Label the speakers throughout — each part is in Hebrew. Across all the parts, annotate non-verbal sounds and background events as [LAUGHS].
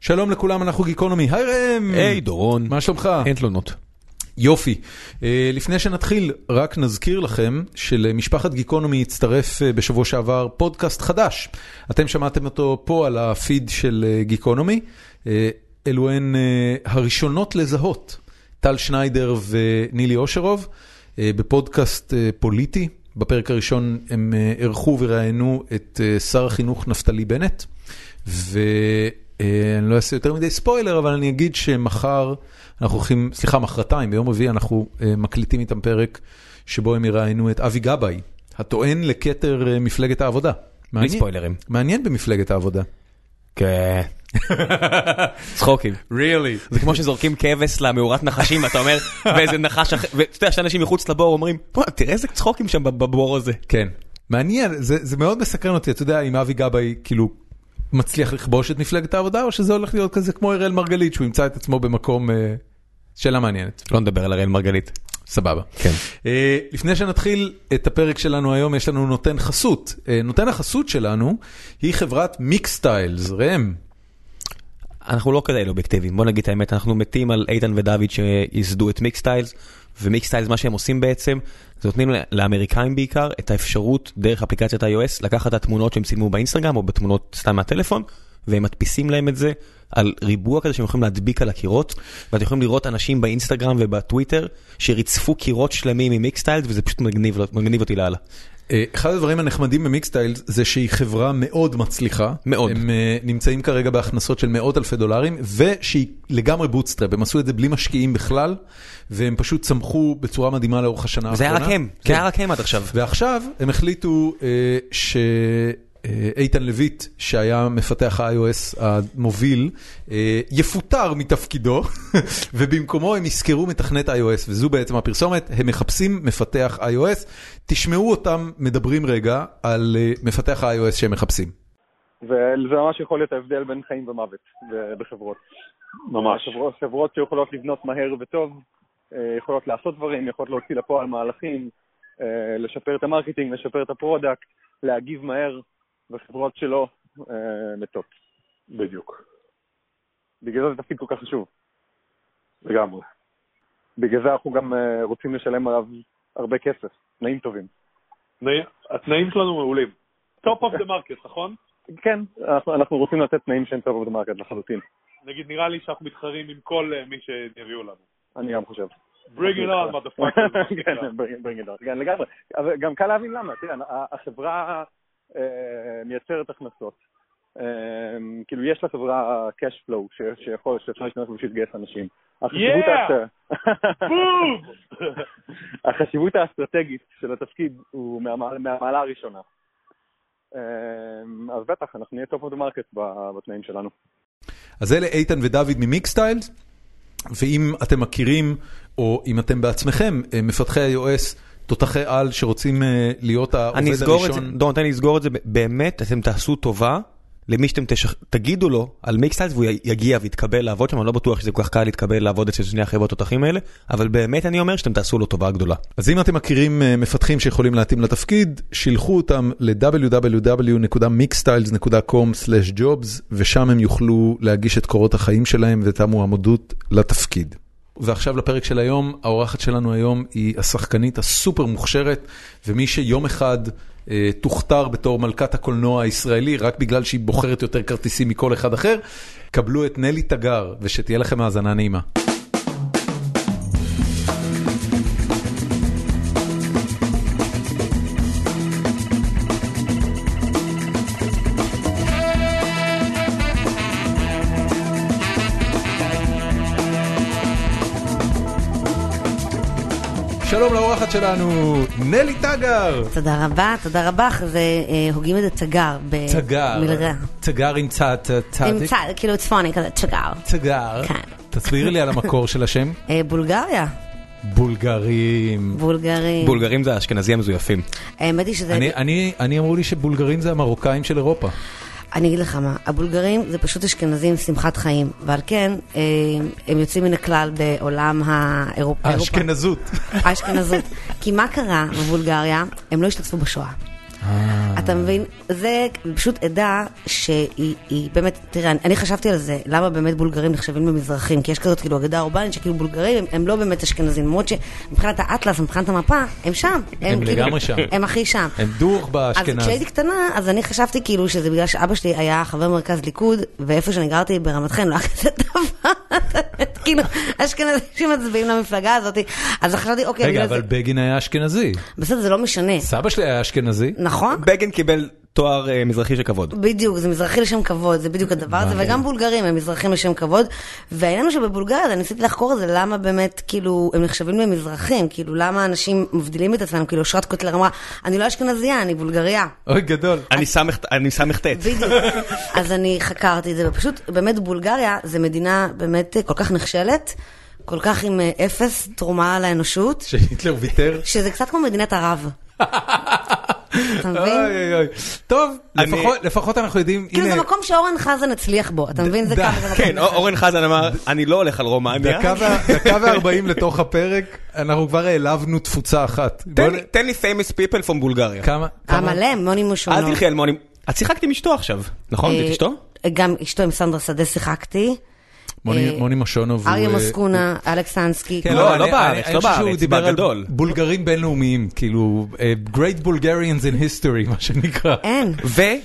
Speaker 1: שלום לכולם, אנחנו גיקונומי, היי ראם!
Speaker 2: היי דורון,
Speaker 1: מה שלומך?
Speaker 2: אין תלונות.
Speaker 1: יופי. אה, לפני שנתחיל, רק נזכיר לכם שלמשפחת גיקונומי הצטרף אה, בשבוע שעבר פודקאסט חדש. אתם שמעתם אותו פה על הפיד של אה, גיקונומי. אה, אלו הן אה, הראשונות לזהות, טל שניידר ונילי אושרוב, אה, בפודקאסט אה, פוליטי. בפרק הראשון הם אה, אירחו וראיינו את אה, שר החינוך נפתלי בנט. ואני לא אעשה יותר מדי ספוילר, אבל אני אגיד שמחר אנחנו הולכים, סליחה, מחרתיים, ביום רביעי אנחנו אה, מקליטים איתם פרק שבו הם יראיינו את אבי גבאי, הטוען לכתר אה, מפלגת העבודה.
Speaker 2: בלי
Speaker 1: מעניין,
Speaker 2: ספוילרים.
Speaker 1: מעניין במפלגת העבודה.
Speaker 2: כן. [LAUGHS] צחוקים.
Speaker 1: really?
Speaker 2: זה כמו שזורקים כבש למאורת נחשים,
Speaker 1: [LAUGHS]
Speaker 2: אתה אומר, ואיזה נחש אחר, ואתה יודע שאנשים מחוץ לבור אומרים, בוא, תראה איזה צחוקים שם בב- בבור הזה.
Speaker 1: כן. מעניין, זה, זה מאוד מסקרן אותי, אתה יודע, אם אבי גבאי כאילו מצליח לכבוש את מפלגת העבודה, או שזה הולך להיות כזה כמו אראל מרגלית, שהוא ימצא את עצמו במקום... אה, שאלה מעניינת,
Speaker 2: לא נדבר על אראל מרגלית.
Speaker 1: סבבה.
Speaker 2: כן.
Speaker 1: אה, לפני שנתחיל את הפרק שלנו היום, יש לנו נותן חסות. אה, נותן החסות שלנו היא חברת מיקסטיילס, ראם.
Speaker 2: אנחנו לא כדאי אובייקטיביים, בוא נגיד את האמת, אנחנו מתים על איתן ודוד שייסדו את מיקס סטיילס, ומיקס סטיילס מה שהם עושים בעצם, זה נותנים לאמריקאים בעיקר את האפשרות דרך אפליקציית iOS לקחת את התמונות שהם צילמו באינסטגרם או בתמונות סתם מהטלפון, והם מדפיסים להם את זה על ריבוע כזה שהם יכולים להדביק על הקירות, ואתם יכולים לראות אנשים באינסטגרם ובטוויטר שריצפו קירות שלמים עם מיקס סטיילס, וזה פשוט מגניב, מגניב אותי לאללה.
Speaker 1: אה, אחד הדברים הנחמדים במיקסטיילס זה שהיא חברה מאוד מצליחה.
Speaker 2: מאוד.
Speaker 1: הם אה, נמצאים כרגע בהכנסות של מאות אלפי דולרים, ושהיא לגמרי בוטסטראפ, הם עשו את זה בלי משקיעים בכלל, והם פשוט צמחו בצורה מדהימה לאורך השנה
Speaker 2: זה היה
Speaker 1: האחרונה. כן.
Speaker 2: רק הם, זה היה רק הם עד עכשיו.
Speaker 1: ועכשיו הם החליטו אה, שאיתן לויט, שהיה מפתח ה-iOS המוביל, אה, יפוטר מתפקידו, [LAUGHS] ובמקומו הם ישכרו מתכנת iOS, וזו בעצם הפרסומת, הם מחפשים מפתח iOS. תשמעו אותם מדברים רגע על אה, מפתח ה-iOS שהם מחפשים.
Speaker 3: וזה ממש יכול להיות ההבדל בין חיים ומוות ב- בחברות. ממש. חברות, חברות שיכולות לבנות מהר וטוב, אה, יכולות לעשות דברים, יכולות להוציא לפועל מהלכים, אה, לשפר את המרקטינג, לשפר את הפרודקט, להגיב מהר, וחברות שלא אה, מתות. בדיוק. בגלל זה זה תפקיד כל כך חשוב. לגמרי. בגלל זה אנחנו גם אה, רוצים לשלם עליו הרבה כסף, תנאים טובים.
Speaker 4: התנאים- התנאים שלנו מעולים. טופ אוף דה מרקט, נכון?
Speaker 3: כן, אנחנו, אנחנו רוצים לתת תנאים שהם טובים במרקט לחלוטין.
Speaker 4: נגיד, נראה לי שאנחנו מתחרים עם כל אה, מי שיביאו לנו.
Speaker 3: אני גם חושב.
Speaker 4: Bring it on,
Speaker 3: [LAUGHS]
Speaker 4: motherfucker.
Speaker 3: כן, bring- bring it on. כן, לגמרי. אבל גם קל להבין למה. תראה, ה- החברה אה, מייצרת הכנסות. אה, כאילו, יש לחברה cash flow ש- שיכול, שאפשר להשתמש בו בשביל לגייס אנשים. החשיבות האסטר-
Speaker 4: בום!
Speaker 3: [LAUGHS] החשיבות האסטרטגית של התפקיד הוא מהמעלה מהמעלה הראשונה. אה, אז בטח, אנחנו נהיה טופ אוף דה מרקט בתנאים שלנו.
Speaker 1: אז אלה איתן ודוד ממיקסטיילס, ואם אתם מכירים, או אם אתם בעצמכם, אה, מפתחי iOS, תותחי על שרוצים אה, להיות העובד הראשון.
Speaker 2: אני אסגור את זה, דורון, תן לי לסגור את זה, באמת, אתם תעשו טובה למי שאתם תשכ... תגידו לו על מיקסטייז והוא י- יגיע ויתקבל לעבוד שם, אני לא בטוח שזה כל כך קל להתקבל לעבוד אצל שני החברות התותחים האלה, אבל באמת אני אומר שאתם תעשו לו טובה גדולה.
Speaker 1: אז אם אתם מכירים אה, מפתחים שיכולים להתאים לתפקיד, שילחו אותם ל-www.mixstyles.com/jobs ושם הם יוכלו להגיש את קורות החיים שלהם ואת המועמדות לתפקיד. ועכשיו לפרק של היום, האורחת שלנו היום היא השחקנית הסופר מוכשרת, ומי שיום אחד אה, תוכתר בתור מלכת הקולנוע הישראלי, רק בגלל שהיא בוחרת יותר כרטיסים מכל אחד אחר, קבלו את נלי תגר, ושתהיה לכם האזנה נעימה. שלום לאורחת שלנו, נלי תגר!
Speaker 5: תודה רבה, תודה רבה, אחרי זה אה, הוגים את התגר. ב-
Speaker 1: תגר.
Speaker 5: מלרע.
Speaker 1: תגר עם צ... צ- צדיק?
Speaker 5: נמצא, כאילו צפוני כזה, תגר.
Speaker 1: תגר.
Speaker 5: כן.
Speaker 1: תסבירי לי על המקור של
Speaker 5: [LAUGHS]
Speaker 1: השם.
Speaker 5: אה, בולגריה,
Speaker 1: בולגרים.
Speaker 5: בולגרים.
Speaker 2: בולגרים זה האשכנזים המזויפים.
Speaker 5: האמת היא שזה,
Speaker 1: אני- אני אני אמרו לי שבולגרים זה המרוקאים של אירופה.
Speaker 5: אני אגיד לך מה, הבולגרים זה פשוט אשכנזים עם שמחת חיים, ועל כן אה, הם יוצאים מן הכלל בעולם האירופ- אירופה. [LAUGHS]
Speaker 1: האשכנזות.
Speaker 5: האשכנזות. כי מה קרה בבולגריה? הם לא השתתפו בשואה.
Speaker 1: אה,
Speaker 5: אתה מבין? זה פשוט עדה שהיא היא באמת, תראה, אני, אני חשבתי על זה, למה באמת בולגרים נחשבים למזרחים? כי יש כזאת כאילו אגדה אורבנית שכאילו בולגרים הם, הם לא באמת אשכנזים, למרות שמבחינת האטלס, מבחינת המפה, הם שם.
Speaker 1: הם
Speaker 5: כאילו-
Speaker 1: לגמרי שם.
Speaker 5: הם הכי שם.
Speaker 1: הם דוך
Speaker 5: אז
Speaker 1: באשכנז.
Speaker 5: כשהייתי קטנה, אז אני חשבתי כאילו שזה בגלל שאבא שלי היה חבר מרכז ליכוד, ואיפה שאני גרתי ברמת חן לא היה כזה דבר, [LAUGHS] כאילו, אשכנזים שמצביעים למפלגה הזאת, אז חשבתי, אוקיי,
Speaker 1: רגע,
Speaker 5: בגלל זה-
Speaker 1: אבל בגין היה אשכנזי.
Speaker 5: בסדר, זה לא משנה,
Speaker 1: סבא שלי היה
Speaker 5: [LAUGHS]
Speaker 1: אשכנזי.
Speaker 5: נכון?
Speaker 2: בגין קיבל תואר אה, מזרחי של כבוד.
Speaker 5: בדיוק, זה מזרחי לשם כבוד, זה בדיוק הדבר הזה,
Speaker 2: כן?
Speaker 5: וגם בולגרים הם מזרחים לשם כבוד. והעניין הוא שבבולגריה, אני ניסיתי לחקור את זה, למה באמת, כאילו, הם נחשבים למזרחים, כאילו, למה אנשים מבדילים את עצמם, כאילו, אושרת קוטלר אמרה, אני לא אשכנזיה, אני בולגריה.
Speaker 1: אוי, גדול.
Speaker 2: אני סמך, אני סמך ט'. [LAUGHS]
Speaker 5: בדיוק. אז אני חקרתי את זה, ופשוט, באמת, בולגריה זה מדינה באמת אה, כל כך נכשלת, כל כך עם אה, אפס תרומה לאנושות,
Speaker 1: שהיטלר ויתר.
Speaker 5: שזה קצת כמו מדינת ערב. אתה מבין?
Speaker 1: אוי, אוי, אוי. טוב,
Speaker 2: אני-
Speaker 1: לפחות- לפחות אנחנו יודעים,
Speaker 5: כאילו זה
Speaker 1: הנה,
Speaker 5: מקום שאורן חזן הצליח בו, אתה מבין? זה
Speaker 1: ד-
Speaker 5: כמה זה מקום
Speaker 2: כן, אור- אורן חזן אמר, אני לא הולך על רומניה.
Speaker 1: דקה ו- דקה וארבעים לתוך הפרק, אנחנו כבר העלבנו תפוצה אחת.
Speaker 2: תן
Speaker 1: בוא
Speaker 2: לי-
Speaker 1: נ-
Speaker 2: תן לי famous people from בולגריה.
Speaker 1: כמה?
Speaker 5: אה,
Speaker 1: כמה?
Speaker 5: מלא, מוני מושונות.
Speaker 2: אל תלכי על מונים. את שיחקת עם אשתו עכשיו, נכון? את אשתו?
Speaker 5: אה, גם אשתו עם סנדרה שדה שיחקתי.
Speaker 1: מוני-
Speaker 5: אה,
Speaker 1: מוני מושונוב הוא...
Speaker 5: אריה
Speaker 1: אה,
Speaker 5: מסקונה, אלכס סנסקי.
Speaker 1: כן,
Speaker 5: כל-
Speaker 2: לא,
Speaker 1: אני-
Speaker 2: לא
Speaker 1: אני-
Speaker 2: בארץ,
Speaker 1: אני
Speaker 2: לא
Speaker 1: חושב שהוא
Speaker 2: בארץ,
Speaker 1: דיבר על
Speaker 2: בגדול.
Speaker 1: בולגרים בינלאומיים, כאילו, אה, Great Bulgarians in History, [LAUGHS] מה שנקרא.
Speaker 5: אין.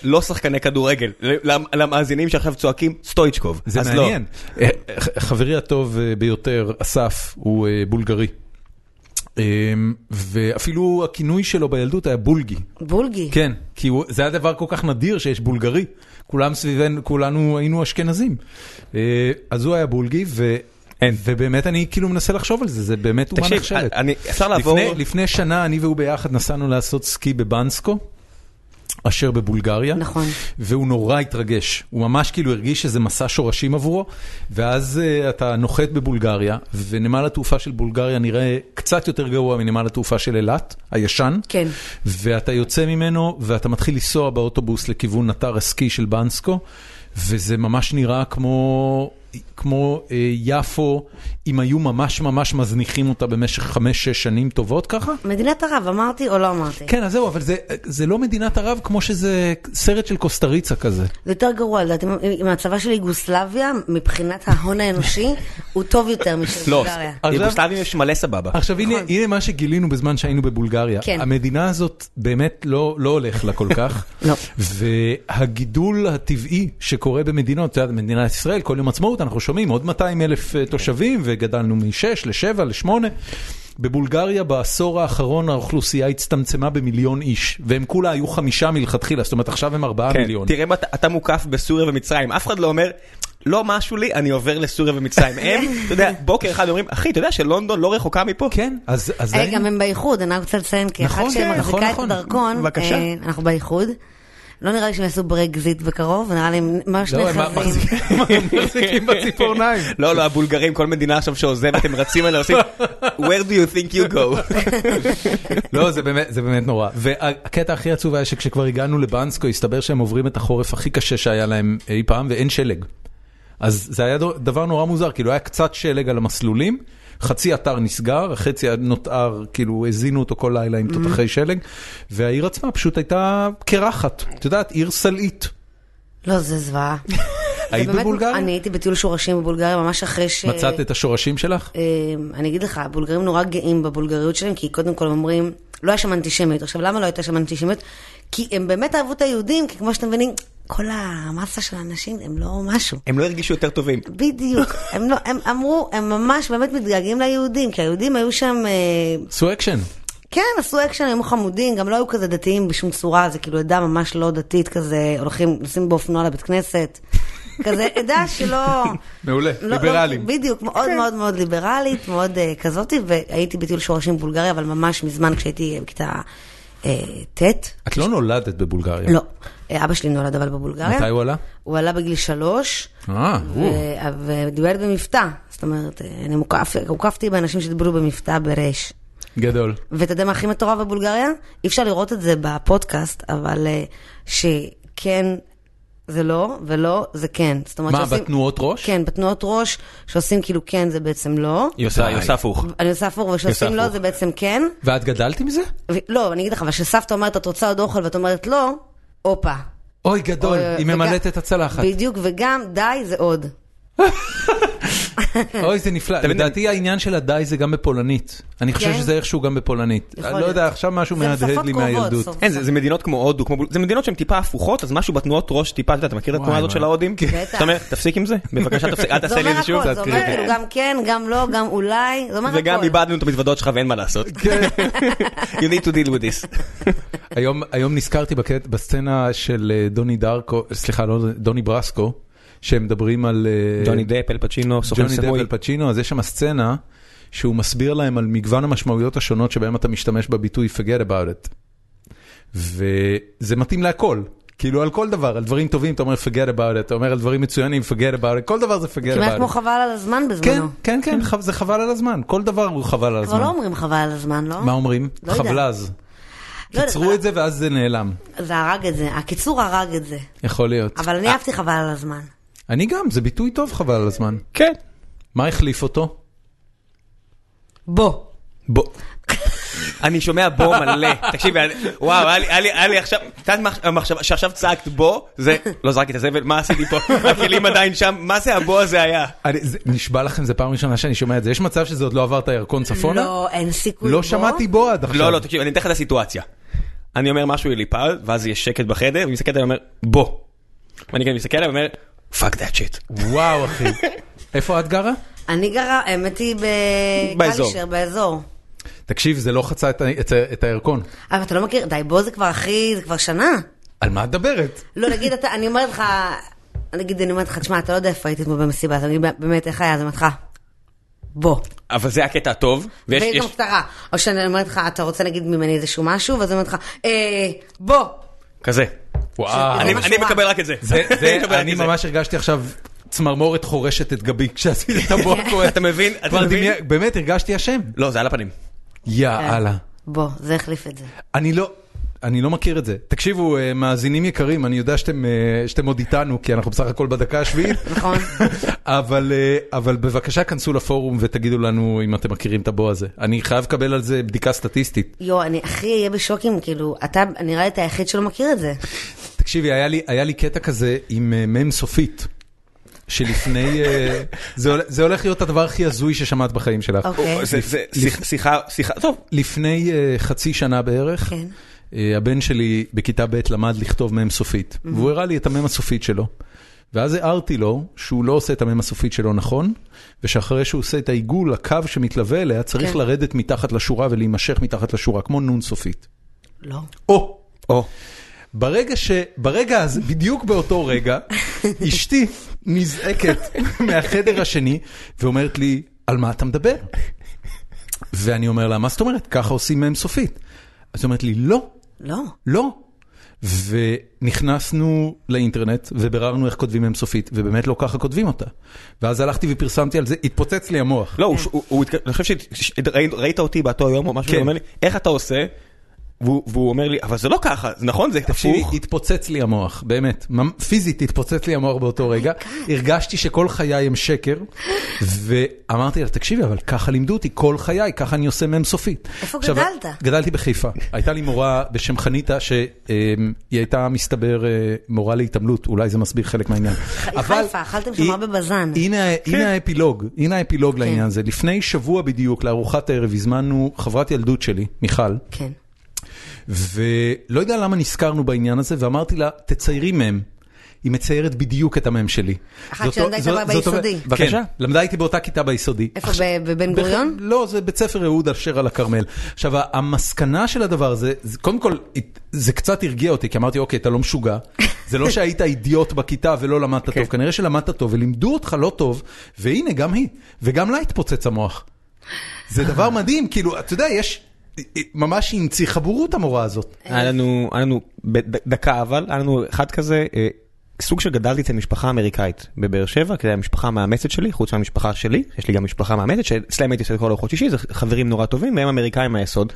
Speaker 2: ולא שחקני כדורגל. למ- למאזינים שעכשיו צועקים, סטויצ'קוב.
Speaker 1: זה
Speaker 2: אז לא.
Speaker 1: מעניין. אה, ח- חברי הטוב אה, ביותר, אסף, הוא אה, בולגרי. אה, ואפילו הכינוי שלו בילדות היה בולגי.
Speaker 5: בולגי.
Speaker 1: כן, כי הוא, זה היה דבר כל כך נדיר שיש בולגרי. כולם סביבנו, כולנו היינו אשכנזים. אה, אז הוא היה בולגי, ו... אין. ובאמת אני כאילו מנסה לחשוב על זה, זה באמת אומה
Speaker 2: תקשיב,
Speaker 1: נחשבת.
Speaker 2: אני- אפשר לעבור...
Speaker 1: לפני, לפני שנה אני והוא ביחד נסענו לעשות סקי בבנסקו. אשר בבולגריה,
Speaker 5: נכון.
Speaker 1: והוא נורא התרגש, הוא ממש כאילו הרגיש שזה מסע שורשים עבורו, ואז uh, אתה נוחת בבולגריה, ונמל התעופה של בולגריה נראה קצת יותר גרוע מנמל התעופה של אילת, הישן,
Speaker 5: כן.
Speaker 1: ואתה יוצא ממנו, ואתה מתחיל לנסוע באוטובוס לכיוון אתר הסקי של בנסקו, וזה ממש נראה כמו, כמו אה, יפו, אם היו ממש ממש מזניחים אותה במשך חמש-שש שנים טובות ככה.
Speaker 5: מדינת ערב, אמרתי או לא אמרתי?
Speaker 1: כן, אז זהו, אבל זה, זה לא מדינת ערב כמו שזה סרט של קוסטריצה כזה.
Speaker 5: זה יותר גרוע, לדעתי, אם הצבא של יוגוסלביה, מבחינת ההון האנושי, הוא טוב יותר
Speaker 1: [LAUGHS]
Speaker 5: משל
Speaker 2: לא,
Speaker 5: בולגריה.
Speaker 1: עכשיו-
Speaker 2: יוגוסלבים יש מלא סבבה.
Speaker 1: עכשיו הנה, הנה מה שגילינו בזמן שהיינו בבולגריה.
Speaker 5: נכון. כן.
Speaker 1: המדינה הזאת באמת לא, לא הולך לה כל כך.
Speaker 5: [LAUGHS] לא.
Speaker 1: והגידול הטבעי שקורה במדינות, את יודעת, מדינת ישראל, כל יום עצמאות אנחנו שומעים עוד 200 אלף אה, תושבים וגדלנו מ-6 ל-7 ל-8. בבולגריה בעשור האחרון האוכלוסייה הצטמצמה במיליון איש, והם כולה היו חמישה מלכתחילה, זאת אומרת עכשיו הם ארבעה
Speaker 2: כן,
Speaker 1: מיליון.
Speaker 2: תראה, מה- אתה מוקף בסוריה ומצרים, אף אחד לא אומר, לא משהו לי, אני עובר לסוריה ומצרים. הם, אתה יודע, בוקר אחד אומרים, אחי, אתה יודע שלונדון לא רחוקה מפה? [LAUGHS]
Speaker 1: כן, אז, אז
Speaker 5: אה, גם הם באיחוד, אני רק רוצה לציין, כי אחת
Speaker 1: נכון, כן, נכון,
Speaker 5: שמחזיקה את
Speaker 1: נכון.
Speaker 5: הדרכון,
Speaker 2: בבקשה.
Speaker 5: אה, אנחנו באיחוד. לא נראה לי שהם יעשו ברקזיט בקרוב, נראה לי הם ממש
Speaker 1: לא, הם
Speaker 5: נחזים.
Speaker 1: מחזיקים- מחזיקים בציפורניים.
Speaker 2: [LAUGHS] לא, לא, הבולגרים, כל מדינה עכשיו שעוזבת, הם רצים אליה, עושים, where do you think you
Speaker 1: [LAUGHS]
Speaker 2: go?
Speaker 1: לא, זה באמת, זה באמת נורא. והקטע הכי עצוב היה שכשכבר הגענו לבנסקו, הסתבר שהם עוברים את החורף הכי קשה שהיה להם אי פעם, ואין שלג. אז זה היה דו- דבר נורא מוזר, כאילו היה קצת שלג על המסלולים, חצי אתר נסגר, החצי הנותר, כאילו הזינו אותו כל לילה עם
Speaker 5: Mm-hmm.
Speaker 1: תותחי שלג, והעיר עצמה פשוט הייתה קרחת, את יודעת, עיר סלעית.
Speaker 5: לא, זה זוועה. זה
Speaker 1: היית
Speaker 5: באמת-
Speaker 1: בבולגריה?
Speaker 5: אני הייתי בטיול שורשים בבולגריה ממש אחרי ש...
Speaker 1: מצאת את השורשים שלך?
Speaker 5: אמ, אני אגיד לך, הבולגרים נורא גאים בבולגריות שלהם, כי קודם כל אומרים, לא היה שם אנטישמיות. עכשיו, למה לא הייתה שם אנטישמיות? כי הם באמת אהבו את היהודים, כי כמו שאתם מבינים, כל המסה של האנשים הם לא משהו.
Speaker 2: הם לא הרגישו יותר טובים.
Speaker 5: בדיוק. הם, לא, הם אמרו, הם ממש באמת מתגעגעים ליהודים, כי היהודים היו שם, אה,
Speaker 1: עשו אקשן.
Speaker 5: כן, עשו אקשן, היו חמודים, גם לא היו כזה דתיים בשום צורה, זה כאילו עדה ממש לא דתית, כזה הולכים, נוסעים באופנוע לבית כנסת. כזה עדה שלא...
Speaker 1: מעולה,
Speaker 5: לא-
Speaker 1: ליברלים.
Speaker 5: לא, בדיוק, מאוד מאוד מאוד ליברלית, מאוד אה, כזאתי, והייתי בטיול שורשים בבולגריה, אבל ממש מזמן כשהייתי אה, בכיתה אה, ט',
Speaker 1: את לא נולדת בבולגריה.
Speaker 5: לא, אה, אבא שלי נולד אבל בבולגריה.
Speaker 1: מתי הוא עלה?
Speaker 5: הוא עלה בגיל שלוש,
Speaker 1: אה, הוא.
Speaker 5: ו- ודיבר במבטא, זאת אומרת, אה, אני מוקף, הוקפתי באנשים שדיברו במבטא ברייש.
Speaker 1: גדול.
Speaker 5: ואתה יודע מה הכי מטורף בבולגריה? אי אפשר לראות את זה בפודקאסט, אבל אה, שכן זה לא, ולא, זה כן. זאת אומרת
Speaker 1: מה,
Speaker 5: שעושים-
Speaker 1: בתנועות ראש?
Speaker 5: כן, בתנועות ראש, שעושים כאילו כן זה בעצם לא.
Speaker 2: היא עושה, היא עושה הפוך.
Speaker 5: אני עושה הפוך, וכשעושים
Speaker 2: הפוך.
Speaker 5: לא זה בעצם כן.
Speaker 1: ואת גדלת עם זה?
Speaker 5: ו- לא, אני אגיד לך, אבל כשסבתא אומרת, את רוצה עוד אוכל ואת אומרת לא, הופה.
Speaker 1: אוי, גדול,
Speaker 5: אוי, אוקיי.
Speaker 1: היא
Speaker 5: וגם-
Speaker 1: ממלאת את הצלחת.
Speaker 5: בדיוק, וגם די זה עוד.
Speaker 1: אוי, זה נפלא.
Speaker 2: מבין?
Speaker 1: לדעתי העניין של הדי זה גם בפולנית. אני חושב
Speaker 5: כן?
Speaker 1: שזה איכשהו גם בפולנית.
Speaker 5: יכול
Speaker 1: אני לא
Speaker 5: להיות.
Speaker 1: יודע, עכשיו משהו
Speaker 5: זה
Speaker 1: מהדהד
Speaker 5: שפות
Speaker 1: לי
Speaker 5: קרובות,
Speaker 1: מהילדות.
Speaker 5: סוף.
Speaker 2: אין, כן, זה, זה מדינות כמו הודו, כמו... בול- זה מדינות שהן טיפה הפוכות, אז משהו בתנועות ראש טיפה, אתה יודע, אתה מכיר את התנועה הזאת של ההודים?
Speaker 5: בטח.
Speaker 2: אתה אומר, תפסיק עם זה, בבקשה תפסיק, אל
Speaker 5: [LAUGHS] זה
Speaker 2: תעשה
Speaker 5: אומר
Speaker 2: לי את זה שוב.
Speaker 5: הכל, זה אומר כאילו גם כן, גם לא, גם אולי, זה אומר הכל. כן.
Speaker 2: וגם איבדנו את המזוודות שלך ואין מה לעשות. [LAUGHS] you need to deal with [LAUGHS] this.
Speaker 1: היום, היום נזכרתי בקט, בסצנה של אה, דוני דארקו, סליחה, לא, דוני ברסקו, שהם מדברים על... אה,
Speaker 2: ג'וני דפ, אל פצ'ינו, סוכן
Speaker 1: ג'וני דפ
Speaker 2: סמוי.
Speaker 1: אל פצ'ינו, אז יש שם סצנה שהוא מסביר להם על מגוון המשמעויות השונות שבהם אתה משתמש בביטוי forget about it. וזה מתאים להכל. כאילו על כל דבר, על דברים טובים אתה אומר forget about it, אתה אומר על דברים מצוינים forget about it, כל דבר זה forget
Speaker 5: כמעט
Speaker 1: about
Speaker 5: כמו
Speaker 1: it.
Speaker 5: חבל על הזמן
Speaker 1: כן,
Speaker 5: בזמנו.
Speaker 1: כן, כן, חב- זה חבל על הזמן, כל דבר הוא חבל על
Speaker 5: כבר
Speaker 1: הזמן.
Speaker 5: לא אומרים חבל על הזמן, לא?
Speaker 1: מה אומרים?
Speaker 5: לא יודעת.
Speaker 1: חבלז.
Speaker 5: לא יודעת,
Speaker 1: עצרו את זה ואז זה נעלם.
Speaker 5: זה הרג את זה, הקיצור הרג את זה.
Speaker 1: יכול להיות.
Speaker 5: אבל אני אהבתי חבל על הזמן.
Speaker 1: אני גם, זה ביטוי טוב חבל על הזמן.
Speaker 2: כן.
Speaker 1: מה החליף אותו?
Speaker 5: בוא.
Speaker 2: בוא. אני שומע בוא מלא, [LAUGHS] תקשיבי, אני- וואו, היה לי- היה לי- היה לי עכשיו, את יודעת מה המחשבה, שעכשיו צעקת בוא, זה, לא זרקתי את הזבל, מה עשיתי [LAUGHS] פה, הכלים עדיין שם, מה זה הבוא הזה היה?
Speaker 1: אני, זה, נשבע לכם, זה פעם ראשונה שאני שומע את זה. יש מצב שזה עוד לא עבר את הירקון צפונה?
Speaker 5: לא, אין סיכוי.
Speaker 1: לא
Speaker 5: בוא.
Speaker 1: שמעתי בו עד עכשיו.
Speaker 2: לא, לא, תקשיב, אני אתן לך את הסיטואציה. אני אומר משהו לליפל, ואז יש שקט בחדר, והיא מסתכלת עליי ואומר, בוא. ואני כאילו מסתכל עליי ואומר, fuck that shit.
Speaker 1: וואו, אחי. איפה את גרה?
Speaker 5: אני גרה, האמת היא
Speaker 2: באזור.
Speaker 5: בקלישר, באזור.
Speaker 1: תקשיב, זה לא חצה את, ה- את, ה- את הירקון.
Speaker 5: אבל אתה לא מכיר, די, בוא זה כבר הכי, זה כבר שנה.
Speaker 1: על מה את מדברת?
Speaker 5: לא, נגיד אתה, אני אומרת לך, נגיד אני אומרת לך, תשמע, אתה לא יודע איפה הייתי אתמול במסיבה, אז אני באמת, איך היה? אז אני אומרת לך, בוא.
Speaker 2: אבל זה הקטע הטוב, ויש,
Speaker 5: והיא
Speaker 2: יש,
Speaker 5: גם קצרה. או שאני אומרת לך, אתה רוצה להגיד ממני איזשהו משהו? ואז אני אומרת לך, אה, בוא.
Speaker 2: כזה.
Speaker 1: וואו.
Speaker 2: אני
Speaker 5: ממש
Speaker 2: אני
Speaker 5: רע.
Speaker 2: מקבל רק את זה.
Speaker 1: אה, זה,
Speaker 2: [LAUGHS] אני מקבל
Speaker 1: זה,
Speaker 2: רק
Speaker 1: אני
Speaker 2: את זה.
Speaker 1: ממש הרגשתי עכשיו צמרמורת חורשת את גבי כשעשית את
Speaker 2: [LAUGHS]
Speaker 1: הבוקו.
Speaker 2: אתה מבין?
Speaker 1: [LAUGHS]
Speaker 2: אתה
Speaker 1: כבר
Speaker 2: מבין?
Speaker 1: דמי- באמת, הרגשתי אשם.
Speaker 2: לא, זה על הפנים.
Speaker 1: יאללה.
Speaker 5: כן. בוא, זה החליף את זה.
Speaker 1: אני לא... אני לא מכיר את זה. תקשיבו, אה, מאזינים יקרים, אני יודע שאתם, אה, שאתם עוד איתנו, כי אנחנו בסך הכל בדקה השביעית,
Speaker 5: [LAUGHS] נכון.
Speaker 1: אבל, אה, אבל בבקשה כנסו לפורום ותגידו לנו אם אתם מכירים את הבוע הזה. אני חייב לקבל על זה בדיקה סטטיסטית.
Speaker 5: יואו, אני הכי אהיה בשוק אם כאילו, אתה נראה לי את היחיד שלא מכיר
Speaker 2: [LAUGHS]
Speaker 5: את זה.
Speaker 1: תקשיבי, היה לי, היה לי קטע כזה עם אה, מ"ם סופית, שלפני... אה, זה, הול- זה הולך להיות הדבר הכי הזוי ששמעת בחיים שלך.
Speaker 5: אוקיי.
Speaker 2: זה- זה שיח- שיחה, שיחה, טוב.
Speaker 1: לפני אה, חצי שנה בערך,
Speaker 5: כן.
Speaker 1: אה, הבן שלי בכיתה ב' למד לכתוב מ"ם סופית,
Speaker 5: Mm-hmm.
Speaker 1: והוא הראה לי את המ"ם הסופית שלו. ואז הערתי לו שהוא לא עושה את המ"ם הסופית שלו נכון, ושאחרי שהוא עושה את העיגול, הקו שמתלווה אליה צריך
Speaker 5: כן.
Speaker 1: לרדת מתחת לשורה ולהימשך מתחת לשורה, כמו נון סופית.
Speaker 5: לא.
Speaker 1: או,
Speaker 2: או.
Speaker 1: ברגע ש... ברגע הזה, בדיוק באותו רגע, אשתי נזעקת מהחדר השני ואומרת לי, על מה אתה מדבר? ואני אומר לה, מה זאת אומרת? ככה עושים מ"ם סופית. אז היא אומרת לי, לא,
Speaker 5: לא.
Speaker 1: לא. ונכנסנו לאינטרנט וביררנו איך כותבים מ"ם סופית, ובאמת לא ככה כותבים אותה. ואז הלכתי ופרסמתי על זה, התפוצץ לי המוח.
Speaker 2: לא, הוא- הוא- הוא התק- אני חושב שראית אותי באותו יום או משהו,
Speaker 1: כן.
Speaker 2: הוא אומר לי, איך אתה עושה? והוא והוא אומר לי, אבל זה לא ככה, זה נכון, זה
Speaker 1: תקשיבי,
Speaker 2: הפוך.
Speaker 1: התפוצץ לי המוח, באמת. ממ- פיזית התפוצץ לי המוח
Speaker 5: Oh
Speaker 1: באותו רגע. הרגשתי שכל חיי הם שקר, ואמרתי לה, תקשיבי, אבל ככה לימדו אותי כל חיי, ככה אני עושה מ"ם סופית.
Speaker 5: איפה
Speaker 1: עכשיו,
Speaker 5: גדלת?
Speaker 1: גדלתי בחיפה. הייתה לי מורה בשם חניתה, שהיא הייתה, מסתבר, אה, מורה להתעמלות, אולי זה מסביר חלק מהעניין. אבל
Speaker 5: חיפה, אכלתם שם
Speaker 1: היא-
Speaker 5: הרבה כן. בזן.
Speaker 1: הנה, הנה האפילוג, הנה האפילוג לעניין הזה. לפני שבוע בדיוק, לארוחת הערב, הזמנו חברת ילדות שלי, מיכל,
Speaker 5: כן.
Speaker 1: ולא יודע למה נזכרנו בעניין הזה, ואמרתי לה, תציירי מם. היא מציירת בדיוק את המם שלי.
Speaker 5: אחת
Speaker 1: זאת-
Speaker 5: שלמדה איתה
Speaker 1: זאת- זאת-
Speaker 5: ביסודי.
Speaker 1: בבקשה,
Speaker 2: כן.
Speaker 1: למדה איתי באותה כיתה ביסודי.
Speaker 5: איפה,
Speaker 1: עכשיו-
Speaker 5: ב- בבן גוריון?
Speaker 1: בח- לא, זה בית ספר יהוד אשר על הכרמל. עכשיו, ה- המסקנה של הדבר הזה, זה- קודם כל, הת- זה קצת הרגיע אותי, כי אמרתי, אוקיי, אתה לא משוגע. זה לא שהיית אידיוט בכיתה ולא למדת
Speaker 2: אוקיי.
Speaker 1: טוב, כנראה שלמדת טוב ולימדו אותך לא טוב, והנה, גם היא, וגם לה התפוצץ המוח. זה דבר מדהים, כאילו, אתה יודע, יש... ממש היא הנציחה בורות המורה הזאת.
Speaker 5: אה,
Speaker 2: היה לנו, היה לנו, בדקה אבל, היה לנו אחד כזה, אה, סוג של גדלתי אצל משפחה אמריקאית בבאר שבע, כי זה המשפחה המאמצת שלי, חוץ מהמשפחה שלי, יש לי גם משפחה מאמצת, שאצלם הייתי עושה כל ארוחות שישי, זה חברים נורא טובים, והם אמריקאים מהיסוד.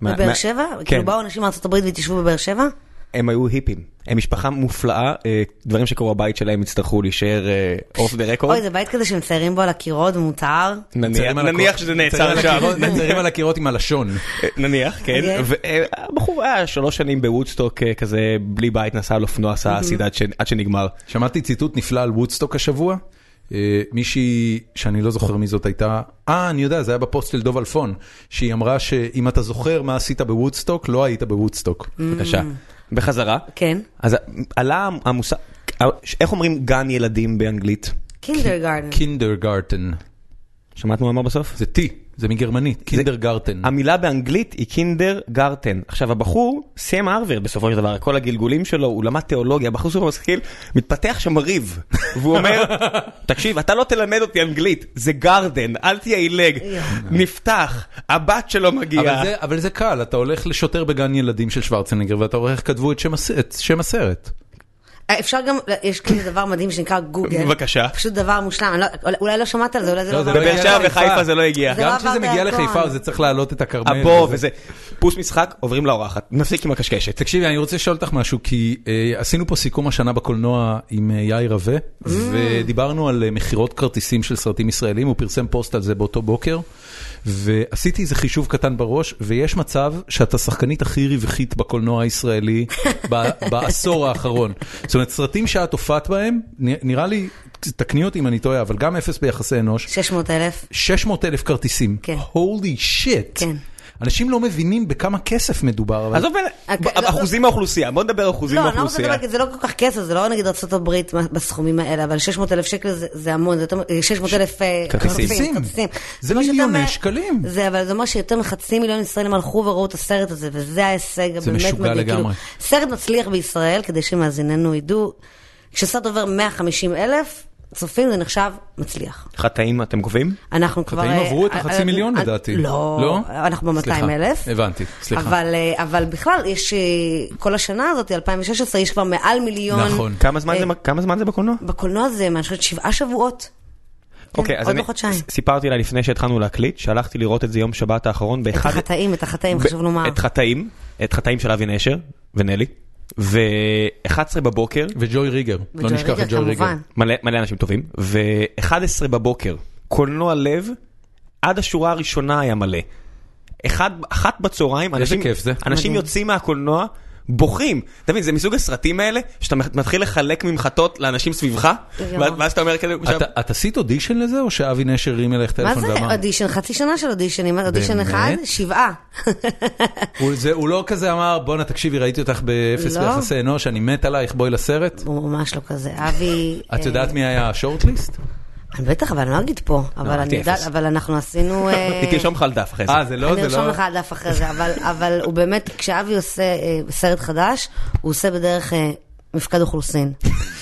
Speaker 2: מה-
Speaker 5: בבאר
Speaker 2: מה-
Speaker 5: שבע?
Speaker 2: כן.
Speaker 5: כאילו באו אנשים מארצות הברית והתיישבו בבאר שבע?
Speaker 2: הם היו היפים. הם משפחה מופלאה, אה, דברים שקרו בבית שלהם יצטרכו להישאר אה, אוף דה רקורד.
Speaker 5: אוי, זה בית כזה שמציירים בו על הקירות ומוצהר.
Speaker 1: מציירים על
Speaker 2: נניח
Speaker 1: הקירות-
Speaker 2: שזה
Speaker 1: מציירים
Speaker 2: נעצר
Speaker 1: על
Speaker 2: שם.
Speaker 1: הקירות- מציירים על הקירות עם הלשון.
Speaker 2: אה, נניח, כן.
Speaker 5: אוקיי.
Speaker 2: והבחור היה שלוש שנים בוודסטוק אה, כזה, בלי בית, נסע על אופנוע, עשה אסיד עד ש- עד שנגמר.
Speaker 1: שמעתי ציטוט נפלא על וודסטוק השבוע. אה, מישהי שאני לא זוכר מי זאת הייתה, אה, אני יודע, זה היה בפוסט של דוב אלפון, שהיא אמרה שאם אתה זוכר מה עשית בוודסטוק, לא היית בוודסטוק.
Speaker 5: Mm.
Speaker 2: בבקשה. בחזרה.
Speaker 5: כן.
Speaker 2: אז עלה המושג, איך אומרים גן ילדים באנגלית?
Speaker 5: קינדרגרדן.
Speaker 1: קינדרגרטן,
Speaker 2: שמעת מה הוא אמר בסוף?
Speaker 1: זה T, זה אמ- מגרמנית, קינדרגרטן.
Speaker 2: המילה באנגלית היא קינדר גרטן. עכשיו הבחור סיים הרווארד בסופו של דבר, כל הגלגולים שלו, הוא למד תיאולוגיה, הבחור סופר משכיל, מתפתח שם ריב. והוא אומר, תקשיב, אתה לא תלמד אותי אנגלית, זה גרדן, אל תהיה עילג. נפתח, הבת שלו
Speaker 1: אבל
Speaker 2: מגיעה.
Speaker 1: זה, אבל זה קל, אתה הולך לשוטר בגן ילדים של שוורצנגר ואתה רואה איך כתבו את שם, הס- את שם הסרט.
Speaker 5: אה, אפשר גם, לא, יש כזה דבר מדהים שנקרא גוגל.
Speaker 2: בבקשה.
Speaker 5: פשוט דבר מושלם. אני לא- אולי לא שמעת על זה, אולי זה לא...
Speaker 1: זה
Speaker 5: עבר
Speaker 1: לא
Speaker 5: לך.
Speaker 2: בבאר שבע
Speaker 1: לחיפה.
Speaker 2: וחיפה זה לא הגיע.
Speaker 5: זה לא
Speaker 1: גם
Speaker 5: עבר
Speaker 1: כשזה מגיע
Speaker 5: דרכון.
Speaker 1: לחיפה זה צריך להעלות את הכרמל.
Speaker 2: הבור
Speaker 1: וזה.
Speaker 2: וזה. פוס משחק, עוברים לאורחת. נפסיק עם הקשקשת.
Speaker 1: תקשיבי, אני רוצה לשאול אותך משהו, כי אה, עשינו פה סיכום השנה בקולנוע עם אה, יאיר רווה,
Speaker 5: Mm.
Speaker 1: ודיברנו על אה, מכירות כרטיסים של סרטים ישראלים, הוא פרסם פוסט על זה באותו בוקר, ועשיתי איזה חישוב קטן בראש, ויש מצב שאתה השחקנית הכי רווחית בקולנוע
Speaker 5: [LAUGHS]
Speaker 1: הישראלי ב- בעשור האחרון. זאת אומרת, סרטים שאת הופעת בהם, נ- נראה לי, תקני אותי אם אני טועה, אבל גם אפס ביחסי אנוש,
Speaker 5: 600 אלף.
Speaker 1: 600 אלף כרטיסים.
Speaker 5: כן.
Speaker 1: הולי שיט.
Speaker 5: כן.
Speaker 1: אנשים לא מבינים בכמה כסף מדובר. אבל-
Speaker 2: עזוב,
Speaker 5: אה,
Speaker 2: ב-
Speaker 5: לא,
Speaker 2: אחוזים מהאוכלוסייה, בוא נדבר אחוזים
Speaker 5: לא, אני לא רוצה
Speaker 2: מהאוכלוסייה.
Speaker 5: לדבר, כי זה לא כל כך כסף, זה לא נגיד ארה"ב בסכומים האלה, אבל 600 אלף שקל זה- זה המון, זה יותר מ- 600 אלף אה,
Speaker 2: כרטיסים.
Speaker 5: כרטיסים.
Speaker 1: זה
Speaker 5: אומר שאתה
Speaker 1: מיליוני
Speaker 5: מ-
Speaker 1: שקלים.
Speaker 5: זה, אבל זה אומר שיותר מחצי מיליון ישראלים הלכו וראו את הסרט הזה, וזה ההישג הבאמת מדהים.
Speaker 1: משוגע
Speaker 5: כאילו,
Speaker 1: לגמרי.
Speaker 5: סרט מצליח בישראל, כדי שמאזיננו ידעו, כשסרט עובר 150 אלף צופים, זה נחשב מצליח.
Speaker 2: חטאים אתם גובים?
Speaker 5: אנחנו כבר...
Speaker 1: חטאים עברו את
Speaker 5: אה,
Speaker 1: החצי
Speaker 5: אה,
Speaker 1: מיליון
Speaker 5: אה,
Speaker 1: לדעתי.
Speaker 5: לא, אנחנו ב-200 אלף.
Speaker 1: סליחה, הבנתי, סליחה.
Speaker 5: אבל, אה, אבל בכלל, יש אה, כל השנה הזאת, 2016, יש כבר מעל מיליון.
Speaker 1: נכון.
Speaker 2: כמה
Speaker 5: אה.
Speaker 2: זמן זה- כמה זמן זה בקולנוע?
Speaker 5: בקולנוע זה, מה, אני חושבת, שבעה שבועות.
Speaker 2: אוקיי,
Speaker 5: כן,
Speaker 2: אז
Speaker 5: עוד
Speaker 2: אני
Speaker 5: לא חודשיים.
Speaker 2: ס- סיפרתי לה לפני שהתחלנו להקליט, שהלכתי לראות את זה יום שבת האחרון
Speaker 5: את
Speaker 2: באחד...
Speaker 5: החטאים, את החטאים,
Speaker 2: ב-
Speaker 5: חשוב לומר.
Speaker 2: את חטאים, את חטאים של אבי נשר ונלי, ו-11 בבוקר,
Speaker 1: וג'וי ריגר, לא
Speaker 5: וג'וי
Speaker 1: נשכח
Speaker 5: ריגר,
Speaker 1: את ג'וי ריגר.
Speaker 5: כמובן.
Speaker 2: מלא מלא אנשים טובים, ו-11 בבוקר, קולנוע לב, עד השורה הראשונה היה מלא. אחד, אחת בצהריים, אנשים,
Speaker 1: כיף זה.
Speaker 2: אנשים
Speaker 5: מדהים.
Speaker 2: יוצאים מהקולנוע, בוכים. אתה מבין, זה מסוג הסרטים האלה, שאתה מתחיל לחלק ממחטות לאנשים סביבך,
Speaker 5: יואו.
Speaker 2: ואז ואז אתה אומר כזה, עכשיו-
Speaker 1: אתה- את עשית אודישן לזה, או שאבי נשר הרים אליך
Speaker 5: מה
Speaker 1: טלפון
Speaker 5: זה
Speaker 1: ואמר?
Speaker 5: אודישן? חצי שנה של אודישנים, אודישן אחד, שבעה. [LAUGHS]
Speaker 1: הוא- זה- הוא לא כזה אמר, בואנה תקשיבי, ראיתי אותך באפס
Speaker 5: לא.
Speaker 1: ביחסי אנוש, אני מת עלייך, בואי לסרט.
Speaker 5: הוא ממש לא כזה. אבי...
Speaker 1: את
Speaker 5: אה,
Speaker 1: יודעת מי היה השורטליסט?
Speaker 5: אני בטח, אבל אני לא אגיד פה. אבל אני
Speaker 2: אמרתי
Speaker 5: יודעת,
Speaker 2: אפס.
Speaker 5: אבל אנחנו
Speaker 1: [LAUGHS]
Speaker 5: עשינו... אה,
Speaker 2: היא תרשום לך על דף אחרי זה.
Speaker 1: אה, זה לא,
Speaker 5: אני
Speaker 1: זה
Speaker 5: ארשום
Speaker 1: לא.
Speaker 5: לך על דף אחרי
Speaker 1: [LAUGHS]
Speaker 5: זה, אבל- אבל הוא באמת, כשאבי עושה אה, סרט חדש, הוא עושה בדרך אה, מפקד
Speaker 1: [LAUGHS]
Speaker 5: אוכלוסין.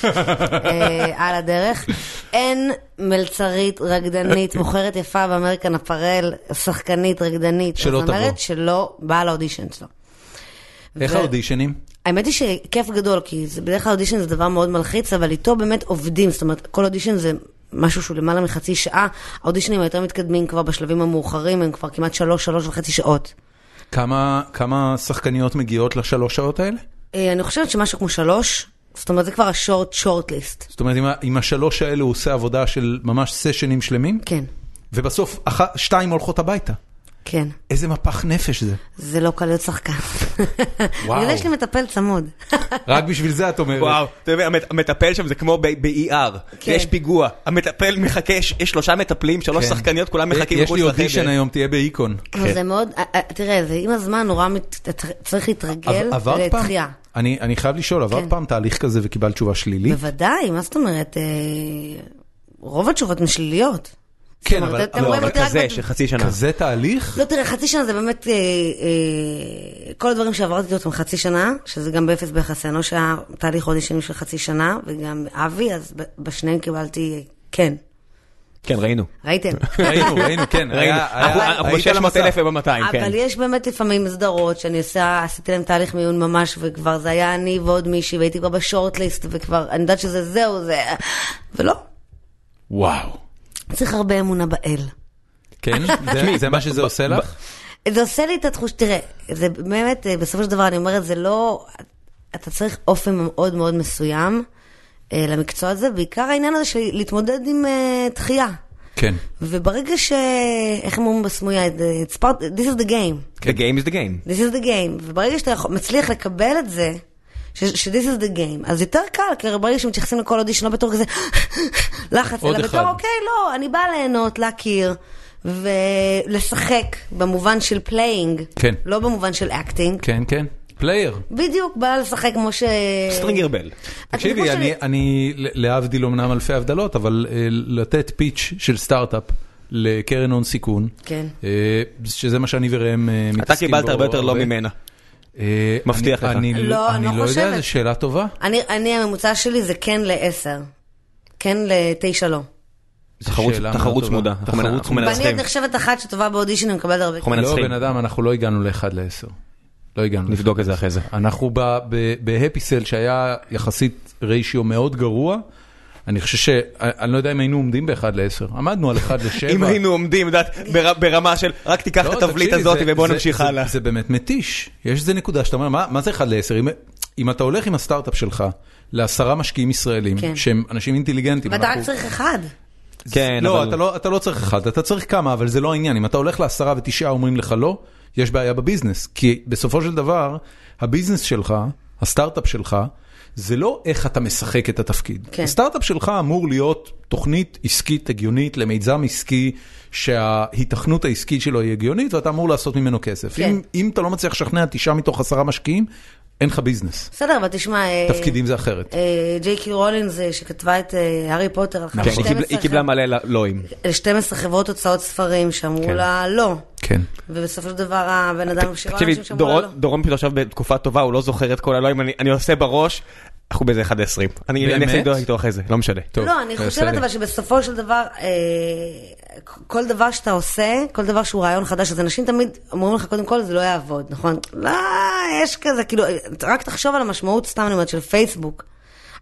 Speaker 5: אה, על הדרך. אין מלצרית, רקדנית, מוכרת יפה באמריקן אפרל, שחקנית, רקדנית.
Speaker 1: שלא תבוא.
Speaker 5: אומרת שלא באה לאודישן שלו.
Speaker 1: איך
Speaker 5: ו-
Speaker 1: האודישנים?
Speaker 5: האמת היא שכיף גדול, כי זה, בדרך כלל אודישן זה דבר מאוד מלחיץ, אבל איתו באמת עובדים, זאת אומרת, כל אודישן זה משהו שהוא למעלה מחצי שעה, האודישנים היותר מתקדמים כבר בשלבים המאוחרים, הם כבר כמעט שלוש, שלוש וחצי שעות.
Speaker 1: כמה- כמה שחקניות מגיעות לשלוש שעות האלה?
Speaker 5: אה, אני חושבת שמשהו כמו שלוש, זאת אומרת, זה כבר השורט, שורט ליסט.
Speaker 1: זאת אומרת, אם ה- אם השלוש האלה הוא עושה עבודה של ממש סשנים שלמים,
Speaker 5: כן,
Speaker 1: ובסוף אחת- שתיים הולכות הביתה.
Speaker 5: כן.
Speaker 1: איזה מפח נפש זה.
Speaker 5: זה לא קל להיות שחקן.
Speaker 1: וואו.
Speaker 5: אני יודע, יש לי מטפל
Speaker 1: [LAUGHS]
Speaker 5: צמוד.
Speaker 1: רק בשביל זה את אומרת.
Speaker 2: וואו, אתה יודע, המט- המטפל שם זה כמו ב-ER,
Speaker 5: כן.
Speaker 2: יש פיגוע, המטפל מחכה, יש יש שלושה מטפלים, שלוש
Speaker 1: כן.
Speaker 2: שחקניות, כולם מחכים
Speaker 1: יש
Speaker 2: מחוץ
Speaker 1: לי
Speaker 2: לחדר.
Speaker 1: אודישן היום, תהיה באיקון.
Speaker 5: אבל זה מאוד, אה, אה, תראה, זה עם הזמן נורא מת- אתה צריך להתרגל
Speaker 1: עב- עברת פעם?
Speaker 5: לתחייה.
Speaker 1: אני, אני חייב לשאול, עברת
Speaker 5: כן.
Speaker 1: פעם תהליך כזה וקיבלת תשובה שלילית?
Speaker 5: בוודאי, מה זאת אומרת? אה, רוב התשובות הן שליליות.
Speaker 1: כן,
Speaker 5: זאת
Speaker 1: אבל
Speaker 5: אומרת, אתם
Speaker 1: לא,
Speaker 5: רואים
Speaker 1: אבל
Speaker 5: אותי רק
Speaker 2: כזה
Speaker 5: בת-
Speaker 2: של חצי שנה.
Speaker 1: כזה תהליך?
Speaker 5: [LAUGHS] לא, תראה, חצי שנה זה באמת, אה, אה, כל הדברים שעברתי אותם חצי שנה, שזה גם באפס ביחסי אנוש היה תהליך אודישנים של חצי שנה, וגם אבי, אז ב- בשניהם קיבלתי אה, כן.
Speaker 2: כן, ראינו.
Speaker 5: ראיתם?
Speaker 1: ראינו, ראינו, כן.
Speaker 2: [LAUGHS] ראינו.
Speaker 1: היה- היה-
Speaker 2: אנחנו- אנחנו
Speaker 1: היית על
Speaker 2: ב-600 אלף
Speaker 1: המסך.
Speaker 2: וב-200, כן.
Speaker 5: אבל יש באמת לפעמים סדרות שאני עושה, עשיתי להם תהליך מיון ממש, וכבר זה היה אני ועוד מישהי, והייתי כבר בשורטליסט, וכבר, אני יודעת שזה זהו, זה... ולא.
Speaker 1: וואו.
Speaker 5: צריך הרבה אמונה באל. [LAUGHS]
Speaker 1: כן? זה- זה מה שזה עושה לך?
Speaker 5: זה עושה לי את התחוש, תראה, זה באמת, אה, בסופו של דבר אני אומרת, זה לא, אתה צריך אופן מאוד מאוד מסוים אה, למקצוע הזה, בעיקר העניין הזה של להתמודד עם אה, דחייה.
Speaker 1: כן.
Speaker 5: וברגע ש... איך הם אומרים בסמויה? It's part... This is the game.
Speaker 2: The game is the game.
Speaker 5: This is the game, וברגע שאתה יכול- מצליח לקבל את זה, ש- ש- this is the game, אז יותר קל, כי הרי ברגע שמתייחסים לכל אודישן, לא בתור כזה [LAUGHS] לחץ,
Speaker 1: עוד
Speaker 5: אלא
Speaker 1: אחד.
Speaker 5: בתור, אוקיי, לא, אני באה ליהנות, להכיר, ולשחק במובן של פליינג,
Speaker 1: כן.
Speaker 5: לא במובן של אקטינג.
Speaker 1: כן, כן. פלייר.
Speaker 5: בדיוק, באה לשחק כמו ש...
Speaker 2: סטרינגר בל.
Speaker 5: אתה כמו
Speaker 1: תקשיבי,
Speaker 5: שאני-
Speaker 1: אני, אני ל- להבדיל אמנם אלפי הבדלות, אבל אה, לתת פיץ' של סטארט-אפ לקרן הון סיכון,
Speaker 5: כן.
Speaker 1: אה, שזה מה שאני וראם אה, מתעסקים
Speaker 2: אתה קיבלת הרבה יותר לא ממנה.
Speaker 1: אה,
Speaker 2: מבטיח
Speaker 1: אני-
Speaker 2: לך.
Speaker 1: אני
Speaker 5: לא,
Speaker 1: אני
Speaker 5: אני
Speaker 1: לא
Speaker 5: לא
Speaker 1: יודע,
Speaker 5: חושבת.
Speaker 1: זו שאלה טובה.
Speaker 5: אני, אני, הממוצע שלי זה כן לעשר, כן לתשע לא.
Speaker 1: זו
Speaker 2: תחרות-
Speaker 1: שאלה מאוד
Speaker 2: תחרות
Speaker 1: טובה.
Speaker 2: צמודה. אנחנו
Speaker 1: תחרות
Speaker 2: מנ- אנחנו
Speaker 1: צמודה.
Speaker 5: ואני עוד
Speaker 2: מנצחים.
Speaker 5: נחשבת אחת שטובה באודישנים, מקבלת הרבה.
Speaker 2: אנחנו
Speaker 1: לא,
Speaker 2: מנצחים.
Speaker 1: בן אדם, אנחנו לא הגענו ל-1 ל-10. לא הגענו. ל-
Speaker 2: נבדוק את זה אחרי זה.
Speaker 1: אנחנו ב- ב- בהפי סל שהיה יחסית ריישיו מאוד גרוע, אני חושב ש... אני לא יודע אם היינו עומדים ב-1 ל-10, עמדנו על 1 ל-7.
Speaker 2: אם היינו עומדים, יודעת, בר- ברמה של רק תיקח את התבליט הזאת ובוא נמשיך הלאה.
Speaker 1: לא, זה באמת מתיש. יש איזה נקודה שאתה אומר, מה, מה זה 1 ל-10? אם, אם אתה הולך עם הסטארט-אפ שלך לעשרה משקיעים ישראלים,
Speaker 5: כן.
Speaker 1: שהם אנשים אינטליגנטים,
Speaker 5: ואתה רק
Speaker 1: אנחנו-
Speaker 5: צריך אחד.
Speaker 2: כן,
Speaker 1: לא,
Speaker 2: אבל-
Speaker 1: אתה לא, אתה לא צריך אחד, אתה צריך כמה, אבל זה לא העניין. אם אתה הולך לעשרה ותשעה אומרים לך לא, יש בעיה בביזנס. כי בסופו של דבר, הביזנס שלך, הסטארט-אפ שלך, זה לא איך אתה משחק את התפקיד.
Speaker 5: כן.
Speaker 1: הסטארט-אפ שלך אמור להיות תוכנית עסקית הגיונית למיזם עסקי, שההיתכנות העסקית שלו היא הגיונית, ואתה אמור לעשות ממנו כסף.
Speaker 5: כן.
Speaker 1: אם, אם אתה לא מצליח לשכנע תשעה מתוך עשרה משקיעים, אין לך ביזנס.
Speaker 5: בסדר, אבל תשמע... אה,
Speaker 1: תפקידים זה אחרת.
Speaker 5: אה, ג'יי קיי רולינס אה, שכתבה את אה, הארי פוטר, הלכה
Speaker 2: כן, היא קיבלה- היא קיבלה
Speaker 5: ח-
Speaker 2: מלא לא- לואים.
Speaker 5: ל-12 חברות הוצאות ספרים שאמרו
Speaker 2: כן.
Speaker 5: לה לא,
Speaker 1: כן.
Speaker 5: ובסופו של דבר הבן אדם שירה
Speaker 2: תקשיבי,
Speaker 5: אנשים שאמרו לה
Speaker 2: דורון-
Speaker 5: לא.
Speaker 2: דורון פתאום עכשיו בתקופה טובה, הוא לא זוכר את כל הלואים, אני- אני עושה בראש, אנחנו באיזה 1-20. אני אני אעשה
Speaker 1: באמת?
Speaker 2: לדבר איתו אחרי זה, לא משנה.
Speaker 1: טוב, אה,
Speaker 5: לא, אני
Speaker 1: בסדר.
Speaker 5: חושבת אבל שבסופו של דבר, אה, כל דבר שאתה עושה, כל דבר שהוא רעיון חדש, אז אנשים תמיד אומרים לך, קודם כל, זה לא יעבוד, נכון? לא, יש כזה, כאילו, אה, רק תחשוב על המשמעות, סתם אני אומרת, של פייסבוק.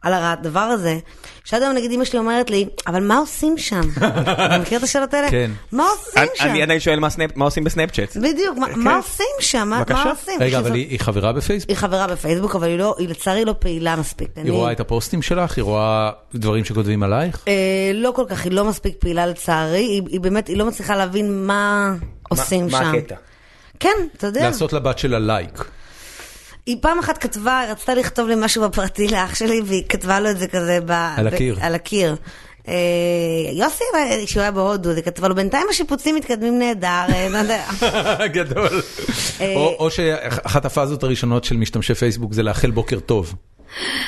Speaker 5: על הדבר הזה, שעד היום נגיד אמא שלי אומרת לי, אבל מה
Speaker 2: [LAUGHS]
Speaker 5: עושים שם? אתה מכיר את השאלות האלה?
Speaker 1: כן.
Speaker 5: מה עושים
Speaker 2: אני-
Speaker 5: שם?
Speaker 2: אני עדיין שואל מה סנאפ- מה עושים בסנאפצ'אט.
Speaker 5: בדיוק, מה- מה עושים שם? מה-
Speaker 2: בבקשה.
Speaker 5: מה עושים?
Speaker 1: כן, רגע, אבל
Speaker 5: זאת-
Speaker 1: היא היא חברה בפייסבוק?
Speaker 5: היא חברה בפייסבוק, אבל היא לא, היא לצערי לא פעילה מספיק. אני-
Speaker 1: היא רואה את הפוסטים שלך? היא רואה דברים שכותבים עלייך?
Speaker 5: אה, לא כל כך, היא לא מספיק פעילה לצערי, היא, היא באמת, היא לא מצליחה להבין מה עושים
Speaker 2: מה-
Speaker 5: שם.
Speaker 2: מה הקטע?
Speaker 5: כן, אתה יודע.
Speaker 1: לעשות לבת שלה
Speaker 2: [LAUGHS]
Speaker 1: לייק.
Speaker 5: היא פעם אחת כתבה, היא רצתה לכתוב לי משהו בפרטי לאח שלי, והיא כתבה לו את זה כזה ב...
Speaker 1: על
Speaker 5: ב-
Speaker 1: הקיר.
Speaker 5: על הקיר. אה, יוסי, אה, כשהוא היה בהודו, אז היא כתבה לו, בינתיים השיפוצים מתקדמים נהדר, אה,
Speaker 1: [LAUGHS]
Speaker 5: לא יודע.
Speaker 1: גדול.
Speaker 5: אה,
Speaker 1: או או שאחת הפאזות הראשונות של משתמשי פייסבוק זה לאחל בוקר טוב.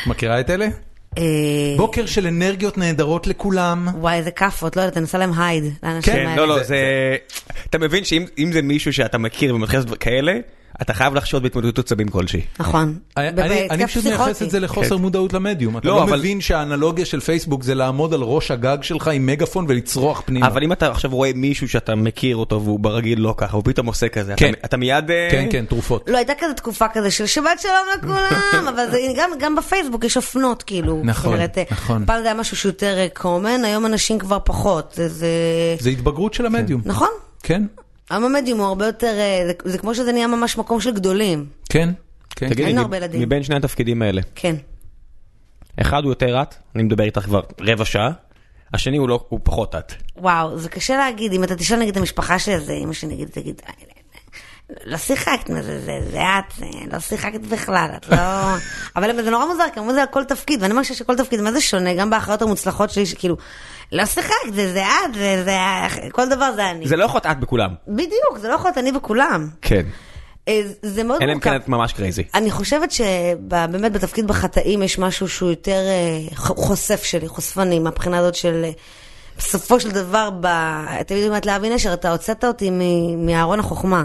Speaker 1: מכירה את אלה?
Speaker 5: אה,
Speaker 1: בוקר של אנרגיות נהדרות לכולם.
Speaker 5: וואי, איזה כאפות, לא יודעת, אני עושה להם הייד, לאנשים
Speaker 1: כן,
Speaker 5: האלה.
Speaker 2: לא, לא, זה... אתה מבין שאם אם זה מישהו שאתה מכיר ומתחיל לעשות כאלה, אתה חייב לחשוד בהתמודדות עצבים כלשהי.
Speaker 5: נכון.
Speaker 1: אני אני
Speaker 5: בהתקף
Speaker 1: פשוט מייחס
Speaker 5: פסיכוטי.
Speaker 1: את זה לחוסר מודעות למדיום. אתה
Speaker 2: לא,
Speaker 1: לא
Speaker 2: אבל-
Speaker 1: מבין שהאנלוגיה של פייסבוק זה לעמוד על ראש הגג שלך עם מגאפון ולצרוח פנימה.
Speaker 2: אבל אם אתה עכשיו רואה מישהו שאתה מכיר אותו והוא ברגיל לא ככה, הוא פתאום עושה כזה,
Speaker 1: כן.
Speaker 2: אתה- אתה מיד... אה,
Speaker 1: כן, כן, תרופות.
Speaker 5: לא, הייתה כזה תקופה כזה של שבת שלום לכולם, אבל זה, גם, גם בפייסבוק יש אופנות, כאילו. זאת
Speaker 1: נכון,
Speaker 5: אומרת, אה,
Speaker 1: נכון.
Speaker 5: פעם זה היה משהו שהוא יותר אה, common, היום אנשים כבר פחות. זה, זה...
Speaker 1: זה התבגרות של המדיום.
Speaker 5: נכון?
Speaker 1: כן,
Speaker 5: עם המדיום הוא הרבה יותר, אה, זה, זה כמו שזה נהיה ממש מקום של גדולים.
Speaker 1: כן, כן.
Speaker 2: תגידי,
Speaker 5: אין
Speaker 2: מב-
Speaker 5: הרבה ילדים.
Speaker 2: מבין שני התפקידים האלה,
Speaker 5: כן.
Speaker 2: אחד הוא יותר את, אני מדבר איתך כבר רבע שעה, השני הוא לא, הוא פחות את.
Speaker 5: וואו, זה קשה להגיד, אם אתה תשאל נגיד את המשפחה שלי, אז אמא שלי נגיד תגיד, "אה, לא- לא שיחקת, מה זה, זה, זה את, זה, לא שיחקת בכלל, את לא...
Speaker 2: [LAUGHS]
Speaker 5: אבל זה נורא מוזר, כי אמרו זה על כל תפקיד, ואני מרגישה שכל תפקיד, מה זה שונה, גם בהכרעות המוצלחות שלי, שכאילו, לא שיחקת, זה, זה את, זה, זה, כל דבר זה אני.
Speaker 2: זה לא יכול להיות את בכולם.
Speaker 5: בדיוק, זה לא יכול להיות אני וכולם.
Speaker 2: כן.
Speaker 5: אה, זה מאוד
Speaker 2: אלא אם כן
Speaker 5: מורכב.
Speaker 2: את ממש קרייזי.
Speaker 5: אני חושבת שבאמת בתפקיד בחטאים יש משהו שהוא יותר אה, ח- חושף שלי, חושפני, מהבחינה הזאת של... אה, בסופו של דבר, ב... אתם יודעים מה את להבין אשר, אתה הוצאת אותי מ- מארון החוכמה.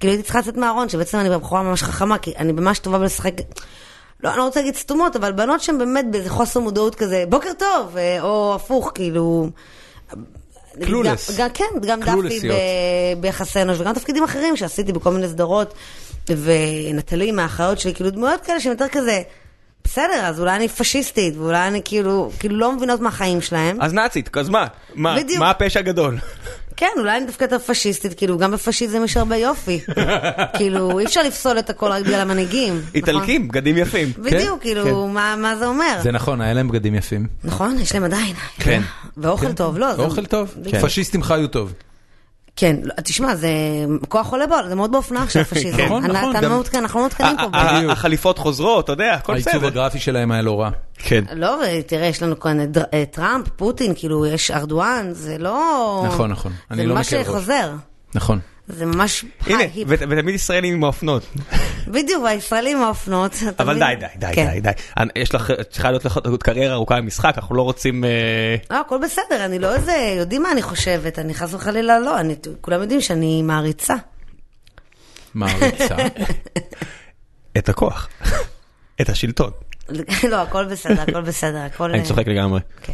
Speaker 5: כאילו הייתי צריכה לצאת מהארון, שבעצם אני בחורה ממש חכמה, כי אני ממש טובה בלשחק... לא, אני לא רוצה להגיד סתומות, אבל בנות שהן באמת באיזה חוסר מודעות כזה, בוקר טוב, אה, או הפוך, כאילו...
Speaker 1: Clueless.
Speaker 5: גם, גם, כן, גם דפי ב,
Speaker 1: Cluelessיות.
Speaker 5: ביחסי אנוש, וגם תפקידים אחרים שעשיתי בכל מיני סדרות, ונטלי מהאחיות שלי, כאילו דמויות כאלה שהן יותר כזה, בסדר, אז אולי אני פשיסטית, ואולי אני כאילו, כאילו לא מבינות מה החיים שלהם.
Speaker 2: אז נאצית, אז מה? מה
Speaker 5: בדיוק.
Speaker 2: מה הפשע הגדול?
Speaker 5: כן, אולי אני דווקא יותר פשיסטית, כאילו, גם בפשיזם יש הרבה
Speaker 1: [LAUGHS]
Speaker 5: יופי. כאילו, אי אפשר לפסול את הכל רק בגלל המנהיגים. נכון?
Speaker 2: איטלקים, בגדים יפים.
Speaker 5: בדיוק,
Speaker 1: כן,
Speaker 5: כאילו, מה מה זה אומר?
Speaker 1: זה נכון, היה להם בגדים יפים.
Speaker 5: נכון, יש להם עדיין.
Speaker 1: כן.
Speaker 5: ואוכל טוב, לא. זה-
Speaker 1: אוכל טוב,
Speaker 2: כן.
Speaker 5: בדיוק.
Speaker 1: פשיסטים חיו טוב.
Speaker 5: כן, לא, תשמע, זה כוח עולה בעולם, זה מאוד
Speaker 1: [LAUGHS]
Speaker 5: באופנה עכשיו, פשיזם.
Speaker 1: נכון,
Speaker 5: אני-
Speaker 1: נכון,
Speaker 5: אתה
Speaker 1: גם- אה,
Speaker 5: לא מעודכן, אנחנו לא מעודכנים פה.
Speaker 2: ה- ה- החליפות חוזרות, אתה יודע, הכל
Speaker 1: העיצוב
Speaker 2: בסדר.
Speaker 1: הגרפי שלהם היה לא רע.
Speaker 2: כן.
Speaker 5: לא, תראה, יש לנו כאן את דר- את טראמפ, פוטין, כאילו, יש ארדואן, זה לא...
Speaker 1: נכון, נכון.
Speaker 5: זה
Speaker 1: אני לא
Speaker 5: ממש
Speaker 1: מקל ראש.
Speaker 5: חוזר.
Speaker 1: נכון.
Speaker 5: זה ממש
Speaker 2: הנה,
Speaker 5: היי.
Speaker 2: ות- ותמיד ישראלים עם האופנות.
Speaker 5: בדיוק, הישראלים עם האופנות. אתה
Speaker 2: אבל די,
Speaker 5: מבין?
Speaker 2: די, די,
Speaker 5: כן.
Speaker 2: די, די. אני- יש לך, צריכה להיות לך עוד קריירה ארוכה במשחק, אנחנו לא רוצים... אה,
Speaker 5: לא, הכל בסדר, אני לא איזה, יודעים מה אני חושבת, אני חס וחלילה לא, אני, כולם יודעים שאני מעריצה. [LAUGHS]
Speaker 2: [LAUGHS]
Speaker 1: מעריצה.
Speaker 2: את הכוח. [LAUGHS] את השלטון.
Speaker 5: לא, הכל בסדר, הכל בסדר, הכל...
Speaker 2: אני צוחק לגמרי.
Speaker 5: כן.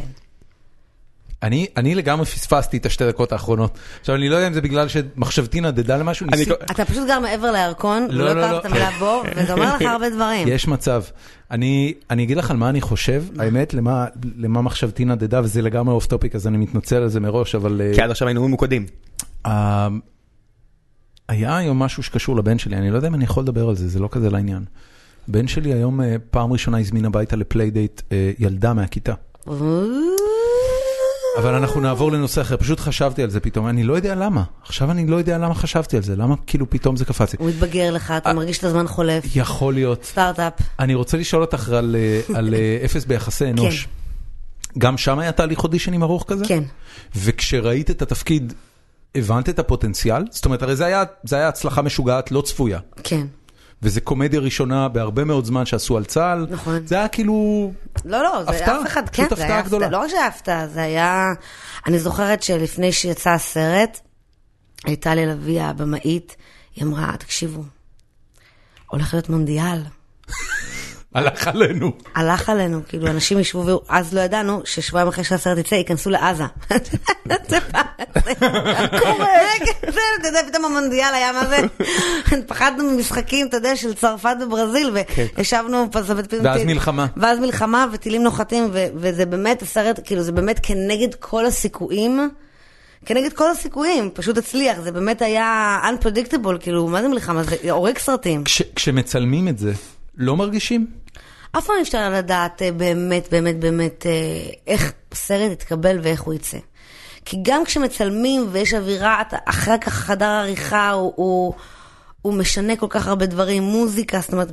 Speaker 1: אני, אני לגמרי פספסתי את השתי דקות האחרונות. עכשיו, אני לא יודע אם זה בגלל שמחשבתי נדדה למשהו,
Speaker 2: אני
Speaker 1: ניסיתי...
Speaker 2: כל-
Speaker 5: אתה פשוט גר מעבר לירקון,
Speaker 1: לא,
Speaker 5: לא
Speaker 1: לא, לא.
Speaker 5: הכרת את המילה בור, וזה אומר לך
Speaker 1: [LAUGHS]
Speaker 5: הרבה דברים.
Speaker 1: יש מצב. אני, אני אגיד לך על מה אני חושב, האמת, למה, למה מחשבתי נדדה, וזה לגמרי אוף טופיק, אז אני מתנצל על זה מראש, אבל... אה,
Speaker 2: כי עד עכשיו היינו ממוקדים.
Speaker 1: אה, היה היום משהו שקשור לבן שלי, אני לא יודע אם אני יכול לדבר על זה, זה לא כזה לעניין. הבן שלי היום אה, פעם ראשונה הזמין הביתה לפליידייט אה, ילדה מהכיתה. אבל אנחנו נעבור לנושא אחר, פשוט חשבתי על זה פתאום, אני לא יודע למה. עכשיו אני לא יודע למה חשבתי על זה, למה כאילו פתאום זה קפץ לי.
Speaker 5: הוא מתבגר לך, אתה
Speaker 1: אה,
Speaker 5: מרגיש את הזמן חולף.
Speaker 1: יכול להיות.
Speaker 5: סטארט-אפ.
Speaker 1: אני רוצה לשאול אותך על, אה, על אה, אפס ביחסי אנוש. גם שם היה תהליך אודישנים ארוך כזה?
Speaker 5: כן.
Speaker 1: וכשראית את התפקיד, הבנת את הפוטנציאל? זאת אומרת, הרי זה היה, זה היה הצלחה משוגעת, לא צפויה.
Speaker 5: כן.
Speaker 1: וזה קומדיה ראשונה בהרבה מאוד זמן שעשו על צה"ל.
Speaker 5: נכון.
Speaker 1: זה היה כאילו...
Speaker 5: לא, לא, זה
Speaker 1: הפתעה,
Speaker 5: אף אחד,
Speaker 1: פשוט
Speaker 5: כן, זה
Speaker 1: הפתעה
Speaker 5: היה
Speaker 1: גדולה.
Speaker 5: הפתעה, לא רק שהיה הפתעה, זה היה... אני זוכרת שלפני שיצא הסרט, הייתה ללוי הבמאית, היא אמרה, תקשיבו, הולך להיות מונדיאל.
Speaker 1: הלך עלינו.
Speaker 5: הלך עלינו, כאילו, אנשים ישבו, ו- אז לא ידענו ששבועיים אחרי שהסרט יצא, ייכנסו לעזה. זה פעם, זה קורה. כן, זה, אתה יודע, פתאום המונדיאל היה, מה זה? פחדנו ממשחקים, אתה יודע, של צרפת וברזיל, וישבנו, פז- פתאום-
Speaker 1: כן. ואז מלחמה.
Speaker 5: ואז מלחמה וטילים נוחתים, ו- וזה באמת הסרט, כאילו, זה באמת כנגד כל הסיכויים. כנגד כל הסיכויים, פשוט הצליח, זה באמת היה unpredictable, כאילו, מה זה מלחמה? זה הורג סרטים.
Speaker 1: כש, כשמצלמים את זה, לא מרגישים?
Speaker 5: אף פעם אי אפשר לדעת אה, באמת, באמת, באמת, אה, איך סרט יתקבל ואיך הוא יצא. כי גם כשמצלמים ויש אווירה, אתה- אחר כך חדר העריכה הוא, הוא, הוא משנה כל כך הרבה דברים, מוזיקה, זאת אומרת,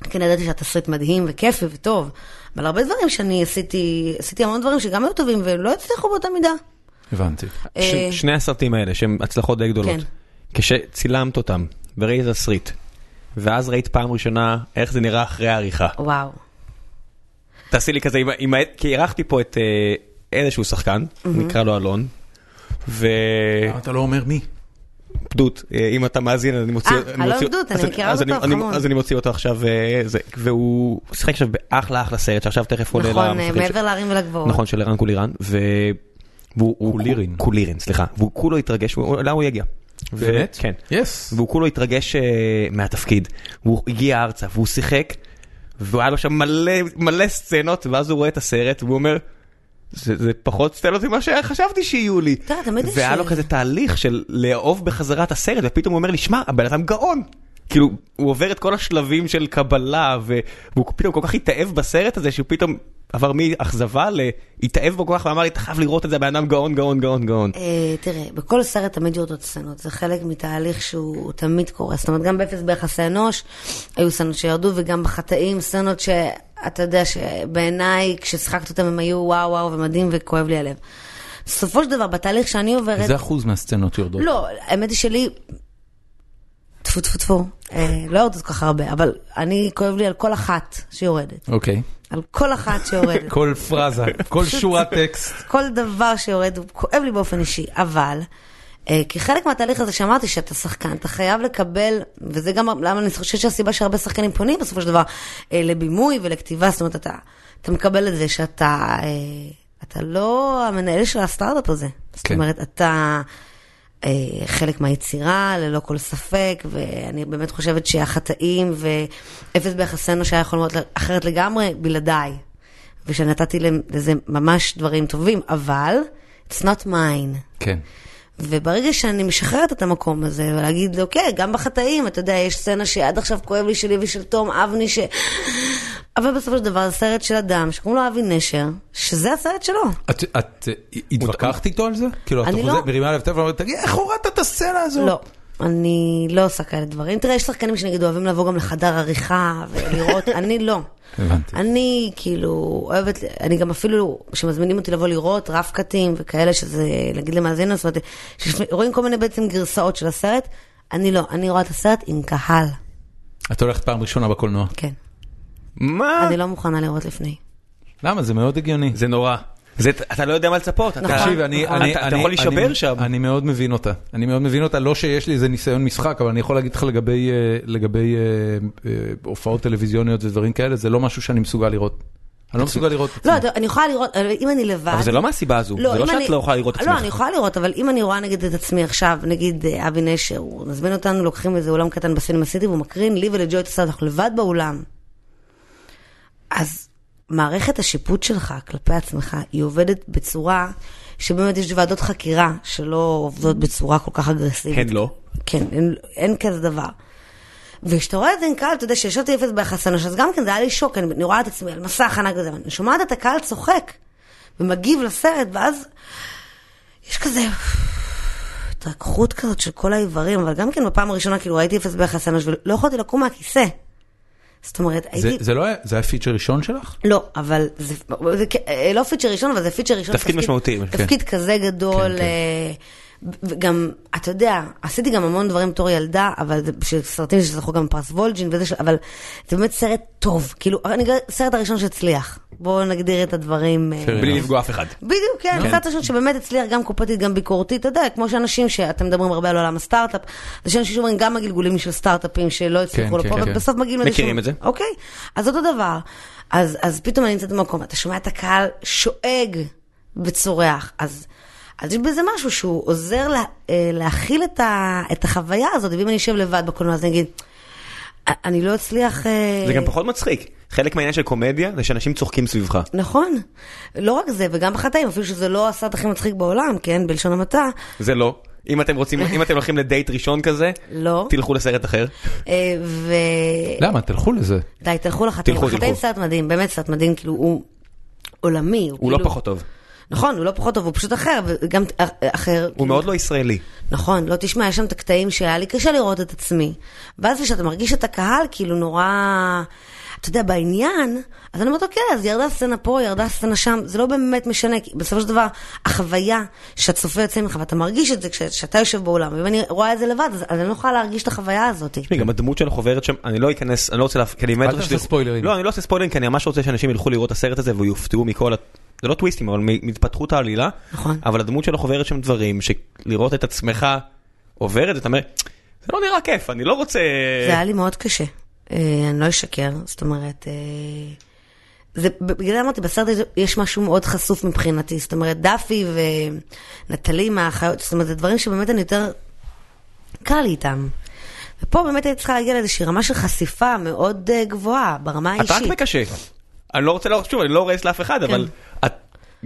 Speaker 5: כן ידעתי שהתסריט מדהים וכיפי וטוב, אבל הרבה דברים שאני עשיתי, עשיתי המון דברים שגם היו טובים ולא הצליחו באותה מידה.
Speaker 1: הבנתי.
Speaker 2: ש-
Speaker 5: אה,
Speaker 2: שני הסרטים האלה שהם הצלחות די גדולות.
Speaker 5: כן.
Speaker 2: כשצילמת אותם וראית את הסריט, ואז ראית פעם ראשונה איך זה נראה אחרי העריכה.
Speaker 5: וואו.
Speaker 2: תעשי לי כזה, עם ה- עם ה- כי אירחתי פה את אה, איזשהו שחקן, נקרא לו אלון, ופדות,
Speaker 1: אתה לא אומר מי.
Speaker 2: אה, אם אתה מאזין, אז אני מוציא...
Speaker 5: אה,
Speaker 2: אני
Speaker 5: אלון
Speaker 2: מוציא-
Speaker 5: פדות, אני
Speaker 2: אז
Speaker 5: מכירה
Speaker 2: אז
Speaker 5: אותו,
Speaker 2: אני- אני-
Speaker 5: חמוד.
Speaker 2: אז אני מוציא אותו עכשיו, אה, זה- והוא שיחק עכשיו באחלה אחלה סרט, שעכשיו תכף עולה
Speaker 5: נכון, אה,
Speaker 2: למפחיד ש-
Speaker 5: מעבר להרים ולגבעות.
Speaker 2: נכון, של ערן קולירן, ו... והוא- הוא-
Speaker 1: קולירין.
Speaker 2: קולירין, סליחה. והוא כולו התרגש, הוא- לאן הוא יגיע? ו-
Speaker 1: באמת?
Speaker 2: כן.
Speaker 1: יס.
Speaker 2: והוא כולו התרגש אה, מהתפקיד. והוא הגיע ארצה והוא שיחק, והיה לו שם מלא מלא סצנות, ואז הוא רואה את הסרט והוא אומר, זה זה פחות סצנות ממה שחשבתי שיהיו לי.
Speaker 5: אתה יודע, תמיד יש-
Speaker 2: והיה לו כזה תהליך של לאהוב בחזרה את הסרט, ופתאום הוא אומר לי, שמע, הבן אדם גאון. כאילו, הוא עובר את כל השלבים של קבלה, ו- והוא פתאום כל כך התאהב בסרט הזה, שהוא פתאום עבר מאכזבה ל... התאהב בו כל כך ואמר לי, אתה חייב לראות את זה, הבן אדם גאון, גאון, גאון, גאון.
Speaker 5: אה, תראה, בכל סרט תמיד יהיו אותות סצנות, זה חלק מתהליך שהוא תמיד קורה. זאת אומרת, גם באפס ביחסי אנוש, היו סצנות שירדו, וגם בחטאים, סצנות שאתה יודע שבעיניי, כששיחקת אותם הם היו וואו וואו ומדהים וכואב לי הלב. בסופו של דבר, בתהליך שאני עוברת...
Speaker 1: איזה אחוז מהסצנות יורדות?
Speaker 5: לא, האמת היא שלי, טפו טפו טפו, אה, לא יורדות כל כך הרבה, אבל אני, כואב לי על כל אחת שיורדת.
Speaker 1: אוקיי.
Speaker 5: על כל אחת
Speaker 1: [LAUGHS]
Speaker 5: שיורדת.
Speaker 1: כל פרזה,
Speaker 5: [LAUGHS]
Speaker 1: כל שורת טקסט.
Speaker 5: כל דבר שיורד הוא כואב לי באופן אישי, אבל אה, כחלק מהתהליך הזה שאמרתי שאתה שחקן, אתה חייב לקבל, וזה גם למה אני חושבת שהסיבה שהרבה שחקנים פונים בסופו של דבר אה, לבימוי ולכתיבה, זאת אומרת, אתה, אתה מקבל את זה שאתה אה, אתה לא המנהל של הסטארט-אפ הזה. זאת
Speaker 1: כן.
Speaker 5: אומרת, אתה... אה, חלק מהיצירה, ללא כל ספק, ואני באמת חושבת שהחטאים ואפס ביחסינו שהיה יכול להיות אחרת לגמרי, בלעדיי. ושנתתי להם- לזה ממש דברים טובים, אבל it's not mine.
Speaker 1: כן.
Speaker 5: וברגע שאני משחררת את המקום הזה, ולהגיד, אוקיי, גם בחטאים, אתה יודע, יש סצנה שעד עכשיו כואב לי שלי ושל תום אבני, ש... אבל בסופו של דבר, זה סרט של אדם שקוראים לו אבי נשר, שזה הסרט שלו.
Speaker 1: את, את אה, התווכחת איתו על זה? כאילו, את
Speaker 5: אני
Speaker 1: חוזרת,
Speaker 5: לא.
Speaker 1: מרימה אליו טלפון ואומרת, תגיד, איך הורדת את הסצנה הזו?
Speaker 5: לא. אני לא עושה כאלה דברים. תראה, יש שחקנים שנגיד אוהבים לבוא גם לחדר עריכה ולראות, אני לא.
Speaker 1: הבנתי.
Speaker 5: אני כאילו אוהבת, אני גם אפילו, כשמזמינים אותי לבוא לראות רב-קטים וכאלה, שזה, להגיד למאזינים, זאת אומרת, שרואים כל מיני בעצם גרסאות של הסרט, אני לא, אני רואה את הסרט עם קהל,
Speaker 1: את הולכת פעם ראשונה בקולנוע.
Speaker 5: כן.
Speaker 2: מה?
Speaker 5: אני לא מוכנה לראות לפני.
Speaker 1: למה? זה מאוד הגיוני.
Speaker 2: זה נורא. זה, אתה לא יודע מה לצפות. אתה-
Speaker 5: נכון.
Speaker 1: תקשיב, אני,
Speaker 2: אתה-
Speaker 1: אני,
Speaker 2: אתה
Speaker 1: אני-
Speaker 2: יכול להישבר
Speaker 1: אני-
Speaker 2: שם.
Speaker 1: אני מאוד מבין אותה. אני מאוד מבין אותה, לא שיש לי איזה ניסיון משחק, אבל אני יכול להגיד לך לגבי, אה, לגבי אה, אה, הופעות טלוויזיוניות ודברים כאלה, זה לא משהו שאני מסוגל לראות. אני לא מסוגל לראות את עצמי.
Speaker 5: לא, אתה- אני יכולה לראות, אבל אם אני לבד...
Speaker 2: אבל זה לא מהסיבה הזו. זה לא
Speaker 5: אם
Speaker 2: שאת
Speaker 5: אני-
Speaker 2: לא יכולה לראות את
Speaker 5: לא,
Speaker 2: עצמך.
Speaker 5: אני יכולה לראות, אבל אם אני רואה נגיד את עצמי עכשיו, נגיד אה, אבי נשר, הוא מזמין אותנו, לוקחים איזה אולם קטן בסינמה סיטי, והוא מקרין לי ולג'וי את הסרט, אנחנו לבד באולם. אז מערכת השיפוט שלך כלפי עצמך, היא עובדת בצורה שבאמת יש ועדות חקירה שלא עובדות בצורה כל כך אגרסיבית.
Speaker 2: הן לא.
Speaker 5: כן, אין, אין כזה דבר. וכשאתה רואה את זה עם קהל, אתה יודע, שישבתי אפס ביחס אנוש, אז גם כן זה היה לי שוק, אני, אני רואה את עצמי על מסך ענק וזה, ואני שומעת את הקהל צוחק, ומגיב לסרט, ואז יש כזה התרככות כזאת של כל האיברים, אבל גם כן בפעם הראשונה, כאילו ראיתי אפס ביחס אנוש, ולא יכולתי לקום מהכיסא. זאת אומרת,
Speaker 1: זה,
Speaker 5: הייתי...
Speaker 1: זה לא היה, זה היה פיצ'ר ראשון שלך?
Speaker 5: לא, אבל זה, זה כ- אה, לא פיצ'ר ראשון, אבל זה פיצ'ר ראשון.
Speaker 2: תפקיד משמעותי, כן.
Speaker 5: תפקיד כזה גדול.
Speaker 1: כן, כן.
Speaker 5: אה, וגם, אתה יודע, עשיתי גם המון דברים בתור ילדה, אבל זה- של סרטים שזכו גם פרס וולג'ין וזה, של- אבל זה באמת סרט טוב. כאילו, אני אגיד, הסרט הראשון שהצליח. בואו נגדיר את הדברים. אה,
Speaker 1: Fair enough.
Speaker 2: בלי לפגוע אף אחד.
Speaker 5: בדיוק, כן,
Speaker 1: כן.
Speaker 5: סרט ראשון שבאמת הצליח גם קופתית, גם ביקורתית, אתה יודע, כמו שאנשים שאתם מדברים הרבה על עולם הסטארט-אפ, אז יש אנשים שאומרים גם הגלגולים של סטארט-אפים שלא הצליחו
Speaker 1: כן,
Speaker 5: לפה,
Speaker 1: כן, כן.
Speaker 5: ובסוף מגיעים לאיזשהו...
Speaker 2: מכירים את זה.
Speaker 5: אוקיי, אז אותו דבר. אז, אז פתאום אני נמצאת במקום, אתה שומע את הקהל שואג וצורח, אז... אז יש בזה משהו שהוא עוזר לה, אה, להכיל את, ה, את החוויה הזאת, ואם אני אשב לבד בקולנוע, אז אני אגיד, "א- אני לא אצליח... אה,
Speaker 2: זה גם פחות מצחיק. חלק מהעניין של קומדיה זה שאנשים צוחקים סביבך.
Speaker 5: נכון. לא רק זה, וגם בחטאים, אפילו שזה לא הסרט הכי מצחיק בעולם, כן, בלשון המעטה,
Speaker 2: זה לא. אם אתם רוצים, אם אתם הולכים לדייט ראשון כזה,
Speaker 5: לא.
Speaker 2: תלכו לסרט אחר.
Speaker 5: אה, ו...
Speaker 1: למה? תלכו לזה.
Speaker 5: די, תלכו לחטאים.
Speaker 2: לא. תלכו,
Speaker 5: החטאים
Speaker 2: תלכו.
Speaker 5: סרט מדהים, באמת סרט מדהים, כאילו הוא עולמי.
Speaker 2: הוא לא
Speaker 5: כאילו-
Speaker 2: פחות טוב.
Speaker 5: נכון, הוא לא פחות טוב, הוא פשוט אחר, וגם אה, אחר.
Speaker 2: הוא
Speaker 5: כאילו-
Speaker 2: מאוד לא ישראלי.
Speaker 5: נכון, לא תשמע, יש שם את הקטעים שהיה לי קשה לראות את עצמי. ואז כשאתה מרגיש את הקהל, כאילו נורא... אתה יודע, בעניין, אז אני אומרת, אוקיי, אז ירדה סצנה פה, ירדה סצנה שם, זה לא באמת משנה, כי בסופו של דבר, החוויה שהצופה יוצא ממך, ואתה מרגיש את זה כש- כשאתה יושב באולם, ואם אני רואה את זה לבד, אז אז אני לא יכולה להרגיש את החוויה הזאת.
Speaker 2: תשמעי, גם הדמות של החוברת שם, אני לא אכנס, אני לא רוצה להפ... כי אני באמת
Speaker 1: אל
Speaker 2: רוצה
Speaker 1: תעשה
Speaker 2: שתלכו-
Speaker 1: ספוילרים.
Speaker 2: לא, אני לא עושה ספוילרים, כי אני ממש רוצה שאנשים ילכו לראות את הסרט הזה ויופתעו מכל ה... זה לא טוויסטים, אבל מ- מהתפתחות העלילה.
Speaker 5: נכון.
Speaker 2: אבל הדמות של החוברת שם דברים, שלראות את עצמך עוברת, אתה אומר, זה לא נראה כיף, אני לא רוצה...
Speaker 5: זה היה לי מאוד קשה. אה, אני לא אשקר, זאת אומרת... אה, זה, בגלל זה אמרתי, בסרט הזה יש משהו מאוד חשוף מבחינתי, זאת אומרת, דאפי ונטלי מהאחיות, זאת אומרת, זה דברים שבאמת אני יותר קל לי איתם. ופה באמת הייתי צריכה להגיע לאיזושהי רמה של חשיפה מאוד אה, גבוהה, ברמה
Speaker 2: את רק
Speaker 5: האישית.
Speaker 2: מקשה. אני לא רוצה להראות שוב, אני לא הורס לאף אחד, אבל
Speaker 5: כן.
Speaker 2: את...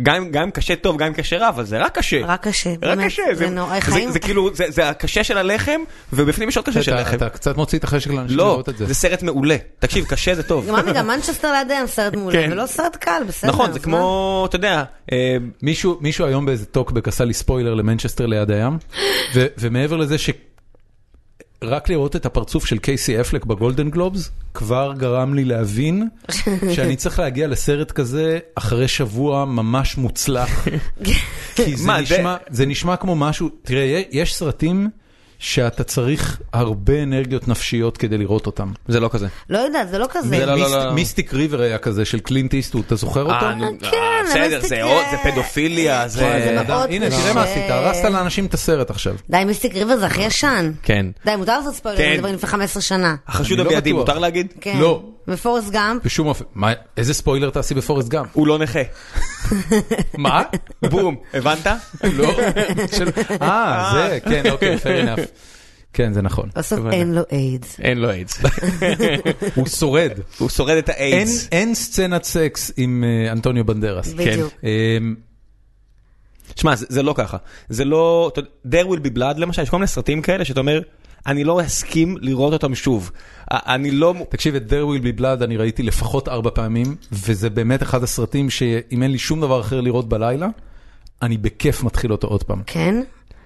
Speaker 2: גם, גם קשה טוב, גם קשה רע, אבל זה רק קשה.
Speaker 5: רק קשה,
Speaker 2: רק
Speaker 5: באמת,
Speaker 2: קשה.
Speaker 5: זה נורא,
Speaker 2: זה,
Speaker 5: חיים-
Speaker 2: זה כאילו, זה, זה הקשה של הלחם, ובפנים יש עוד קשה של
Speaker 1: אתה,
Speaker 2: הלחם.
Speaker 1: אתה קצת מוציא את החשק לאנשים
Speaker 2: לא,
Speaker 1: לראות את זה.
Speaker 2: זה סרט מעולה. [LAUGHS] תקשיב, קשה זה טוב.
Speaker 5: גם אמרתי, גם מנצ'סטר לידיהם סרט מעולה,
Speaker 2: כן.
Speaker 5: ולא סרט קל, בסדר.
Speaker 2: נכון, זה
Speaker 5: אז
Speaker 2: כמו, אתה יודע, אה,
Speaker 1: מישהו, מישהו היום באיזה טוקבק עשה לי ספוילר למנצ'סטר ליד הים, ו, ומעבר לזה שרק לראות את הפרצוף של קייסי אפלק בגולדן גלובס, כבר גרם לי להבין שאני צריך להגיע לסרט כזה אחרי שבוע ממש מוצלח. כי זה,
Speaker 2: מה,
Speaker 1: נשמע, זה... נשמע כמו משהו, תראה, יש סרטים שאתה צריך הרבה אנרגיות נפשיות כדי לראות אותם.
Speaker 2: זה לא כזה.
Speaker 5: מה? לא יודעת, זה לא כזה.
Speaker 2: זה לא-
Speaker 1: מיסטיק ריבר היה כזה של קלינט איסטוט, אתה זוכר אותו? אה,
Speaker 2: אה, נו,
Speaker 5: כן,
Speaker 2: אה, בסדר,
Speaker 5: אבל
Speaker 2: זה
Speaker 5: זה
Speaker 2: עוד-
Speaker 5: כזה-
Speaker 2: זה פדופיליה,
Speaker 5: כן, זה
Speaker 2: זה... נכון. אה.
Speaker 5: מאוד-
Speaker 1: הנה,
Speaker 5: קשה.
Speaker 1: תראה מה עשית, הרסת לאנשים את הסרט עכשיו.
Speaker 5: די, מיסטיק ריבר זה הכי ישן.
Speaker 2: כן.
Speaker 5: די, מותר לעשות ספוילרים,
Speaker 2: כן.
Speaker 5: זה דברים לפני 15 שנה.
Speaker 2: החשוד
Speaker 1: אני לא
Speaker 2: הבידי,
Speaker 1: בטוח.
Speaker 2: מותר להגיד?
Speaker 5: כן.
Speaker 1: לא.
Speaker 5: ופורסט גאמפ,
Speaker 1: בשום אופן. מה, איזה ספוילר תעשי בפורסט גאם?
Speaker 2: [LAUGHS] הוא לא נכה.
Speaker 1: מה?
Speaker 2: בום, הבנת?
Speaker 1: לא. של- אה, זה, כן, אוקיי, fair enough. כן, זה נכון.
Speaker 5: בסוף אין לו איידס.
Speaker 2: אין לו איידס.
Speaker 1: הוא שורד.
Speaker 2: [LAUGHS] הוא שורד את
Speaker 1: אין-
Speaker 2: האיידס.
Speaker 1: כן. אין סצנת סקס עם אה, אנטוניו בנדרס.
Speaker 5: בדיוק.
Speaker 1: אמ,
Speaker 2: שמע, זה, זה לא ככה. זה לא... אתה יודע, There will be blood למשל, יש כל מיני סרטים כאלה שאתה אומר, אני לא אסכים לראות אותם שוב. א- אני לא... מ-
Speaker 1: תקשיב, את There will be blood אני ראיתי לפחות ארבע פעמים, וזה באמת אחד הסרטים שאם אין לי שום דבר אחר לראות בלילה, אני בכיף מתחיל אותו עוד פעם.
Speaker 5: כן?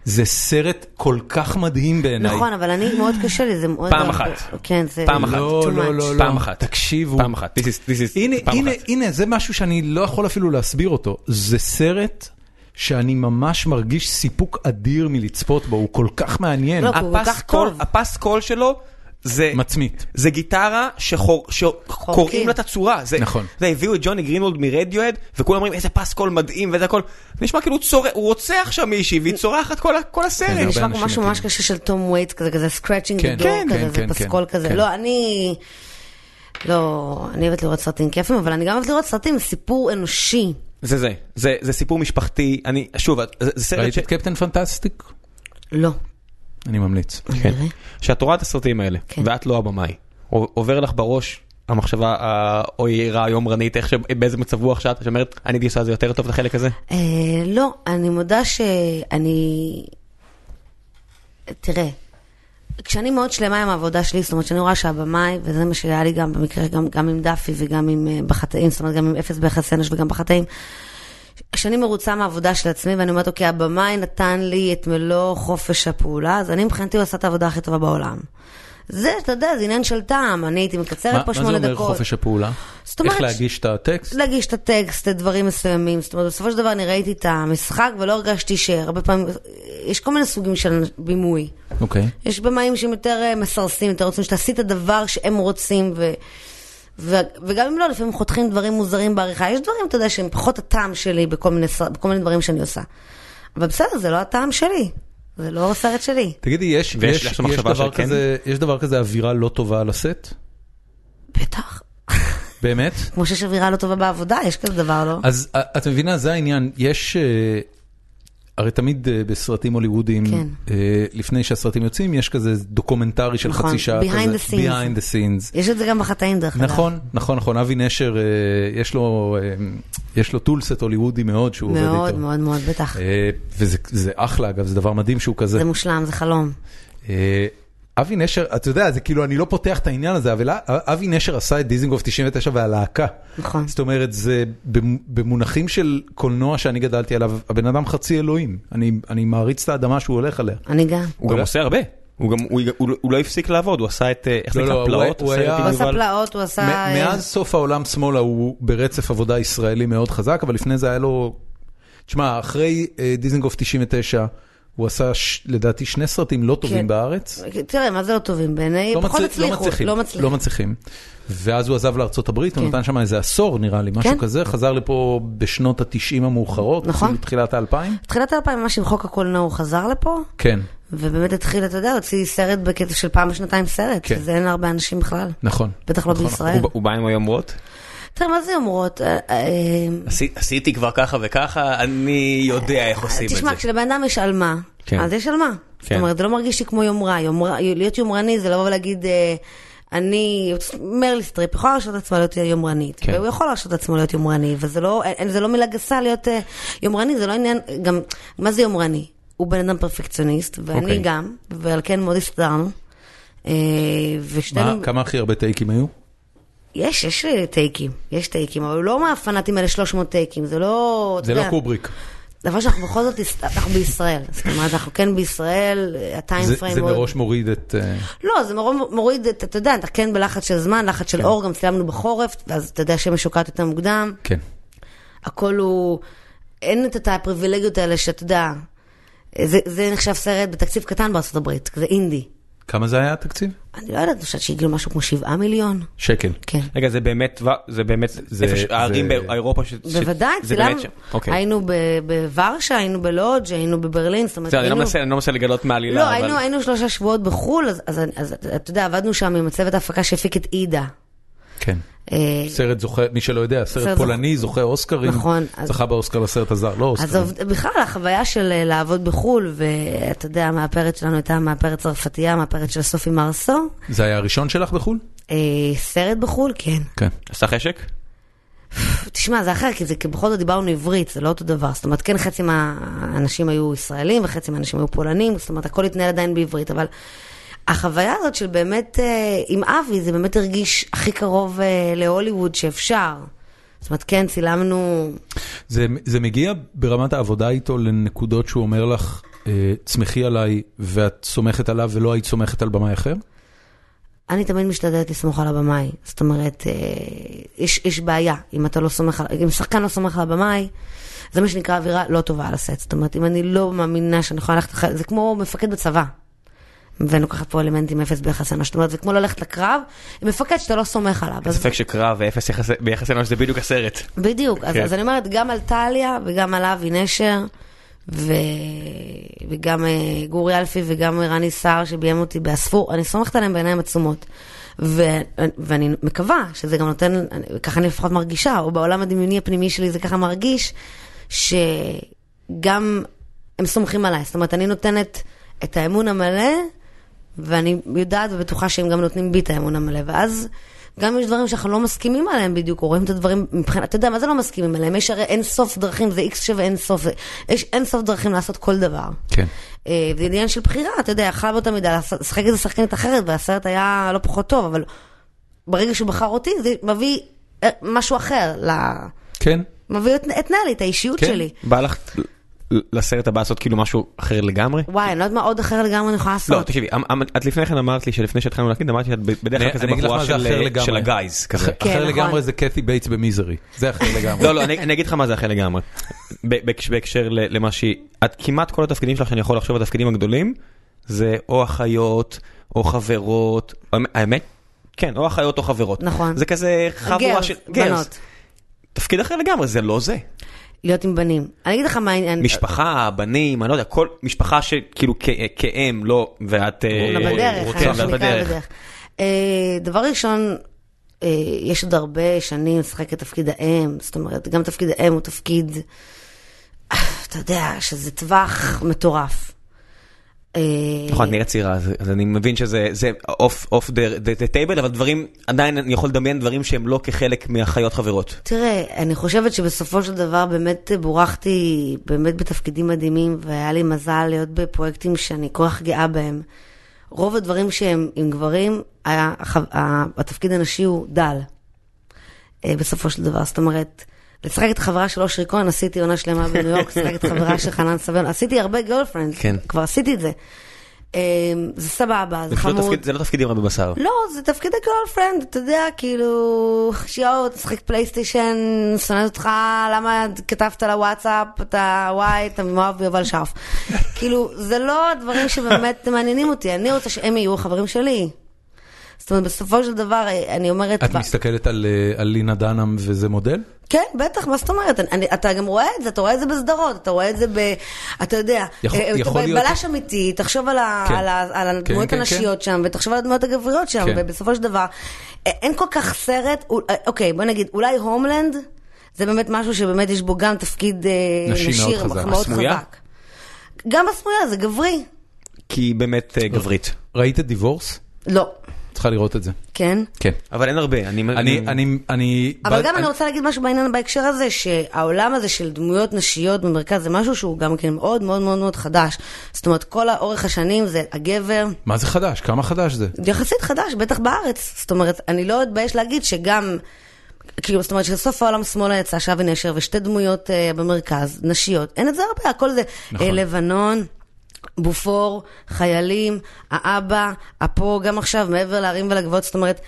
Speaker 1: זה סרט כל כך מדהים בעיניי.
Speaker 5: נכון, אבל אני, מאוד קשה לי, זה מאוד...
Speaker 2: פעם
Speaker 5: הרבה-
Speaker 2: אחת.
Speaker 5: כן, זה...
Speaker 2: פעם אחת.
Speaker 5: too
Speaker 1: לא, לא,
Speaker 5: much.
Speaker 1: לא, לא.
Speaker 2: פעם אחת.
Speaker 1: תקשיבו.
Speaker 2: פעם אחת. This is, this is,
Speaker 1: הנה,
Speaker 2: פעם
Speaker 1: הנה,
Speaker 2: אחת.
Speaker 1: הנה, זה משהו שאני לא יכול אפילו להסביר אותו. זה סרט שאני ממש מרגיש סיפוק אדיר מלצפות בו, הוא כל כך מעניין. אה,
Speaker 5: לא, הוא כל כך
Speaker 2: הפסקול-
Speaker 5: טוב.
Speaker 2: הפסקול שלו זה...
Speaker 1: מצמית.
Speaker 2: זה גיטרה שחור- שקוראים לה את הצורה. זה-
Speaker 1: נכון.
Speaker 2: אתה יודע, הביאו את ג'וני גרינולד מרדיואד, וכולם אומרים איזה פסקול מדהים ואיזה הכל. נשמע כאילו הוא צורח- הוא רוצח שם מישהי והיא צורחת כל ה-
Speaker 1: כן,
Speaker 2: כל
Speaker 5: זה
Speaker 2: הסרט.
Speaker 1: הרבה
Speaker 5: נשמע כמו
Speaker 1: אנשים
Speaker 5: משהו ממש
Speaker 1: מתים.
Speaker 5: קשה של תום וייט כזה, כזה סקרצ'ינג
Speaker 1: כן,
Speaker 5: דור
Speaker 1: כן,
Speaker 5: כזה,
Speaker 1: כן,
Speaker 5: זה
Speaker 1: כן,
Speaker 5: פסקול
Speaker 1: כן,
Speaker 5: כזה.
Speaker 1: כן.
Speaker 5: לא, אני... לא, אני אוהבת לראות סרטים כיפים, אבל אני גם אוהבת לראות סרטים עם סיפור אנושי.
Speaker 2: זה זה. זה- זה סיפור משפחתי. אני, שוב, זה זה סרט
Speaker 1: ראית
Speaker 2: ש...
Speaker 1: את קפטן פנטסטיק?
Speaker 5: לא.
Speaker 1: אני ממליץ.
Speaker 2: כן. שאת רואה את הסרטים האלה,
Speaker 5: כן.
Speaker 2: ואת לא הבמאי, עוב- עובר לך בראש המחשבה היהירה, היומרנית, איך ש... באיזה מצב רוח שאת, שאומרת, אני הייתי עושה את זה יותר טוב את החלק הזה?
Speaker 5: אה, לא, אני מודה שאני... תראה, כשאני מאוד שלמה עם העבודה שלי, זאת אומרת שאני רואה שהבמאי, וזה מה שהיה לי גם במקרה, גם, גם עם דאפי וגם עם אה, בחטאים, זאת אומרת גם עם אפס ביחס אנוש וגם בחטאים, כשאני מרוצה מהעבודה של עצמי ואני אומרת, אוקיי, הבמאי נתן לי את מלוא חופש הפעולה, אז אני מבחינתי הוא עשה את העבודה הכי טובה בעולם. זה, אתה יודע, זה עניין של טעם, אני הייתי
Speaker 1: מה
Speaker 5: מקצרת פה
Speaker 1: מה זה
Speaker 5: שמונה
Speaker 1: אומר
Speaker 5: דקות.
Speaker 1: חופש הפעולה?
Speaker 5: זאת אומרת
Speaker 1: איך
Speaker 5: ש-
Speaker 1: להגיש את הטקסט?
Speaker 5: להגיש את הטקסט, את דברים מסוימים. זאת אומרת, בסופו של דבר אני ראיתי את המשחק ולא הרגשתי שהרבה פעמים, יש כל מיני סוגים של בימוי.
Speaker 1: אוקיי.
Speaker 5: יש במאים שהם יותר אה, מסרסים, יותר רוצים שתעשי את הדבר שהם רוצים, ו... ו... וגם אם לא, לפעמים חותכים דברים מוזרים בעריכה. יש דברים, אתה יודע, שהם פחות הטעם שלי בכל מיני, סר- בכל מיני דברים שאני עושה. אבל בסדר, זה לא הטעם שלי. זה לא הסרט שלי.
Speaker 1: תגידי, יש
Speaker 2: ויש
Speaker 1: יש-
Speaker 2: לך
Speaker 1: יש
Speaker 2: מחשבה
Speaker 1: דבר
Speaker 2: של כן?
Speaker 1: כזה- יש דבר כזה אווירה לא טובה על הסט?
Speaker 5: בטח.
Speaker 1: באמת?
Speaker 5: כמו שיש אווירה לא טובה בעבודה, יש כזה דבר, לא?
Speaker 1: אז אה, את מבינה, זה העניין. יש, אה, הרי תמיד אה, בסרטים הוליוודיים,
Speaker 5: כן.
Speaker 1: אה, לפני שהסרטים יוצאים, יש כזה דוקומנטרי של
Speaker 5: נכון,
Speaker 1: חצי שעה.
Speaker 5: behind
Speaker 1: כזה,
Speaker 5: the scenes. כן.
Speaker 1: behind the scenes.
Speaker 5: יש את זה גם בחטאים, דרך אגב.
Speaker 1: נכון, נכון, נכון. אבי נשר, אה, יש לו, אה, יש לו טולסט הוליוודי מאוד שהוא עובד איתו.
Speaker 5: מאוד, מאוד, מאוד, בטח.
Speaker 1: אה, וזה זה אחלה, אגב, זה דבר מדהים שהוא כזה.
Speaker 5: זה מושלם, זה חלום.
Speaker 1: אה, אבי נשר, אתה יודע, זה כאילו, אני לא פותח את העניין הזה, אבל אבי נשר עשה את דיזינגוף 99 והלהקה.
Speaker 5: נכון.
Speaker 1: זאת אומרת, זה במ- במונחים של קולנוע שאני גדלתי עליו, הבן אדם חצי אלוהים. אני, אני מעריץ את האדמה שהוא הולך עליה.
Speaker 5: אני גם.
Speaker 2: הוא גם
Speaker 1: אולי-
Speaker 2: עושה הרבה. הוא גם, הוא, הוא, הוא לא הפסיק לעבוד, הוא עשה את, אה, איך זה
Speaker 1: לא, לא,
Speaker 2: נקרא,
Speaker 1: הוא
Speaker 2: פלאות?
Speaker 1: היה- הוא
Speaker 2: הסרט
Speaker 1: היה-
Speaker 2: עם
Speaker 5: הוא עשה
Speaker 2: יובל-
Speaker 5: פלאות, הוא עשה... אה,
Speaker 1: מ- מאז סוף העולם שמאלה הוא ברצף עבודה ישראלי מאוד חזק, אבל לפני זה היה לו... תשמע, אחרי אה, דיזינגוף 99, הוא עשה ש... לדעתי שני סרטים לא טובים
Speaker 5: כן.
Speaker 1: בארץ.
Speaker 5: תראה, מה זה לא טובים בעיניי? פחות
Speaker 1: מצליח-
Speaker 5: הצליחו.
Speaker 1: לא מצליחים. לא מצליחים. ואז הוא עזב לארצות הברית, הוא
Speaker 5: כן.
Speaker 1: נתן שם איזה עשור נראה לי, משהו
Speaker 5: כן.
Speaker 1: כזה, חזר לפה בשנות התשעים המאוחרות,
Speaker 5: נכון.
Speaker 1: אפילו תחילת האלפיים.
Speaker 5: תחילת האלפיים, ממש עם חוק הקולנוע הוא חזר לפה,
Speaker 1: כן,
Speaker 5: ובאמת התחיל, אתה יודע, הוציא סרט בקטע של פעם בשנתיים סרט,
Speaker 1: כן.
Speaker 5: שזה אין להרבה אנשים בכלל,
Speaker 1: נכון.
Speaker 5: בטח לא
Speaker 1: נכון,
Speaker 5: בישראל.
Speaker 2: הוא, הוא בא עם היומרות?
Speaker 5: תראה, מה זה אומרות? אה, אה,
Speaker 2: עשי, עשיתי כבר ככה וככה, אני יודע איך עושים את
Speaker 5: אה, תשמע,
Speaker 2: זה.
Speaker 5: כשלבן אדם יש על מה,
Speaker 2: כן.
Speaker 5: אז יש על מה. זאת
Speaker 2: כן.
Speaker 5: אומרת, זה לא מרגיש לי כמו יומרה. יומרה- להיות יומרני זה לבוא ולהגיד, אה, אני, מרלי סטריפ יכולה להרשות לעצמה להיות יומרנית,
Speaker 2: כן.
Speaker 5: והוא יכול להרשות לעצמו להיות יומרני, וזה לא, אין- זה לא מילה גסה להיות אה, יומרני, זה לא עניין, גם, מה זה יומרני? הוא בן אדם פרפקציוניסט, ואני
Speaker 1: אוקיי.
Speaker 5: גם, ועל כן מאוד הסתדרנו. אה,
Speaker 1: מה,
Speaker 5: ושתינו,
Speaker 1: כמה הכי הרבה טייקים היו?
Speaker 5: יש, יש אה, טייקים, יש טייקים, אבל לא מהפנאטים האלה 300 טייקים, זה לא, אתה
Speaker 1: זה לא
Speaker 5: יודע.
Speaker 1: קובריק.
Speaker 5: דבר שאנחנו בכל זאת, הס- אנחנו בישראל, זאת אומרת, אנחנו כן בישראל, הטיים
Speaker 1: זה
Speaker 5: פריים
Speaker 1: זה
Speaker 5: מאוד...
Speaker 1: מראש מוריד את... אה,
Speaker 5: לא, זה מרוב- מוריד, את- אתה יודע, אתה כן בלחץ של זמן, לחץ
Speaker 2: כן.
Speaker 5: של אור, גם צילמנו בחורף, אז אתה יודע השמש שוקעת יותר מוקדם,
Speaker 1: כן.
Speaker 5: הכל הוא... אין את- את הפריבילגיות האלה שאתה יודע, זה- זה נחשב סרט בתקציב קטן בארצות הברית, זה אינדי.
Speaker 1: כמה זה היה התקציב?
Speaker 5: אני לא יודעת, אני חושבת שהגיעו משהו כמו שבעה מיליון,
Speaker 1: שקל.
Speaker 5: כן.
Speaker 2: רגע, זה באמת, ו- זה באמת,
Speaker 1: זה-
Speaker 2: איפה ש-
Speaker 1: זה-
Speaker 2: הערים באירופה, ש- ש-
Speaker 5: בוודאי,
Speaker 2: זה
Speaker 5: צילמנו,
Speaker 2: באמת שם. אוקיי.
Speaker 5: היינו ב- בוורשה, היינו בלודג', היינו בברלין, זאת אומרת,
Speaker 2: בסדר, אני לא
Speaker 5: היינו...
Speaker 2: מנסה- אני לא מנסה לגלות מהעלילה,
Speaker 5: לא,
Speaker 2: אבל...
Speaker 5: היינו, היינו שלושה שבועות בחו"ל, אז, אז, אז אתה יודע, עבדנו שם עם הצוות ההפקה שהפיק את עידה.
Speaker 1: כן.
Speaker 5: אה,
Speaker 1: סרט זוכה, מי שלא יודע,
Speaker 5: סרט
Speaker 1: סרט
Speaker 5: זוכה.
Speaker 1: פולני זוכה אוסקרים.
Speaker 5: נכון, אז-
Speaker 1: זכה באוסקר לסרט הזר, לא
Speaker 5: אז
Speaker 1: אוסקרים.
Speaker 5: עובד- בכלל החוויה של אה, לעבוד בחו"ל, ואתה יודע, המאפרת שלנו הייתה מאפרת צרפתייה, מאפרת של סופי מרסו,
Speaker 1: זה היה הראשון שלך בחו"ל?
Speaker 5: אה, סרט בחו"ל, כן.
Speaker 1: כן.
Speaker 2: עשה חשק?
Speaker 5: תשמע, זה אחר, כי זה כי בכל זאת דיברנו עברית, זה לא אותו דבר. זאת אומרת, כן, חצי מהאנשים היו ישראלים וחצי מהאנשים היו פולנים, זאת אומרת, הכל התנהל עדיין בעברית, אבל החוויה הזאת של באמת, אה, עם אבי, זה באמת הרגיש הכי קרוב אה, להוליווד שאפשר. זאת אומרת, כן, צילמנו...
Speaker 1: זה, זה מגיע ברמת העבודה איתו לנקודות שהוא אומר לך, אה, צמחי עליי ואת סומכת עליו ולא היית סומכת על במאי אחר?
Speaker 5: אני תמיד משתדלת לסמוך על הבמאי. זאת אומרת, אה, יש, יש בעיה אם אתה לא סומך, על- אם שחקן לא סומך על הבמאי, זה מה שנקרא אווירה לא טובה על הסט. זאת אומרת, אם אני לא מאמינה שאני יכולה ללכת, לח- זה כמו מפקד בצבא. ואני לוקחת פה אלמנטים אפס ביחס למה זאת אומרת, זה כמו ללכת לקרב עם מפקד שאתה לא סומך עליו.
Speaker 2: אין
Speaker 5: אז-
Speaker 2: ספק שקרב ואפס יחס- ביחס אלינו שזה בדיוק הסרט.
Speaker 5: בדיוק, אז,
Speaker 2: כן.
Speaker 5: אז אני אומרת, גם על טליה וגם על אבי נשר, ו... וגם אה, גורי אלפי וגם רני סער שביים אותי באספור, אני סומכת עליהם בעיניים עצומות. ו... ואני מקווה שזה גם נותן, אני- ככה אני לפחות מרגישה, או בעולם הדמיוני הפנימי שלי זה ככה מרגיש, שגם הם סומכים עליי. זאת אומרת, אני נותנת את האמון המלא ואני יודעת ובטוחה שהם גם נותנים בי את האמון המלא, ואז גם אם יש דברים שאנחנו לא מסכימים עליהם בדיוק, או רואים את הדברים מבחינת, אתה יודע, מה זה לא מסכימים עליהם? יש הרי אין סוף דרכים, זה איקס שווה אין סוף, זה- יש אין סוף דרכים לעשות כל דבר.
Speaker 1: כן.
Speaker 5: אה, זה עניין של בחירה, אתה יודע, יכלה באותה מידה לעשות- לשחק איזה שחקנית אחרת, והסרט היה לא פחות טוב, אבל ברגע שהוא בחר אותי, זה מביא אה, משהו אחר, ל-
Speaker 1: כן?
Speaker 5: מביא את, את נלי, את האישיות
Speaker 1: כן.
Speaker 5: שלי.
Speaker 2: בא לך ל- לסרט הבא לעשות כאילו משהו אחר לגמרי?
Speaker 5: וואי, אני לא יודעת מה עוד אחר לגמרי אני יכולה לעשות.
Speaker 2: לא, תקשיבי, אמ- אמ- את לפני כן אמרת לי שלפני שהתחלנו להקליט, אמרתי שאת ב- בדרך כלל כזה בחורה של- אה, של הגייז כזה.
Speaker 5: כן,
Speaker 1: אחר
Speaker 5: נכון.
Speaker 1: לגמרי זה קתי בייטס במיזרי. זה אחר לגמרי.
Speaker 2: לא, לא, אני אני אגיד לך מה זה אחר לגמרי. ב- בהקש- בהקשר ל- למה שהיא, את כמעט כל התפקידים שלך שאני יכול לחשוב התפקידים הגדולים, זה או אחיות, או חברות, האמ- האמת? כן, או אחיות או חברות.
Speaker 5: נכון.
Speaker 2: זה כזה חבורה
Speaker 5: גרס,
Speaker 2: של...
Speaker 5: בנות.
Speaker 2: גרס. תפקיד אחר לגמרי, זה לא זה.
Speaker 5: להיות עם בנים. אני אגיד לך מה העניין.
Speaker 2: משפחה, בנים, אני לא יודע, כל משפחה שכאילו כ- כאם, לא, ואת... אה,
Speaker 5: לא, בדרך,
Speaker 2: רוצה,
Speaker 5: מה
Speaker 2: ואת
Speaker 5: שנקרא בדרך. אה, דבר ראשון, אה, יש עוד הרבה שנים לשחק את תפקיד האם, זאת אומרת, גם תפקיד האם הוא תפקיד, אה, אתה יודע, שזה טווח מטורף. אה,
Speaker 2: נכון, את נראית צעירה, אז אז אני מבין שזה זה off- off the- the the table, אבל דברים, עדיין אני יכול לדמיין דברים שהם לא כחלק מהחיות חברות.
Speaker 5: תראה, אני חושבת שבסופו של דבר באמת בורכתי באמת בתפקידים מדהימים, והיה לי מזל להיות בפרויקטים שאני כל כך גאה בהם. רוב הדברים שהם עם גברים, היה, הח- ה- התפקיד הנשי הוא דל, אה, בסופו של דבר. זאת אומרת, לשחק את חברה של אושרי כהן, עשיתי עונה שלמה בניו יורק, לשחק את חברה של חנן סבן, עשיתי הרבה גרלפרנד,
Speaker 2: כן.
Speaker 5: כבר עשיתי את זה. אה, זה סבבה, זה
Speaker 2: זה פשוט לא
Speaker 5: חמוד.
Speaker 2: תפקיד- זה לא תפקיד אימא בבשר.
Speaker 5: לא, זה תפקיד הגרלפרנד, אתה יודע, כאילו, שיואו, תשחק פלייסטיישן, שונאת אותך, למה כתבת לוואטסאפ, אתה וואי, אתה מאוהב ביובל שרף. כאילו, זה לא הדברים שבאמת מעניינים אותי, אני רוצה שהם יהיו החברים שלי. זאת אומרת, בסופו של דבר, אני אומרת...
Speaker 1: את
Speaker 5: ב-
Speaker 1: מסתכלת על אה, על לינה דנאם וזה מודל?
Speaker 5: כן, בטח, מה זאת אומרת? אני, אתה גם רואה את זה, אתה רואה את זה בסדרות, אתה רואה את זה ב... אתה יודע,
Speaker 1: יכול-
Speaker 5: אה, אתה
Speaker 1: יכול
Speaker 5: ב-
Speaker 1: להיות-
Speaker 5: בלש אמיתי, תחשוב על, ה,
Speaker 1: כן.
Speaker 5: על, ה, על הדמויות
Speaker 1: כן, כן,
Speaker 5: הנשיות שם, ותחשוב על הדמויות הגבריות שם,
Speaker 1: כן.
Speaker 5: ובסופו של דבר, אה, אין כל כך סרט, אול- אה, אוקיי, בוא נגיד, אולי הומלנד, זה באמת משהו שבאמת יש בו גם תפקיד אה,
Speaker 1: נשי מאוד
Speaker 5: נשיר,
Speaker 1: חזק.
Speaker 5: מאוד
Speaker 2: הסמויה?
Speaker 5: חזק. גם הסמויה, זה גברי.
Speaker 2: כי היא באמת אה, גברית.
Speaker 1: ראית את דיבורס?
Speaker 5: לא.
Speaker 1: צריכה לראות את זה.
Speaker 5: כן?
Speaker 1: כן.
Speaker 2: אבל אין הרבה, אני...
Speaker 1: אני, אני, אני...
Speaker 5: אבל
Speaker 1: בא-
Speaker 5: גם אני
Speaker 1: אני-
Speaker 5: רוצה להגיד משהו בעניין בהקשר הזה, שהעולם הזה של דמויות נשיות במרכז זה משהו שהוא גם כן מאוד מאוד מאוד מאוד חדש. זאת אומרת, כל האורך השנים זה הגבר,
Speaker 1: מה זה חדש? כמה חדש זה?
Speaker 5: יחסית חדש, בטח בארץ. זאת אומרת, אני לא אתבייש להגיד שגם, כאילו, זאת אומרת, שסוף העולם שמאלה יצא שווי נשר ושתי דמויות אה, במרכז, נשיות, אין את זה הרבה, הכל זה
Speaker 1: נכון.
Speaker 5: אה, לבנון. בופור, חיילים, האבא, הפה, גם עכשיו, מעבר להרים ולגבעות, זאת אומרת,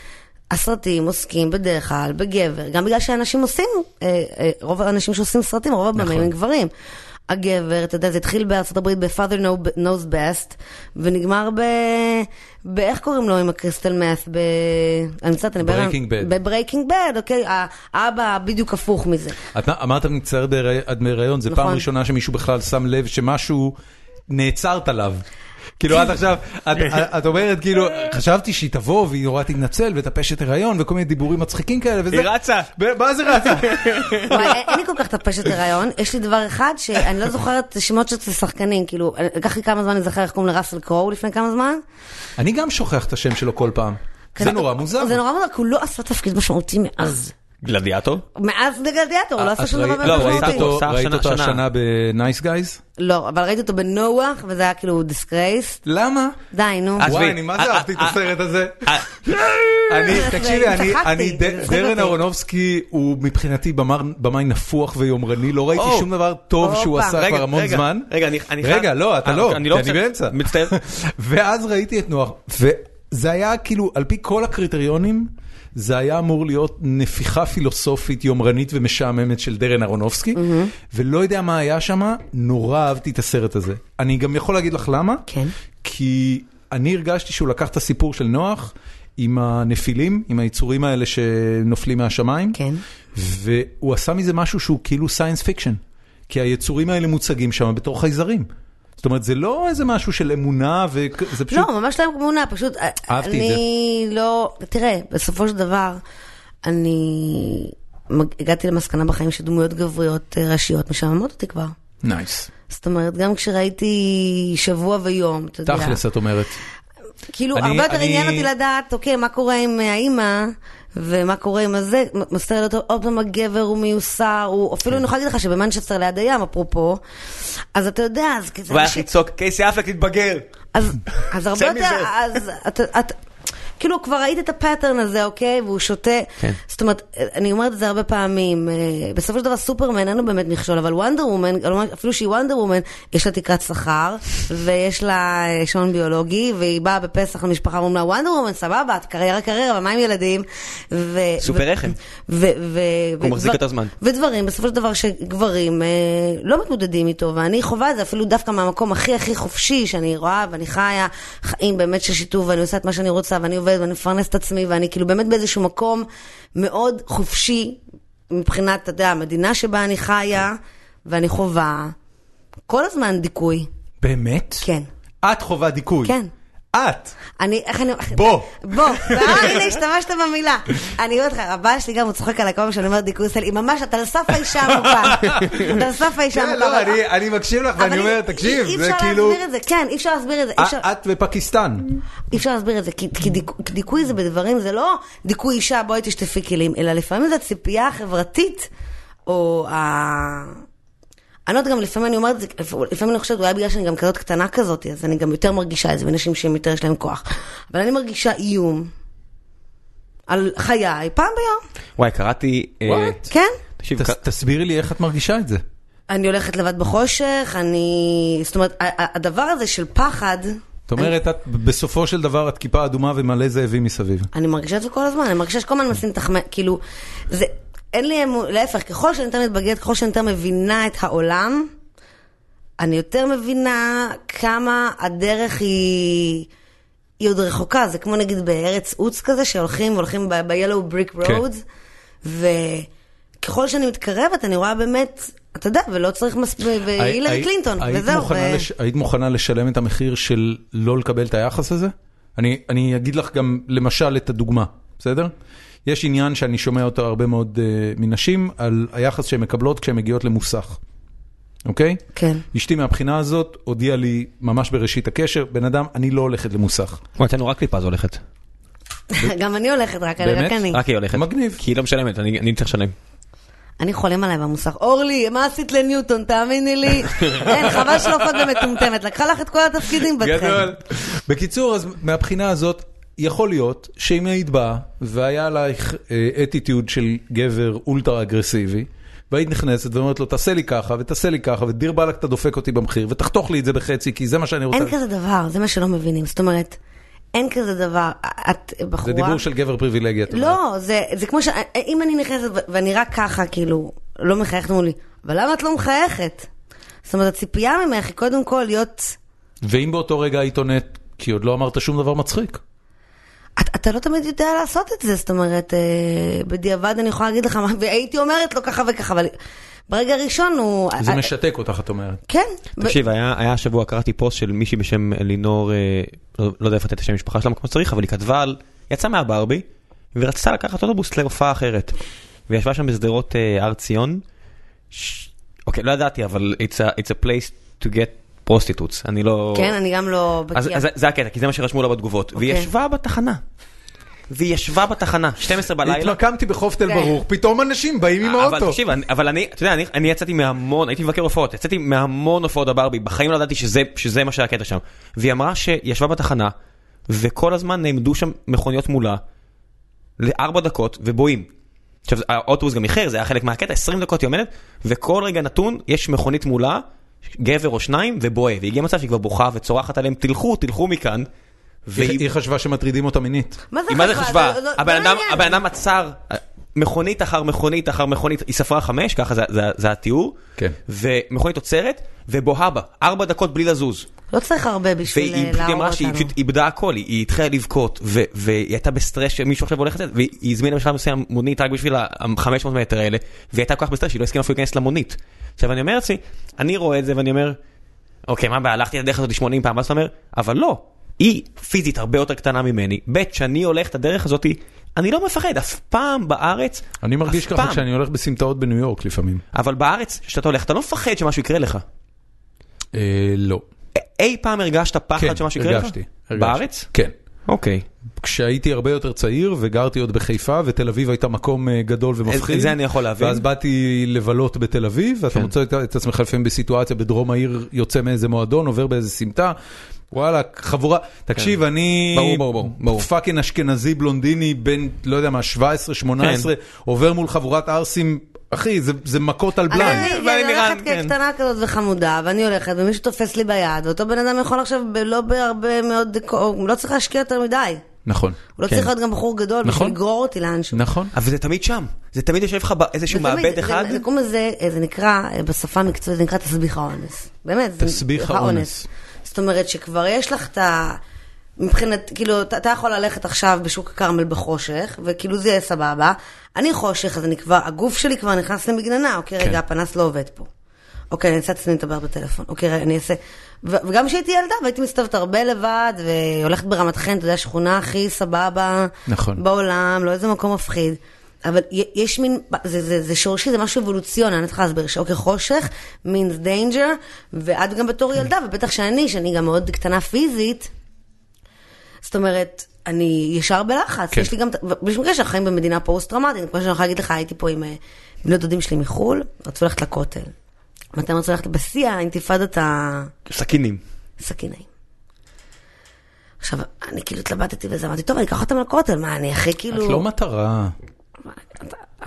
Speaker 5: הסרטים עוסקים בדרך כלל בגבר, גם בגלל שאנשים עושים, אה, אה, רוב האנשים שעושים סרטים, רוב
Speaker 1: נכון.
Speaker 5: הבמים הם גברים. הגבר, אתה יודע, זה התחיל בארצות הברית ב-Father Know- Knows Best, ונגמר ב... באיך קוראים לו עם הקריסטל מאס? ב... אני מצטערת, אני בהלם.
Speaker 1: Breaking Bad.
Speaker 5: ב-Breaking Bad, אוקיי? האבא בדיוק
Speaker 1: [LAUGHS]
Speaker 5: הפוך מזה.
Speaker 1: את אמרת מצטערת בהירי- עד מהיריון, זו
Speaker 5: נכון.
Speaker 1: פעם ראשונה שמישהו בכלל שם לב שמשהו נעצרת עליו. כאילו את עכשיו, את- את אומרת כאילו, חשבתי שהיא תבוא והיא נורא תתנצל ותפשת הריון וכל מיני דיבורים מצחיקים כאלה וזה.
Speaker 2: היא רצה.
Speaker 1: ב- מה זה [LAUGHS] רצה?
Speaker 5: וואי, אין- אין לי כל כך טפשת הריון, יש לי דבר אחד שאני לא זוכרת שמות של שחקנים, כאילו, לקח לי כמה זמן לזכר איך קוראים לראסל קרואו לפני כמה זמן.
Speaker 1: אני גם שוכח את השם שלו כל פעם. זה נורא מוזר.
Speaker 5: זה נורא מוזר, כי הוא לא עשה תפקיד משמעותי מאז.
Speaker 2: גלדיאטור?
Speaker 5: מאז לגלדיאטור, הוא לא עשה שום דבר
Speaker 2: לא,
Speaker 5: באמת
Speaker 2: הוא עשה-
Speaker 5: משמעותי.
Speaker 2: הוא עשה
Speaker 1: אה, ראית
Speaker 2: השנה-
Speaker 1: אותו
Speaker 2: השנה.
Speaker 1: השנה בנייס גייז?
Speaker 5: לא, אבל ראיתי אותו בנוח, וזה היה כאילו דיסקרייס.
Speaker 1: למה?
Speaker 5: די, נו.
Speaker 2: אז-
Speaker 5: לא,
Speaker 2: עזבי.
Speaker 1: וואי, אני מה זה
Speaker 2: אה,
Speaker 1: אהבתי את
Speaker 2: אה,
Speaker 1: הסרט הזה.
Speaker 2: אה,
Speaker 1: אני,
Speaker 5: אה,
Speaker 1: תקשיבי,
Speaker 5: אה,
Speaker 1: אני,
Speaker 5: צחקתי,
Speaker 1: אני,
Speaker 5: זה
Speaker 1: ד-
Speaker 5: מצחיק
Speaker 1: דרן
Speaker 5: אותי.
Speaker 1: אהרונובסקי הוא מבחינתי במר- במאי נפוח ויומרני, לא ראיתי
Speaker 2: או,
Speaker 1: שום דבר טוב שהוא
Speaker 5: הופה.
Speaker 1: עשה
Speaker 2: רגע,
Speaker 1: כבר המון
Speaker 2: רגע,
Speaker 1: זמן.
Speaker 2: רגע, אני- אני
Speaker 1: רגע,
Speaker 2: חייב-
Speaker 1: לא, אתה
Speaker 2: אה,
Speaker 1: לא,
Speaker 2: אני
Speaker 1: כי
Speaker 2: לא
Speaker 1: אני
Speaker 2: רוצה-
Speaker 1: באמצע.
Speaker 2: מצטער.
Speaker 1: [LAUGHS] ואז ראיתי את נוח, וזה היה כאילו, על פי כל הקריטריונים, זה היה אמור להיות נפיחה פילוסופית יומרנית ומשעממת של דרן אהרונובסקי, ולא יודע מה היה שם, נורא אהבתי את הסרט הזה. אני גם יכול להגיד לך למה,
Speaker 5: כן.
Speaker 1: כי אני הרגשתי שהוא לקח את הסיפור של נוח עם הנפילים, עם היצורים האלה שנופלים מהשמיים,
Speaker 5: כן.
Speaker 1: והוא עשה מזה משהו שהוא כאילו סיינס פיקשן, כי היצורים האלה מוצגים שם בתור חייזרים. זאת אומרת, זה לא איזה משהו של אמונה, וזה פשוט...
Speaker 5: לא, ממש לא עם תמונה, פשוט... אה,
Speaker 1: אהבתי את
Speaker 5: אני לא... תראה, בסופו של דבר, אני מג- הגעתי למסקנה בחיים שדמויות גבריות אה, ראשיות משעממות אותי כבר.
Speaker 1: נייס.
Speaker 5: זאת אומרת, גם כשראיתי שבוע ויום, אתה יודע.
Speaker 1: תכלס, את אומרת.
Speaker 5: כאילו,
Speaker 1: אני-
Speaker 5: הרבה יותר
Speaker 1: אני-
Speaker 5: עניין אותי לדעת, אוקיי, מה קורה עם אה, האימא, ומה קורה עם הזה, מ- מסתכל אותו, עוד פעם הגבר הוא מיוסר, הוא אפילו, אני יכולה להגיד לך שבמנצ'סטר ליד הים, אפרופו, אז אתה יודע, אז כזה...
Speaker 2: הוא היה
Speaker 5: אנשים-
Speaker 2: צריך לצעוק, קייסי אפלק התבגר.
Speaker 5: אז, אז הרבה
Speaker 2: צא
Speaker 5: יותר,
Speaker 2: מזה.
Speaker 5: אז אתה, את, כאילו כבר ראית את הפאטרן הזה, אוקיי? והוא שותה.
Speaker 2: כן.
Speaker 5: זאת אומרת, אני אומרת את זה הרבה פעמים, אה, בסופו של דבר סופרמן אין לו באמת מכשול, אבל וונדר וומן, אפילו שהיא וונדר וומן, יש לה תקרת שכר, ויש לה אה, שעון ביולוגי, והיא באה בפסח למשפחה, אומרים לה, וונדר וומן, סבבה, את קריירה קריירה, אבל מה עם ילדים? ו-
Speaker 2: סופר
Speaker 5: ו-
Speaker 2: רחם.
Speaker 5: ו- ו-
Speaker 2: הוא
Speaker 5: ו-
Speaker 2: מחזיק
Speaker 5: דבר-
Speaker 2: את הזמן.
Speaker 5: ודברים, בסופו של דבר שגברים אה, לא מתמודדים איתו, ואני חווה את זה אפילו דווקא מהמקום הכי הכי חופשי שאני רואה, ואני חיה חיים באמת של שיתוף, ואני עושה את מה שאני רוצה, ואני עובדת, ואני מפרנסת את עצמי, ואני כאילו באמת באיזשהו מקום מאוד חופשי מבחינת, אתה יודע, המדינה שבה אני חיה, ואני חווה כל הזמן דיכוי.
Speaker 1: באמת?
Speaker 5: כן.
Speaker 1: את חווה דיכוי.
Speaker 5: כן.
Speaker 1: את.
Speaker 5: אני, איך אני...
Speaker 1: בוא.
Speaker 5: בוא, אה, הנה, השתמשת במילה. אני אומרת לך, הבעל שלי גם הוא צוחק עליי כל פעם שאני אומרת דיכוי סל, היא ממש, אתה על סף האישה המוכה. אתה על סף האישה
Speaker 1: כן,
Speaker 5: המוכה.
Speaker 1: לא,
Speaker 5: אבל-
Speaker 1: אני- אני מקשיב לך
Speaker 5: אבל
Speaker 1: ואני אומר,
Speaker 5: אי-
Speaker 1: תקשיב,
Speaker 5: אי-
Speaker 1: זה כאילו...
Speaker 5: אי אפשר להסביר את זה, כן, אי אפשר להסביר את זה. אי אפשר-
Speaker 1: את ופקיסטן.
Speaker 5: אי אפשר להסביר את זה, כי כי דיכו- כי דיכוי זה בדברים, זה לא דיכוי אישה, בואי תשטפי כלים, אלא לפעמים זה הציפייה החברתית, או ה... אני לא יודעת, גם לפעמים אני אומרת את זה, לפעמים אני חושבת, אולי בגלל שאני גם כזאת קטנה כזאת, אז אני גם יותר מרגישה את זה, ונשים שהן יותר יש להן כוח. אבל אני מרגישה איום על חיי פעם ביום,
Speaker 2: וואי, קראתי... אה,
Speaker 1: What?
Speaker 5: כן?
Speaker 2: תקשיב,
Speaker 1: תס-
Speaker 2: ק-
Speaker 1: תסבירי לי איך את מרגישה את זה.
Speaker 5: אני הולכת לבד בחושך, אני... זאת אומרת, ה- ה- הדבר הזה של פחד,
Speaker 1: זאת אומרת, את- בסופו של דבר את כיפה אדומה ומלא זאבים מסביב.
Speaker 5: אני מרגישה את זה כל הזמן, אני מרגישה שכל הזמן מנסים לתחמן, כאילו, זה, אין לי אמון, להפך, ככל שאני יותר מתבגרת, ככל שאני יותר מבינה את העולם, אני יותר מבינה כמה הדרך היא, היא עוד רחוקה, זה כמו נגיד בארץ עוץ כזה, שהולכים והולכים ב-Yellow Brick
Speaker 1: כן.
Speaker 5: Roads, וככל שאני מתקרבת, אני רואה באמת, אתה יודע, ולא צריך מספיק, והילרי
Speaker 1: היית-
Speaker 5: קלינטון,
Speaker 1: היית
Speaker 5: וזהו.
Speaker 1: מוכנה
Speaker 5: ו-
Speaker 1: לש- היית מוכנה לשלם את המחיר של לא לקבל את היחס הזה? אני, אני אגיד לך גם, למשל, את הדוגמה, בסדר? יש עניין שאני שומע אותו הרבה מאוד uh, מנשים, על היחס שהן מקבלות כשהן מגיעות למוסך, אוקיי?
Speaker 5: כן. [LAUGHS]
Speaker 1: אשתי מהבחינה הזאת הודיעה לי ממש בראשית הקשר, בן אדם, אני לא הולכת למוסך.
Speaker 2: וואי, הייתה נורא קליפה אז הולכת.
Speaker 5: גם אני הולכת, רק אני, רק
Speaker 1: באמת?
Speaker 5: אני.
Speaker 2: רק היא הולכת.
Speaker 1: מגניב.
Speaker 2: כי היא לא משלמת, אני אני צריך לשלם.
Speaker 5: אני חולם עליי במוסך. אורלי, מה עשית לניוטון? תאמיני
Speaker 1: [LAUGHS]
Speaker 5: לי. אין, חבל שלא פג ומטומטמת. לקחה לך את כל התפקידים בתכם.
Speaker 1: בקיצור, אז מהבחינה הזאת, יכול להיות שאם היית באה והיה עלייך אטיטיוד של גבר אולטרה אגרסיבי, והיית נכנסת ואומרת לו, תעשה לי ככה ותעשה לי ככה, ודיר באלק אתה דופק אותי במחיר, ותחתוך לי את זה בחצי, כי זה מה שאני רוצה.
Speaker 5: אין כזה דבר, זה מה שלא מבינים. זאת אומרת, אין כזה דבר. את בחורה...
Speaker 1: זה דיבור של גבר פריבילגי, אתה אומר.
Speaker 5: לא, זה, זה כמו ש... אם אני נכנסת ו- ואני רק ככה, כאילו, לא מחייכת, אמרו לי, אבל למה את לא מחייכת? זאת אומרת, הציפייה ממך היא קודם כל להיות...
Speaker 1: ואם באותו רגע היית עונת, כי עוד לא אמרת שום דבר מצחיק.
Speaker 5: אתה, אתה לא תמיד יודע לעשות את זה, זאת אומרת, אה, בדיעבד אני יכולה להגיד לך מה, והייתי אומרת לו ככה וככה, אבל ברגע הראשון הוא...
Speaker 1: זה
Speaker 5: אה,
Speaker 1: משתק אותך, את אומרת.
Speaker 5: כן. ב-
Speaker 2: תקשיב, היה היה השבוע, קראתי פוסט של מישהי בשם אלינור, אה, לא לא יודע איפה לתת את השם המשפחה שלה כמו שצריך, אבל היא כתבה על... יצאה מהברבי, ורצתה לקחת אוטובוס להופעה אחרת. וישבה שם בשדרות אה, הר ציון. ש- אוקיי, לא ידעתי, אבל it's a- it's a place to get prostitutes. אני לא...
Speaker 5: כן, אני גם לא
Speaker 2: אז,
Speaker 5: בקיאה. אוקיי.
Speaker 2: אז זה- זה הקטע, כי זה מה שרשמו לה בתגובות. והיא ישבה בתחנה. והיא ישבה בתחנה, 12 בלילה.
Speaker 1: התמקמתי בחוף תל
Speaker 5: כן.
Speaker 1: ברוך, פתאום אנשים באים עם
Speaker 2: אבל
Speaker 1: האוטו.
Speaker 2: תקשיב, אני- אבל אני, אתה יודע, אני- אני יצאתי מהמון, הייתי מבקר הופעות, יצאתי מהמון הופעות הברבי, בחיים לא ידעתי שזה- שזה מה שהיה הקטע שם. והיא אמרה שהיא ישבה בתחנה, וכל הזמן נעמדו שם מכוניות מולה, לארבע דקות, ובואים. עכשיו, האוטובוס גם איחר, זה היה חלק מהקטע, 20 דקות היא עומדת, וכל רגע נתון יש מכונית מולה, גבר או שניים, ובוהה. והגיע מצב שהיא כבר בוכה וצורחת עליהם, תלכו, תלכו מכאן.
Speaker 1: היא
Speaker 2: והיא
Speaker 1: היא חשבה שמטרידים אותה מינית.
Speaker 5: מה זה
Speaker 2: היא מה זה
Speaker 5: חשבה?
Speaker 2: חשבה?
Speaker 5: זה לא- זה לא
Speaker 2: הבן אדם-
Speaker 5: העניין.
Speaker 2: הבן אדם עצר אה, מכונית אחר מכונית אחר מכונית, היא ספרה חמש, ככה זה- זה- זה התיאור,
Speaker 1: כן.
Speaker 2: ומכונית עוצרת, ובוהה בה, ארבע דקות בלי לזוז.
Speaker 5: לא צריך הרבה בשביל
Speaker 2: והיא
Speaker 5: אה,
Speaker 2: פשוט
Speaker 5: להרוג
Speaker 2: אמרה שהיא
Speaker 5: אותנו.
Speaker 2: פשוט איבדה הכל, היא- היא התחילה לבכות, ו- והיא הייתה בסטרס שמישהו עכשיו הולך לצאת, והיא הזמינה בשלב מסוים מונית רק בשביל ה-500 מטר האלה, והיא הייתה כל כך בסטרס שהיא לא הסכימה אפילו להיכנס למונית. עכשיו אני אומר לעצמי, אני רואה את זה ואני אומר, אוקיי, מה הבעיה, הלכתי לדרך הזאת 80 פעם, מה זאת אומרת? אבל לא, היא פיזית הרבה יותר קטנה ממני, ב' שאני הולך את הדרך הזאת, אני לא מפחד, אף פעם בארץ,
Speaker 1: אני מרגיש
Speaker 2: אף
Speaker 1: ככה
Speaker 2: פעם.
Speaker 1: כשאני הולך בסמטאות בניו יורק לפעמים.
Speaker 2: אבל בארץ, כשאתה הולך, אתה לא מפחד שמשהו יקרה לך.
Speaker 1: אה, לא.
Speaker 2: אי פעם הרגשת
Speaker 1: כן,
Speaker 2: פחד שמשהו יקרה לך?
Speaker 1: הרגשתי. הרגשתי.
Speaker 2: בארץ?
Speaker 1: כן.
Speaker 2: אוקיי.
Speaker 1: כשהייתי הרבה יותר צעיר וגרתי עוד בחיפה ותל אביב הייתה מקום אה, גדול ומפחיד.
Speaker 2: זה אני יכול להבין.
Speaker 1: ואז באתי לבלות בתל אביב ואתה
Speaker 2: כן.
Speaker 1: מוצא את- את עצמך לפעמים בסיטואציה בדרום העיר יוצא מאיזה מועדון עובר באיזה סמטה. וואלה, חבורה, תקשיב, אני...
Speaker 2: כן. ברור, ברור, ברור, ברור.
Speaker 1: פאקינג אשכנזי בלונדיני בן, לא יודע מה, 17, 18,
Speaker 2: כן.
Speaker 1: עובר מול חבורת ערסים, אחי, זה- זה מכות על
Speaker 5: אני
Speaker 1: בלנד.
Speaker 5: הייתי
Speaker 2: ואני נראה,
Speaker 5: הולכת
Speaker 2: כן.
Speaker 5: כקטנה כזאת וחמודה, ואני הולכת, ומישהו תופס לי ביד, ואותו בן אדם יכול עכשיו ב- לא בהרבה מאוד, דקו- הוא לא צריך להשקיע יותר מדי.
Speaker 1: נכון.
Speaker 5: הוא לא
Speaker 2: כן.
Speaker 5: צריך להיות גם בחור גדול, בשביל
Speaker 1: נכון.
Speaker 5: לגרור אותי לאנשהו.
Speaker 1: נכון.
Speaker 2: אבל זה תמיד שם, זה תמיד יושב לך באיזשהו
Speaker 5: זה תמיד-
Speaker 2: מעבד
Speaker 5: זה-
Speaker 2: אחד.
Speaker 5: זה קוראים לזה, אה, זה נקרא, אה, בשפה המקצועית זה נקרא תסביך האונס. באמת, זה
Speaker 1: תסביך האונס.
Speaker 5: זאת אומרת שכבר יש לך את ה... מבחינת, כאילו, אתה, אתה יכול ללכת עכשיו בשוק הכרמל בחושך, וכאילו זה יהיה סבבה. אני חושך, אז אני כבר, הגוף שלי כבר נכנס למגננה, אוקיי,
Speaker 1: כן.
Speaker 5: רגע, הפנס לא עובד פה. אוקיי, אני אעשה את עצמי לדבר בטלפון, אוקיי, רגע, אני אעשה... ו- וגם כשהייתי ילדה והייתי מסתובבת הרבה לבד, והולכת ברמת חן, אתה יודע, שכונה הכי סבבה.
Speaker 1: נכון.
Speaker 5: בעולם, לא איזה מקום מפחיד. אבל י- יש מין, זה, זה, זה שורשי, זה משהו אבולוציוני, אני צריכה להסביר, שאוקיי, חושך, means danger, ואת גם בתור ילדה, ובטח שאני, שאני גם מאוד קטנה פיזית, זאת אומרת, אני ישר בלחץ,
Speaker 1: כן.
Speaker 5: יש לי גם, בשביל מקרה שאנחנו חיים במדינה פוסט-טראומטית, כמו שאני יכולה להגיד לך, הייתי פה עם אה, בני דודים שלי מחו"ל, רצו ללכת לכותל. מתי הם רצו ללכת בשיא האינתיפאדת ה...
Speaker 2: סכינים.
Speaker 5: סכינאים. עכשיו, אני כאילו התלבטתי וזה, אמרתי, טוב, אני אקח אותם לכותל, מה, אני הכי כאילו...
Speaker 1: את לא מטרה.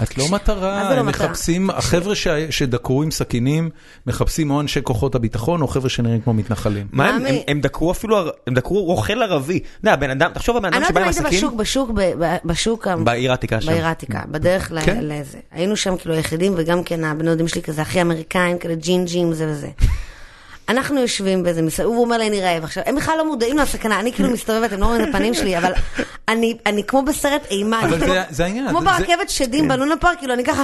Speaker 1: את לא
Speaker 5: מה זה
Speaker 1: מטרה,
Speaker 5: לא
Speaker 1: הם
Speaker 5: מטרה?
Speaker 1: מחפשים, החבר'ה שה- שדקרו עם סכינים, מחפשים או אנשי כוחות הביטחון או חבר'ה שנראים כמו
Speaker 5: [LAUGHS]
Speaker 1: מתנחלים.
Speaker 2: מה הם,
Speaker 5: מאמי.
Speaker 2: הם, הם דקרו אפילו, הר- הם דקרו רוכל ערבי. אתה יודע, הבן אדם, תחשוב על בן
Speaker 5: אני
Speaker 2: אדם
Speaker 5: לא
Speaker 2: שבא
Speaker 5: יודעת
Speaker 2: עם
Speaker 5: אם היית
Speaker 2: הסכין.
Speaker 5: בשוק, בשוק, ב- ב- בשוק... ה-
Speaker 2: בעיר העתיקה שם.
Speaker 5: בעיר העתיקה, בדרך ל-
Speaker 1: כן.
Speaker 5: לזה. היינו שם כאילו היחידים, וגם כן הבני דודים שלי כזה הכי אמריקאים, כאלה ג'ינג'ים, זה
Speaker 1: [LAUGHS]
Speaker 5: וזה. אנחנו יושבים באיזה מסעדה, הוא אומר לי, אני רעב. עכשיו, הם בכלל לא מודעים לסכנה,
Speaker 1: [LAUGHS]
Speaker 5: אני כאילו מסתובבת, הם לא רואים את הפנים שלי, אבל אני, אני כמו בסרט אימה.
Speaker 1: אבל
Speaker 5: אני
Speaker 1: זה-
Speaker 5: כמו-
Speaker 1: זה העניין,
Speaker 5: כמו
Speaker 1: זה- כן.
Speaker 5: ברכבת שדים בלונה פארק, כאילו, אני ככה,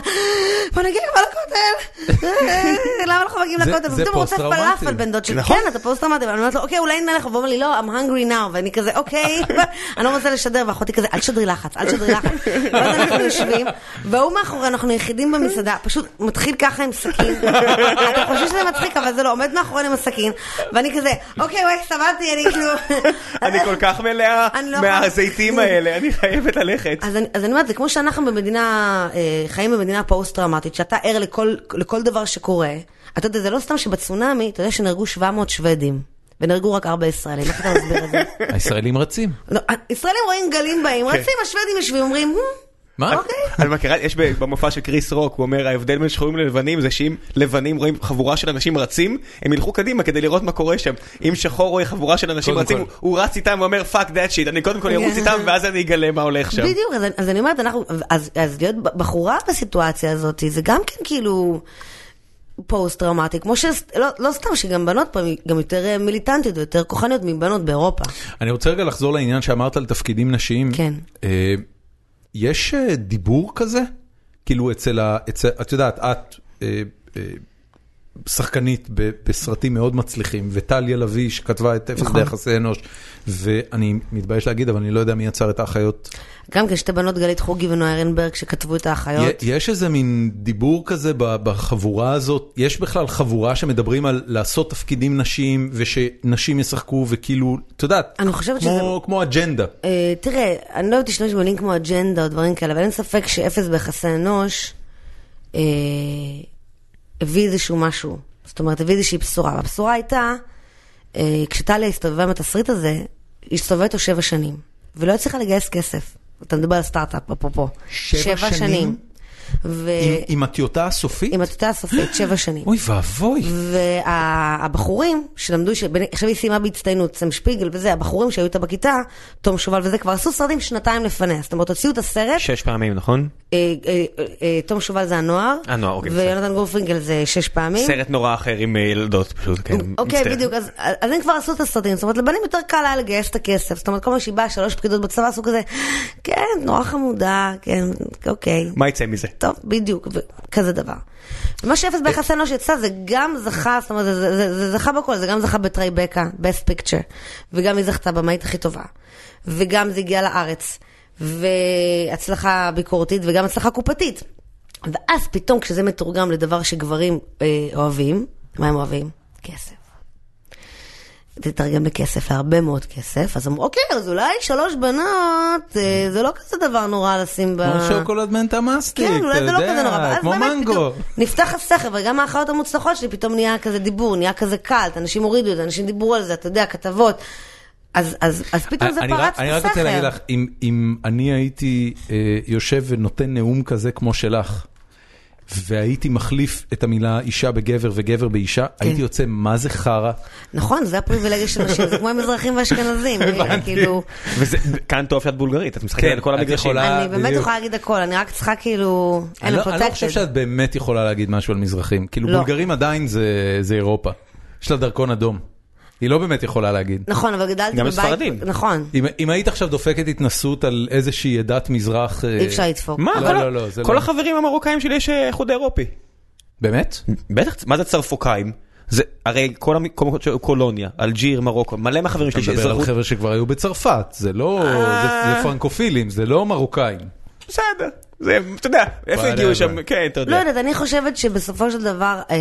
Speaker 5: בוא נגיע
Speaker 1: [LAUGHS]
Speaker 5: כבר לכותל. "אה, למה אנחנו מגיעים
Speaker 1: זה-
Speaker 5: לכותל?
Speaker 1: זה
Speaker 5: ופתאום הוא רוצה
Speaker 1: פוסט-טראומטי.
Speaker 5: פלאפל בן דוד שלי. כן, אתה פוסט טראומטי, ואני אומרת לו, אוקיי, אולי נלך, והוא אומר לי, לא, I'm hungry now, ואני כזה, אוקיי, [LAUGHS] אני לא רוצה לשדר, ואחותי כזה, אל תשדרי לחץ, אל תשדרי לחץ. ואז אנחנו יושבים, והוא מאחורי, אנחנו היחידים במסעדה, פשוט מתחיל ככה עם סכין. אתם חושבים שזה מצחיק, אבל זה לא, עומד מאחורי עם הסכין, ואני כזה, אוקיי, וואי, סבלתי, אני כאילו...
Speaker 2: אני כל כך מלאה
Speaker 5: אני לא יכולה.
Speaker 2: מהזיתים האלה, אני חייבת ללכת.
Speaker 5: אז אני, אז אני אומרת, זה כמו שאנחנו במדינה, אה, חיים במדינה פוסט-טראומטית, שאתה ער לכל, לכל דבר שקורה. אתה יודע, זה לא סתם שבצונאמי, אתה יודע שנהרגו 700 שוודים, ונהרגו רק 4 ישראלים, איך אתה מסביר את זה?
Speaker 1: הישראלים רצים.
Speaker 5: לא, ישראלים רואים גלים באים, רצים, השוודים יושבים, אומרים, "Hmm,
Speaker 1: מה?
Speaker 5: אוקיי.
Speaker 2: אני מכירה, יש ב- במופע של קריס רוק, הוא אומר ההבדל בין שחורים ללבנים זה שאם לבנים רואים חבורה של אנשים רצים, הם ילכו קדימה כדי לראות מה קורה שם. אם שחור רואה חבורה של אנשים
Speaker 1: קודם
Speaker 2: רצים,
Speaker 1: כל.
Speaker 2: הוא- הוא רץ איתם ואומר פאק דאט שיט, אני קודם כל ארוץ
Speaker 5: כן.
Speaker 2: איתם ואז אני אגלה מה הולך שם.
Speaker 5: בדיוק, אז, אני- אז אני אומרת, אנחנו, אז, אז להיות ב- בחורה בסיטואציה הזאת, זה גם כן כאילו פוסט-טראומטי, כמו ש... לא, לא סתם שגם בנות פה, הן גם יותר אה, מיליטנטיות, יותר כוחניות מבנות באירופה.
Speaker 1: אני רוצה רגע לחזור לעניין שאמרת על תפקידים נשיים.
Speaker 5: כן.
Speaker 1: אה, יש אה, דיבור כזה? כאילו אצל ה... אצל- את יודעת, את... אה, אה, שחקנית ב- בסרטים מאוד מצליחים, וטליה לביא שכתבה את אפס
Speaker 5: נכון.
Speaker 1: ביחסי אנוש, ואני מתבייש להגיד, אבל אני לא יודע מי יצר את האחיות.
Speaker 5: גם כן שתי בנות, גלית חוגי ונועה ארנברג, שכתבו את האחיות.
Speaker 1: י- יש איזה מין דיבור כזה ב- בחבורה הזאת, יש בכלל חבורה שמדברים על לעשות תפקידים נשיים, ושנשים ישחקו, וכאילו, את יודעת,
Speaker 5: אני חושבת
Speaker 1: כמו-
Speaker 5: שזה-
Speaker 1: כמו אג'נדה.
Speaker 5: אה, תראה, אני לא אוהבת להשתמש במילים כמו אג'נדה או דברים כאלה, אבל אין ספק שאפס ביחסי אנוש אה, הביא איזשהו משהו. זאת אומרת, הביא איזושהי בשורה. והבשורה הייתה, אה, כשטליה הסתובבה עם התסריט הזה, היא הסתובבה איתו שבע שנים, ולא הצליחה לגייס כסף. אתה מדבר על סטארט-אפ, אפרופו.
Speaker 1: שבע שנים?
Speaker 5: ו...
Speaker 1: עם- עם הטיוטה הסופית?
Speaker 5: אה, עם הטיוטה הסופית, שבע שנים.
Speaker 1: אוי ואבוי.
Speaker 5: והבחורים שלמדו, שבין- עכשיו היא סיימה בהצטיינות, סם שפיגל וזה, הבחורים שהיו איתה בכיתה, תום שובל וזה, כבר עשו סרטים שנתיים לפניה. זאת אומרת, הוציאו את הסרט,
Speaker 2: שש פעמים, נכון?
Speaker 5: אה, אה, אה, תום שובל זה הנוער,
Speaker 2: הנוער, אוקיי, בסדר.
Speaker 5: ויונתן גולפרינגל זה שש פעמים.
Speaker 2: סרט נורא אחר עם אה, ילדות פשוט, כן.
Speaker 5: אוקיי,
Speaker 2: מצטער.
Speaker 5: בדיוק, אז אז הם כבר עשו את הסרטים, זאת אומרת, לבנים יותר קל היה לגייס את הכסף. זאת אומרת, כל פעם שהיא באה, שלוש פקידות בצבא עשו כזה, כן, נורא חמודה, כן, אוקיי.
Speaker 2: מה יצא מזה?
Speaker 5: טוב, בדיוק, ו- כזה דבר. ומה שאפס ביחס אנוש יצא, זה גם זכה, זאת אומרת, זה, זה, זה, זה זכה בכל, זה גם זכה בטרייבקה, best picture, וגם היא זכתה במאית הכי טובה, וגם זה הגיע לארץ, והצלחה ביקורתית וגם הצלחה קופתית. ואז פתאום כשזה מתורגם לדבר שגברים אה, אוהבים, מה הם אוהבים? כסף. תתרגם לכסף, להרבה מאוד כסף, אז אמרו, אוקיי, אז אולי שלוש בנות, אה, זה לא כזה דבר נורא לשים ב...
Speaker 1: כמו שוקולד מנטה מסטיק,
Speaker 5: כן, אולי זה לא כזה נורא, ואז
Speaker 1: כמו
Speaker 5: באמת
Speaker 1: מנגו.
Speaker 5: פתאום נפתח הסכר, וגם האחיות המוצלחות שלי פתאום נהיה כזה דיבור, נהיה כזה קלט, אנשים הורידו את זה, אנשים דיברו על זה, אתה יודע, כתבות. אז, אז, אז פתאום זה
Speaker 1: אה, אני רק-
Speaker 5: פרץ את
Speaker 1: אני רק רוצה להגיד
Speaker 5: הסכר.
Speaker 1: לך, אם- אם אני הייתי אה, יושב ונותן נאום כזה כמו שלך, והייתי מחליף את המילה אישה בגבר וגבר באישה,
Speaker 5: כן.
Speaker 1: הייתי יוצא מה זה חרא.
Speaker 5: נכון, זה הפריבילגיה של נשים, זה כמו
Speaker 1: [LAUGHS]
Speaker 5: המזרחים והאשכנזים, כאילו,
Speaker 2: וזה, כאן טוב שאת בולגרית, את משחקת
Speaker 1: כן,
Speaker 2: על כל
Speaker 1: את
Speaker 2: המגרשים.
Speaker 1: יכולה-
Speaker 5: אני באמת
Speaker 1: בדיוק.
Speaker 5: יכולה להגיד הכל, אני רק צריכה כאילו,
Speaker 1: אני לא-
Speaker 5: אין
Speaker 1: אני לא חושב
Speaker 5: הפרוטקטד.
Speaker 1: שאת באמת יכולה להגיד משהו על מזרחים. כאילו
Speaker 5: לא.
Speaker 1: בולגרים עדיין זה- זה אירופה. יש לה דרכון אדום. היא לא באמת יכולה להגיד.
Speaker 5: נכון, אבל גדלתי
Speaker 2: גם
Speaker 5: בבית,
Speaker 2: הספרדים.
Speaker 5: נכון,
Speaker 1: אם- אם היית עכשיו דופקת התנסות על איזושהי עדת מזרח... אה,
Speaker 5: אי אפשר לדפוק.
Speaker 2: מה?
Speaker 1: לא,
Speaker 2: כל ה-
Speaker 1: לא, לא, זה
Speaker 2: כל
Speaker 1: לא.
Speaker 2: החברים המרוקאים שלי יש אה, איחוד אירופי.
Speaker 1: באמת?
Speaker 2: בטח, מה זה צרפוקאים? זה הרי כל המקומות שהיו קולוניה, אלג'יר, מרוקו, מלא מהחברים
Speaker 1: אתה
Speaker 2: שלי
Speaker 1: מדבר על
Speaker 2: שאזרחות,
Speaker 1: חבר'ה שכבר היו בצרפת, זה לא... זה- זה פרנקופילים, זה לא מרוקאים.
Speaker 2: בסדר, זה, אתה יודע, איפה
Speaker 1: וואלה,
Speaker 2: הגיעו שם,
Speaker 1: וואלה.
Speaker 2: כן, אתה
Speaker 5: לא
Speaker 2: יודע.
Speaker 5: יודעת, אני חושבת שבסופו של דבר, אה,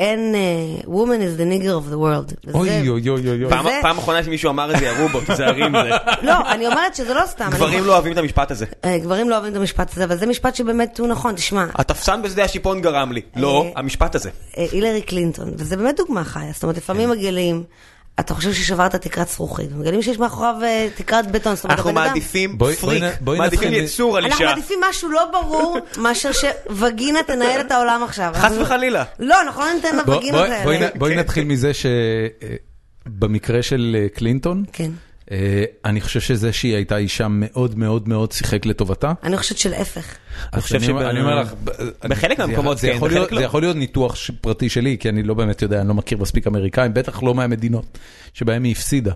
Speaker 5: אין, אה, woman is the nigger of the world. וזה-
Speaker 1: אוי אוי אוי אוי אוי.
Speaker 2: פעם-
Speaker 5: זה-
Speaker 2: פעם אחרונה שמישהו אמר את זה, ירו בו, תיזהרי עם זה.
Speaker 5: לא, אני אומרת שזה לא סתם. אני-
Speaker 2: גברים לא אוהבים את אה, המשפט הזה.
Speaker 5: אה, גברים לא אוהבים את המשפט הזה, אבל זה משפט שבאמת הוא נכון, תשמע,
Speaker 2: התפסן בשדה השיפון גרם לי. לא, המשפט הזה.
Speaker 5: אה, הילרי קלינטון, וזה באמת דוגמה חיה, זאת אומרת,
Speaker 2: כן.
Speaker 5: לפעמים מגלים, אתה חושב ששברת תקרת זכוכית, ומגלים שיש מאחוריו אה, תקרת בטון, זאת אומרת,
Speaker 2: אנחנו
Speaker 5: הבן אדם-
Speaker 2: מעדיפים
Speaker 1: בואי- בואי
Speaker 2: פריק,
Speaker 1: נ- בואי
Speaker 2: מעדיפים
Speaker 1: נתחיל מ-
Speaker 2: יצור על
Speaker 5: אנחנו
Speaker 2: אישה.
Speaker 5: מעדיפים משהו לא ברור, מאשר שווגינה תנהל את העולם עכשיו.
Speaker 2: חס
Speaker 5: אנחנו-
Speaker 2: וחלילה.
Speaker 5: לא, אנחנו לא ניתן
Speaker 1: בוא-
Speaker 5: לווגינות
Speaker 1: בואי- בואי
Speaker 5: האלה.
Speaker 1: נ- בואי נתחיל מזה שבמקרה של אה, קלינטון,
Speaker 5: כן.
Speaker 1: אה, אני חושב שזה שהיא הייתה אישה מאוד מאוד מאוד שיחק לטובתה.
Speaker 5: אני חושבת שלהפך.
Speaker 1: אז
Speaker 2: חושב
Speaker 1: אני
Speaker 2: שב-
Speaker 1: אומר- אני אומר לך, ב-
Speaker 2: בחלק
Speaker 1: זה-
Speaker 2: מהמקומות
Speaker 1: זה
Speaker 2: כן,
Speaker 1: יכול
Speaker 2: בחלק
Speaker 1: להיות-
Speaker 2: לא.
Speaker 1: זה יכול להיות ניתוח ש- פרטי שלי, כי אני לא באמת יודע, אני לא מכיר מספיק אמריקאים, בטח לא מהמדינות שבהם היא הפסידה.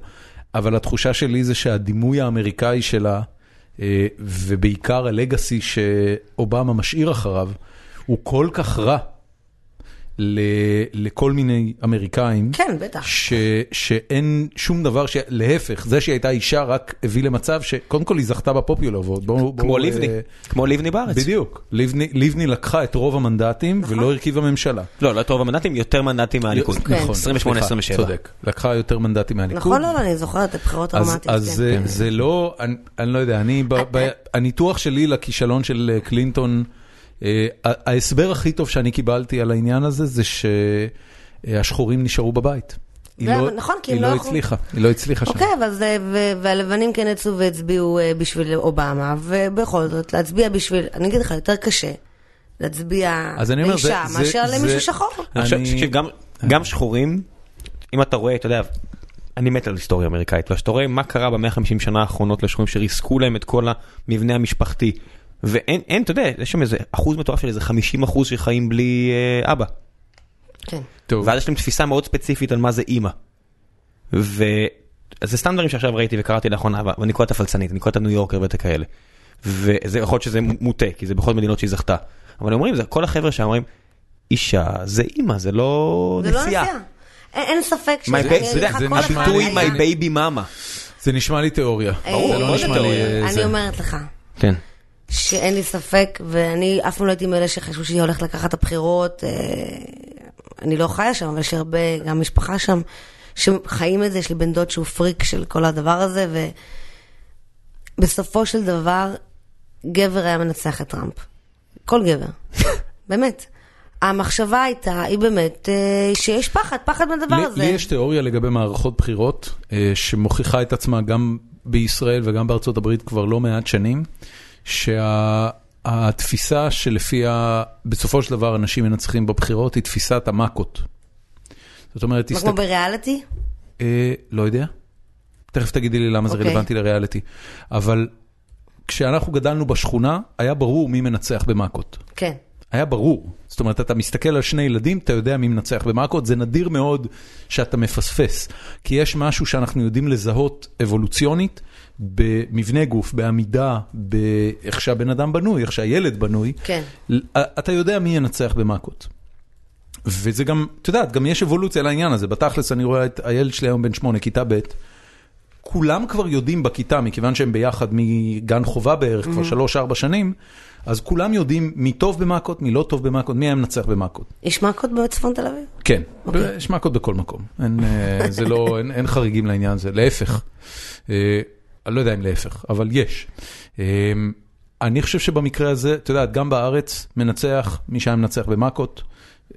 Speaker 1: אבל התחושה שלי זה שהדימוי האמריקאי שלה, אה, ובעיקר הלגאסי שאובמה משאיר אחריו, הוא כל כך רע ל- לכל מיני אמריקאים.
Speaker 5: כן, בטח.
Speaker 1: ש, שאין שום דבר, ש... להפך, זה שהיא הייתה אישה רק הביא למצב שקודם כל היא זכתה בפופולר ועוד. בואו-
Speaker 2: כמו
Speaker 1: בואו,
Speaker 2: לבני,
Speaker 1: אה,
Speaker 2: כמו לבני בארץ.
Speaker 1: בדיוק. לבני, לבני לקחה את רוב המנדטים
Speaker 5: נכון.
Speaker 1: ולא הרכיבה ממשלה.
Speaker 2: לא, לא טוב המנדטים, יותר מנדטים מהליכוד.
Speaker 5: כן. נכון,
Speaker 2: 28,
Speaker 1: סליחה,
Speaker 2: 27.
Speaker 1: צודק. לקחה יותר מנדטים מהליכוד.
Speaker 5: נכון, לא, לא, אני זוכרת את הבחירות
Speaker 1: אז,
Speaker 5: הרומנטיות.
Speaker 1: אז
Speaker 5: כן.
Speaker 1: זה,
Speaker 5: אה,
Speaker 1: זה לא, אני, אני לא יודע, אני, ב, ב, הניתוח שלי לכישלון של אה, קלינטון, אה, ה- ההסבר הכי טוב שאני קיבלתי על העניין הזה זה שהשחורים נשארו בבית. היא
Speaker 5: זה-
Speaker 1: לא,
Speaker 5: נכון, כי
Speaker 1: היא
Speaker 5: הם לא
Speaker 1: לא
Speaker 5: יכלו-
Speaker 1: הצליחה, היא לא הצליחה שם.
Speaker 5: אוקיי, אבל זה, ו- והלבנים כן יצאו והצביעו אה, בשביל אובמה, ובכל זאת להצביע בשביל, אני אגיד לך, יותר קשה להצביע
Speaker 1: אז אני אומר, זה-
Speaker 5: לאישה
Speaker 1: זה-
Speaker 5: מאשר
Speaker 1: זה-
Speaker 5: למישהו שחור.
Speaker 2: אני חושב
Speaker 1: אני- אה.
Speaker 2: שגם גם שחורים, אם אתה רואה, אתה יודע, אני מת על היסטוריה אמריקאית, וכשאתה רואה מה קרה ב-150 שנה האחרונות לשחורים שריסקו להם את כל המבנה המשפחתי, ואין, אין, אתה יודע, יש שם איזה אחוז מטורף של איזה 50 אחוז שחיים בלי אה, אבא,
Speaker 5: כן.
Speaker 1: טוב,
Speaker 2: ואז יש להם תפיסה מאוד ספציפית על מה זה אימא. ו... אז זה סתם דברים שעכשיו ראיתי וקראתי לאחרונה, אבל אני קורא את הפלצנית, אני קורא את הניו יורקר ואת הכאלה. וזה יכול להיות שזה מוטה, כי זה בכל מדינות שהיא זכתה. אבל אומרים, זה כל החבר'ה שאומרים, אישה, זה אימא, זה לא
Speaker 5: זה לא
Speaker 2: נסיעה.
Speaker 5: נסיעה. אין אין ספק
Speaker 2: My
Speaker 5: שאני
Speaker 2: baby, אתה יודע,
Speaker 5: אגיד לך
Speaker 1: זה
Speaker 5: כל
Speaker 1: נשמע
Speaker 5: אחד
Speaker 2: ביטוי
Speaker 1: לי-
Speaker 5: היה-
Speaker 2: my baby mama.
Speaker 1: זה נשמע לי תיאוריה.
Speaker 5: אה,
Speaker 1: זה לא
Speaker 2: עוד
Speaker 1: נשמע לי...
Speaker 2: תיאוריה.
Speaker 1: אה,
Speaker 5: אני
Speaker 1: זה.
Speaker 5: אומרת לך,
Speaker 2: כן.
Speaker 5: שאין לי ספק, ואני אף פעם לא הייתי מאלה שחשבו שהיא הולכת לקחת את הבחירות. אה, אני לא חיה שם, אבל יש הרבה, גם משפחה שם, שחיים את זה, יש לי בן דוד שהוא פריק של כל הדבר הזה, ובסופו של דבר, גבר היה מנצח את טראמפ. כל גבר.
Speaker 1: [LAUGHS]
Speaker 5: באמת. המחשבה הייתה, היא באמת, אה, שיש פחד, פחד מהדבר
Speaker 1: לי-
Speaker 5: הזה.
Speaker 1: לי יש תיאוריה לגבי מערכות בחירות, אה, שמוכיחה את עצמה גם בישראל וגם בארצות הברית כבר לא מעט שנים, שהתפיסה שלפיה בסופו של דבר אנשים מנצחים בבחירות היא תפיסת המאקות. זאת אומרת,
Speaker 5: מה, כמו בריאליטי?
Speaker 1: אה, לא יודע. תכף תגידי לי למה זה
Speaker 5: אוקיי.
Speaker 1: רלוונטי לריאליטי. אבל כשאנחנו גדלנו בשכונה, היה ברור מי מנצח במאקות.
Speaker 5: כן.
Speaker 1: היה ברור. זאת אומרת, אתה מסתכל על שני ילדים, אתה יודע מי מנצח במאקות, זה נדיר מאוד שאתה מפספס. כי יש משהו שאנחנו יודעים לזהות אבולוציונית, במבנה גוף, בעמידה, באיך שהבן אדם בנוי, איך שהילד בנוי.
Speaker 5: כן.
Speaker 1: ל- אתה יודע מי ינצח במאקות. וזה גם, את יודעת, גם יש אבולוציה לעניין הזה. בתכלס אני רואה את הילד שלי היום בן שמונה, כיתה ב', כולם כבר יודעים בכיתה, מכיוון שהם ביחד מגן חובה בערך כבר שלוש-ארבע שנים, אז כולם יודעים מי טוב במאקות, מי לא טוב במאקות, מי היה מנצח במאקות.
Speaker 5: יש מכות בצפון תל אביב?
Speaker 1: כן, יש מכות בכל מקום. אין, אה, זה לא, אין, אין חריגים לעניין הזה, להפך. אה, אני לא יודע אם להפך, אבל יש. אה, אני חושב שבמקרה הזה, את יודעת, גם בארץ מנצח מי שהיה מנצח במכות.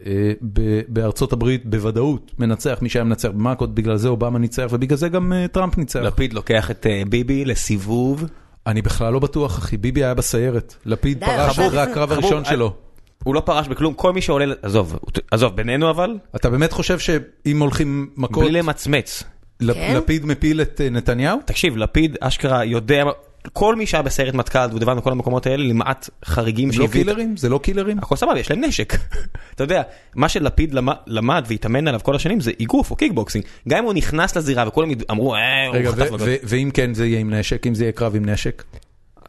Speaker 1: אה, ב- בארצות הברית בוודאות מנצח מי שהיה מנצח במכות, בגלל זה אובמה ניצח ובגלל זה גם אה, טראמפ ניצח.
Speaker 2: לפיד לוקח את אה, ביבי לסיבוב.
Speaker 1: אני בכלל לא בטוח, אחי, ביבי היה בסיירת. לפיד
Speaker 5: די,
Speaker 1: פרש
Speaker 5: חבוב,
Speaker 1: אחרי הקרב
Speaker 2: חבוב,
Speaker 1: הראשון
Speaker 2: אה,
Speaker 1: שלו.
Speaker 2: הוא לא פרש בכלום, כל מי שעולה, ל- עזוב, הוא ת- עזוב, בינינו אבל,
Speaker 1: אתה באמת חושב שאם הולכים מכות,
Speaker 2: בלי למצמץ.
Speaker 1: לפ-
Speaker 5: כן?
Speaker 1: לפיד מפיל את אה, נתניהו?
Speaker 2: תקשיב, לפיד אשכרה יודע, כל מי שהיה בסיירת מטכ"ל, דודבן וכל המקומות האלה, למעט חריגים
Speaker 1: הם לא
Speaker 2: שהביאו-
Speaker 1: קילרים? זה לא קילרים?
Speaker 2: הכל סבבה, יש להם נשק. [LAUGHS] אתה יודע, מה שלפיד למ- למד והתאמן עליו כל השנים זה אגרוף או קיקבוקסינג. גם אם הוא נכנס לזירה וכולם יד- אמרו, אה, הוא
Speaker 1: רגע,
Speaker 2: חטף
Speaker 1: ו-
Speaker 2: לו.
Speaker 1: ו- ואם כן זה יהיה עם נשק, אם זה יהיה קרב עם נשק?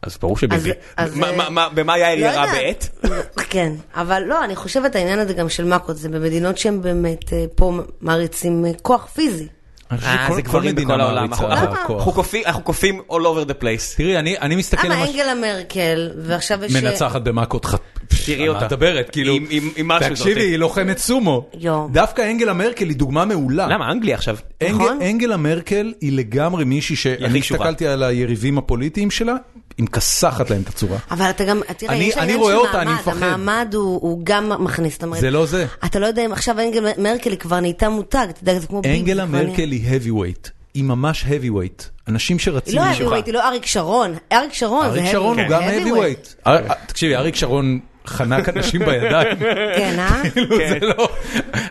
Speaker 2: אז ברור שביבי.
Speaker 5: אז- אז,
Speaker 2: מה-
Speaker 5: אה,
Speaker 2: מה- מה- במה יאיר
Speaker 5: לא
Speaker 2: ירה
Speaker 5: יודעת.
Speaker 2: בעט?
Speaker 5: [LAUGHS] כן, אבל לא, אני חושבת העניין הזה גם של מכות, זה במדינות שהן באמת אה, פה מעריצים אה, כוח פיזי.
Speaker 1: אני חושב
Speaker 2: אה,
Speaker 1: שכל-
Speaker 2: זה
Speaker 1: כל
Speaker 2: גברים
Speaker 1: מדינה
Speaker 2: בכל העולם.
Speaker 1: מעריצה
Speaker 2: אנחנו-
Speaker 5: למה?
Speaker 1: כוח.
Speaker 2: אנחנו כופים- אנחנו כופים all over the place.
Speaker 1: תראי, אני אני מסתכל
Speaker 5: למה
Speaker 1: על משהו...
Speaker 5: אנגלה מרקל, ועכשיו יש... אה,
Speaker 1: מנצחת במכות חת...
Speaker 2: תראי
Speaker 1: על מה
Speaker 2: אותה.
Speaker 1: את מדברת, כאילו...
Speaker 2: עם- עם- עם משהו
Speaker 1: תקשיבי,
Speaker 2: זאת.
Speaker 1: היא לוחמת סומו.
Speaker 5: יואו.
Speaker 1: דווקא אנגלה מרקל היא דוגמה מעולה.
Speaker 2: למה אנגליה עכשיו?
Speaker 1: אנג-
Speaker 5: נכון?
Speaker 1: אנגלה מרקל היא לגמרי מישהי שאני
Speaker 2: הכי קשורה.
Speaker 1: הסתכלתי על היריבים הפוליטיים שלה, היא מכסחת להם את הצורה.
Speaker 5: אבל אתה גם, תראה,
Speaker 1: אני-
Speaker 5: יש
Speaker 1: אני
Speaker 5: עניין
Speaker 1: רואה
Speaker 5: של
Speaker 1: אותה, אני
Speaker 5: מעמד,
Speaker 1: מפחד.
Speaker 5: המעמד הוא הוא גם מכניס, זאת אומרת,
Speaker 1: זה לא זה.
Speaker 5: אתה לא יודע אם עכשיו אנגלה מרקל היא כבר נהייתה מותג, אתה יודע, זה כמו ביבי.
Speaker 1: אנגלה
Speaker 5: זה כבר נהיה-
Speaker 1: מרקל היא heavyweight, היא ממש heavyweight. אנשים
Speaker 5: היא
Speaker 1: שרצים
Speaker 5: לא
Speaker 1: לשם.
Speaker 5: heavyweight, היא לא אריק שרון, אריק שרון זה
Speaker 1: אריק שרון הוא
Speaker 5: heavyweight. כן,
Speaker 1: גם
Speaker 5: heavyweight.
Speaker 1: heavyweight. אה, אה, תקשיבי, אריק שרון חנק אנשים
Speaker 5: [LAUGHS]
Speaker 1: בידיים.
Speaker 5: כן, אה?
Speaker 1: כאילו, זה לא...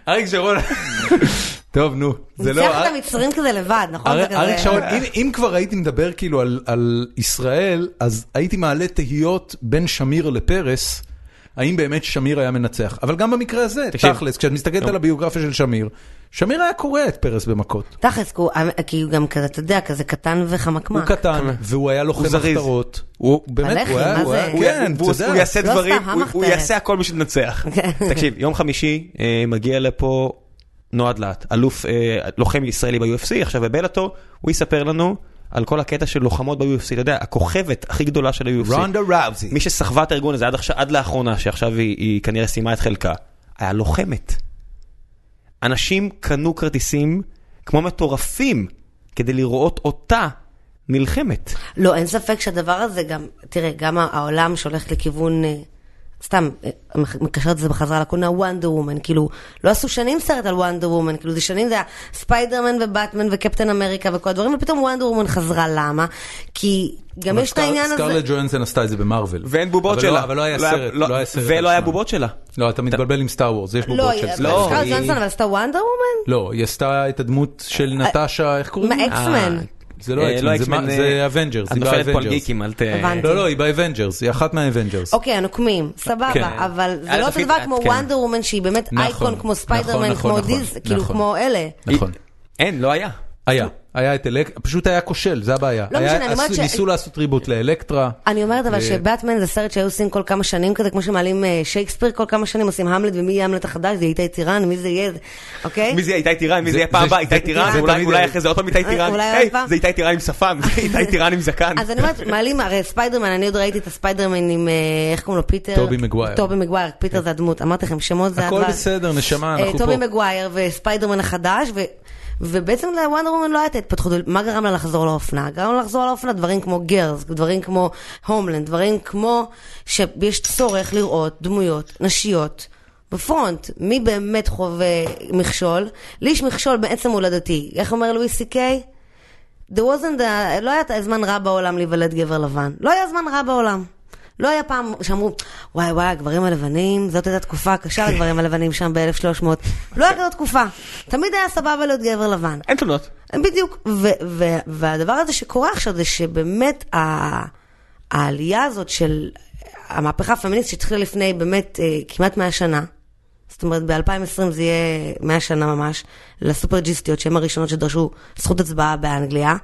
Speaker 1: אריק שרון... טוב, נו. [LAUGHS] זה לא...
Speaker 5: ניצח את המצרים כזה לבד, נכון?
Speaker 1: אר-
Speaker 5: זה
Speaker 1: אריק
Speaker 5: כזה-
Speaker 1: שרון, אם- אם כבר הייתי מדבר כאילו על- על ישראל, אז הייתי מעלה תהיות בין שמיר לפרס. האם באמת שמיר היה מנצח? אבל גם במקרה הזה,
Speaker 2: תקשיב.
Speaker 1: תכלס, כשאת מסתכלת על הביוגרפיה של שמיר, שמיר היה קורע את פרס במכות.
Speaker 5: תכלס, כי הוא- כי הוא גם כזה, אתה יודע, כזה קטן וחמקמק.
Speaker 1: הוא קטן, והוא היה לוחם
Speaker 2: כן. זריז.
Speaker 1: מחתרות. הוא באמת,
Speaker 5: הלחי,
Speaker 1: הוא היה...
Speaker 5: מה
Speaker 1: הוא
Speaker 5: זה?
Speaker 1: היה-
Speaker 2: הוא-
Speaker 1: כן,
Speaker 2: הוא-
Speaker 1: אתה
Speaker 2: הוא
Speaker 1: יודע.
Speaker 2: יעשה
Speaker 5: לא
Speaker 2: דברים,
Speaker 5: סתם
Speaker 2: הוא- הוא
Speaker 5: המחתרת.
Speaker 2: יעשה הכל בשביל
Speaker 5: [LAUGHS]
Speaker 2: לנצח. תקשיב, יום חמישי אה, מגיע לפה נועד להט, אלוף, אה, לוחם ישראלי ב-UFC, עכשיו בבלאטור, הוא יספר לנו על כל הקטע של לוחמות ב-UFC, אתה יודע, הכוכבת הכי גדולה של ה-UFC.
Speaker 1: רונדה ראוזי.
Speaker 2: מי שסחבה את הארגון הזה עד עכשיו, עד לאחרונה, שעכשיו היא היא כנראה סיימה את חלקה, היה לוחמת. אנשים קנו כרטיסים כמו מטורפים כדי לראות אותה נלחמת.
Speaker 5: לא, אין ספק שהדבר הזה גם, תראה, גם העולם שהולך לכיוון, אה, סתם, אה, מקשר את זה בחזרה לקונה, וונדר וומן, כאילו, לא עשו שנים סרט על וונדר וומן, כאילו, זה שנים זה היה ספיידרמן ובטמן וקפטן אמריקה וכל הדברים, ופתאום וונדר וומן חזרה, למה? כי גם
Speaker 1: אבל
Speaker 5: יש את
Speaker 1: סקאר-
Speaker 5: העניין הזה,
Speaker 1: סקארלט ג'וינסון עשתה את זה במארוול.
Speaker 2: ואין בובות
Speaker 1: אבל
Speaker 2: שלה.
Speaker 1: לא- אבל לא היה סרט, לא היה סרט. על
Speaker 2: ולא היה
Speaker 1: שמה.
Speaker 2: בובות שלה.
Speaker 1: לא, אתה מתבלבל עם סטאר וורס, יש
Speaker 5: לא,
Speaker 1: בובות של
Speaker 5: אבל
Speaker 1: סקארלט.
Speaker 2: לא,
Speaker 5: סקארלט
Speaker 2: היא-
Speaker 5: ג'ונסון, אבל עשתה וונדר וומן?
Speaker 1: לא, היא עשתה את הדמות של נטשה, איך קוראים
Speaker 5: אה, מה,
Speaker 1: לה?
Speaker 5: אקסמן?
Speaker 1: זה לא
Speaker 2: אה,
Speaker 1: אקסמן, זה
Speaker 2: X-Men,
Speaker 1: מה-
Speaker 2: אה,
Speaker 1: זה לא אבנג'רס,
Speaker 2: את
Speaker 1: היא
Speaker 2: נופלת פה על
Speaker 1: באבנג'רס.
Speaker 2: גיקים, אל ת...
Speaker 5: הבנתי.
Speaker 1: לא, לא, היא באבנג'רס, היא אחת מהאבנג'רס.
Speaker 5: אוקיי, הנוקמים,
Speaker 1: כן. אה,
Speaker 5: סבבה, אבל זה
Speaker 2: אז
Speaker 5: לא אותו
Speaker 2: אפילו-
Speaker 5: דבר כמו
Speaker 2: כן.
Speaker 5: וונדר וומן, שהיא באמת
Speaker 1: נכון,
Speaker 5: אייקון כמו
Speaker 1: נכון,
Speaker 5: ספיידרמן,
Speaker 1: נכון,
Speaker 5: כמו
Speaker 1: נכון,
Speaker 5: דיס, כאילו,
Speaker 1: נכון.
Speaker 5: כמו אלה.
Speaker 1: נכון.
Speaker 2: אין, לא היה.
Speaker 1: היה, היה את אלקטרה, פשוט היה כושל, זה הבעיה.
Speaker 5: לא
Speaker 1: היה-
Speaker 5: משנה, אני אומרת
Speaker 1: עשו-
Speaker 5: ש-
Speaker 1: ניסו לעשות ריבוט לאלקטרה.
Speaker 5: אני אומרת אבל
Speaker 1: אה,
Speaker 5: שבטמן זה סרט שהיו עושים כל כמה שנים כזה, כמו שמעלים אה, שייקספיר כל כמה שנים, עושים המלט ומי יהיה המלט החדש, זה יהיה איתי טירן, מי זה יהיה, אוקיי?
Speaker 2: מי זה יהיה איתי טירן? מי
Speaker 1: זה-
Speaker 2: זה יהיה פעם
Speaker 1: זה-
Speaker 2: הבאה? איתי
Speaker 1: זה-
Speaker 2: טירן?
Speaker 1: זה
Speaker 2: אולי
Speaker 1: תמיד-
Speaker 2: אולי אחרי זה עוד פעם איתי טירן?
Speaker 5: אה, אולי עוד
Speaker 2: היי,
Speaker 5: פעם?
Speaker 2: זה איתי טירן עם שפם, זה
Speaker 5: [LAUGHS]
Speaker 2: איתי טירן עם זקן.
Speaker 5: אז
Speaker 1: [LAUGHS]
Speaker 5: אני אומרת, מעלים, הרי ספיידרמן, אני עוד ראיתי את הספיידרמן עם, אה, איך קוראים לו, פיטר?
Speaker 1: טובי מגווייר. כן.
Speaker 5: טובי מגווייר, פיטר זה הדמות, אמרתי לכם, שמות זה הדבר.
Speaker 1: הכל בסדר, נשמה,
Speaker 5: אה,
Speaker 1: אנחנו פה.
Speaker 5: טובי מגווייר וספיידרמן החדש, ו... ובעצם לוונדר וומן לא הייתה התפתחות, מה גרם לה לחזור לאופנה? גרם לה לחזור לאופנה דברים כמו גרס, דברים כמו הומלנד, דברים כמו שיש צורך לראות דמויות נשיות בפרונט. מי באמת חווה מכשול? לי יש מכשול בעצם הולדתי. איך אומר לואי סי קיי? There wasn't a, לא היה זמן רע בעולם להיוולד גבר לבן. לא היה זמן רע בעולם. לא היה פעם שאמרו, וואי וואי, הגברים הלבנים, זאת הייתה תקופה קשה לגברים הלבנים שם ב-1300. לא הייתה כזאת תקופה. תמיד היה סבבה להיות גבר לבן.
Speaker 2: אין תלונות.
Speaker 5: בדיוק. ו- ו- והדבר הזה שקורה עכשיו זה שבאמת ה- העלייה הזאת של המהפכה הפמיניסטית שהתחילה לפני באמת אה, כמעט 100 שנה, זאת אומרת ב-2020 זה יהיה 100 שנה ממש, לסופרג'יסטיות שהן הראשונות שדרשו זכות הצבעה באנגליה,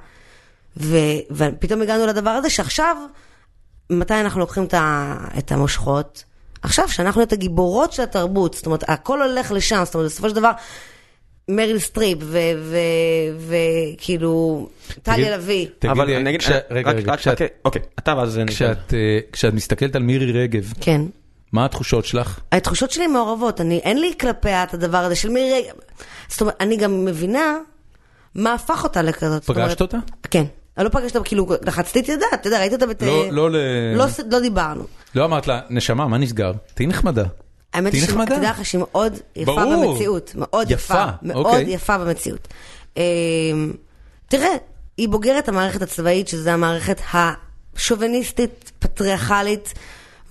Speaker 5: ו- ופתאום הגענו לדבר הזה שעכשיו, מתי אנחנו לוקחים את, ה- את המושכות? עכשיו, שאנחנו את הגיבורות של התרבות, זאת אומרת, הכל הולך לשם, זאת אומרת, בסופו של דבר, מריל סטריפ וכאילו טליה כאילו, לביא.
Speaker 2: אבל
Speaker 1: תגידי,
Speaker 2: אני אגיד,
Speaker 1: כש- אה, רגע,
Speaker 2: רק-
Speaker 1: רגע,
Speaker 2: רק-
Speaker 1: כשאת-
Speaker 2: רק- אוקיי, אתה ואז אני...
Speaker 1: כשאת אה, כשאת מסתכלת על מירי רגב,
Speaker 5: כן.
Speaker 1: מה התחושות שלך?
Speaker 5: התחושות שלי מעורבות, אני, אין לי כלפיה את הדבר הזה של מירי רגב. זאת אומרת, אני גם מבינה מה הפך אותה לכזאת. זאת אומרת-
Speaker 1: פגשת אותה?
Speaker 5: כן. אני לא פגשת, אותה, כאילו, לחצתי את ידה, אתה יודע, ראית אותה בת...
Speaker 1: לא- לא ל-
Speaker 5: לא ס- לא דיברנו.
Speaker 1: לא אמרת לה, נשמה, מה נסגר? תהיי נחמדה.
Speaker 5: האמת
Speaker 1: תהיי
Speaker 5: היא
Speaker 1: נחמדה.
Speaker 5: שתדע לך שהיא מאוד יפה
Speaker 1: ברור.
Speaker 5: במציאות, מאוד
Speaker 1: יפה,
Speaker 5: יפה, מאוד
Speaker 1: אוקיי.
Speaker 5: יפה במציאות. אמ, תראה, היא בוגרת המערכת הצבאית, שזה המערכת השוביניסטית, פטריארכלית,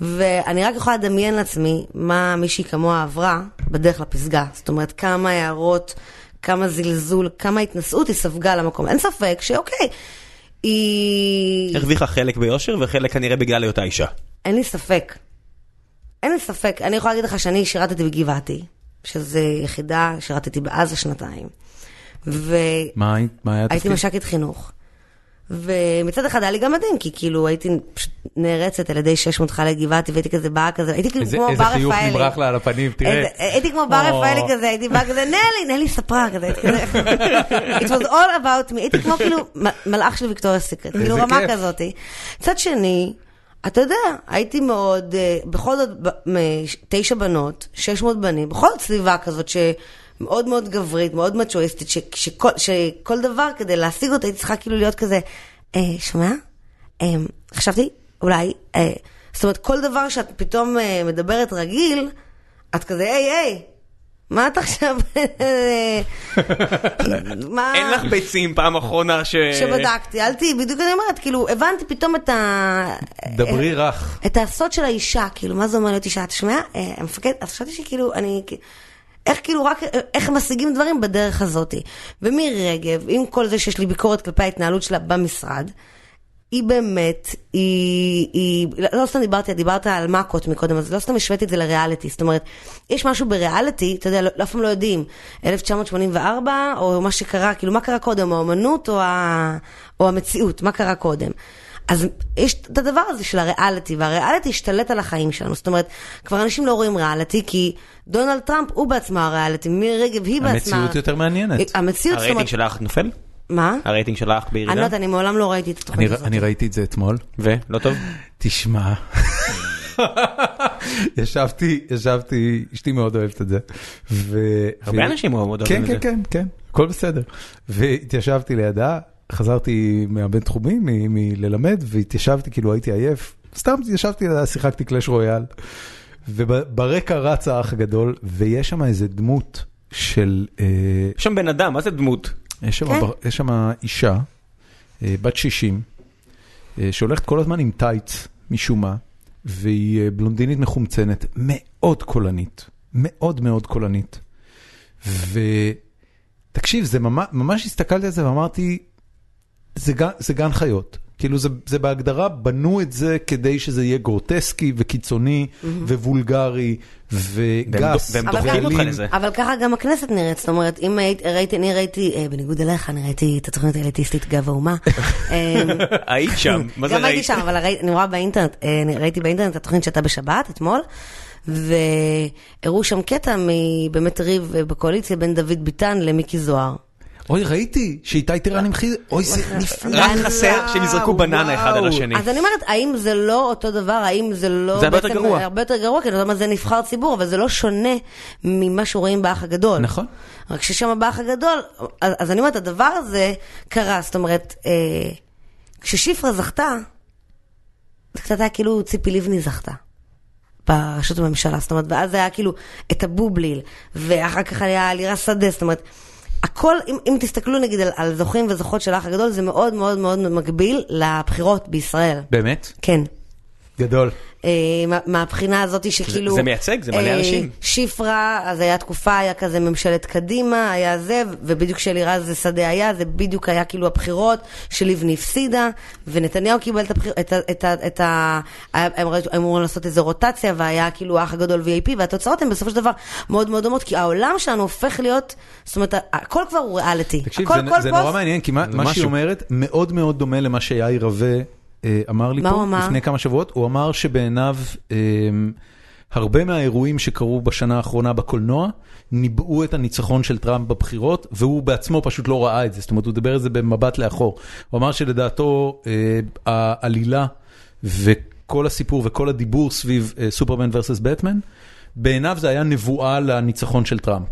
Speaker 5: ואני רק יכולה לדמיין לעצמי מה מישהי כמוה עברה בדרך לפסגה. זאת אומרת, כמה הערות, כמה
Speaker 1: אוקיי.
Speaker 5: זלזול, כמה התנשאות היא ספגה למקום. אין ספק שאוקיי, היא...
Speaker 2: הרוויחה חלק ביושר וחלק כנראה בגלל היותה אישה.
Speaker 5: אין לי ספק. אין לי ספק. אני יכולה להגיד לך שאני שירתתי בגבעתי, שזה יחידה, שירתתי בעזה שנתיים. והייתי
Speaker 1: מה היית- מה היה התפקיד?
Speaker 5: מש"קית חינוך. ומצד אחד היה לי גם מדהים, כי כאילו הייתי פשוט נערצת על ידי 600 חיילי גבעתי, והייתי כזה באה כזה, הייתי כאילו
Speaker 1: איזה-
Speaker 5: כמו בר
Speaker 1: איזה
Speaker 5: רפאלי.
Speaker 1: חיוך נמרח לה על הפנים, תראה.
Speaker 5: איזה- הייתי כמו בר
Speaker 1: או.
Speaker 5: רפאלי כזה, הייתי באה כזה, נלי, נלי ספרה
Speaker 1: [LAUGHS]
Speaker 5: כזה, [LAUGHS] הייתי כזה, it was all about me, הייתי כמו כאילו מ- מלאך של ויקטוריה סיקרט, כאילו
Speaker 1: איזה
Speaker 5: רמה
Speaker 1: כיף.
Speaker 5: כזאתי. מצד שני, אתה יודע, הייתי מאוד, אה, בכל זאת, ב- מ- ש- תשע בנות, 600 בנים, בכל זאת סביבה כזאת ש... מאוד מאוד גברית, מאוד מצ'ואיסטית, ש- שכל- שכל דבר כדי להשיג אותה, הייתי צריכה כאילו להיות כזה, אה, שומע? אמ, חשבתי, אולי, אה, זאת אומרת, כל דבר שאת פתאום אה, מדברת רגיל, את כזה, היי, היי, מה את עכשיו... [LAUGHS] אה, מה...
Speaker 2: אין לך ביצים פעם אחרונה ש...
Speaker 5: אה. שבדקתי, אל תהיי, בדיוק אני אומרת, כאילו, הבנתי פתאום את ה...
Speaker 1: דברי רך.
Speaker 5: את הסוד של האישה, כאילו, מה זה אומר להיות אישה? את שומע? אה, המפקד, אז חשבתי שכאילו, אני... איך כאילו רק, איך משיגים דברים בדרך הזאתי. ומירי רגב, עם כל זה שיש לי ביקורת כלפי ההתנהלות שלה במשרד, היא באמת, היא, היא, לא סתם דיברתי, דיברת על מאקות מקודם, אז לא סתם השוויתי את זה לריאליטי, זאת אומרת, יש משהו בריאליטי, אתה יודע, לא- אף פעם לא יודעים, 1984, או מה שקרה, כאילו, מה קרה קודם, האומנות או, ה, או המציאות, מה קרה קודם. אז יש את הדבר הזה של הריאליטי, והריאליטי השתלט על החיים שלנו, זאת אומרת, כבר אנשים לא רואים ריאליטי, כי דונלד טראמפ הוא בעצמו הריאליטי, מירי רגב היא בעצמה.
Speaker 1: המציאות יותר מעניינת. אה,
Speaker 5: המציאות, זאת
Speaker 2: הרייטינג
Speaker 5: אומרת,
Speaker 2: שלך נופל?
Speaker 5: מה?
Speaker 2: הרייטינג שלך
Speaker 5: אני לא
Speaker 2: בירידה?
Speaker 5: יודעת, אני מעולם לא ראיתי את התוכנית
Speaker 1: אני-
Speaker 5: הזאת.
Speaker 1: אני ראיתי את זה אתמול.
Speaker 2: ו? לא טוב?
Speaker 1: תשמע, ישבתי, ישבתי, אשתי מאוד אוהבת את זה. ו-
Speaker 2: הרבה
Speaker 1: ו-
Speaker 2: אנשים מאוד אוהבים
Speaker 1: כן,
Speaker 2: את
Speaker 1: כן,
Speaker 2: זה.
Speaker 1: כן, כן, הכל בסדר. והתיישבתי לידה, חזרתי מהבינתחומי, מ- מללמד, והתיישבתי, כאילו הייתי עייף, סתם ישבתי לידה, שיחקתי קלאש רויאל. וברקע רץ האח הגדול, ויש שם איזה דמות של, אה,
Speaker 2: יש שם בן אדם, מה זה דמות?
Speaker 1: יש שם
Speaker 5: כן.
Speaker 1: בר- יש שם אישה, אה, בת 60, אה, שהולכת כל הזמן עם טייץ, משום מה, והיא אה, בלונדינית מחומצנת, מאוד קולנית, מאוד מאוד קולנית. ותקשיב, זה ממש, ממש הסתכלתי על זה ואמרתי, זה גן, זה גן חיות. כאילו זה, זה בהגדרה, בנו את זה כדי שזה יהיה גרוטסקי וקיצוני ווולגרי וגס.
Speaker 2: והם
Speaker 5: אבל
Speaker 2: דוחקים
Speaker 5: גם-
Speaker 2: אותך
Speaker 1: ואלים.
Speaker 2: לזה.
Speaker 5: אבל ככה גם הכנסת נראית, זאת אומרת, אם היית- ראיתי, אני ראיתי, אה, בניגוד אליך, אני ראיתי את התוכנית האליטיסטית
Speaker 2: [LAUGHS]
Speaker 5: גב האומה. אה,
Speaker 2: היית שם, מה זה
Speaker 5: גם הייתי
Speaker 2: ראית?
Speaker 5: שם, אבל ראי- אני רואה באינטרנט, אה, אני ראיתי באינטרנט את התוכנית שהייתה בשבת, אתמול, והראו שם קטע מבאמת ריב אה, בקואליציה בין דוד ביטן למיקי זוהר.
Speaker 1: אוי, ראיתי שאיתי טירן המחיר, אוי, זה נפלא.
Speaker 2: רק חסר שהם יזרקו בננה אחד על
Speaker 1: וואו.
Speaker 2: השני.
Speaker 5: לא. אז אני אומרת, האם זה לא אותו דבר, האם זה לא...
Speaker 2: זה הרבה יותר
Speaker 5: בעצם-
Speaker 2: גרוע.
Speaker 5: הרבה יותר גרוע, כי אני יודעת מה זה נבחר ציבור, אבל זה לא שונה ממה שרואים באח הגדול.
Speaker 1: נכון.
Speaker 5: רק ששם באח הגדול, אז, אז אני אומרת, הדבר הזה קרה, זאת אומרת, אה, כששפרה זכתה, זה קצת היה כאילו ציפי לבני זכתה. בראשות הממשלה, זאת אומרת, ואז היה כאילו את אבובליל, ואחר כך היה אלירה שדה, זאת אומרת, הכל, אם, אם תסתכלו נגיד על, על זוכים וזוכות של האח הגדול, זה מאוד מאוד מאוד מקביל לבחירות בישראל.
Speaker 1: באמת?
Speaker 5: כן.
Speaker 1: גדול.
Speaker 5: אה, מה- מהבחינה הזאת שכאילו...
Speaker 2: זה מייצג, זה מלא
Speaker 5: אה,
Speaker 2: אנשים.
Speaker 5: שפרה, אז היה תקופה, היה כזה ממשלת קדימה, היה זה, ובדיוק כשאלירז שדה היה, זה בדיוק היה כאילו הבחירות, שלבני הפסידה, ונתניהו קיבל את הבחירות, את ה... את ה, את ה היה- הם ראו- הם אמורים לעשות איזו רוטציה, והיה כאילו האח הגדול VIP, והתוצאות הן בסופו של דבר מאוד מאוד דומות, כי העולם שלנו הופך להיות, זאת אומרת, הכל כבר הוא ריאליטי.
Speaker 1: תקשיב,
Speaker 5: הכל-
Speaker 1: זה,
Speaker 5: כל
Speaker 1: זה
Speaker 5: פוסט-
Speaker 1: נורא מעניין, כי מה,
Speaker 2: זה
Speaker 1: מה שהיא
Speaker 2: משהו.
Speaker 1: אומרת מאוד מאוד דומה למה שיאיר רווה אה, אמר לי
Speaker 5: מה
Speaker 1: פה
Speaker 5: הוא אמר?
Speaker 1: לפני כמה שבועות. הוא אמר שבעיניו אה, הרבה מהאירועים שקרו בשנה האחרונה בקולנוע ניבאו את הניצחון של טראמפ בבחירות, והוא בעצמו פשוט לא ראה את זה. זאת אומרת, הוא דיבר על זה במבט לאחור. הוא אמר שלדעתו אה, העלילה וכל הסיפור וכל הדיבור סביב אה, סופרמן versus בטמן, בעיניו זה היה נבואה לניצחון של טראמפ.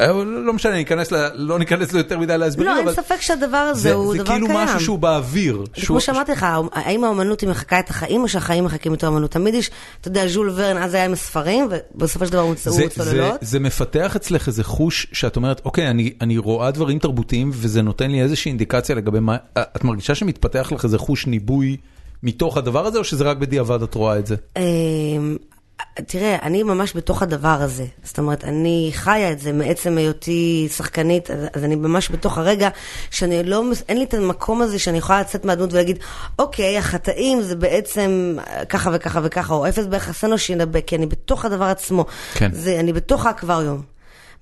Speaker 1: אה, לא לא משנה, ניכנס ל... לא ניכנס לו יותר מדי להסברים,
Speaker 5: לא,
Speaker 1: אבל...
Speaker 5: אין ספק שהדבר הזה הוא דבר
Speaker 1: זה
Speaker 5: קיים.
Speaker 1: כאילו משהו שהוא באוויר.
Speaker 5: זה
Speaker 1: שהוא-
Speaker 5: כמו שאמרתי לך, האם האומנות היא מחקה את החיים, או שהחיים מחקים את האומנות? תמיד יש, אתה יודע, ז'ול ורן אז היה עם הספרים, ובסופו של דבר הומצאו
Speaker 1: זה, זה,
Speaker 5: צוללות.
Speaker 1: זה מפתח אצלך איזה חוש שאת אומרת, אוקיי, אני, אני רואה דברים תרבותיים וזה נותן לי איזושהי אינדיקציה לגבי מה... אה, את מרגישה שמתפתח לך איזה חוש ניבוי מתוך הדבר הזה, או שזה רק בדיעבד את רואה את זה?
Speaker 5: אמ, תראה, אני ממש בתוך הדבר הזה. זאת אומרת, אני חיה את זה מעצם היותי שחקנית, אז, אז אני ממש בתוך הרגע שאני לא, מס- אין לי את המקום הזה שאני יכולה לצאת מהדמות ולהגיד, אוקיי, החטאים זה בעצם אה, ככה וככה וככה, או אפס ביחסנו שינבא, כי אני בתוך הדבר עצמו.
Speaker 1: כן.
Speaker 5: זה, אני בתוך האקווריום.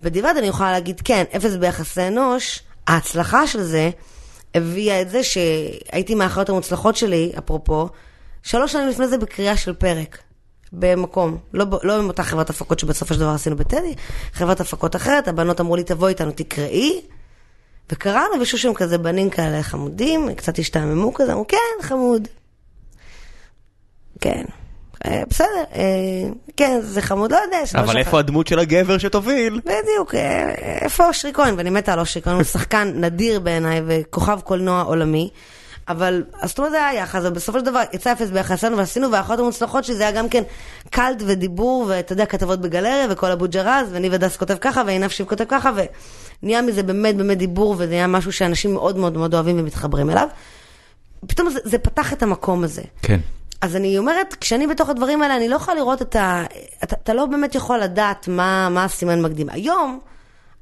Speaker 5: בדיעבד אני יכולה להגיד, כן, אפס ביחסי אנוש, ההצלחה של זה הביאה את זה שהייתי מהאחיות המוצלחות שלי, אפרופו, שלוש שנים לפני זה בקריאה של פרק. במקום, לא, ב- לא עם אותה חברת הפקות שבסופו של דבר עשינו בטדי, חברת הפקות אחרת, הבנות אמרו לי תבוא איתנו, תקראי, וקראנו ושושם כזה בנים כאלה חמודים, קצת השתעממו כזה, אמרו כן, חמוד. כן, אה, בסדר, אה, כן, זה חמוד, לא יודע, שלוש
Speaker 2: אבל
Speaker 5: אחת.
Speaker 2: איפה הדמות של הגבר שתוביל?
Speaker 5: בדיוק, אה, איפה אושרי כהן? ואני מתה על אושרי כהן, הוא שחקן נדיר בעיניי וכוכב קולנוע עולמי. אבל, אז זאת אומרת, זה היה יחס, ובסופו של דבר יצא אפס ביחסנו, ועשינו, והאחיות המוצלחות שזה היה גם כן קלט ודיבור, ואתה יודע, כתבות בגלריה, וכל אבו ג'רז, וניב הדס כותב ככה, ועינב שיב כותב ככה, ונהיה מזה באמת באמת דיבור, וזה היה משהו שאנשים מאוד מאוד מאוד אוהבים ומתחברים אליו. פתאום זה, זה פתח את המקום הזה.
Speaker 1: כן.
Speaker 5: אז אני אומרת, כשאני בתוך הדברים האלה, אני לא יכולה לראות את ה... אתה, אתה לא באמת יכול לדעת מה, מה הסימן מקדים. היום,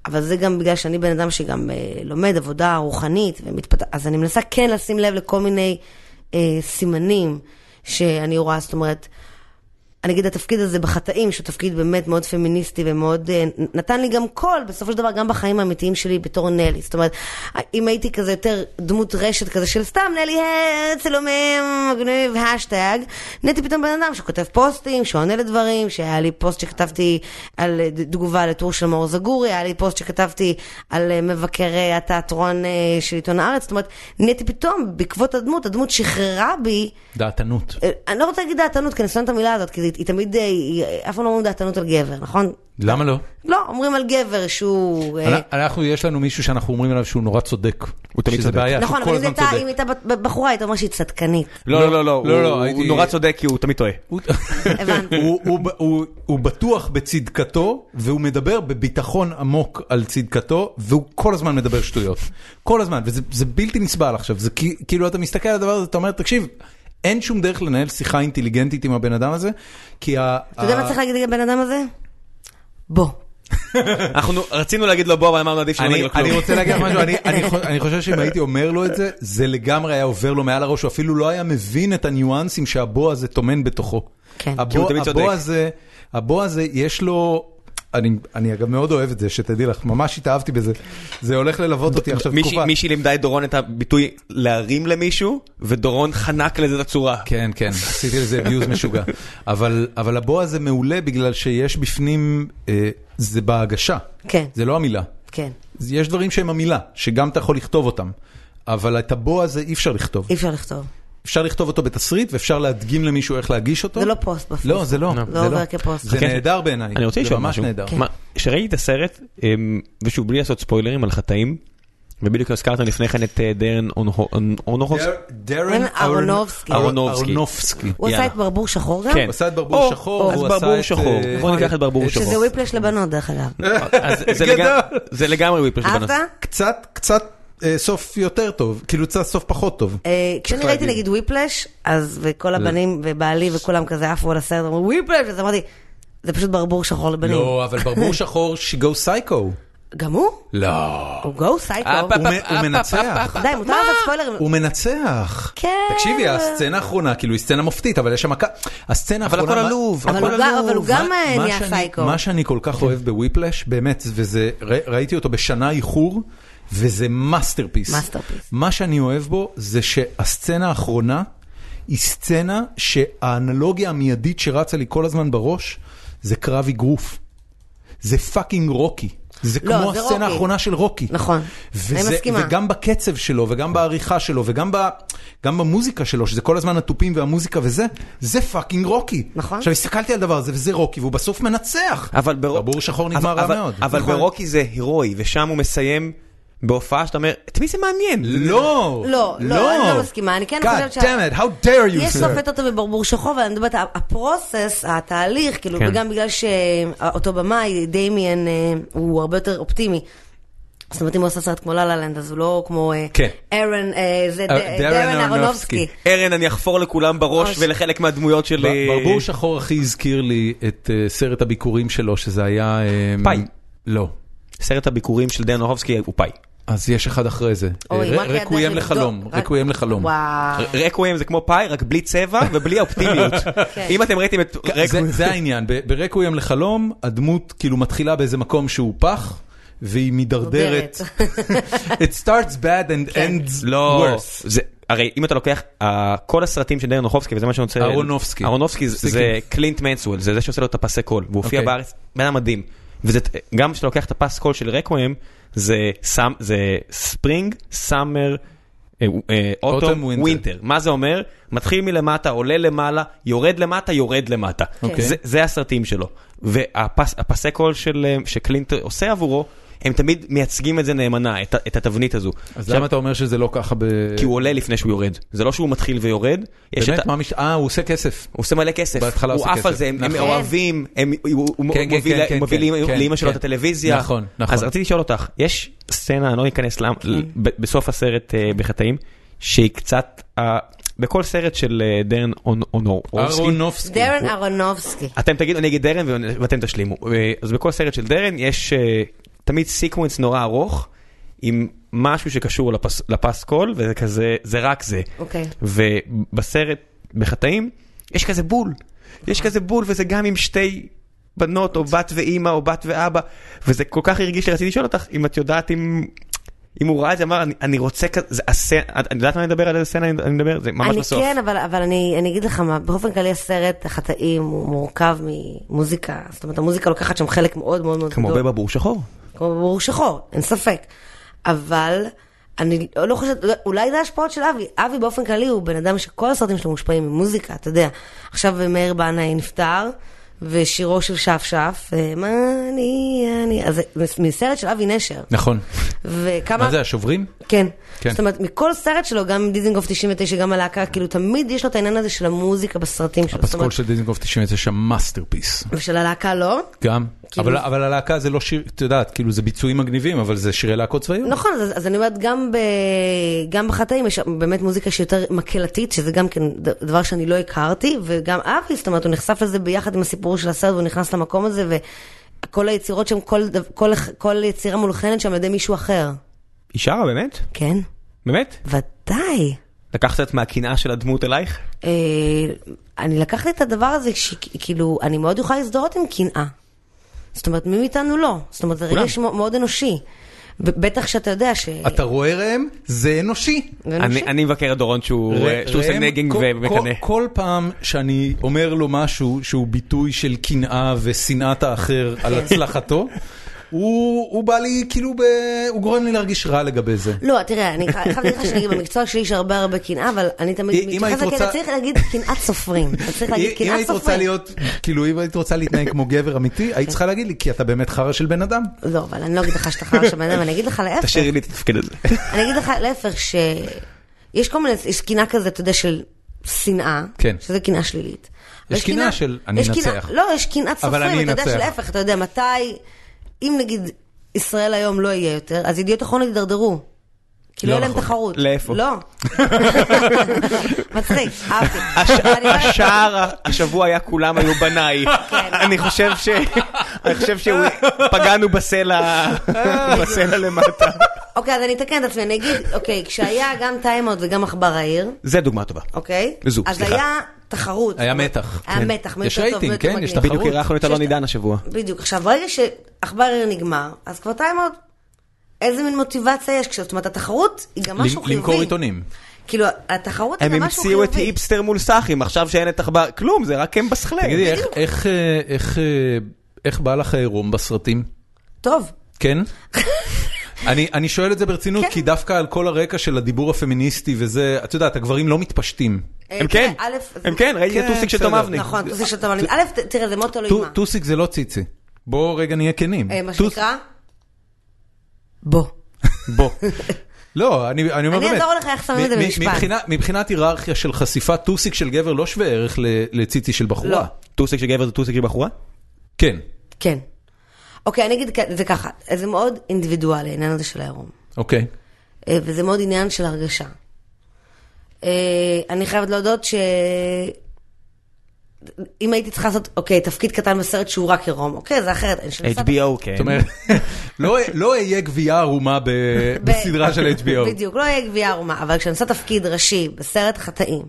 Speaker 5: אבל זה גם בגלל שאני בן אדם שגם אה, לומד עבודה רוחנית ומתפתח, אז אני מנסה כן לשים לב לכל מיני אה, סימנים שאני רואה, זאת אומרת, אני אגיד, התפקיד הזה בחטאים, שהוא תפקיד באמת מאוד פמיניסטי ומאוד, אה, נתן לי גם קול, בסופו של דבר, גם בחיים האמיתיים שלי בתור נלי. זאת אומרת, אם הייתי כזה יותר דמות רשת כזה של סתם נלי, אה, צילומים, מגניב, השטג, נהייתי פתאום בן אדם שכותב פוסטים, שעונה לדברים, שהיה לי פוסט שכתבתי על אה, ד- תגובה לטור של מאור זגורי, היה לי פוסט שכתבתי על אה, מבקר אה, התיאטרון אה, של עיתון הארץ, זאת אומרת, נהייתי פתאום, בעקבות הדמות, הדמות שחררה בי.
Speaker 1: דעתנות.
Speaker 5: אה, אני לא רוצה להגיד דעתנות, כי אני שונאת את המילה הזאת, כי היא, היא תמיד, אה, היא, אף פעם לא אומרים דעתנות על גבר, נכון?
Speaker 1: למה לא?
Speaker 5: לא, אומרים על גבר שהוא... אה,
Speaker 1: אנ- אנחנו, יש לנו מישהו שאנחנו אומרים עליו שהוא נורא צודק. הוא
Speaker 2: תמיד צודק.
Speaker 1: בעיה, שהוא
Speaker 5: נכון,
Speaker 1: אה, כל
Speaker 5: אבל אם
Speaker 1: הזמן
Speaker 5: הייתה- אם
Speaker 1: צודק.
Speaker 5: הייתה בת- בחורה, היית אומר שהיא
Speaker 1: [LAUGHS]
Speaker 5: צדקנית.
Speaker 2: לא, לא, לא,
Speaker 1: לא, לא,
Speaker 2: הוא-
Speaker 1: הייתי-
Speaker 2: הוא נורא צודק כי הוא תמיד טועה.
Speaker 1: הוא-
Speaker 5: הבנתי.
Speaker 1: הוא- הוא- הוא- הוא בטוח בצדקתו, והוא מדבר בביטחון עמוק על צדקתו, והוא כל הזמן מדבר שטויות. כל הזמן, וזה זה בלתי נסבל עכשיו. זה כי- כאילו, אתה מסתכל על הדבר הזה, אתה אומר, תקשיב, אין שום דרך לנהל שיחה אינטליגנטית עם הבן אדם הזה, כי ה...
Speaker 5: אתה יודע מה
Speaker 1: ה-
Speaker 5: צריך להגיד לבן אדם הזה? בוא.
Speaker 2: [LAUGHS] אנחנו רצינו להגיד לו בוא, אבל אמרנו עדיף שלא נגיד
Speaker 1: אני
Speaker 2: לו לא כלום.
Speaker 1: אני רוצה להגיד לך משהו, אני- אני חו- אני חושב שאם הייתי אומר לו את זה, זה לגמרי היה עובר לו מעל הראש, הוא אפילו לא היה מבין את הניואנסים שהבוע הזה טומן בתוכו.
Speaker 5: כן.
Speaker 1: הבוע-
Speaker 2: כי הוא תמיד צודק.
Speaker 1: הבוע הזה, הבוע הזה יש לו... אני, אני אגב מאוד אוהב את זה, שתדעי לך, ממש התאהבתי בזה. זה הולך ללוות אותי עכשיו
Speaker 2: מישהי-
Speaker 1: תקופה.
Speaker 2: מישהי לימדה את דורון את הביטוי להרים למישהו, ודורון חנק לזה את הצורה.
Speaker 1: כן, כן, עשיתי לזה abuse משוגע. אבל, אבל הבוע הזה מעולה בגלל שיש בפנים, אה, זה בהגשה.
Speaker 5: כן.
Speaker 1: זה לא המילה.
Speaker 5: כן.
Speaker 1: יש דברים שהם המילה, שגם אתה יכול לכתוב אותם. אבל את הבוע הזה אי אפשר לכתוב.
Speaker 5: אי אפשר לכתוב.
Speaker 1: אפשר לכתוב אותו בתסריט ואפשר להדגים למישהו איך להגיש אותו.
Speaker 5: זה לא פוסט בפייסבוק.
Speaker 1: לא, זה לא.
Speaker 5: לא
Speaker 1: זה
Speaker 5: עובר כפוסט.
Speaker 1: זה
Speaker 2: כן.
Speaker 1: נהדר בעיניי.
Speaker 2: אני רוצה לשאול משהו.
Speaker 1: זה ממש נהדר.
Speaker 5: כן.
Speaker 2: מה, כשראיתי את הסרט, אמ, ושוב, בלי לעשות ספוילרים על חטאים, ובדיוק הזכרת לפני כן את אה, דרן אונוחובסקי.
Speaker 1: דרן
Speaker 5: אהרונובסקי.
Speaker 2: אהרונובסקי.
Speaker 1: אהרונובסקי.
Speaker 5: הוא עשה
Speaker 2: יאללה.
Speaker 5: את ברבור שחור גם?
Speaker 2: כן.
Speaker 1: הוא עשה את ברבור
Speaker 2: או,
Speaker 1: שחור,
Speaker 2: או,
Speaker 1: הוא
Speaker 2: אז
Speaker 1: עשה
Speaker 2: ברבור
Speaker 1: את,
Speaker 2: שחור.
Speaker 1: אה,
Speaker 2: בוא ניקח את ברבור
Speaker 1: אה,
Speaker 2: שחור.
Speaker 5: שזה וויפלש לבנות דרך אגב.
Speaker 2: אז זה
Speaker 1: גדול.
Speaker 2: לגמרי- זה לגמרי וויפלש
Speaker 5: אהבת?
Speaker 2: לבנות.
Speaker 1: קצת, קצת אה, סוף יותר טוב, כאילו קצת סוף פחות טוב.
Speaker 5: אה, כשאני
Speaker 1: צריך
Speaker 5: ראיתי
Speaker 1: להגיד.
Speaker 5: נגיד וויפלש, אז וכל הבנים ובעלי וכולם כזה עפו על הסרט, אמרו וויפלש, אז אמרתי, זה פשוט ברבור שחור לבנים.
Speaker 1: לא, אבל ברבור שחור שיגו סייקו.
Speaker 5: גם הוא?
Speaker 1: לא.
Speaker 5: הוא גו סייקו.
Speaker 1: הוא מ- הוא מנצח.
Speaker 5: די, מותר לעשות ספוילרים.
Speaker 1: הוא מנצח.
Speaker 5: כן.
Speaker 1: תקשיבי, הסצנה האחרונה, כאילו, היא סצנה מופתית, אבל יש שם מכה. הסצנה
Speaker 2: אבל
Speaker 1: האחרונה...
Speaker 2: הכל
Speaker 1: מה-
Speaker 2: עלוב, כן.
Speaker 5: אבל הוא גם- אבל הוא גם
Speaker 1: מה-
Speaker 5: אה,
Speaker 1: מה
Speaker 5: נהיה
Speaker 1: שאני-
Speaker 5: סייקו.
Speaker 1: מה שאני כל כך אוהב בוויפלש, באמת, וזה, ר- ראיתי אותו בשנה איחור, וזה מאסטרפיס.
Speaker 5: מאסטרפיס.
Speaker 1: מה שאני אוהב בו זה שהסצנה האחרונה היא סצנה שהאנלוגיה המיידית שרצה לי כל הזמן בראש זה קרב אגרוף. זה פאקינג רוקי. זה
Speaker 5: לא,
Speaker 1: כמו
Speaker 5: זה
Speaker 1: הסצנה
Speaker 5: רוקי.
Speaker 1: האחרונה של רוקי.
Speaker 5: נכון.
Speaker 1: וזה,
Speaker 5: אני מסכימה.
Speaker 1: וגם בקצב שלו, וגם בעריכה שלו, וגם ב, גם במוזיקה שלו, שזה כל הזמן התופים והמוזיקה וזה, זה פאקינג רוקי.
Speaker 5: נכון.
Speaker 1: עכשיו, הסתכלתי על דבר הזה, וזה רוקי, והוא בסוף מנצח.
Speaker 2: אבל ברוק...
Speaker 1: ברור שחור נגמר רע מאוד.
Speaker 2: אבל
Speaker 1: נכון.
Speaker 2: ברוקי זה הירואי, ושם הוא מסיים בהופעה שאתה אומר, את מי זה מעניין?
Speaker 1: לא,
Speaker 5: לא, לא, אני לא מסכימה, אני כן חושבת ש...
Speaker 1: God damn it, how dare you,
Speaker 5: יש
Speaker 1: sir.
Speaker 5: שופט אותו בברבור שחור, אבל אני מדברת, הפרוסס, התהליך, כאילו,
Speaker 2: כן.
Speaker 5: וגם בגלל שאותו במאי, דמיאן, אה, הוא הרבה יותר אופטימי. זאת אומרת, אם הוא עושה סרט כמו לה לה לנד, אז הוא לא כמו אה,
Speaker 1: כן.
Speaker 5: ארן, אה, זה ד-
Speaker 1: אה, דרן
Speaker 5: דרן
Speaker 1: אהרונופסקי.
Speaker 5: אהרונובסקי.
Speaker 2: ארן, אני אחפור לכולם בראש
Speaker 5: אוש.
Speaker 2: ולחלק מהדמויות של...
Speaker 1: ב- ברבור שחור הכי הזכיר לי את אה, סרט הביקורים שלו, שזה היה... אה,
Speaker 2: פאי.
Speaker 1: לא.
Speaker 2: אה, סרט הביקורים של דן אורובסקי הוא פאי.
Speaker 1: אז יש אחד אחרי זה.
Speaker 5: אוי,
Speaker 1: אה,
Speaker 5: רק
Speaker 1: ר-
Speaker 5: הדרך
Speaker 1: רקויים
Speaker 5: לבדוק.
Speaker 1: לחלום,
Speaker 5: רק-
Speaker 1: רקויים לחלום. אה,
Speaker 5: וואו.
Speaker 2: רקווים זה כמו פאי, רק בלי צבע ובלי האופטימיות.
Speaker 5: כן.
Speaker 2: אם אתם ראיתם את
Speaker 1: זה-
Speaker 2: רקווים...
Speaker 1: זה העניין, ב- ברקויים לחלום, הדמות כאילו מתחילה באיזה מקום שהוא פח, והיא מידרדרת. It starts bad and
Speaker 5: כן.
Speaker 1: ends
Speaker 2: לא,
Speaker 1: worse.
Speaker 2: זה, הרי אם אתה לוקח, ה- כל הסרטים של דרן אורחובסקי, וזה מה שאני רוצה...
Speaker 1: אהרונופסקי.
Speaker 2: אהרונופסקי זה- זה
Speaker 1: פסיקים.
Speaker 2: קלינט מנסוול, זה זה שעושה לו את הפסי קול, והוא הופיע
Speaker 1: אוקיי.
Speaker 2: בארץ, בן אדם מדהים. וזה, גם כשאתה לוקח את הפס קול של רקווים, זה סאם- זה ספרינג, סאמר, אה, אה,
Speaker 1: אוטום,
Speaker 2: אוטום,
Speaker 1: ווינטר.
Speaker 2: ווינטר. מה זה אומר? מתחיל מלמטה, עולה למעלה, יורד למטה, יורד למטה.
Speaker 1: אוקיי.
Speaker 2: זה- זה הסרטים שלו. והפסי קול של, אה, שקלינט עושה עבורו, הם תמיד מייצגים את זה נאמנה, את ה- את התבנית הזו.
Speaker 1: אז
Speaker 2: עכשיו-
Speaker 1: למה אתה אומר שזה לא ככה ב...
Speaker 2: כי הוא עולה לפני שהוא יורד. זה לא שהוא מתחיל ויורד, יש את
Speaker 1: באמת?
Speaker 2: ה...
Speaker 1: מה מש... אה, הוא עושה כסף.
Speaker 2: הוא עושה מלא כסף,
Speaker 1: בהתחלה
Speaker 2: הוא
Speaker 1: עושה
Speaker 2: עף על
Speaker 1: כסף.
Speaker 2: זה, הם הם
Speaker 1: נכון.
Speaker 2: אוהבים, הם- הוא הוא- הוא
Speaker 1: כן, כן,
Speaker 2: מביא
Speaker 1: כן,
Speaker 2: לה-
Speaker 1: כן,
Speaker 2: הוא מביא
Speaker 1: כן,
Speaker 2: לאמא-
Speaker 1: כן,
Speaker 2: לאמא שלו את
Speaker 1: כן.
Speaker 2: הטלוויזיה.
Speaker 1: נכון, נכון.
Speaker 2: אז רציתי לשאול אותך, יש סצנה, אני לא אכנס למ- ב- בסוף הסרט אה, בחטאים, שהיא קצת, אה, בכל סרט של אה, דרן אונ- אונורובסקי,
Speaker 1: אהרונופסקי.
Speaker 5: דרן אהרונובסקי.
Speaker 1: אה,
Speaker 2: אתם תגידו, אני אגיד דרן ו- ואתם תשלימו. אה, אז בכל סרט של דרן יש אה, תמיד סיקוונס נורא ארוך, עם משהו שקשור לפס- לפסקול, וזה כזה, זה רק זה.
Speaker 5: אוקיי.
Speaker 2: ובסרט, בחטאים, יש כזה בול. יש
Speaker 5: אוקיי.
Speaker 2: כזה בול, וזה גם עם שתי בנות, או בת ואימא, או בת ואבא, וזה כל כך הרגיש לי, רציתי לשאול אותך, אם את יודעת אם... אם הוא ראה את זה, אמר, אני, אני רוצה כזה, זה הסצנה, את יודעת מה אני מדבר? על איזה סצנה אני אני מדבר? זה ממש
Speaker 5: אני
Speaker 2: בסוף.
Speaker 5: כן, אבל, אבל אני, אני אגיד לך מה, באופן כללי הסרט החטאים הוא מורכב ממוזיקה, זאת אומרת המוזיקה לוקחת שם חלק מאוד מאוד מאוד
Speaker 2: כמו
Speaker 5: גדול.
Speaker 2: הרבה בבור שחור.
Speaker 5: כמו ברור שחור, אין ספק. אבל אני לא חושבת, לא- אולי זה ההשפעות של אבי. אבי באופן כללי הוא בן אדם שכל הסרטים שלו מושפעים ממוזיקה, אתה יודע. עכשיו אה, מאיר בנאי נפטר, ושירו של שפשף, אה, מה אני, אה, אני, אז זה מסרט של אבי נשר.
Speaker 1: נכון.
Speaker 5: וכמה...
Speaker 1: מה זה, השוברים?
Speaker 5: כן.
Speaker 1: כן.
Speaker 5: כן. זאת אומרת, מכל סרט שלו, גם דיזינגוף 99, גם הלהקה, כאילו תמיד יש לו את העניין הזה של המוזיקה בסרטים שלו. זאת
Speaker 1: הפסקול
Speaker 5: אומרת,
Speaker 1: של דיזנגוף 99 שם מאסטרפיס.
Speaker 5: ושל הלהקה לא.
Speaker 1: גם.
Speaker 5: כאילו-
Speaker 1: אבל- אבל הלהקה זה לא שיר, את יודעת, כאילו זה ביצועים מגניבים, אבל זה שירי להקות צבאיות.
Speaker 5: נכון, אז, אז אני אומרת, גם, ב... גם בחטאים יש באמת מוזיקה שיותר מקהלתית, שזה גם כן ד- דבר שאני לא הכרתי, וגם אבי, זאת אומרת, הוא נחשף לזה ביחד עם הסיפור של הסרט, והוא נכנס למקום הזה, כל היצירות שם, כל, דב- כל, כל יצירה מולחנת שם על ידי מישהו אחר.
Speaker 2: היא שרה באמת?
Speaker 5: כן?
Speaker 2: באמת?
Speaker 5: ודאי.
Speaker 2: לקחת את מהקנאה של הדמות אלייך?
Speaker 5: אה, אני לקחתי את הדבר הזה, שכאילו, אני מאוד יכולה להזדהות עם קנאה. זאת אומרת, מי מאיתנו לא? זאת אומרת, זה
Speaker 2: כולם.
Speaker 5: רגש מאו- מאוד אנושי. ב- בטח שאתה יודע ש...
Speaker 1: אתה רואה ראם? זה אנושי.
Speaker 5: זה לא אנושי.
Speaker 2: אני אני מבקר את דורון שהוא
Speaker 1: ר-
Speaker 2: שהוא עושה
Speaker 1: ראם,
Speaker 2: נגינג
Speaker 1: כל-
Speaker 2: ומקנא.
Speaker 1: כל- כל פעם שאני אומר לו משהו שהוא ביטוי של קנאה ושנאת
Speaker 5: [LAUGHS]
Speaker 1: האחר על הצלחתו, הוא הוא בא לי כאילו, ב- הוא גורם לי להרגיש רע לגבי זה.
Speaker 5: לא, תראה, אני חייבת להגיד לך שנגיד במקצוע שלי יש הרבה הרבה קנאה, אבל אני
Speaker 1: אם-
Speaker 5: תמיד
Speaker 1: אם
Speaker 5: מתייחסת,
Speaker 1: היית
Speaker 5: כי
Speaker 1: רוצה-
Speaker 5: אתה צריך להגיד קנאת סופרים. אתה צריך
Speaker 1: אם
Speaker 5: להגיד
Speaker 1: אם
Speaker 5: קנאת
Speaker 1: היית רוצה
Speaker 5: סופרים.
Speaker 1: להיות, כאילו אם היית רוצה להתנהג כמו גבר אמיתי, היית צריכה להגיד לי, כי אתה באמת חרא של בן אדם.
Speaker 5: לא, אבל אני לא אגיד לך שאתה חרא של בן אדם, אני אגיד לך להפך.
Speaker 2: תשאירי לי את
Speaker 1: [LAUGHS]
Speaker 2: התפקיד הזה.
Speaker 5: אני אגיד לך להפך, שיש כל מיני, יש קנאה כזה, אתה יודע, של שנאה,
Speaker 1: כן.
Speaker 5: שזה קנאה שלילית. אבל
Speaker 1: קנאה של אני
Speaker 5: יש קנאה-
Speaker 1: אנצח.
Speaker 5: לא, יש קנאת
Speaker 1: אבל אני
Speaker 5: סופרים, אתה יודע
Speaker 1: אנצח.
Speaker 5: שלהפך, אתה יודע, מתי, אם נגיד ישראל היום לא יהיה יותר, אז ידיעות אחרונות יידרדרו. כי לא
Speaker 1: לא
Speaker 5: יהיה להם
Speaker 1: נכון.
Speaker 5: תחרות.
Speaker 2: לאיפה?
Speaker 1: [LAUGHS]
Speaker 5: לא. מצחיק, אהבתי. אני לא-
Speaker 2: השער השבוע היה כולם היו
Speaker 5: [LAUGHS]
Speaker 2: בניי.
Speaker 5: כן.
Speaker 2: אני חושב ש...
Speaker 1: [LAUGHS]
Speaker 2: אני חושב שפגענו בסלע בסלע למטה.
Speaker 5: אוקיי, אז אני אתקן את עצמי, אני אגיד, אוקיי, כשהיה גם טיימאוט וגם עכבר העיר,
Speaker 2: זה דוגמה טובה.
Speaker 5: אוקיי?
Speaker 2: זוג,
Speaker 5: אז
Speaker 2: סליחה.
Speaker 5: היה תחרות.
Speaker 1: היה מתח.
Speaker 5: היה
Speaker 1: כן.
Speaker 5: מתח, מי
Speaker 1: יש
Speaker 5: יותר טוב,
Speaker 1: רייטינג,
Speaker 5: מי יותר
Speaker 1: כן, יש
Speaker 5: מגניב.
Speaker 1: תחרות.
Speaker 2: בדיוק אירחנו את
Speaker 5: שיש
Speaker 2: אלון
Speaker 5: ת-
Speaker 2: עידן השבוע.
Speaker 5: בדיוק. עכשיו, ברגע שעכבר העיר נגמר, אז כבר טיימאוט, איזה מין מוטיבציה יש? כש- זאת אומרת, התחרות היא גם משהו חיובי.
Speaker 1: למכור עיתונים.
Speaker 5: כאילו, התחרות היא
Speaker 2: הם
Speaker 5: גם משהו
Speaker 2: המציאו את
Speaker 5: חיובי.
Speaker 2: היפסטר מול סאחים, עכשיו שאין את עכבר, כלום, זה רק הם בסכלי.
Speaker 1: תגידי, איך- איך, אה, איך, אה, איך בא לך עירום בסרטים?
Speaker 5: טוב. [LAUGHS]
Speaker 1: כן? אני, אני שואל את זה ברצינות,
Speaker 5: כן.
Speaker 1: כי דווקא על כל הרקע של הדיבור הפמיניסטי וזה, את יודעת, הגברים לא מתפשטים.
Speaker 5: אה,
Speaker 2: הם
Speaker 5: תראה,
Speaker 2: כן,
Speaker 5: א', זה-
Speaker 2: הם כן, ראיתי את
Speaker 1: כן,
Speaker 2: הטוסיק של
Speaker 1: בסדר.
Speaker 2: תום אבני.
Speaker 5: נכון, טוסיק של טוב. א', ת- תראה, זה מאוד תלוי
Speaker 1: טו-
Speaker 5: מה.
Speaker 1: טוסיק זה לא ציצי. בוא רגע נהיה כנים.
Speaker 5: אה, מה
Speaker 1: טוס-
Speaker 5: שנקרא? בוא.
Speaker 1: בוא.
Speaker 5: [LAUGHS]
Speaker 1: לא, אני, אני אומר
Speaker 5: אני
Speaker 1: באמת.
Speaker 5: אעזור לך איך שמים את זה
Speaker 1: מ- מ-
Speaker 5: במשפט.
Speaker 1: מבחינה- מבחינת היררכיה של חשיפה, טוסיק של גבר לא שווה ערך ל- לציצי של בחורה.
Speaker 5: לא.
Speaker 2: טוסיק של גבר זה טוסיק של בחורה?
Speaker 1: כן,
Speaker 5: כן. אוקיי, אני אגיד כ- זה ככה, זה מאוד אינדיבידואלי, העניין הזה של העירום.
Speaker 1: אוקיי.
Speaker 5: אה, וזה מאוד עניין של הרגשה. אה, אני חייבת להודות ש... אם הייתי צריכה לעשות, אוקיי, תפקיד קטן בסרט שהוא רק עירום, אוקיי, זה אחרת. אני שנסעת-
Speaker 2: HBO כן.
Speaker 1: זאת אומרת, [LAUGHS] לא- לא אהיה גבייה ערומה ב-
Speaker 5: ב-
Speaker 1: בסדרה
Speaker 5: [LAUGHS]
Speaker 1: של HBO.
Speaker 5: בדיוק, לא יהיה גבייה ערומה, אבל כשאני עושה תפקיד ראשי בסרט חטאים,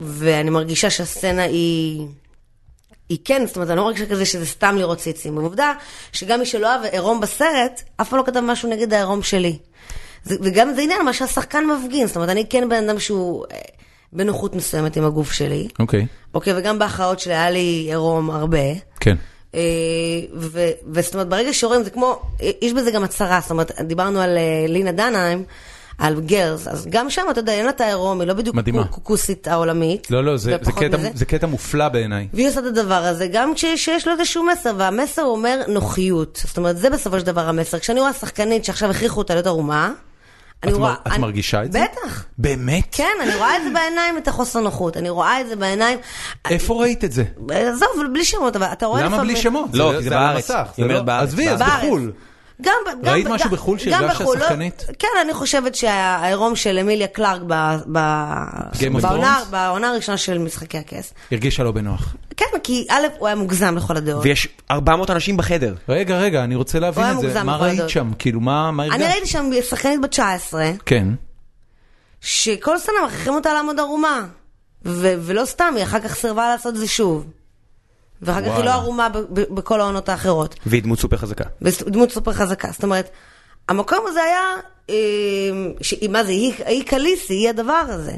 Speaker 5: ואני מרגישה שהסצנה היא... היא כן, זאת אומרת, אני לא מרגישה כזה שזה סתם לראות ציצים. ועובדה שגם מי שלא אהב עירום בסרט, אף פעם לא כתב משהו נגד העירום שלי. זה, וגם זה עניין מה שהשחקן מפגין, זאת אומרת, אני כן בן אדם שהוא אה, בנוחות מסוימת עם הגוף שלי.
Speaker 1: אוקיי,
Speaker 5: אוקיי, וגם בהכרעות שלי היה לי עירום הרבה.
Speaker 1: כן.
Speaker 5: אה, ו- וזאת אומרת, ברגע שרואים, זה כמו, אה, יש בזה גם הצהרה, זאת אומרת, דיברנו על אה, לינה דנהיים, על גרס, אז גם שם, אתה יודע, אין לה את העירום, היא לא בדיוק
Speaker 1: מדהימה.
Speaker 5: קוקוסית העולמית.
Speaker 1: לא, לא, זה- זה
Speaker 5: ופחות
Speaker 1: קטע-
Speaker 5: מזה.
Speaker 1: זה קטע מופלא בעיניי.
Speaker 5: והיא עושה את הדבר הזה, גם כשיש לו איזשהו מסר, והמסר אומר נוחיות. זאת אומרת, זה בסופו של דבר המסר. כשאני רואה שחקנית שעכשיו הכריחו אותה להיות ערומה, אני
Speaker 1: את
Speaker 5: רואה...
Speaker 1: מר- את
Speaker 5: אני-
Speaker 1: מרגישה את זה?
Speaker 5: בטח.
Speaker 1: באמת?
Speaker 5: כן, אני רואה את זה בעיניים, את החוסר נוחות. אני רואה את זה בעיניים.
Speaker 1: איפה ראית את זה?
Speaker 5: עזוב, בלי שמות, אבל אתה רואה
Speaker 1: אה, למה בלי שמות?
Speaker 2: לא,
Speaker 1: זה-
Speaker 2: כי זה
Speaker 1: זה על
Speaker 2: בארץ.
Speaker 1: המסך,
Speaker 2: היא
Speaker 1: זה
Speaker 2: אומרת
Speaker 1: לא-
Speaker 2: בארץ,
Speaker 1: עזבי, אז
Speaker 5: בארץ.
Speaker 1: בחו"ל.
Speaker 5: גם, ב- גם,
Speaker 1: ראית
Speaker 5: ב-
Speaker 1: משהו
Speaker 5: גם-
Speaker 1: בחו"ל
Speaker 5: גם
Speaker 1: שהרגשת
Speaker 5: בחו"ל, לא-
Speaker 1: שחקנית?
Speaker 5: כן, אני חושבת שהעירום של אמיליה קלארק ב, ב,
Speaker 1: Game of
Speaker 5: בעונה,
Speaker 1: Thrones?
Speaker 5: בעונה הראשונה של משחקי הכס.
Speaker 1: הרגישה לא בנוח.
Speaker 5: כן, כי א', הוא היה מוגזם לכל הדעות.
Speaker 2: ויש 400 אנשים בחדר.
Speaker 1: רגע, רגע, אני רוצה להבין
Speaker 5: הוא היה
Speaker 1: את זה.
Speaker 5: מוגזם
Speaker 1: מה
Speaker 5: בכל
Speaker 1: ראית
Speaker 5: זאת.
Speaker 1: שם? כאילו, מה מה הרגשת?
Speaker 5: אני ראיתי שם שחקנית בת 19,
Speaker 1: כן.
Speaker 5: שכל סנה מכריחים אותה לעמוד ערומה. ו- ולא סתם, היא אחר כך סירבה לעשות זה שוב. ואחר כך היא לא
Speaker 1: וואלה.
Speaker 5: ערומה ב- ב- בכל העונות האחרות.
Speaker 2: והיא דמות סופר חזקה.
Speaker 5: ודמות סופר חזקה. זאת אומרת, המקום הזה היה, אה, ש- מה זה, היא היא קליסי, היא הדבר הזה.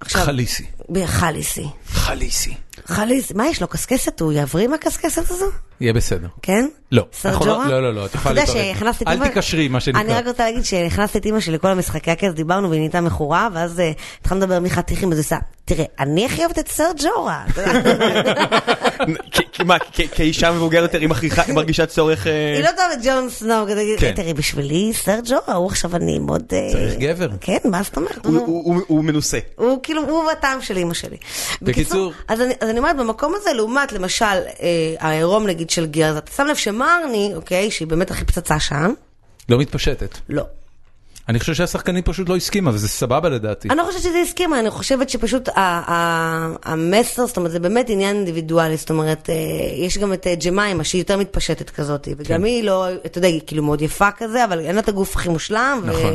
Speaker 5: עכשיו,
Speaker 1: חליסי.
Speaker 5: בחליסי.
Speaker 1: חליסי.
Speaker 5: חליסי, מה יש לו קסקסת? הוא יבריא עם הקסקסת הזו?
Speaker 1: יהיה בסדר.
Speaker 5: כן?
Speaker 1: לא.
Speaker 5: סרג'ורה?
Speaker 1: אנחנו לא- לא, לא, לא, את יכולה
Speaker 5: אתה יודע
Speaker 1: להתערב.
Speaker 5: שהכנסתי את
Speaker 1: אל
Speaker 5: אמא...
Speaker 1: תקשרי, מה שנקרא.
Speaker 5: אני רק רוצה להגיד שהכנסתי את אמא שלי לכל המשחקי הכס, דיברנו והיא נהייתה מכורה, ואז אה, התחלנו לדבר מחתיכים, אז היא עושה, תראה, אני הכי אוהבת את סרג'ורה.
Speaker 2: [LAUGHS]
Speaker 1: [LAUGHS]
Speaker 2: כי- כי- מה, כ- כאישה מבוגרת יותר היא מכריחה- היא מרגישה צורך... אה,
Speaker 5: היא לא טובה ג'ון סנואו, כזה,
Speaker 1: כן.
Speaker 5: תראי, בשבילי סרג'ורה הוא עכשיו אני מאוד... אה,
Speaker 1: צריך גבר.
Speaker 5: כן, מה זאת אומרת?
Speaker 2: הוא- הוא הוא- הוא מנוסה.
Speaker 5: הוא כאילו, הוא הטעם של אימא שלי.
Speaker 1: בקיצור-
Speaker 5: אז אני, אז אני אומרת, במקום הזה, לעומת, למשל, אה, העירום נגיד של גרז, אתה שם לב שמרני, אוקיי, שהיא באמת הכי פצצה שם,
Speaker 1: לא מתפשטת.
Speaker 5: לא.
Speaker 1: אני חושב שהשחקנית פשוט לא הסכימה, וזה סבבה לדעתי.
Speaker 5: אני לא חושבת שזה הסכימה, אני חושבת שפשוט ה- ה- המסר, זאת אומרת, זה באמת עניין אינדיבידואלי, זאת אומרת, אה, יש גם את אה, ג'מיימה, שהיא יותר מתפשטת כזאת, וגם היא לא, אתה יודע, היא כאילו מאוד יפה כזה, אבל אין לה את הגוף הכי מושלם, ו-
Speaker 1: נכון.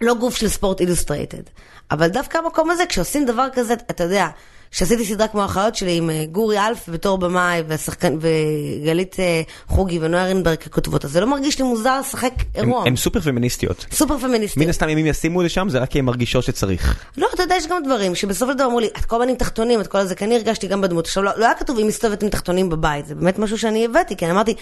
Speaker 5: לא גוף של ספורט אילוסטרייטד. אבל דווקא המקום הזה, כשעושים דבר כזה, אתה יודע, כשעשיתי סדרה כמו האחיות שלי עם אה, גורי אלף בתור במאי, והשחקן- וגלית אה, חוגי ונויה רנברג ככותבות, אז זה לא מרגיש לי מוזר לשחק
Speaker 2: הן-
Speaker 5: אירוע.
Speaker 2: הן סופר פמיניסטיות.
Speaker 5: סופר פמיניסטי.
Speaker 2: מן הסתם אם הם ישימו לשם זה רק כי הן מרגישות שצריך.
Speaker 5: לא, אתה יודע, יש גם דברים שבסופו של דבר אמרו לי, את כל הזמן עם תחתונים, את כל הזה, כי אני הרגשתי גם בדמות. עכשיו, לא, לא היה כתוב היא מסתובבת עם תחתונים בבית, זה באמת משהו שאני הבאתי, כי אני אמרתי,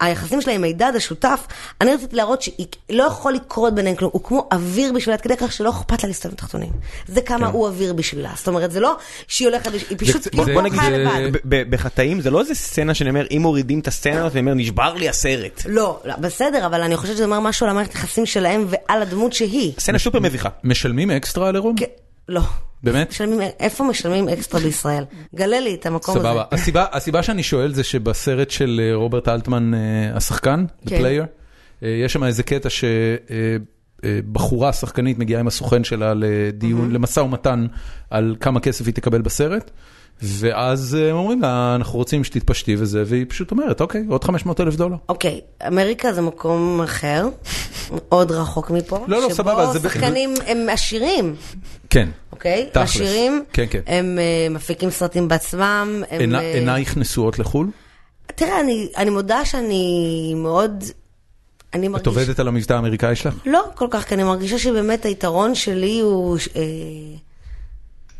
Speaker 5: היחסים שלה עם מידד השותף, אני רציתי להראות שלא יכול לקרות ביניהם כלום, הוא כמו אוויר בשבילה, עד כדי כך שלא אכפת לה להסתובב עם תחתונים. זה כמה הוא אוויר בשבילה, זאת אומרת, זה לא שהיא הולכת, היא פשוט
Speaker 1: קצת-
Speaker 5: כאילו
Speaker 1: כן. זה- אה,
Speaker 5: כמו
Speaker 1: בוא נגיד,
Speaker 5: חיה
Speaker 1: זה-
Speaker 5: לבד.
Speaker 2: ב- ב- בחטאים זה לא איזה סצנה שאני אומר אם מורידים את הסצנה הזאת אני אומר נשבר לי הסרט.
Speaker 5: לא, לא, בסדר, אבל אני חושבת שזה אומר משהו על המערכת יחסים שלהם ועל הדמות שהיא.
Speaker 1: [LAUGHS]
Speaker 2: סצנה סופר מביכה.
Speaker 1: משלמים אקסטרה על עירום?
Speaker 5: כן, לא.
Speaker 1: באמת?
Speaker 5: משלמים, איפה משלמים אקסטרה בישראל? גלה לי את המקום הזה.
Speaker 1: סבבה. הסיבה, הסיבה שאני שואל זה שבסרט של אה, רוברט אלטמן, אה, השחקן, The
Speaker 5: כן.
Speaker 1: Player, אה, יש שם איזה קטע שבחורה, שחקנית, מגיעה עם הסוכן שלה לדיון, למשא ומתן על כמה כסף היא תקבל בסרט. ואז אה, הם אומרים לה, אנחנו רוצים שתתפשטי וזה, והיא פשוט אומרת, אוקיי, עוד 500 אלף דולר.
Speaker 5: אוקיי, אמריקה זה מקום אחר, מאוד רחוק מפה.
Speaker 1: לא, לא, סבבה, זה
Speaker 5: שבו
Speaker 1: ב-
Speaker 5: שחקנים הם עשירים,
Speaker 1: כן.
Speaker 5: אוקיי?
Speaker 1: תכלס.
Speaker 5: עשירים,
Speaker 1: כן, כן.
Speaker 5: הם אה, מפיקים סרטים בעצמם. הם,
Speaker 1: עיני-
Speaker 5: אה,
Speaker 1: עינייך נשואות לחו"ל?
Speaker 5: תראה, אני- אני מודה שאני מאוד... אני
Speaker 1: את
Speaker 5: מרגישה...
Speaker 1: עובדת על המבטא האמריקאי שלך?
Speaker 5: לא כל כך, כי אני מרגישה שבאמת היתרון שלי הוא... ש- אה,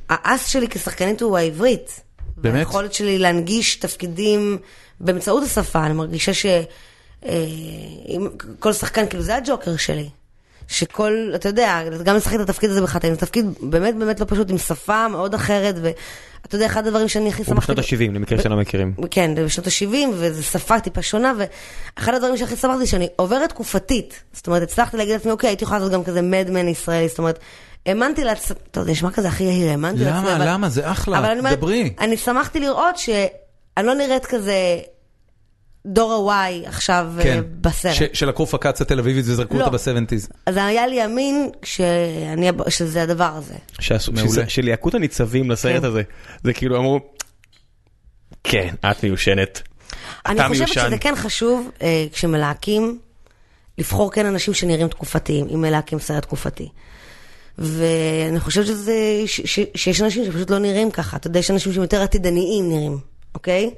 Speaker 5: האס שלי כשחקנית הוא העברית.
Speaker 1: באמת?
Speaker 5: והיכולת שלי להנגיש תפקידים באמצעות השפה, אני מרגישה ש... אה, אם- כל שחקן, כאילו זה הג'וקר שלי. שכל, אתה יודע, גם לשחק את התפקיד הזה בחטאים, זה תפקיד באמת באמת לא פשוט, עם שפה מאוד אחרת, ואתה יודע, אחד הדברים שאני הכי
Speaker 2: הוא
Speaker 5: שמחתי...
Speaker 2: בשנות ה-70 למקרה שאתם לא מכירים.
Speaker 5: כן, זה בשנות ה-70, וזו שפה טיפה שונה, ואחד הדברים שהכי שמחתי, שאני עוברת תקופתית. זאת אומרת, הצלחתי להגיד לעצמי, אוקיי, הייתי יכולה לעשות גם כזה מדמן ישראלי, זאת אומרת, האמנתי לעצמי, טוב, זה נשמע כזה הכי יהיר, האמנתי
Speaker 1: למה?
Speaker 5: לעצמי. אבל-
Speaker 1: למה? זה אחלה,
Speaker 5: אבל אני אומרת,
Speaker 1: דברי.
Speaker 5: אני שמחתי לראות שאני לא נראית כזה דור ה-Y עכשיו אה, בסרט.
Speaker 1: כן. ש- שלקחו פקץ התל אביבית וזרקו
Speaker 5: לא.
Speaker 1: אותה ב-70's.
Speaker 5: אז היה לי אמין שאני, הב- שזה הדבר הזה.
Speaker 2: שעשו-
Speaker 1: מעולה.
Speaker 2: שזה- שליהקו את הניצבים לסרט
Speaker 5: כן.
Speaker 2: הזה. זה כאילו אמרו, כן, את מיושנת.
Speaker 5: אני
Speaker 2: אתה
Speaker 5: חושבת
Speaker 2: מיושן.
Speaker 5: שזה כן חשוב אה, כשמלהקים, לבחור כן אנשים שנראים תקופתיים, אם מלהקים סרט תקופתי. ואני חושבת שזה, ש, ש, שיש אנשים שפשוט לא נראים ככה. אתה יודע, יש אנשים שהם יותר עתידניים נראים, אוקיי?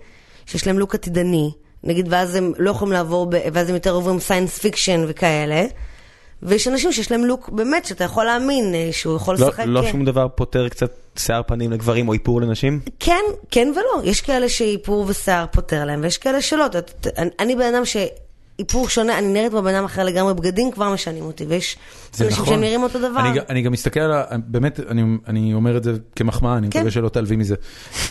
Speaker 5: שיש להם לוק עתידני, נגיד, ואז הם לא יכולים לעבור, ב, ואז הם יותר עוברים סיינס פיקשן וכאלה. ויש אנשים שיש להם לוק, באמת, שאתה יכול להאמין אה, שהוא יכול
Speaker 2: לא-
Speaker 5: לשחק...
Speaker 2: לא
Speaker 5: אה,
Speaker 2: שום דבר פותר קצת שיער פנים לגברים או איפור לנשים?
Speaker 5: כן, כן ולא. יש כאלה שאיפור ושיער פותר להם, ויש כאלה שלא. אתה- אתה- אני, אני בן אדם שאיפור שונה, אני נראית בבן אדם אחר לגמרי, בגדים כבר משנים אותי, ויש
Speaker 1: זה
Speaker 5: אנשים
Speaker 1: נכון.
Speaker 5: שנראים כאילו, אותו דבר.
Speaker 1: אני, ג- אני גם מסתכל על, ה- באמת, אני, אני אומר את זה כמחמאה, אני
Speaker 5: כן.
Speaker 1: מקווה שלא תעלבי מזה.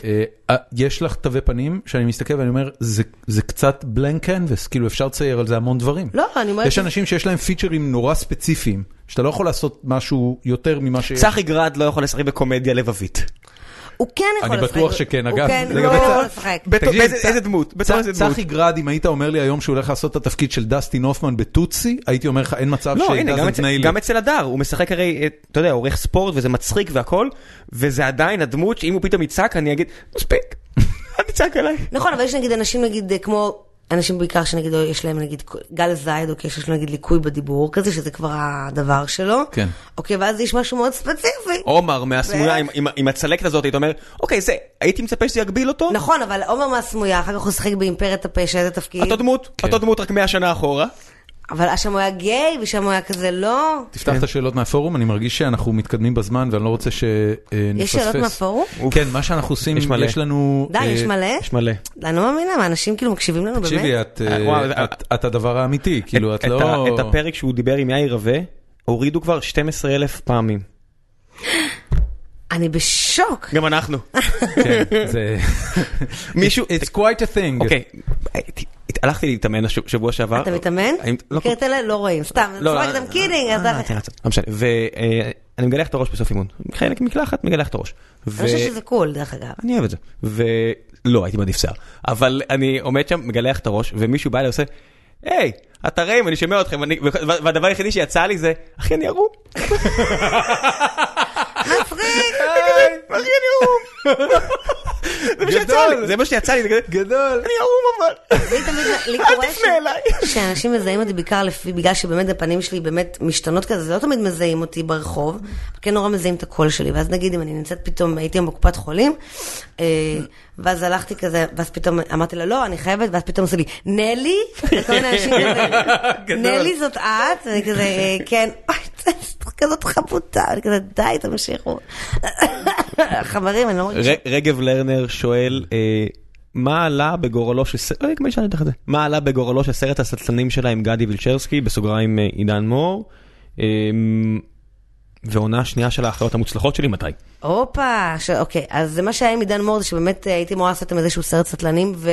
Speaker 1: אה, אה, יש לך תווי פנים שאני מסתכל ואני אומר, זה, זה קצת בלנק קנבס, כאילו אפשר לצייר על זה המון דברים.
Speaker 5: לא, אני אומרת...
Speaker 1: יש אנשים שיש להם פיצ'רים נורא ספציפיים, שאתה לא יכול לעשות משהו יותר ממה ש...
Speaker 2: צחי גרד לא יכול לשחק בקומדיה לבבית.
Speaker 5: הוא כן יכול
Speaker 1: אני
Speaker 5: לשחק.
Speaker 1: בטוח שכן,
Speaker 5: הוא
Speaker 1: אגב,
Speaker 5: כן
Speaker 1: לגבי
Speaker 5: לא
Speaker 1: צ-
Speaker 5: יכול לשחק.
Speaker 2: בתור-
Speaker 1: תקשיב,
Speaker 2: באיזה-
Speaker 1: צ-
Speaker 2: איזה דמות? בתור
Speaker 1: צ-
Speaker 2: איזה דמות?
Speaker 1: צחי גרד, אם היית אומר לי היום שהוא הולך לעשות את התפקיד של דסטין הופמן בטוצי, הייתי אומר לך, אין מצב
Speaker 2: לא,
Speaker 1: ש-
Speaker 2: הנה, גם
Speaker 1: doesn't
Speaker 2: אצל-
Speaker 1: nail it."
Speaker 2: גם אצל הדר, הוא משחק הרי, אה, אתה יודע, עורך ספורט וזה מצחיק והכל, וזה עדיין הדמות שאם הוא פתאום יצעק אני אגיד, מספיק, אל תצעק עליי.
Speaker 5: נכון, אבל יש נגיד אנשים, נגיד, אה, כמו... אנשים בעיקר שנגיד, או יש להם נגיד גל זייד, אוקיי, שיש לו נגיד ליקוי בדיבור כזה, שזה כבר הדבר שלו.
Speaker 1: כן.
Speaker 5: אוקיי, ואז יש משהו מאוד ספציפי.
Speaker 2: עומר מהסמויה עם- עם- עם הצלקת הזאת, אתה אומר, אוקיי, זה, הייתי מצפה שזה יגביל אותו,
Speaker 5: נכון, אבל עומר מהסמויה, אחר כך הוא שיחק באימפרית הפה, שזה תפקיד.
Speaker 2: אותו דמות, אותו דמות רק 100 שנה אחורה.
Speaker 5: אה? אבל שם הוא היה גיי, ושם הוא היה כזה לא.
Speaker 1: תפתח את השאלות מהפורום, אני מרגיש שאנחנו מתקדמים בזמן ואני לא רוצה שנפספס.
Speaker 5: יש שאלות מהפורום?
Speaker 1: כן, מה שאנחנו עושים,
Speaker 2: יש מלא.
Speaker 1: יש לנו...
Speaker 5: די,
Speaker 1: אה,
Speaker 5: יש מלא?
Speaker 2: יש מלא.
Speaker 5: אני לא מאמינה, מה, אנשים כאילו מקשיבים לנו
Speaker 1: תקשיבי,
Speaker 5: באמת?
Speaker 1: את, אה,
Speaker 2: אה, וואו,
Speaker 1: את- את הדבר האמיתי, כאילו, את
Speaker 2: ה-
Speaker 1: לא...
Speaker 2: את הפרק שהוא דיבר עם יאיר רווה, הורידו כבר 12 אלף פעמים. אה.
Speaker 5: אני בשוק.
Speaker 2: גם אנחנו.
Speaker 5: אה,
Speaker 1: כן, [LAUGHS] זה...
Speaker 2: מישהו...
Speaker 1: It's quite a thing.
Speaker 2: אוקיי, הת- אה, הלכתי להתאמן הש- שבוע שעבר.
Speaker 5: אתה מתאמן?
Speaker 2: האם- לא כל-
Speaker 5: מכיר את אלה? לא רואים, סתם,
Speaker 2: לא,
Speaker 5: סבבה,
Speaker 2: לא,
Speaker 5: אתם קידינג, אז...
Speaker 2: אה, תראה, לא משנה. ואני מגלח את הראש בסוף אימון. חלק מקלחת, מגלח את הראש.
Speaker 5: אני חושבת שזה קול, דרך אגב.
Speaker 2: אני אוהב את זה. לא, ולא, הייתי מעדיף שיער. אבל אני עומד שם, מגלח את הראש, ומישהו בא אליי ועושה, היי, אתרים, אני שומע אתכם, אני- ו- והדבר היחידי שיצא לי זה, אחי, אני ערום.
Speaker 5: מצחיק!
Speaker 2: היי, אחי, אני ערום.
Speaker 1: [LAUGHS]
Speaker 2: זה מה שיצא
Speaker 1: גדול.
Speaker 2: לי, זה מה שיצא לי, זה כזה,
Speaker 1: גדול.
Speaker 2: אני ערום אבל.
Speaker 5: לי תמיד- לי
Speaker 2: אל
Speaker 5: קורה ש-
Speaker 2: תפנה אליי.
Speaker 5: שאנשים מזהים אותי בעיקר לפי, בגלל שבאמת הפנים שלי באמת משתנות כזה, זה לא תמיד מזהים אותי ברחוב, אבל כן נורא מזהים את הקול שלי, ואז נגיד אם אני נמצאת פתאום, הייתי היום בקופת חולים, אה, ואז הלכתי כזה, ואז פתאום אמרתי לה, לא, אני חייבת, ואז פתאום עשו לי, נלי? וכל מיני אנשים כזה,
Speaker 2: [LAUGHS] גדול.
Speaker 5: נלי זאת את? ואני כזה, אה, כן, [LAUGHS] אוי, את כזאת חמודה, אני כזה, די, תמשיכו. [LAUGHS] חברים, אני לא מרגישה...
Speaker 2: ר- רגב לרנר שואל, אה, מה עלה בגורלו של אה, סרט, רגע, מה שאלתי אותך את זה. מה עלה בגורלו של סרט הסטלנים שלה עם גדי וילצ'רסקי, בסוגריים אה, עידן מור, אה, ועונה שנייה של האחיות המוצלחות שלי, מתי?
Speaker 5: הופה, ש... אוקיי, אז זה מה שהיה עם עידן מור, זה שבאמת אה, הייתי אמורה לעשות עם איזשהו סרט סטלנים, ו...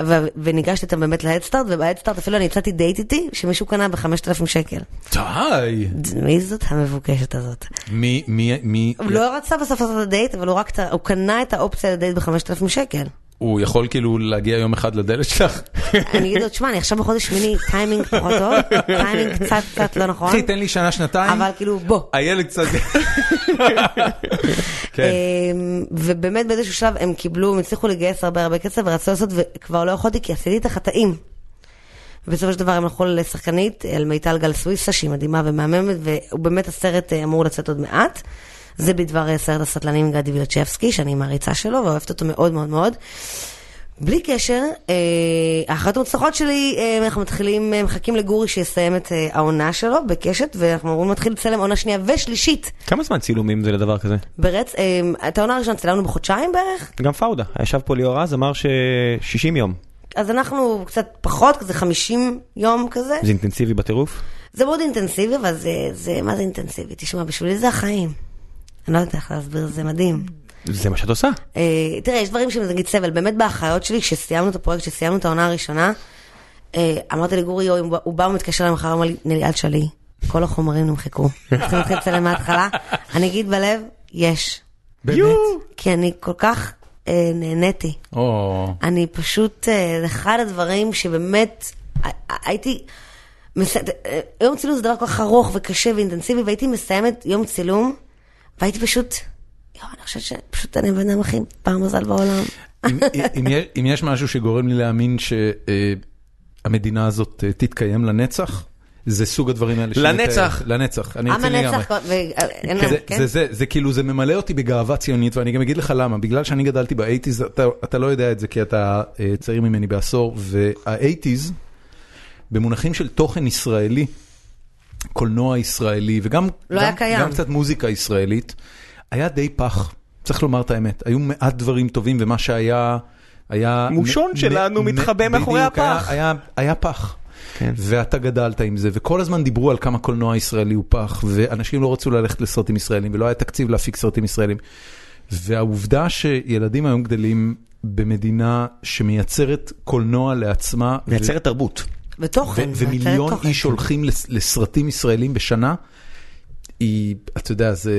Speaker 5: ו... וניגשתי איתם באמת להדסטארט, ובהדסטארט אפילו אני יצאתי דייט איתי, שמישהו קנה ב-5,000 שקל.
Speaker 1: די.
Speaker 5: ד- מי זאת המבוקשת הזאת?
Speaker 1: מי, מי, מי,
Speaker 5: הוא לא רצה בסוף לעשות את הדייט, אבל הוא, רק... ת- הוא קנה את האופציה לדייט ב-5,000 שקל.
Speaker 1: הוא יכול כאילו להגיע יום אחד לדלת שלך?
Speaker 5: אני אגיד לו, תשמע, אני עכשיו בחודש שמיני, טיימינג פחות נכון, טוב, טיימינג קצת קצת
Speaker 1: [LAUGHS]
Speaker 5: לא נכון,
Speaker 1: אחי, תן לי שנה, שנתיים.
Speaker 5: אבל כאילו, בוא.
Speaker 1: הילד
Speaker 5: [LAUGHS]
Speaker 1: קצת... כן.
Speaker 5: אמ, ובאמת באיזשהו שלב הם קיבלו, הם הצליחו לגייס הרבה הרבה כסף ורצו לעשות וכבר לא יכולתי כי עשיתי את החטאים. בסופו של דבר הם הלכו לשחקנית, אל מיטל גל סוויסה שהיא מדהימה ומהממת ובאמת הסרט אה, אמור לצאת עוד מעט. זה בדבר אה, סרט הסטלנים עם גדי וילצ'בסקי שאני מעריצה שלו ואוהבת אותו מאוד מאוד מאוד. בלי קשר, אה, האחת המוצלחות שלי, אה, אנחנו מתחילים, אה, מחכים לגורי שיסיים את אה, העונה שלו בקשת ואנחנו אמורים להתחיל לצלם עונה שנייה ושלישית.
Speaker 2: כמה זמן צילומים זה לדבר כזה?
Speaker 5: ברצ... אמ, את העונה הראשונה צילמנו בחודשיים בערך,
Speaker 2: גם פאודה, ישב פה ליאור אז, אמר ש-60 יום.
Speaker 5: אז אנחנו קצת פחות, כזה 50 יום כזה.
Speaker 2: זה אינטנסיבי בטירוף?
Speaker 5: זה מאוד אינטנסיבי, אבל זה, זה, מה זה אינטנסיבי? תשמע, בשבילי זה החיים. אני לא יודעת איך להסביר, זה מדהים.
Speaker 2: זה מה שאת עושה.
Speaker 5: אה, תראה, יש דברים שהם נגיד סבל. באמת באחיות שלי, כשסיימנו את הפרויקט, כשסיימנו את העונה הראשונה, אה, אמרתי לגורי, יואי, הוא בא- הוא בא, הוא מתקשר אליי מחר, אמר לי, נלי, אל תשאלי, כל החומרים נמחקו. אתם מתחילים לצלם מההתחלה, אני אגיד בלב, יש.
Speaker 1: באמת?
Speaker 5: כי אני כל כך אה, נהניתי.
Speaker 1: או,
Speaker 5: אני פשוט, אה, זה אחד הדברים שבאמת, אה, אה, הייתי, מס... אה, יום צילום זה דבר כל כך ארוך וקשה ואינטנסיבי, והייתי מסיימת יום צילום, והייתי פשוט, יואו, אני חושבת שפשוט אני הבן אדם הכי בר מזל בעולם.
Speaker 1: אם- אם יש- אם יש משהו שגורם לי להאמין שהמדינה הזאת אה, תתקיים לנצח, זה סוג הדברים האלה. שאני
Speaker 2: לנצח.
Speaker 1: מתאר. לנצח, אני
Speaker 5: עם
Speaker 1: רציני לגמרי.
Speaker 5: הנצח, אה, ואין
Speaker 1: זה,
Speaker 5: לנו,
Speaker 1: כן? זה, זה, זה כאילו, זה ממלא אותי בגאווה ציונית, ואני גם אגיד לך למה, בגלל שאני גדלתי באייטיז, אתה, אתה לא יודע את זה כי אתה אה, צעיר ממני בעשור, והאייטיז, במונחים של תוכן ישראלי, קולנוע ישראלי, וגם
Speaker 5: לא
Speaker 1: גם,
Speaker 5: היה קיים.
Speaker 1: גם קצת מוזיקה ישראלית, היה די פח, צריך לומר את האמת. היו מעט דברים טובים, ומה שהיה, היה...
Speaker 2: מושון
Speaker 1: מ-
Speaker 2: שלנו
Speaker 1: מ-
Speaker 2: מתחבא מאחורי
Speaker 1: בדיוק, היה-
Speaker 2: הפח.
Speaker 1: היה, היה פח.
Speaker 2: כן.
Speaker 1: ואתה גדלת עם זה, וכל הזמן דיברו על כמה קולנוע ישראלי הוא פח, ואנשים לא רצו ללכת לסרטים ישראלים, ולא היה תקציב להפיק סרטים ישראלים. והעובדה שילדים היום גדלים במדינה שמייצרת קולנוע לעצמה, ו-
Speaker 2: מייצרת תרבות.
Speaker 5: ותוכן,
Speaker 1: ו-
Speaker 5: זה יותר
Speaker 1: ומיליון
Speaker 5: תוכן.
Speaker 1: איש הולכים לס- לסרטים ישראלים בשנה, היא, אתה יודע, זה...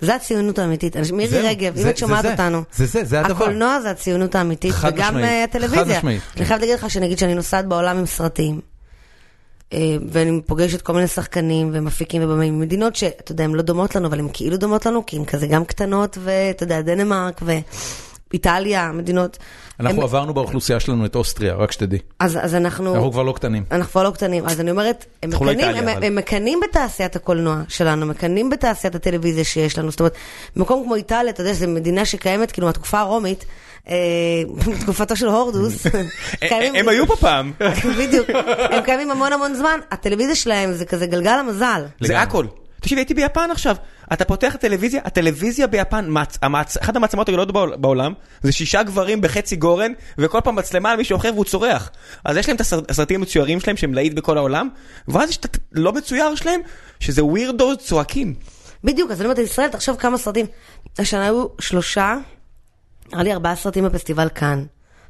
Speaker 5: זה הציונות האמיתית. אנשים- מירי
Speaker 1: זהו,
Speaker 5: רגב, אם
Speaker 1: זה-
Speaker 5: את שומעת
Speaker 1: זה זה.
Speaker 5: אותנו.
Speaker 1: זה זה, זה הדבר.
Speaker 5: הקולנוע זה הציונות האמיתית,
Speaker 1: חד
Speaker 5: וגם
Speaker 1: משמעית,
Speaker 5: אה,
Speaker 1: חד
Speaker 5: הטלוויזיה.
Speaker 1: משמעית. כן.
Speaker 5: אני חייבת להגיד לך שנגיד שאני נוסעת בעולם עם סרטים, אה, ואני פוגשת כל מיני שחקנים ומפיקים ובמאים ממדינות שאתה יודע, הן לא דומות לנו, אבל הן כאילו דומות לנו, כי הן כזה גם קטנות, ואתה יודע, דנמרק ואיטליה, מדינות.
Speaker 1: אנחנו
Speaker 5: הם-
Speaker 1: עברנו באוכלוסייה שלנו את אוסטריה, רק שתדעי.
Speaker 5: אז אז
Speaker 1: אנחנו
Speaker 5: אנחנו...
Speaker 1: כבר לא קטנים.
Speaker 5: אנחנו כבר לא קטנים, אז אני אומרת, הם
Speaker 2: אנחנו לא
Speaker 5: מקנאים,
Speaker 2: איטליה,
Speaker 5: הם-
Speaker 2: אבל.
Speaker 5: הם מקנאים בתעשיית הקולנוע שלנו, מקנאים בתעשיית הטלוויזיה שיש לנו, זאת אומרת, מקום כמו איטליה, אתה יודע, שזו מדינה שקיימת כאילו מהתקופה הרומית, אה, [LAUGHS] תקופתו של
Speaker 2: [LAUGHS]
Speaker 5: הורדוס, קיימים-
Speaker 2: אה, הם היו פה [LAUGHS] פעם.
Speaker 5: [LAUGHS] בדיוק, הם קיימים המון המון זמן, הטלוויזיה שלהם זה כזה גלגל המזל.
Speaker 2: זה הכל. תקשיב, הייתי ביפן עכשיו, אתה פותח הטלוויזיה, הטלוויזיה ביפן, מעצ- המעצ- אחת המעצמות הגדולות בעול- בעולם, זה שישה גברים בחצי גורן, וכל פעם מצלמה על מישהו אחר והוא צורח. אז יש להם את הסר- הסרטים המצוירים שלהם, שהם להיט בכל העולם, ואז יש את הלא מצויר שלהם, שזה ווירדו צועקים.
Speaker 5: בדיוק, אז אני אומרת, ישראל, תחשוב כמה סרטים. השנה היו שלושה, נראה לי ארבעה סרטים בפסטיבל כאן.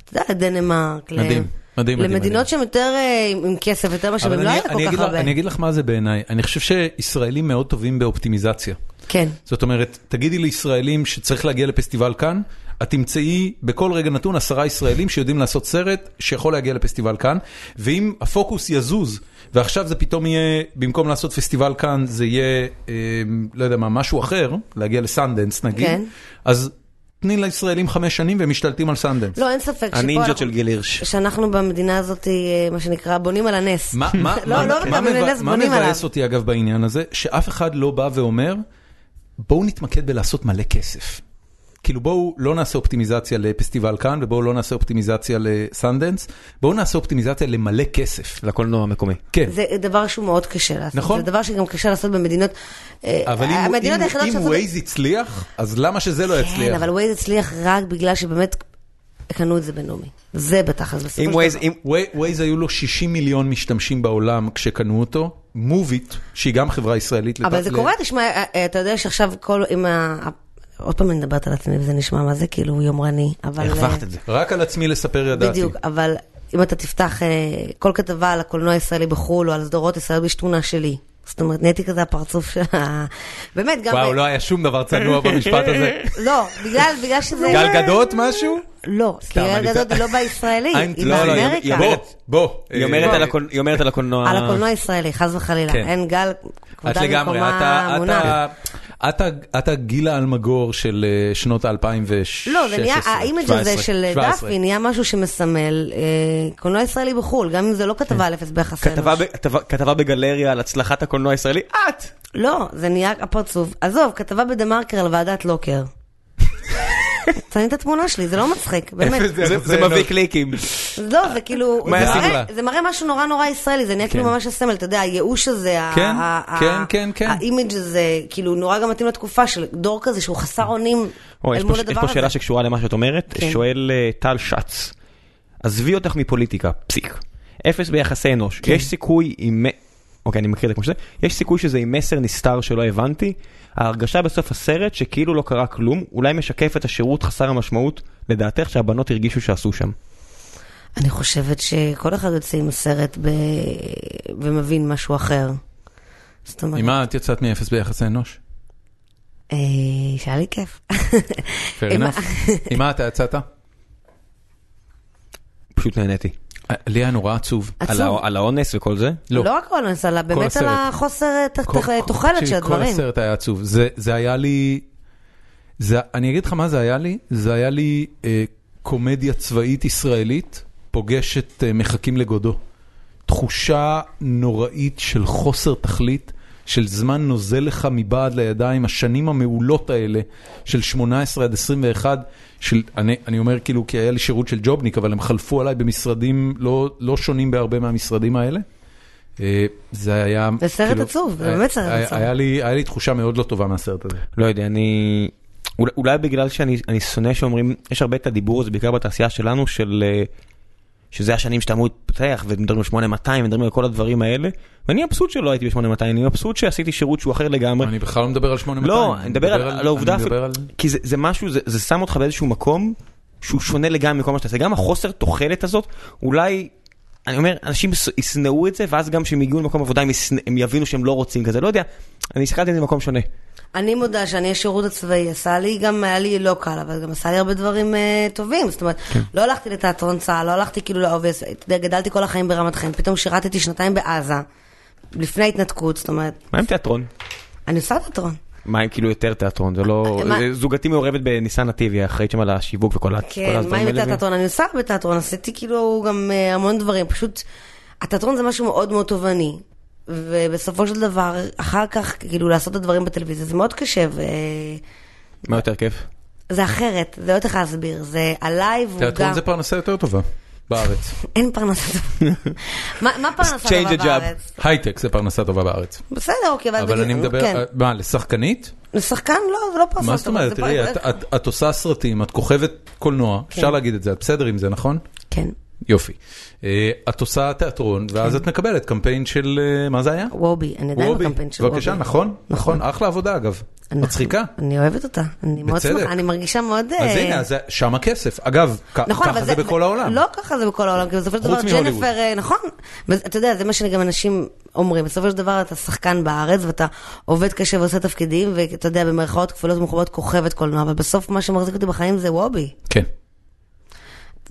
Speaker 5: אתה יודע, לדנמרק,
Speaker 1: מדהים,
Speaker 5: ל-
Speaker 1: מדהים, מדהים, מדהים.
Speaker 5: למדינות שהן יותר אה, עם עם כסף, יותר משאבים,
Speaker 1: אבל
Speaker 5: לא
Speaker 1: אני-
Speaker 5: היה כל
Speaker 1: אני
Speaker 5: כך
Speaker 1: אגיד לך-
Speaker 5: הרבה.
Speaker 1: אני אגיד לך מה זה בעיניי, אני חושב שישראלים מאוד טובים באופטימיזציה.
Speaker 5: כן.
Speaker 1: זאת אומרת, תגידי לישראלים שצריך להגיע לפסטיבל כאן, את תמצאי בכל רגע נתון עשרה ישראלים שיודעים לעשות סרט שיכול להגיע לפסטיבל כאן, ואם הפוקוס יזוז, ועכשיו זה פתאום יהיה, במקום לעשות פסטיבל כאן, זה יהיה, אה, לא יודע מה, משהו אחר, להגיע לסנדנס נגיד,
Speaker 5: כן.
Speaker 1: אז תני לישראלים חמש שנים והם משתלטים על סנדנס.
Speaker 5: לא, אין ספק שפה
Speaker 2: הנינג'ות
Speaker 5: אנחנו-
Speaker 2: של גיל הירש.
Speaker 5: שאנחנו במדינה הזאת, אה, מה שנקרא, בונים על הנס.
Speaker 1: מה, מה,
Speaker 5: [LAUGHS] לא,
Speaker 1: מה,
Speaker 5: לא
Speaker 1: מה,
Speaker 5: מקבלים
Speaker 1: מבא-
Speaker 5: לנס,
Speaker 1: מה
Speaker 5: בונים עליו.
Speaker 1: מבאס אותי אגב בעניין הזה? שאף אחד לא בא ואומר, בואו נתמקד בלעשות מלא כסף. כאילו בואו לא נעשה אופטימיזציה לפסטיבל כאן ובואו לא נעשה אופטימיזציה לסנדנס, בואו נעשה אופטימיזציה למלא כסף.
Speaker 2: לקולנוע המקומי.
Speaker 1: כן,
Speaker 5: זה דבר שהוא מאוד קשה לעשות.
Speaker 1: נכון.
Speaker 5: זה דבר שגם קשה לעשות במדינות... אה,
Speaker 1: אבל אם-
Speaker 5: המדינות
Speaker 1: אם-
Speaker 5: היחידות
Speaker 1: אם
Speaker 5: שעושות-
Speaker 1: ווייז הצליח, אז למה שזה לא
Speaker 5: כן,
Speaker 1: יצליח?
Speaker 5: אבל ווייז הצליח רק בגלל שבאמת קנו את זה בנעמי. זה בתכלס בסופו
Speaker 2: אם
Speaker 5: של
Speaker 2: ווייז,
Speaker 5: דבר.
Speaker 2: אם...
Speaker 1: ווי- ווייז היו לו 60 מיליון משתמשים בעולם כשקנו אותו, מוביט, שהיא גם חברה ישראלית.
Speaker 5: אבל
Speaker 1: לת-
Speaker 5: זה
Speaker 1: ל-
Speaker 5: קורה, תשמע, אה, אה, אתה יודע שעכשיו כל... עם ה- עוד פעם אני מדברת על עצמי וזה נשמע מה זה כאילו יומרני, אבל...
Speaker 2: הרווחת
Speaker 5: אה,
Speaker 2: את זה.
Speaker 1: רק על עצמי לספר ידעתי.
Speaker 5: בדיוק, אבל אם אתה תפתח אה, כל כתבה על הקולנוע הישראלי בחו"ל, או על סדרות ישראל, יש תמונה שלי. זאת אומרת, נהייתי כזה הפרצוף של ה... באמת, גם...
Speaker 1: וואו, לא היה שום דבר צנוע במשפט
Speaker 5: [LAUGHS]
Speaker 1: הזה.
Speaker 5: לא, בגלל, בגלל שזה...
Speaker 1: גל גדות משהו?
Speaker 5: לא, כי
Speaker 1: אני
Speaker 5: גל גדות
Speaker 1: צ-
Speaker 5: היא לא בישראלי,
Speaker 1: אין-
Speaker 5: היא
Speaker 1: לא, לא, היא-
Speaker 5: באמריקה.
Speaker 1: בוא, בוא.
Speaker 2: היא אומרת
Speaker 1: אה,
Speaker 2: על הקול- היא אומרת על הקולנוע...
Speaker 5: על הקולנוע הישראלי, חס וחלילה.
Speaker 1: כן.
Speaker 5: אין גל,
Speaker 1: את
Speaker 5: כבודה
Speaker 1: לגמרי, את
Speaker 5: במקומה
Speaker 1: ה- את
Speaker 5: מונח.
Speaker 1: ה- את ה- את הגילה אלמגור של אה, שנות ה-2016.
Speaker 5: לא, זה נהיה, האימג' הזה של אה,
Speaker 1: 17.
Speaker 5: דפי נהיה משהו שמסמל אה, קולנוע ישראלי בחו"ל, גם אם זה לא כתבה על אפס ביחס
Speaker 2: כן. כתבה ב- כתבה- כתבה בגלריה על הצלחת הקולנוע הישראלי, את!
Speaker 5: לא, זה נהיה הפרצוף. עזוב, כתבה בדה מרקר על
Speaker 2: [LAUGHS]
Speaker 5: ועדת לוקר. שמים את התמונה שלי, זה לא מצחיק, באמת.
Speaker 1: אפס
Speaker 2: זה-
Speaker 1: זה-
Speaker 2: זה
Speaker 1: זה
Speaker 2: מביא
Speaker 1: לא-
Speaker 2: קליקים.
Speaker 5: לא, זה כאילו,
Speaker 1: מה
Speaker 5: זה
Speaker 1: יעשו
Speaker 5: מראה-
Speaker 1: לה?
Speaker 5: זה מראה משהו נורא נורא ישראלי, זה נהיה כאילו
Speaker 2: כן.
Speaker 5: ממש הסמל, אתה יודע, הייאוש הזה, ה-
Speaker 1: כן,
Speaker 5: ה-
Speaker 1: כן,
Speaker 5: ה-
Speaker 1: כן, כן.
Speaker 5: האימג' הזה, כאילו נורא גם מתאים לתקופה של דור כזה שהוא חסר אונים
Speaker 2: אוי,
Speaker 5: אל
Speaker 2: יש פה-
Speaker 5: מול
Speaker 2: יש
Speaker 5: הדבר
Speaker 2: פה שאלה
Speaker 5: הזה.
Speaker 2: שקשורה למה שאת אומרת,
Speaker 5: כן.
Speaker 2: שואל אה, טל שץ, עזבי אותך מפוליטיקה, פסיק. אפס ביחסי אנוש,
Speaker 5: כן.
Speaker 2: יש סיכוי עם... מ- אוקיי, אני מקריא את זה כמו שזה, יש סיכוי שזה עם מסר נסתר שלא הבנתי, ההרגשה בסוף הסרט שכאילו לא קרה כלום, אולי משקף את השירות חסר המשמעות, לדעתך שהבנות הרגישו שעשו שם.
Speaker 5: אני חושבת שכל אחד יוצא עם הסרט ב- ומבין משהו אחר. זאת אומרת,
Speaker 1: עם מה את יצאת מאפס ביחסי אנוש?
Speaker 5: אה, שהיה לי כיף.
Speaker 1: Fair
Speaker 5: עם-
Speaker 1: enough.
Speaker 5: [LAUGHS]
Speaker 1: עם מה אתה יצאת?
Speaker 2: פשוט נהניתי.
Speaker 1: אה, לי היה נורא עצוב. אה,
Speaker 2: על
Speaker 5: עצוב.
Speaker 2: הא- על האונס וכל זה?
Speaker 1: לא.
Speaker 5: לא רק אונס, אלא באמת על
Speaker 1: הסרט.
Speaker 5: החוסר ת-
Speaker 1: כל-
Speaker 5: ת-
Speaker 1: כל-
Speaker 5: תוחלת של
Speaker 1: תקשיבי, כל
Speaker 5: הדברים.
Speaker 1: הסרט היה עצוב. זה- זה היה לי... זה- אני אגיד לך מה זה היה לי. זה היה לי אה, קומדיה צבאית ישראלית פוגשת אה, מחכים לגודו. תחושה נוראית של חוסר תכלית, של זמן נוזל לך מבעד לידיים, השנים המעולות האלה של 18 עד 21, של, אני, אני אומר כאילו כי היה לי שירות של ג'ובניק, אבל הם חלפו עליי במשרדים לא, לא שונים בהרבה מהמשרדים האלה. אה, זה היה...
Speaker 5: זה סרט עצוב, זה
Speaker 1: היה-
Speaker 5: באמת סרט
Speaker 1: היה-
Speaker 5: עצוב.
Speaker 1: היה לי, היה לי תחושה מאוד לא טובה מהסרט הזה.
Speaker 2: לא יודע, אני... אולי, אולי בגלל שאני אני שונא שאומרים, יש הרבה את הדיבור הזה, בעיקר בתעשייה שלנו, של... אה, שזה השנים שאתה אמור להתפתח, ומדברים על 8200, מדברים על כל הדברים האלה, ואני מבסוט שלא הייתי ב-8200, אני מבסוט שעשיתי שירות שהוא אחר לגמרי.
Speaker 1: אני בכלל לא מדבר על 8200.
Speaker 2: לא, אני מדבר על, על העובדה,
Speaker 1: אני
Speaker 2: אפילו-
Speaker 1: מדבר על...
Speaker 2: כי זה, זה משהו, זה, זה שם אותך באיזשהו מקום שהוא שונה לגמרי מכל מה שאתה עושה. גם החוסר תוחלת הזאת, אולי, אני אומר, אנשים ס- ישנאו את זה, ואז גם כשהם יגיעו למקום עבודה, הם, ישנא, הם יבינו שהם לא רוצים כזה, לא יודע, אני הסתכלתי על זה במקום שונה.
Speaker 5: אני מודה שאני השירות הצבאי עשה לי, גם היה לי לא קל, אבל גם עשה לי הרבה דברים אה, טובים. זאת אומרת,
Speaker 1: כן.
Speaker 5: לא הלכתי לתיאטרון צה"ל, לא הלכתי כאילו לאובייס, אתה יודע, גדלתי כל החיים ברמת חן, פתאום שירתתי שנתיים בעזה, לפני ההתנתקות, זאת אומרת,
Speaker 2: מה עם תיאטרון?
Speaker 5: אני עושה תיאטרון.
Speaker 2: מה עם כאילו יותר תיאטרון? זה לא...
Speaker 5: אה, מה-
Speaker 2: זה- זוגתי מעורבת בניסן נתיב, היא אחראית שם על השיווק וכל ה- כל
Speaker 5: כן, מה
Speaker 2: הדברים
Speaker 5: עם
Speaker 2: האלה.
Speaker 5: התיאטרון? אני עושה הרבה תיאטרון, עשיתי כאילו גם אה, המון דברים, פשוט התיאטרון זה משהו מאוד מאוד תובעני. ובסופו של דבר, אחר כך, כאילו, לעשות את הדברים בטלוויזיה זה מאוד קשה, וזה
Speaker 2: מה יותר כיף?
Speaker 5: אחרת, זה לא יודעת איך להסביר, זה עליי והוא גם...
Speaker 1: תיאטרון זה פרנסה יותר טובה בארץ.
Speaker 5: אין
Speaker 1: [LAUGHS]
Speaker 5: [LAUGHS] פרנסה טובה. מה מה פרנסה
Speaker 2: Change
Speaker 5: טובה
Speaker 2: the job.
Speaker 5: בארץ?
Speaker 1: הייטק זה פרנסה טובה בארץ.
Speaker 5: בסדר, אוקיי,
Speaker 1: אבל אני
Speaker 5: בגלל-
Speaker 1: מדבר,
Speaker 5: כן.
Speaker 1: אה, מה, לשחקנית?
Speaker 5: לשחקן לא, זה לא פרנסה טובה.
Speaker 1: מה זאת אומרת?
Speaker 5: זה
Speaker 1: תראי,
Speaker 5: פרנסה-
Speaker 1: את- את- את עושה סרטים, את כוכבת קולנוע, אפשר להגיד את זה, את בסדר עם זה, נכון?
Speaker 5: כן.
Speaker 1: יופי. אה, את עושה תיאטרון, ואז את מקבלת קמפיין של, אה, מה זה היה?
Speaker 5: וובי, אני כן. עדיין
Speaker 1: וובי.
Speaker 5: בקמפיין של נכון.
Speaker 1: בבקשה,
Speaker 5: וובי.
Speaker 1: נכון? נכון, אחלה עבודה אגב.
Speaker 5: אנחנו-
Speaker 1: מצחיקה.
Speaker 5: אני אוהבת אותה, אני מאוד
Speaker 1: בצדק.
Speaker 5: שמחה, אני מרגישה מאוד...
Speaker 1: אז
Speaker 5: אה, נכון,
Speaker 1: הנה, אז שם הכסף. אגב, כ- ככה זה בכל העולם.
Speaker 5: לא ככה זה בכל העולם, כי בסופו של
Speaker 1: חוץ
Speaker 5: דבר
Speaker 1: מהוליווד.
Speaker 5: ג'ניפר, אה, נכון, ואתה יודע, זה מה שגם אנשים אומרים, בסופו של דבר אתה שחקן בארץ ואתה עובד קשה ועושה תפקידים, ואתה יודע, במרכאות כפולות ומכובדות כוכבת קולנוע, אבל בסוף מה שמחזיק אותי בחיים זה וובי.
Speaker 1: כן,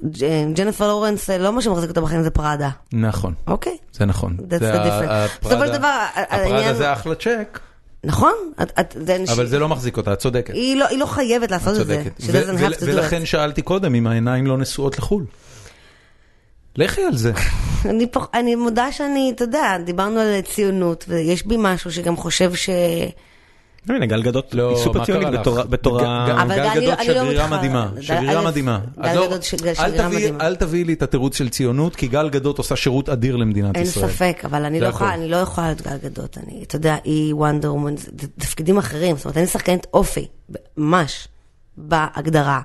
Speaker 5: ג'- ג'ניפר לורנס, אה, לא מה שמחזיק אותה בחיים זה פראדה,
Speaker 1: נכון.
Speaker 5: אוקיי?
Speaker 1: זה נכון.
Speaker 5: That's
Speaker 1: זה
Speaker 5: the
Speaker 1: ה-
Speaker 5: difference.
Speaker 1: הפראדה-
Speaker 5: בסופו של דבר, ה-
Speaker 1: הפראדה
Speaker 5: העניין-
Speaker 1: זה אחלה צ'ק,
Speaker 5: נכון? את- את- זה אנשים-
Speaker 1: אבל זה לא מחזיק אותה, את צודקת.
Speaker 5: היא לא- היא לא חייבת לעשות את זה.
Speaker 1: צודקת.
Speaker 5: She doesn't
Speaker 1: ו- ו-
Speaker 5: have to do
Speaker 1: ולכן
Speaker 5: it.
Speaker 1: שאלתי קודם אם העיניים לא נשואות לחו"ל. לכי על [LAUGHS] זה.
Speaker 5: אני, פח, אני מודה שאני, אתה יודע, דיברנו על ציונות, ויש בי משהו שגם חושב ש...
Speaker 2: לא מבין, גל גדות היא סופר ציונית בתור- בתור ה...
Speaker 1: ג- ג-
Speaker 5: אבל
Speaker 1: גל
Speaker 5: גל-
Speaker 1: גדות
Speaker 5: אני לא
Speaker 1: שגרירה
Speaker 5: מתחרה.
Speaker 1: מדהימה,
Speaker 5: גל-
Speaker 1: שגרירה
Speaker 5: א',
Speaker 1: מדהימה.
Speaker 5: גל
Speaker 1: עזוב,
Speaker 5: גדות ש-
Speaker 1: אל
Speaker 5: שגרירה
Speaker 1: תביאי-
Speaker 5: מדהימה.
Speaker 1: אל תביאי לי את התירוץ של ציונות, כי גל גדות עושה שירות אדיר למדינת
Speaker 5: אין
Speaker 1: ישראל.
Speaker 5: ספק, אבל אני
Speaker 1: זה
Speaker 5: לא,
Speaker 1: הכל.
Speaker 5: יכולה, אני לא יכולה להיות גל גדות, אני, אתה יודע, היא וונדר וומן, זה זה תפקידים אחרים, זאת אומרת, אני שחקנית אופי, ממש, בהגדרה.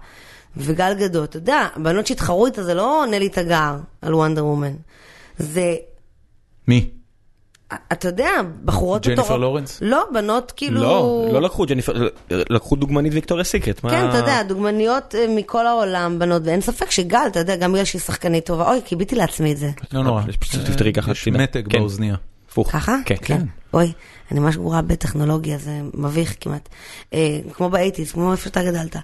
Speaker 5: וגל גדות, אתה יודע, בנות שהתחרו איתה, זה לא נלי תגר על וונדר וומן. זה,
Speaker 1: מי?
Speaker 5: אתה יודע, בחורות...
Speaker 1: ג'ניפר
Speaker 5: מטורפות.
Speaker 1: לורנס?
Speaker 5: לא, בנות כאילו...
Speaker 2: לא, לא לקחו ג'ניפר, לקחו דוגמנית ויקטוריה סיקרט. מה-
Speaker 5: כן, אתה יודע, דוגמניות אה, מכל העולם, בנות, ואין ספק שגל, אתה יודע, גם בגלל שהיא שחקנית טובה, אוי, קיביתי לעצמי את זה.
Speaker 1: לא נורא.
Speaker 2: יש פשוט תפתרי ככה,
Speaker 1: יש
Speaker 2: שתדע.
Speaker 1: מתג
Speaker 2: כן.
Speaker 1: באוזנייה.
Speaker 2: הפוך.
Speaker 5: ככה?
Speaker 2: כן.
Speaker 5: אוי, אני ממש גרועה בטכנולוגיה, זה מביך כמעט. אה, כמו באייטיז, כמו איפה שאתה גדלת.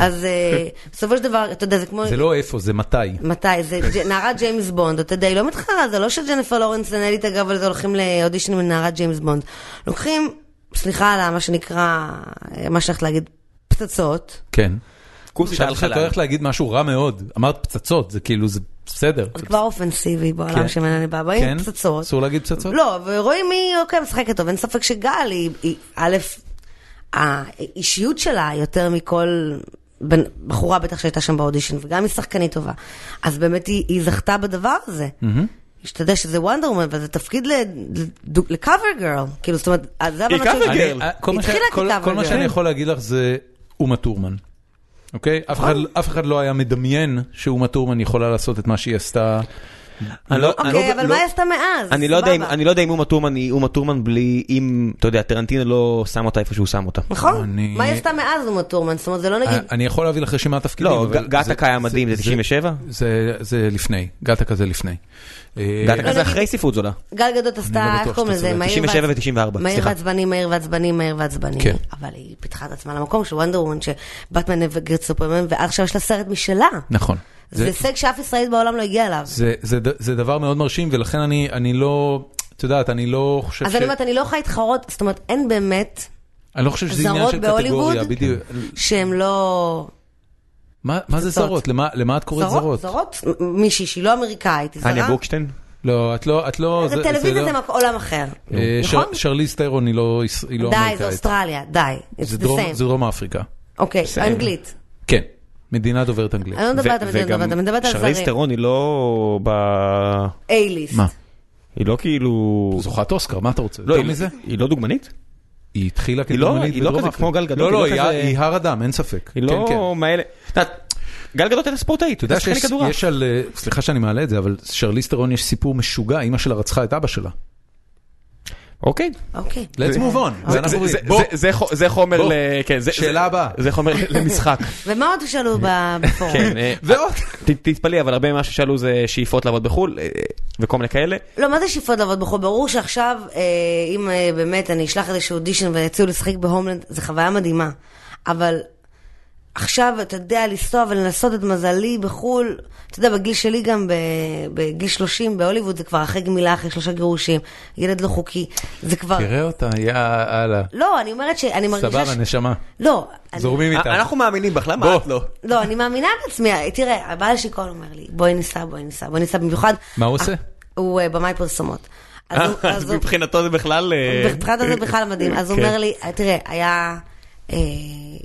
Speaker 5: אז אה, בסופו של דבר, אתה יודע, זה כמו...
Speaker 1: כן. זה לא כן. איפה, זה מתי.
Speaker 5: מתי? זה ג'- נערת ג'יימס בונד, אתה יודע, היא לא מתחרה, זה לא שג'ניפר לורנס ונלי תגב על זה הולכים לאודישנים לנערת ג'יימס בונד. לוקחים, סליחה על ה- מה שנקרא, אה, מה שהולכת להגיד, פצצות.
Speaker 1: כן.
Speaker 2: כוסית
Speaker 1: עכשיו
Speaker 2: על
Speaker 1: שאת
Speaker 2: חלל.
Speaker 1: הולכת להגיד משהו רע מאוד, אמרת פצצות, זה כאילו, זה בסדר.
Speaker 5: זה כבר אופנסיבי
Speaker 1: כן.
Speaker 5: בעולם שממנו אני באה, באים
Speaker 1: כן?
Speaker 5: פצצות.
Speaker 1: אסור להגיד פצצות?
Speaker 5: לא, ורואים מי, אוקיי, משחקת טוב, אין ספק שגל היא, היא- א', האישיות שלה יותר מכל בן- בחורה בטח שהייתה שם באודישן, וגם היא שחקנית טובה. אז באמת היא, היא זכתה בדבר הזה. שאתה יודע שזה וונדר וומן, וזה תפקיד לקאבר גרל, כאילו, זאת אומרת, אז זה
Speaker 2: היא
Speaker 5: הבנות
Speaker 2: cover
Speaker 5: שלי.
Speaker 2: girl.
Speaker 1: אה, כל מה
Speaker 5: התחילה
Speaker 1: ש- כל-
Speaker 5: כקאבר
Speaker 1: כל מה
Speaker 5: גרל.
Speaker 1: שאני יכול להגיד לך זה אומה טורמן. אוקיי? אף אחד- אף אחד לא היה מדמיין שאומה טורמן יכולה לעשות את מה שהיא עשתה.
Speaker 2: אני לא- אני
Speaker 5: אוקיי,
Speaker 2: לא-
Speaker 5: אבל
Speaker 2: לא-
Speaker 5: מה היא עשתה מאז?
Speaker 2: אני לא יודע אם-
Speaker 5: סבבה.
Speaker 2: אני לא יודע אם אומה טורמן היא אומה טורמן בלי אם, אתה יודע, טרנטינו לא שם אותה איפה שהוא שם אותה.
Speaker 5: נכון?
Speaker 1: אני-
Speaker 5: מה היא עשתה מאז אומה טורמן? זאת אומרת, זה לא
Speaker 1: אה,
Speaker 5: נגיד...
Speaker 1: אני יכול להביא לך רשימת תפקידים.
Speaker 2: לא,
Speaker 1: אבל
Speaker 2: ג- גטקה
Speaker 1: זה-
Speaker 2: היה מדהים, זה 97?
Speaker 1: זה זה לפני, גטקה זה לפני. אה,
Speaker 2: גטקה זה
Speaker 5: לא, נגיד-
Speaker 2: אחרי ספרות זולה.
Speaker 5: גל גדות
Speaker 1: אני לא
Speaker 5: עשתה,
Speaker 1: בטוח
Speaker 5: איך קוראים
Speaker 1: שאתה
Speaker 5: לזה?
Speaker 1: צודק.
Speaker 5: מהיר
Speaker 2: 97
Speaker 5: ועצ-
Speaker 2: ו-94,
Speaker 5: מהיר
Speaker 2: סליחה.
Speaker 5: ועצבני, מהיר ועצבני, מהיר ועצבני.
Speaker 1: כן.
Speaker 5: אבל היא פיתחה את עצמה למקום של וונדר וומן, שבטמן וגרד סופרמן, ועכשיו יש לה סרט משלה.
Speaker 1: נכון.
Speaker 5: זה הישג שאף ישראלית בעולם לא הגיעה אליו.
Speaker 1: זה, זה, ד- זה דבר מאוד מרשים, ולכן אני, אני לא, את יודעת, אני לא חושב
Speaker 5: אז
Speaker 1: ש...
Speaker 5: אני אומרת, אני לא יכולה להתחרות, זאת אומרת, אין באמת
Speaker 1: אני לא חושב שזה עניין
Speaker 5: זרות
Speaker 1: של
Speaker 5: בהוליווד?
Speaker 1: קטגוריה, בדיוק.
Speaker 5: שהם לא...
Speaker 1: מה, מה זה
Speaker 5: זרות.
Speaker 1: זרות? למה, למה את קוראת זרות?
Speaker 5: זרות? מישהי שהיא לא אמריקאית, היא
Speaker 2: אניה
Speaker 5: זרה.
Speaker 2: ברוקשטיין?
Speaker 1: לא, את לא... את לא
Speaker 5: זה טלוויזיה
Speaker 1: לא-
Speaker 5: זה מק- עולם אחר,
Speaker 1: אה, שר-
Speaker 5: נכון?
Speaker 1: שרליז טיירון היא לא יש- היא לא
Speaker 5: די,
Speaker 1: אמריקאית.
Speaker 5: זה אוסטרליה, די. It's
Speaker 1: זה
Speaker 5: the
Speaker 1: דרום-
Speaker 5: same.
Speaker 1: זה דרום אפריקה.
Speaker 5: אוקיי,
Speaker 2: same.
Speaker 5: אנגלית.
Speaker 1: כן, מדינה דוברת אנגלית.
Speaker 5: אני לא מדברת על מדינות, אבל אני מדברת על
Speaker 2: שרליז
Speaker 5: זרים.
Speaker 2: טרון היא לא ב...
Speaker 5: A-list.
Speaker 1: מה?
Speaker 2: היא לא כאילו...
Speaker 1: זוכת אוסקר, מה אתה רוצה?
Speaker 2: לא,
Speaker 1: יותר
Speaker 2: היא-
Speaker 1: מזה?
Speaker 2: היא לא דוגמנית?
Speaker 1: היא התחילה
Speaker 2: היא לא-
Speaker 1: כדרומנית
Speaker 2: היא לא
Speaker 1: בדרום
Speaker 2: כזה
Speaker 1: אפריקה.
Speaker 2: כמו גל גדות,
Speaker 1: לא,
Speaker 2: היא
Speaker 1: לא,
Speaker 2: לא
Speaker 1: היא
Speaker 2: כזה-
Speaker 1: ה- היא הר אדם, אין ספק.
Speaker 2: היא
Speaker 1: כן, כן.
Speaker 2: לא מאלה... את יודעת, גל גדות הייתה ספורטאית, אתה
Speaker 1: אתה
Speaker 2: יודע
Speaker 1: יודע שיש יש על, אה, סליחה שאני מעלה את זה, אבל שרליז טרון יש סיפור משוגע, אימא שלה רצחה את אבא שלה.
Speaker 2: אוקיי.
Speaker 5: אוקיי.
Speaker 1: Let's move on, זה אנחנו רואים. בוא,
Speaker 2: זה חומר
Speaker 1: בוא.
Speaker 2: ל... כן, זה-
Speaker 1: שאלה
Speaker 2: זה-
Speaker 1: הבאה.
Speaker 2: זה [LAUGHS] חומר למשחק.
Speaker 5: ומה עוד
Speaker 1: [LAUGHS]
Speaker 5: תשאלו ב- בפורום?
Speaker 2: כן, אה,
Speaker 1: ועוד.
Speaker 2: ת- תתפלאי, אבל הרבה ממה ששאלו זה שאיפות לעבוד בחו"ל אה, וכל מיני כאלה.
Speaker 5: לא, מה זה שאיפות לעבוד בחו"ל? ברור שעכשיו, אה, אם אה, באמת אני אשלח איזשהו אודישן ויצאו לשחק בהומלנד, זו חוויה מדהימה. אבל עכשיו, אתה יודע, לנסוע ולנסות את מזלי בחו"ל, אתה יודע, בגיל שלי גם, ב- בגיל 30 בהוליווד, זה כבר אחרי גמילה, אחרי שלושה גירושים, ילד לא חוקי, זה כבר...
Speaker 1: תראה אותה, יאללה.
Speaker 5: לא, אני אומרת שאני מרגישה...
Speaker 1: סבבה,
Speaker 5: ש-
Speaker 1: נשמה.
Speaker 5: לא. אני-
Speaker 1: זורמים איתה.
Speaker 2: אה, אנחנו מאמינים בך, למה
Speaker 1: בוא.
Speaker 2: את לא?
Speaker 5: לא, אני מאמינה בעצמי, תראה, הבעל שלי כל הזמן אומר לי, בואי ניסע, בואי ניסע, בואי ניסע במיוחד.
Speaker 1: מה הוא עושה? אה,
Speaker 5: הוא אה, במאי פרסומות. אז הוא-
Speaker 2: [LAUGHS]
Speaker 5: אז
Speaker 2: אז
Speaker 5: הוא-
Speaker 2: מבחינתו זה בכלל... אה,
Speaker 5: מבחינת זה בכלל מדהים. אז הוא
Speaker 2: כן.
Speaker 5: אומר לי, תראה, היה... אה,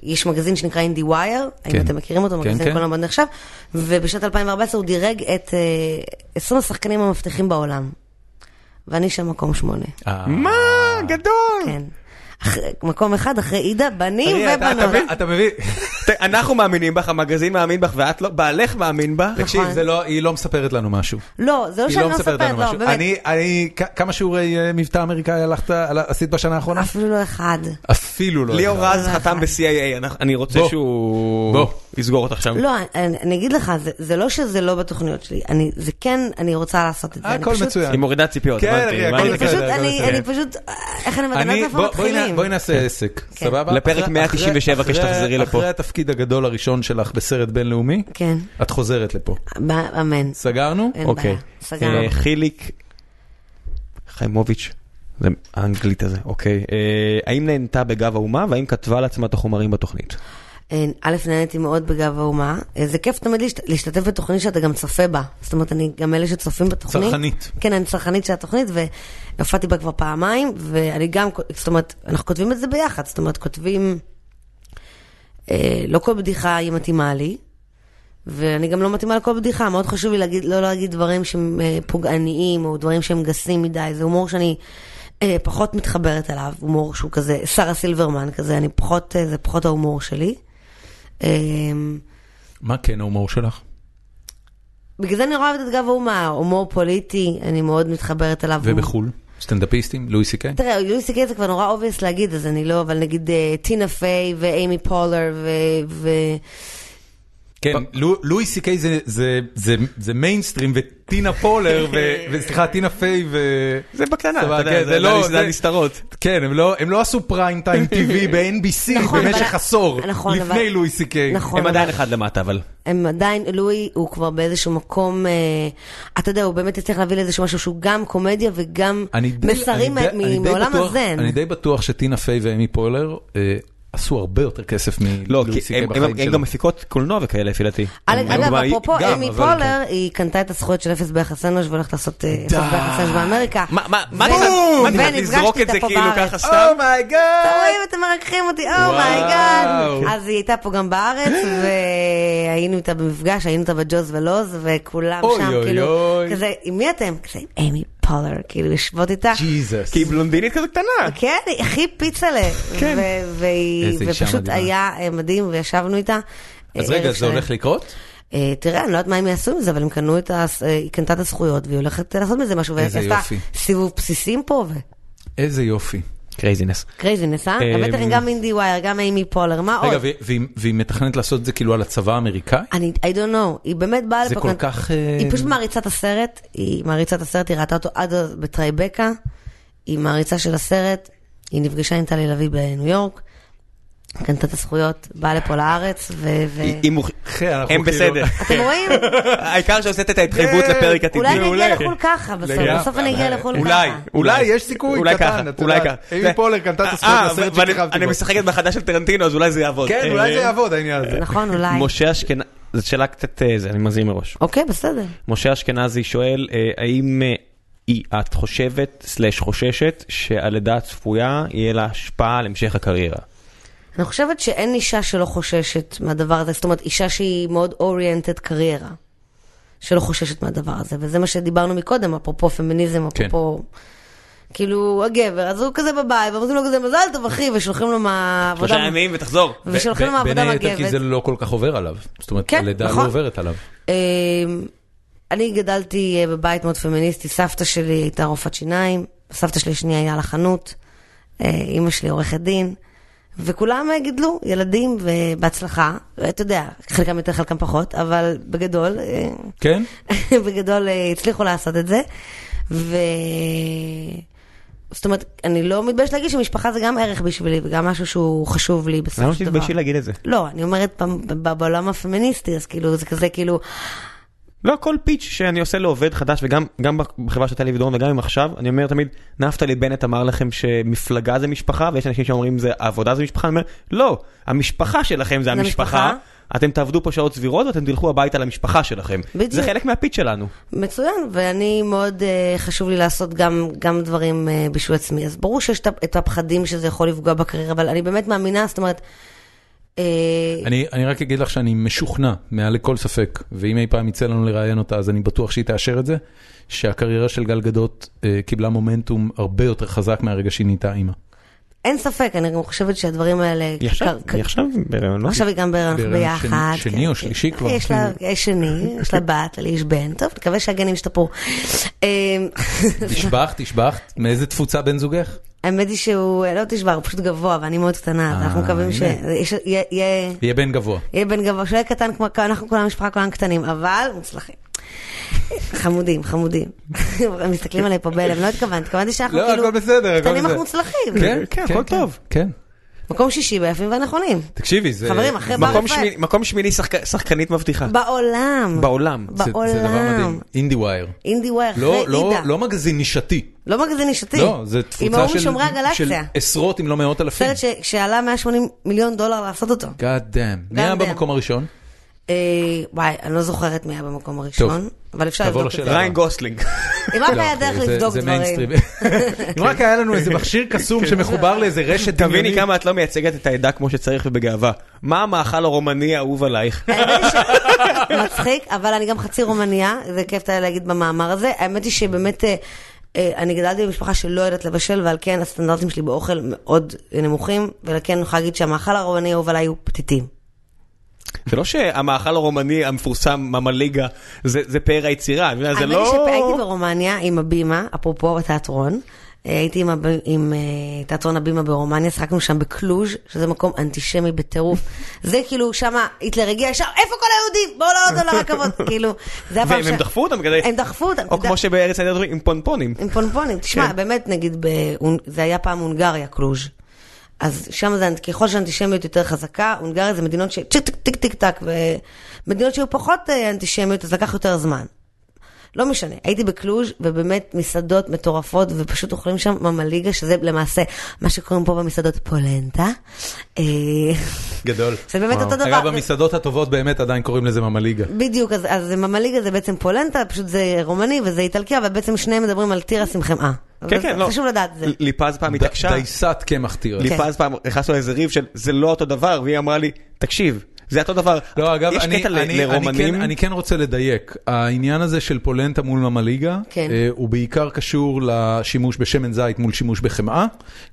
Speaker 5: יש מגזין שנקרא אינדי ווייר,
Speaker 1: כן.
Speaker 5: האם אתם מכירים אותו,
Speaker 1: כן,
Speaker 5: מגזין
Speaker 1: כן.
Speaker 5: כל הזמן נחשב, ובשנת 2014 הוא דירג את אה, 20 השחקנים המבטיחים בעולם. ואני שם מקום שמונה,
Speaker 1: אה,
Speaker 2: מה? גדול! אה,
Speaker 5: כן. אחרי- מקום אחד אחרי עידה, בנים
Speaker 1: תראי, אתה-
Speaker 5: ובנות.
Speaker 1: אתה- אתה מבין?
Speaker 2: ת- אנחנו מאמינים בך, המגזין מאמין בך, ואת לא, בעלך מאמין בך.
Speaker 1: תקשיב, זה לא- היא לא מספרת לנו משהו.
Speaker 5: לא, זה לא
Speaker 1: היא
Speaker 5: שאני
Speaker 1: לא
Speaker 5: לא
Speaker 1: מספרת לנו
Speaker 5: מספרת, לא,
Speaker 1: משהו.
Speaker 5: באמת.
Speaker 1: אני, אני, כ- כמה שיעורי אה, מבטא אמריקאי הלכת, על- עשית בשנה האחרונה?
Speaker 5: אפילו לא אחד.
Speaker 1: אפילו לא.
Speaker 2: ליאור
Speaker 1: אחד.
Speaker 2: רז חתם ב-CIA, אנחנו- אני רוצה
Speaker 1: בוא.
Speaker 2: שהוא
Speaker 1: בוא.
Speaker 2: יסגור אותך שם.
Speaker 5: לא, אני, אני אגיד לך, זה, זה לא שזה לא בתוכניות שלי, אני, זה כן, אני רוצה לעשות את זה. אני
Speaker 1: אה, הכל
Speaker 5: פשוט-
Speaker 1: מצוין.
Speaker 2: היא מורידה ציפיות,
Speaker 1: כן,
Speaker 2: הבנתי,
Speaker 1: אחי, הכל
Speaker 2: הבנתי.
Speaker 5: אני פשוט,
Speaker 1: בסדר,
Speaker 5: אני,
Speaker 1: בסדר.
Speaker 5: אני פשוט, איך אני מתנה
Speaker 1: אני- בוא-
Speaker 5: איפה
Speaker 1: בואי נע-
Speaker 5: מתחילים?
Speaker 1: בואי נעשה עסק,
Speaker 5: כן.
Speaker 1: סבבה?
Speaker 2: לפרק
Speaker 1: אחרי-
Speaker 2: 197
Speaker 1: אחרי-
Speaker 2: כשתחזרי לפה.
Speaker 1: אחרי התפקיד הגדול הראשון שלך בסרט בינלאומי,
Speaker 5: כן,
Speaker 1: את חוזרת לפה.
Speaker 5: ב- אמן.
Speaker 1: סגרנו?
Speaker 5: אין
Speaker 2: אוקיי.
Speaker 5: בעיה, סגרנו.
Speaker 2: אה, חיליק חיימוביץ', זה האנגלית הזה, אוקיי. אה, האם נהנתה בגב האומה, והאם כתבה לעצמה את החומרים בתוכנית?
Speaker 5: אין, א', נהניתי מאוד בגב האומה. אה, זה כיף תמיד להשת- להשתתף בתוכנית שאתה גם צופה בה. זאת אומרת, אני גם אלה שצופים בתוכנית.
Speaker 1: צרכנית.
Speaker 5: כן, אני צרכנית של התוכנית, והופעתי בה כבר פעמיים, ואני גם, זאת אומרת, אנחנו כותבים את זה ביחד. זאת אומרת, כותבים, אה, לא כל בדיחה היא מתאימה לי, ואני גם לא מתאימה לכל בדיחה. מאוד חשוב לי להגיד, לא להגיד דברים שהם אה, פוגעניים, או דברים שהם גסים מדי. זה הומור שאני... אה, פחות מתחברת אליו, הומור שהוא כזה, שרה סילברמן כזה, אני פחות, אה, זה פחות ההומור שלי. אמ,
Speaker 1: מה כן ההומור שלך?
Speaker 5: בגלל זה אני רואה את גב האומה, הומור פוליטי, אני מאוד מתחברת אליו.
Speaker 1: ובחול? סטנדאפיסטים? לואי סי קיי?
Speaker 5: תראה, לואי סי קיי זה כבר נורא אובייס להגיד, אז אני לא, אבל נגיד אה, טינה פיי ואימי פולר ו... ו...
Speaker 1: כן, לו- לואי סי קיי זה- זה- זה- זה מיינסטרים, וטינה פולר, ו- [LAUGHS] וסליחה, טינה פיי ו...
Speaker 2: זה בקטנה,
Speaker 1: סבבה,
Speaker 2: אתה
Speaker 1: כן,
Speaker 2: יודע, זה
Speaker 1: לא-
Speaker 2: זה הנסתרות.
Speaker 1: כן, הם לא- הם לא עשו פריים טיים
Speaker 5: [LAUGHS]
Speaker 1: טיווי ב-NBC
Speaker 5: נכון,
Speaker 1: במשך
Speaker 5: אבל-
Speaker 1: עשור,
Speaker 5: נכון,
Speaker 1: לפני
Speaker 5: אבל-
Speaker 1: לואי סי קיי.
Speaker 5: נכון.
Speaker 2: הם
Speaker 5: אבל-
Speaker 2: עדיין אחד למטה, אבל.
Speaker 5: הם עדיין, לואי הוא כבר באיזשהו מקום, אה, אתה יודע, הוא באמת הצליח להביא לאיזשהו משהו שהוא גם קומדיה וגם
Speaker 1: אני די-
Speaker 5: מסרים
Speaker 1: אני די-
Speaker 5: מ-
Speaker 1: אני די
Speaker 5: מעולם
Speaker 1: בטוח-
Speaker 5: הזן.
Speaker 1: אני די בטוח שטינה פיי ואמי פולר אה, עשו הרבה יותר כסף
Speaker 2: לא, כי
Speaker 1: מלואי סי קיי
Speaker 2: הם- הם
Speaker 1: בחיים
Speaker 2: הם
Speaker 1: שלו.
Speaker 2: גם מפיקות קולנוע וכאלה, לפי דעתי. הם- הם-
Speaker 5: אגב, אפרופו
Speaker 1: גם,
Speaker 5: אמי
Speaker 1: אבל כן.
Speaker 5: פולר, היא קנתה את הזכויות של אפס ביחס אנוש והולכת לעשות אה, אפס ביחס אנוש באמריקה.
Speaker 2: מה, מה, מה,
Speaker 5: ו-
Speaker 2: בום! מה,
Speaker 5: ונפגשתי
Speaker 2: לזרוק את
Speaker 5: איתה
Speaker 2: זה
Speaker 5: פה
Speaker 2: כאילו
Speaker 5: בארץ.
Speaker 2: ככה סתם?
Speaker 1: Oh
Speaker 5: אתם
Speaker 1: אומייגאד!
Speaker 5: רואים, אתם מרככים אותי, אומייגאד.
Speaker 1: וואו.
Speaker 5: אז היא הייתה פה גם בארץ, והיינו איתה במפגש, היינו איתה בג'וז ולוז, וכולם
Speaker 1: אוי,
Speaker 5: שם,
Speaker 1: אוי,
Speaker 5: כאילו,
Speaker 1: אוי.
Speaker 5: כזה, עם מי אתם? כזה, עם אמי פולר, כאילו, יושבות איתה.
Speaker 1: ג'יזוס.
Speaker 2: כי היא בלונדינית כזו קטנה.
Speaker 5: כן, היא הכי פיצלה. ו- והיא-
Speaker 1: כן. איזה אישה
Speaker 5: ופשוט
Speaker 1: מדהימה.
Speaker 5: היה אה, מדהים, וישבנו איתה.
Speaker 1: אז
Speaker 5: אה,
Speaker 1: רגע,
Speaker 5: ערב
Speaker 1: זה
Speaker 5: שלם.
Speaker 1: הולך לקרות?
Speaker 5: אה, תראה, אני לא יודעת מה הם יעשו עם זה, אבל הם קנו את ה... אה, היא קנתה את הזכויות, והיא הולכת לעשות מזה משהו, והיא
Speaker 1: איזה
Speaker 5: עשתה
Speaker 1: יופי.
Speaker 5: סיבוב בסיסים פה, ו...
Speaker 1: איזה יופי.
Speaker 2: קרייזינס.
Speaker 5: קרייזינס, אה?
Speaker 2: אה,
Speaker 5: הבאת לכם גם אינדי ווייר, גם אימי פולר, מה עוד?
Speaker 1: רגע, והיא- והיא- והיא מתכננת לעשות את זה כאילו על הצבא האמריקאי?
Speaker 5: אני, I don't know, היא באמת באה
Speaker 1: זה
Speaker 5: לפה,
Speaker 1: כל
Speaker 5: כאן-
Speaker 1: כך, אה,
Speaker 5: היא פשוט מעריצה את הסרט, היא מעריצה את הסרט, היא ראתה אותו עד אז בטרייבקה, היא מעריצה של הסרט, היא נפגשה עם טלי לביא בניו יורק, קנתה את הזכויות, באה לפה לארץ, ו... ו...
Speaker 2: היא- היא מוכ-
Speaker 1: אחי, אנחנו
Speaker 2: הם
Speaker 1: כאילו-
Speaker 2: בסדר.
Speaker 5: אתם רואים?
Speaker 2: [LAUGHS] העיקר שהוצאת את ההתחייבות
Speaker 1: כן.
Speaker 2: לפרק עתידי.
Speaker 5: אולי אני
Speaker 1: מעולה.
Speaker 5: אגיע לחו"ל ככה, בסוף
Speaker 1: לגמרי.
Speaker 5: בסוף אני אגיע לחו"ל ככה.
Speaker 2: אולי.
Speaker 1: אולי, יש סיכוי
Speaker 2: אולי
Speaker 1: קטן,
Speaker 2: ככה,
Speaker 1: את
Speaker 2: אולי
Speaker 1: יודעת.
Speaker 2: ככה.
Speaker 1: אמי
Speaker 2: זה-
Speaker 1: פולר קנתה את
Speaker 2: אה,
Speaker 1: הזכויות לסרט
Speaker 2: ואני-
Speaker 1: שכיכבתי
Speaker 2: אני
Speaker 1: בו.
Speaker 2: משחקת בחדש של טרנטינו, אז אולי זה יעבוד.
Speaker 1: [LAUGHS] כן,
Speaker 2: אה,
Speaker 1: אולי זה יעבוד העניין הזה.
Speaker 5: נכון, אולי.
Speaker 2: משה אשכנזי, זו שאלה קצת, אה, זה, אני מזהיר מראש.
Speaker 5: אוקיי, בסדר.
Speaker 2: משה אשכנזי שואל, אה, האם אה, היא- את חושבת, סלש חוששת, שהלידה הצפויה יהיה לה השפעה על המשך הקריירה?
Speaker 5: אני חושבת שאין אישה שלא חוששת מהדבר הזה, זאת אומרת, אישה שהיא מאוד אוריינטד קריירה, שלא חוששת מהדבר הזה, וזה מה שדיברנו מקודם, אפרופו פמיניזם,
Speaker 1: כן.
Speaker 5: אפרופו... כאילו, הגבר, אז הוא כזה בבית, ואומרים לו כזה, מזל טוב, אחי, ושולחים לו מהעבודה...
Speaker 2: שלושה ימים ותחזור.
Speaker 5: ושולחים לו מהעבודה
Speaker 1: בין היתר
Speaker 5: מגבת.
Speaker 1: כי זה לא כל כך עובר עליו. זאת אומרת,
Speaker 5: כן,
Speaker 1: הלידה לא
Speaker 5: נכון.
Speaker 1: עוברת עליו.
Speaker 5: אמ, אני גדלתי אה, בבית מאוד פמיניסטי, סבתא שלי הייתה רופאת שיניים, סבתא שלי השנייה היה לה חנות, אה, אימא שלי עורכת דין, וכולם אה, גידלו ילדים ובהצלחה, אתה יודע, חלקם יותר חלקם פחות, אבל בגדול, אה, [LAUGHS]
Speaker 1: כן?
Speaker 5: בגדול אה, הצליחו לעשות את זה, ו... זאת אומרת, אני לא מתביישת להגיד שמשפחה זה גם ערך בשבילי וגם משהו שהוא חשוב לי בסופו
Speaker 2: למה
Speaker 5: של דבר.
Speaker 2: שתתביישי להגיד את זה?
Speaker 5: לא, אני אומרת ב- ב- בעולם הפמיניסטי, אז כאילו, זה כזה כאילו,
Speaker 2: לא, כל פיץ' שאני עושה לעובד חדש, וגם גם בחברה שהייתה לי ודורון וגם אם עכשיו, אני אומר תמיד, נפתלי בנט אמר לכם שמפלגה זה משפחה, ויש אנשים שאומרים זה עבודה זה משפחה, אני אומר, לא, המשפחה שלכם זה המשפחה, אתם תעבדו פה שעות סבירות ואתם תלכו הביתה למשפחה שלכם.
Speaker 5: בדיוק.
Speaker 2: זה חלק מהפיץ' שלנו.
Speaker 5: מצוין, ואני מאוד uh, חשוב לי לעשות גם, גם דברים uh, בשביל עצמי. אז ברור שיש את ה- את הפחדים שזה יכול לפגוע בקריירה, אבל אני באמת מאמינה, זאת אומרת, uh,
Speaker 1: אני, אני רק אגיד לך שאני משוכנע, מעל לכל ספק, ואם אי פעם יצא לנו לראיין אותה, אז אני בטוח שהיא תאשר את זה, שהקריירה של גל גדות אה, קיבלה מומנטום הרבה יותר חזק מהרגע שהיא נהייתה אימא.
Speaker 5: אין ספק, אני גם חושבת שהדברים האלה...
Speaker 2: היא עכשיו,
Speaker 5: כ-
Speaker 2: היא עכשיו בהיריון, לא?
Speaker 5: עכשיו היא גם בהיריון, אנחנו
Speaker 1: בהיריון שני-
Speaker 5: ביחד.
Speaker 1: שני
Speaker 5: כן,
Speaker 1: או
Speaker 5: כן.
Speaker 1: שלישי כבר,
Speaker 5: יש לה
Speaker 1: [LAUGHS]
Speaker 5: יש שני, יש לה בת, לי יש בן. טוב, נקווה שהגנים ישתפרו. אמ,
Speaker 1: תשבח, תשבח, מאיזה תפוצה בן זוגך?
Speaker 5: [LAUGHS] האמת היא שהוא אה, לא תשבר, הוא פשוט גבוה, ואני מאוד קטנה, אז
Speaker 1: אה,
Speaker 5: אנחנו מקווים ש...
Speaker 1: הנה.
Speaker 5: יש- יהיה- יהיה-
Speaker 1: יהיה בן גבוה.
Speaker 5: יהיה אה, בן גבוה, שלא יהיה קטן כמו... אנחנו כולם משפחה כולם קטנים, אבל מוצלחים. חמודים, חמודים. הם מסתכלים עליי פה בהלם, לא התכוונת, התכוונתי שאנחנו
Speaker 1: לא,
Speaker 5: כאילו...
Speaker 1: הכל בסדר, הכל
Speaker 5: קטנים
Speaker 1: בסדר.
Speaker 5: אנחנו מוצלחים.
Speaker 1: כן,
Speaker 2: כן,
Speaker 1: כן,
Speaker 2: הכל
Speaker 1: כן,
Speaker 2: טוב.
Speaker 1: כן.
Speaker 5: מקום שישי ביפים והנכונים.
Speaker 1: תקשיבי, זה...
Speaker 5: חברים, אחרי בר
Speaker 2: מקום
Speaker 5: רפאל.
Speaker 2: שמיני- מקום שמיני שחק- שחקנית מבטיחה.
Speaker 5: בעולם.
Speaker 2: בעולם.
Speaker 1: זה- זה דבר מדהים.
Speaker 5: בעולם.
Speaker 1: אינדי ווייר.
Speaker 5: אינדי וויר,
Speaker 1: לא,
Speaker 5: אחרי
Speaker 1: לא,
Speaker 5: עידה.
Speaker 1: לא מגזין נישתי.
Speaker 5: לא מגזין אישתי.
Speaker 1: לא, זה
Speaker 5: עם
Speaker 1: תפוצה
Speaker 5: ההוא
Speaker 1: של,
Speaker 5: משומרי
Speaker 1: של
Speaker 5: הגלקסיה.
Speaker 1: עשרות אם לא מאות אלפים.
Speaker 5: סרט ש- שעלה 180 מיליון דולר לעשות אותו.
Speaker 1: God damn. מי היה
Speaker 5: damn.
Speaker 1: במקום הראשון?
Speaker 5: אה, וואי, אני לא זוכרת מי היה במקום הראשון, אבל אפשר
Speaker 1: תעבור
Speaker 5: לבדוק את זה.
Speaker 1: לשאלה.
Speaker 2: ריין [LAUGHS] גוסלינג.
Speaker 5: אם רק
Speaker 1: לא,
Speaker 5: היה דרך
Speaker 1: זה-
Speaker 5: לבדוק
Speaker 1: זה
Speaker 5: דברים.
Speaker 1: מיינסטרים.
Speaker 5: [LAUGHS]
Speaker 1: אם רק היה לנו איזה מכשיר קסום שמחובר לאיזה רשת
Speaker 2: תביני כמה את לא מייצגת את העדה כמו שצריך ובגאווה. מה המאכל הרומני האהוב עלייך?
Speaker 5: האמת היא ש... [LAUGHS] מצחיק, אבל אני גם חצי רומניה, זה כיף היה להגיד במאמר הזה. האמת היא שבאמת, אה, אה, אני גדלתי במשפחה שלא יודעת לבשל, ועל כן הסטנדרטים שלי באוכל מאוד נמוכים, ועל כן אני יכולה להגיד שהמאכל הרומני האהוב עליי הוא פתיתים.
Speaker 2: זה לא שהמאכל הרומני המפורסם ממליגה זה זה פאר היצירה, אני יודע, זה
Speaker 5: האמת היא שהייתי
Speaker 2: לא...
Speaker 5: ברומניה עם הבימה, אפרופו בתיאטרון. אה, הייתי עם, הב... עם אה, תיאטרון הבימה ברומניה, שחקנו שם בקלוז', שזה מקום אנטישמי
Speaker 2: [LAUGHS]
Speaker 5: בטירוף. זה כאילו, שמה היטלר הגיע ישר, איפה כל היהודים? בואו לעלות על
Speaker 2: [LAUGHS]
Speaker 5: הרכבות. כאילו, זה הפעם
Speaker 2: והם הם דחפו אותם כדי...
Speaker 5: הם דחפו אה, אותם.
Speaker 2: או כמו שבארץ הנהדרת אומרים, עם פונפונים.
Speaker 5: עם פונפונים. תשמע,
Speaker 2: כן.
Speaker 5: באמת, נגיד, בהונ- זה היה פעם הונגריה, קלוז'. אז שם זה, ככל שהאנטישמיות יותר חזקה, הונגריה זה מדינות ש... צ'יק, טיק, טיק, טיק, טק, ומדינות שהיו פחות אה, אנטישמיות, אז לקח יותר זמן. לא משנה, הייתי בקלוז' ובאמת מסעדות מטורפות ופשוט אוכלים שם ממליגה שזה למעשה מה שקוראים פה במסעדות פולנטה. אה,
Speaker 1: גדול.
Speaker 5: זה באמת אותו דבר.
Speaker 1: אגב, במסעדות הטובות באמת עדיין קוראים לזה ממליגה.
Speaker 5: בדיוק, אז, אז ממליגה זה בעצם פולנטה, פשוט זה רומני וזה איטלקי, אבל בעצם שניהם מדברים על תירס עם חמאה.
Speaker 2: כן,
Speaker 5: אבל
Speaker 2: כן, לא.
Speaker 5: חשוב לדעת את זה.
Speaker 2: ליפז פעם התעקשה.
Speaker 1: דייסת קמח תירס.
Speaker 5: כן.
Speaker 2: ליפז פעם נכנסנו לאיזה ריב של זה לא אותו דבר, והיא אמרה לי, תקשיב, זה אותו דבר.
Speaker 1: לא, אגב,
Speaker 2: יש
Speaker 1: אני,
Speaker 2: קטע ל-
Speaker 1: אני, אני,
Speaker 2: לרומנים,
Speaker 1: כן, אני כן רוצה לדייק. העניין הזה של פולנטה מול ממליגה,
Speaker 5: כן.
Speaker 1: אה, הוא בעיקר קשור לשימוש בשמן זית מול שימוש בחמאה,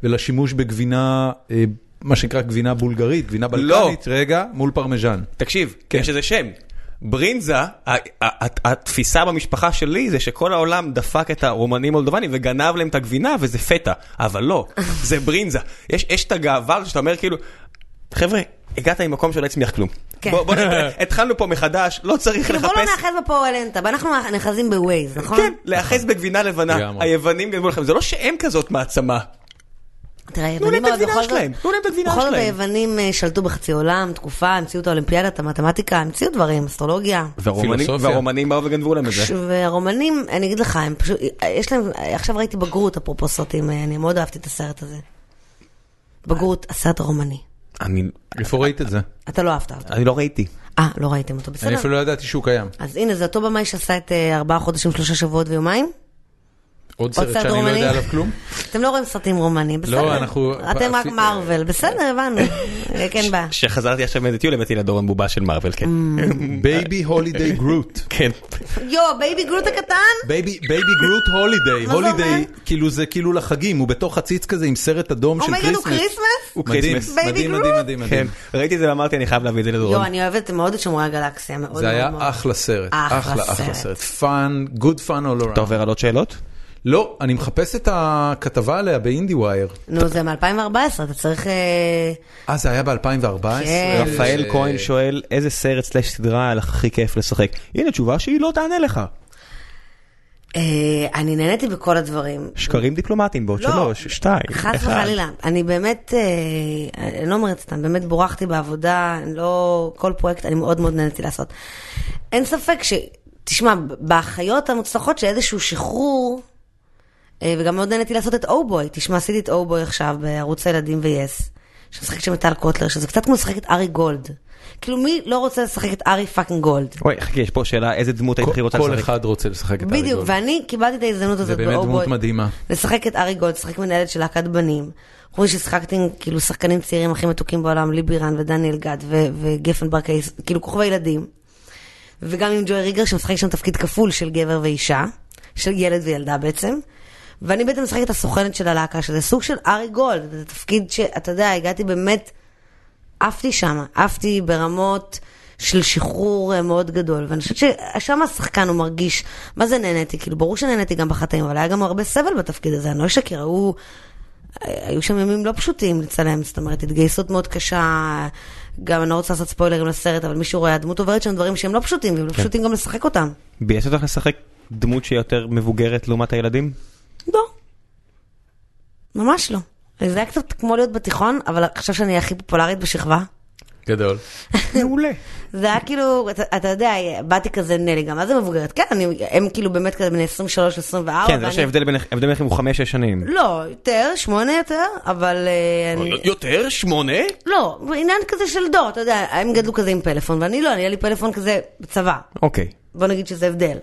Speaker 1: ולשימוש בגבינה, אה, מה שנקרא גבינה בולגרית, גבינה
Speaker 5: לא.
Speaker 1: בלקנית, רגע, מול פרמיז'ן.
Speaker 2: תקשיב,
Speaker 5: כן.
Speaker 2: יש איזה שם. ברינזה, ה- ה- ה- התפיסה במשפחה שלי זה שכל העולם דפק את הרומנים מולדובנים וגנב להם את הגבינה וזה פטה, אבל
Speaker 5: [LAUGHS]
Speaker 2: לא, זה ברינזה. יש, יש את הגאווה הזאת שאתה אומר כאילו, חבר'ה, הגעת ממקום שלא הצמיח כלום.
Speaker 5: כן.
Speaker 2: בוא,
Speaker 5: [LAUGHS]
Speaker 2: בוא, נ- התחלנו פה מחדש, לא צריך
Speaker 5: כאילו בוא לא
Speaker 2: לחפש,
Speaker 5: נאחז בפואלנטה, אנחנו נאחזים בווייז, נכון?
Speaker 2: כן, להאחז בגבינה לבנה.
Speaker 1: לגמרי.
Speaker 2: היוונים גנבו לכם, זה לא שהם כזאת מעצמה.
Speaker 5: תראה,
Speaker 2: תנו להם
Speaker 5: היוונים
Speaker 2: את הגבינה
Speaker 5: אבל בכל זאת,
Speaker 2: שלהם, תנו להם את הגבינה
Speaker 5: בכל זאת
Speaker 2: שלהם.
Speaker 5: היוונים אה, שלטו בחצי עולם, תקופה, המציאו את האולימפיאדה, את המתמטיקה, המציאו דברים, אסטרולוגיה.
Speaker 2: והרומנים-
Speaker 1: פילוסופיה.
Speaker 2: והרומנים באו וגנבו להם את זה.
Speaker 5: והרומנים, אני אגיד לך, הם פשוט, יש להם, עכשיו ראיתי בגרות, אפרופו סרטים, אה, אני מאוד אהבתי את הסרט הזה. בגרות, הסרט הרומני.
Speaker 2: אני,
Speaker 1: איפה ראית את זה?
Speaker 5: אתה לא אהבת אותו.
Speaker 2: אני לא ראיתי.
Speaker 5: אה, לא ראיתם אותו,
Speaker 1: אני
Speaker 5: בסדר.
Speaker 1: אפילו לא ידעתי שהוא קיים.
Speaker 5: אז הנה, זה אותו במאי שעשה את אה, ארבעה חודשים, שלושה שבועות ויומיים.
Speaker 1: עוד סרט
Speaker 5: סרט
Speaker 1: שאני לא
Speaker 5: רומני?
Speaker 1: יודע עליו
Speaker 2: [LAUGHS]
Speaker 1: כלום.
Speaker 5: אתם לא רואים סרטים רומנים, בסדר.
Speaker 1: אנחנו-
Speaker 5: אתם רק
Speaker 1: אפי-
Speaker 5: מארוול, בסדר,
Speaker 1: [LAUGHS]
Speaker 5: הבנו. אה, כן, בעיה. Mm.
Speaker 2: כשחזרתי עכשיו מאיזה טיול הבאתי לדורון בובה של מארוול, כן.
Speaker 1: בייבי הולידיי גרוט.
Speaker 2: כן.
Speaker 5: יו, בייבי גרוט הקטן?
Speaker 1: בייבי גרוט הולידיי,
Speaker 5: מה זה אומר?
Speaker 1: הולידיי, כאילו זה כאילו לחגים, הוא בתוך חציץ כזה עם סרט אדום של
Speaker 5: אומייגד, הוא
Speaker 1: כריסמס.
Speaker 5: כריסמס?
Speaker 2: הוא
Speaker 1: מדהים,
Speaker 2: כריסמס.
Speaker 5: בייבי
Speaker 1: מדהים,
Speaker 5: גרוט?
Speaker 1: מדהים, מדהים,
Speaker 2: כן.
Speaker 1: מדהים.
Speaker 2: ראיתי את זה ואמרתי אני חייב להביא את זה לדורון.
Speaker 5: יו, לא, אני אוהבת מאוד את שומרי הגלקסיה, מאוד
Speaker 1: זה היה
Speaker 5: מאוד מאוד.
Speaker 1: אחלה סרט,
Speaker 5: לא, אחלה
Speaker 1: אחלה אחלה
Speaker 5: סרט.
Speaker 1: סרט, פאן, גוד פאן אול
Speaker 2: אתה
Speaker 1: אוראונד.
Speaker 2: עובר על עוד שאלות?
Speaker 5: אה,
Speaker 1: לא, אני מחפש את הכתבה עליה באינדי ווייר.
Speaker 5: נו, זה מ-2014, אתה צריך... אה,
Speaker 1: אה, זה היה ב-2014?
Speaker 5: כן.
Speaker 1: אה,
Speaker 2: רפאל כהן שואל איזה סרט סלש סדרה היה לך הכי כיף לשחק. הנה תשובה שהיא לא תענה לך.
Speaker 5: אה, אני נהניתי בכל הדברים.
Speaker 2: שקרים דיפלומטיים בעוד
Speaker 5: לא.
Speaker 2: שלוש, שתיים,
Speaker 5: חס
Speaker 2: אחד.
Speaker 5: וחלילה, אני באמת, אה, אני לא אומרת סתם, באמת בורחתי בעבודה, אני לא, כל פרויקט אני מאוד מאוד נהניתי לעשות. אין ספק ש... תשמע, באחיות המוצלחות שאיזשהו שחרור, אה, וגם מאוד נהניתי לעשות את אובוי, תשמע, עשיתי את אובוי עכשיו בערוץ הילדים ויס, שמשחקת שם את טל קוטלר, שזה קצת כמו לשחק את ארי גולד. כאילו, מי לא רוצה לשחק את ארי פאקינג גולד?
Speaker 2: אוי, חכי, יש פה שאלה איזה דמות היית הכי רוצה
Speaker 1: כל
Speaker 2: לשחק.
Speaker 1: אחד רוצה לשחק את הארי
Speaker 5: בדיוק,
Speaker 1: גולד.
Speaker 5: ואני קיבלתי את ההזדמנות הזאת
Speaker 1: באמת דמות
Speaker 5: באובוי.
Speaker 1: מדהימה.
Speaker 5: לשחק את ארי גולד, לשחק מנהלת של להקת בנים. חוץ ששיחקתי עם כאילו שחקנים צעירים הכי מתוקים בעולם, ליבירן ודניאל גד ו- וגפן ברקאי, כאילו כוכבי ילדים. וגם עם ג'וי ריגר שמשחק שם תפקיד כפול של גבר ואישה, של ילד וילדה בעצם. ואני בעצם משחקת את הסוכנת של הלהקה, שזה סוג של ארי גולד, זה תפקיד שאתה יודע, הגעתי באמת, עפתי שם, עפתי ברמות של שחרור אה, מאוד גדול, ואני חושבת ששם השחקן הוא מרגיש, מה זה נהניתי? כאילו, ברור שנהניתי גם בחטאים, אבל היה גם הרבה סבל בתפקיד הזה, אני לא אשקר, הוא... היו שם ימים לא פשוטים לצלם, זאת אומרת, התגייסות מאוד קשה, גם אני לא רוצה לעשות ספוילרים לסרט, אבל מישהו רואה, הדמות עוברת שם דברים שהם לא פשוטים, והם לא פשוטים גם לשחק אותם.
Speaker 2: בייס אותך לשחק דמות שהיא יותר מבוגרת לעומת
Speaker 5: [LAUGHS]
Speaker 2: הילדים?
Speaker 5: לא. ממש לא. זה היה קצת כמו להיות בתיכון, אבל עכשיו שאני הכי פופולרית בשכבה.
Speaker 1: גדול.
Speaker 2: מעולה.
Speaker 5: זה היה כאילו, אתה, אתה יודע, באתי כזה נלי גם, מה זה מבוגרת? כן, אני, הם כאילו באמת כזה בני 23, 24.
Speaker 2: כן, זה לא
Speaker 5: ואני-
Speaker 2: שההבדל בינך- ההבדל ביניכם הוא חמש, שש שנים.
Speaker 5: לא, יותר, שמונה יותר, אבל... אה, אני...
Speaker 2: יותר? שמונה?
Speaker 5: לא, זה עניין כזה של דור, אתה יודע, הם גדלו כזה עם פלאפון, ואני לא, אני היה לי פלאפון כזה בצבא.
Speaker 2: אוקיי.
Speaker 5: בוא נגיד שזה הבדל.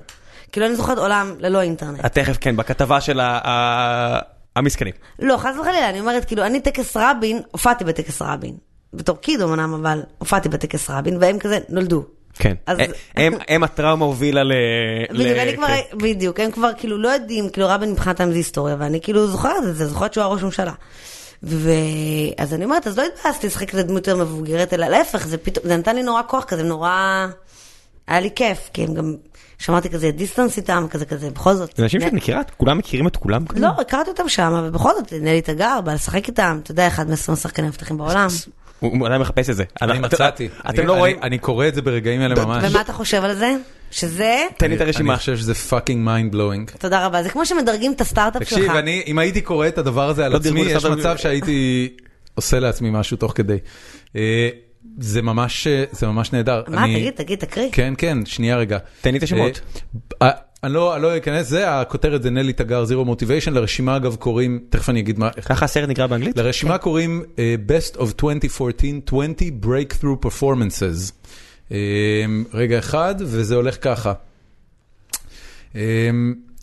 Speaker 5: כאילו, אני זוכרת עולם ללא אינטרנט.
Speaker 2: את תכף, כן, בכתבה של ה- ה- המסכנים.
Speaker 5: לא, חס וחלילה, אני אומרת, כאילו, אני טקס רבין, הופעתי בטקס רבין. בתור קיד אמנם, אבל הופעתי בטקס רבין, והם כזה נולדו.
Speaker 2: כן.
Speaker 5: אז-
Speaker 2: הם- הם הטראומה הובילה ל... ל-
Speaker 5: בדיוק, אני כבר,
Speaker 2: כן.
Speaker 5: בדיוק, הם כבר כאילו לא יודעים, כאילו רבין מבחינתם זה היסטוריה, ואני כאילו זוכרת את זה, זוכרת שהוא היה ראש ממשלה. ואז אני אומרת, אז לא התבאסתי לשחק את הדמות יותר מבוגרת, אלא להפך, זה פתאום, זה נתן לי נורא כוח כזה, נורא... היה לי כיף, כי הם גם, שמרתי כזה דיסטנס איתם, כזה כזה, בכל זאת.
Speaker 2: זה אנשים
Speaker 5: נ-
Speaker 2: שאת מכירה? את כולם מכירים את כולם?
Speaker 5: לא, הכרתי אותם שם, ובכל זאת, נלי תגר, בא לשחק איתם, אתה יודע, אחד מעשרים השחקנים המבטחים בעולם.
Speaker 2: הוא הוא עדיין מחפש את זה.
Speaker 1: אני
Speaker 2: אנחנו-
Speaker 1: מצאתי.
Speaker 2: אתם
Speaker 1: אני-
Speaker 2: לא
Speaker 1: אני-
Speaker 2: רואים?
Speaker 1: אני קורא את זה ברגעים האלה ממש.
Speaker 5: ומה אתה חושב על זה? שזה,
Speaker 2: תן לי את הרשימה.
Speaker 1: אני חושב שזה פאקינג מיינד בלואינג.
Speaker 5: תודה רבה, זה כמו שמדרגים את הסטארט-אפ שלך.
Speaker 1: תקשיב, אני, אם הייתי קורא את הדבר הזה על
Speaker 2: לא
Speaker 1: עצמי,
Speaker 2: דירגו
Speaker 1: יש
Speaker 2: לסבבה.
Speaker 1: מצב שהייתי עושה לעצמי משהו תוך כדי. אה, זה ממש, אה, זה ממש נהדר.
Speaker 5: מה,
Speaker 1: אני-
Speaker 5: תגיד, תגיד, תקריא.
Speaker 1: כן, כן, שנייה רגע.
Speaker 2: תן לי את השמות.
Speaker 1: אה, אני לא, אני לא אכנס, זה הכותרת זה נלי תגר, זירו מוטיביישן, לרשימה אגב קוראים, תכף אני אגיד מה,
Speaker 2: ככה הסרט נקרא באנגלית?
Speaker 1: לרשימה קוראים אה, Best of 2014 20 Breakthrough Performances. אה, רגע אחד, וזה הולך ככה. Um,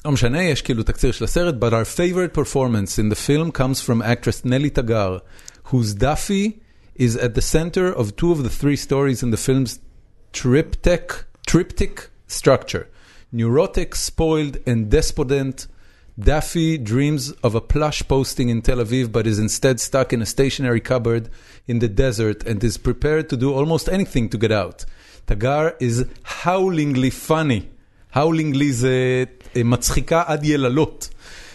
Speaker 1: לא משנה, יש כאילו תקציר של הסרט, but our favorite performance in the film comes from actress נלי תגר, whose Duffy is at the center of two of the three stories in the film's triptych, triptych structure. Neurotic, spoiled, and despondent, Daffy dreams of a plush posting in Tel Aviv but is instead stuck in a stationary cupboard in the desert and is prepared to do almost anything to get out. Tagar is howlingly funny. Howlingly eh, זה אה, מצחיקה עד יללות.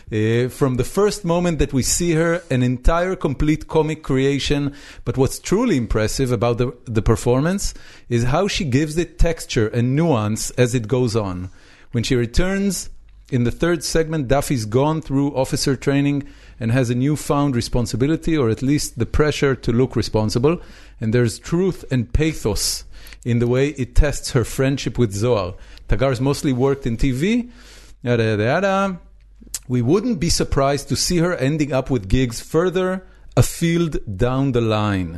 Speaker 1: Uh, from the first moment that we see her, an entire complete comic creation. But what's truly impressive about the, the performance is how she gives it texture and nuance as it goes on. When she returns in the third segment, Duffy's gone through officer training and has a newfound responsibility, or at least the pressure to look responsible. And there's truth and pathos in the way it tests her friendship with Zohar. Tagar's mostly worked in TV. Yada, yada, yada. We wouldn't be surprised to see her ending up with gigs further afield down the line.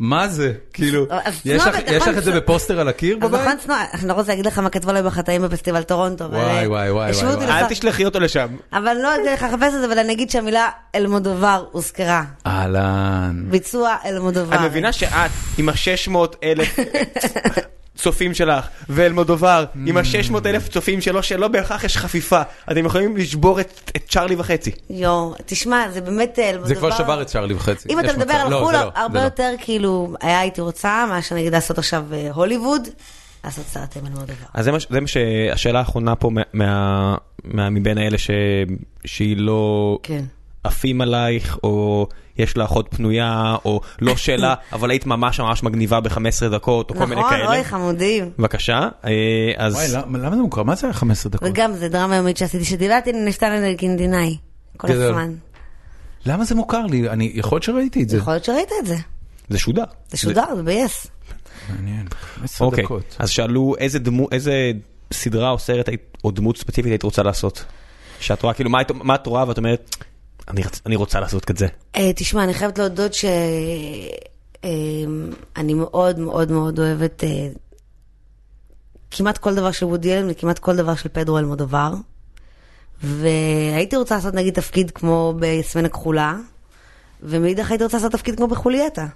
Speaker 1: מה זה? כאילו,
Speaker 5: [LAUGHS] אז
Speaker 1: יש
Speaker 5: סנובר,
Speaker 1: לך-
Speaker 5: נכון,
Speaker 1: יש לך את זה
Speaker 5: סנובר.
Speaker 1: בפוסטר על הקיר
Speaker 5: אז נכון,
Speaker 1: בבית?
Speaker 5: צנוע, אני לא רוצה להגיד לך מה כתבו עליי בחטאים בפסטיבל טורונטו. אבל,
Speaker 1: וואי,
Speaker 5: אה,
Speaker 1: וואי, וואי,
Speaker 5: ישבו
Speaker 1: וואי,
Speaker 5: אותי
Speaker 1: וואי.
Speaker 2: אל
Speaker 5: לסוף-
Speaker 2: תשלחי אותו לשם.
Speaker 5: אבל לא יודע לך לחפש את זה, אבל אני אגיד שהמילה אלמודובר הוזכרה.
Speaker 1: אהלן.
Speaker 5: ביצוע אלמודובר.
Speaker 2: את מבינה שאת עם ה-600 אלף צופים שלך, ואלמודובר עם
Speaker 1: Mm.
Speaker 2: ה-600 אלף צופים שלו, שלא בהכרח יש חפיפה, אתם יכולים לשבור את את צ'ארלי וחצי.
Speaker 5: יואו, תשמע, זה באמת אלמודובר.
Speaker 1: זה כבר שבר את שרלי וחצי.
Speaker 5: אם
Speaker 1: יש
Speaker 5: אתה מדבר
Speaker 1: מצב.
Speaker 5: על
Speaker 1: לא,
Speaker 5: חו"ל,
Speaker 1: זה לא, זה
Speaker 5: הרבה
Speaker 1: לא.
Speaker 5: יותר כאילו, היה הייתי רוצה, מה שנגיד לעשות עכשיו אה, הוליווד, לעשות סרט עם אלמודובר.
Speaker 1: אה,
Speaker 2: אז זה מה, ש- זה מה שהשאלה האחרונה פה מה, מה, מה, מבין האלה ש, שהיא לא
Speaker 5: כן.
Speaker 2: עפים עלייך, או יש לה אחות פנויה, או
Speaker 5: [COUGHS]
Speaker 2: לא שאלה, אבל היית ממש ממש מגניבה ב-15 דקות, או כל מיני
Speaker 5: נכון,
Speaker 2: כאלה.
Speaker 5: אוי חמודים.
Speaker 2: בבקשה, אה, אז...
Speaker 1: וואי, לא- למה- למה זה מוכר? מה זה היה 15 דקות?
Speaker 5: וגם זה דרמה יומית שעשיתי, שדיללתי נפתלי לגינדינאי. כל
Speaker 1: גדול.
Speaker 5: הזמן.
Speaker 1: למה זה מוכר לי? אני, יכול להיות שראיתי את זה.
Speaker 5: יכול להיות שראית את זה.
Speaker 2: זה שודר.
Speaker 5: זה שודר, זה ב-yes.
Speaker 1: מעניין. 15
Speaker 2: אוקיי,
Speaker 1: דקות.
Speaker 2: אז שאלו איזה דמו, איזה סדרה או סרט היית- או דמות ספציפית היית רוצה לעשות? שאת רואה, כאילו, מה, היית- מה את רואה ואת אומרת, אני, רצ- אני רוצה לעשות את זה.
Speaker 5: אה, תשמע, אני חייבת להודות שאני מאוד מאוד מאוד אוהבת אה, כמעט כל דבר של וודי אלן וכמעט כל דבר של פדרו אלמודובר. והייתי רוצה לעשות נגיד תפקיד כמו ביסמן הכחולה, ומאידך הייתי רוצה לעשות תפקיד כמו בחולייתה.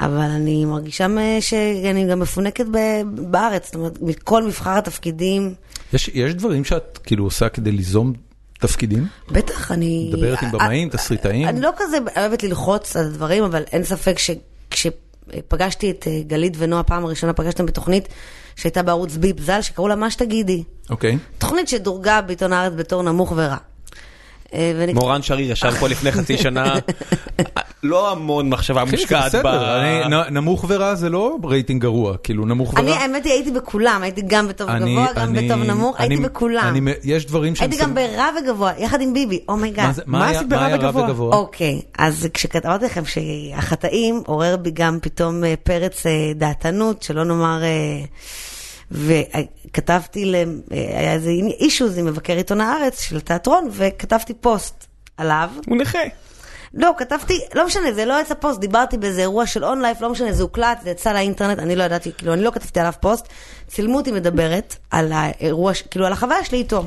Speaker 5: אבל אני מרגישה אה, שאני גם מפונקת ב- בארץ, זאת אומרת, מכל מבחר התפקידים.
Speaker 1: יש- יש דברים שאת כאילו עושה כדי ליזום תפקידים?
Speaker 5: בטח, אני... אה,
Speaker 1: מדברת עם במאים, תסריטאים?
Speaker 5: אני לא כזה אוהבת ללחוץ על דברים, אבל אין ספק שכשפגשתי את אה, גלית ונועה, פעם הראשונה פגשתם בתוכנית שהייתה בערוץ ביפ ז"ל, שקראו לה מה שתגידי.
Speaker 1: אוקיי.
Speaker 5: תוכנית שדורגה בעיתון הארץ בתור נמוך ורע. אה, ונק-
Speaker 2: מורן שריר ישב פה לפני חצי שנה, לא המון מחשבה
Speaker 1: אחי, כן, זה
Speaker 2: מושקעת ב...
Speaker 1: בסדר, אני- נ- נמוך ורע זה לא רייטינג גרוע, כאילו נמוך
Speaker 5: אני,
Speaker 1: ורע.
Speaker 5: האמת היא, הייתי בכולם, הייתי גם בטוב
Speaker 1: אני-
Speaker 5: גבוה, גם
Speaker 1: אני-
Speaker 5: בטוב נמוך,
Speaker 1: אני-
Speaker 5: הייתי בכולם.
Speaker 1: אני מ- יש דברים שהם...
Speaker 5: הייתי גם ברע וגבוה, יחד עם ביבי, אומייגאד.
Speaker 1: מה זה- מה היה-
Speaker 6: עשית
Speaker 1: מה היה
Speaker 6: ברע
Speaker 1: רע
Speaker 6: וגבוה?
Speaker 1: וגבוה?
Speaker 5: אוקיי, אז כשכתבתי לכם שהחטאים עורר בי גם פתאום אה, פרץ אה, דעתנות, שלא נאמר... אה, וכתבתי, להם, אה, היה איזה אישוז עם מבקר עיתון הארץ של תיאטרון, וכתבתי פוסט עליו.
Speaker 2: הוא נכה.
Speaker 5: לא, כתבתי, לא משנה, זה לא יצא פוסט, דיברתי באיזה אירוע של און לייף, לא משנה, זה הוקלט, זה יצא לאינטרנט, אני לא ידעתי, כאילו, אני לא כתבתי עליו פוסט. צילמו אותי מדברת על האירוע, ש- כאילו, על החוויה שלי איתו.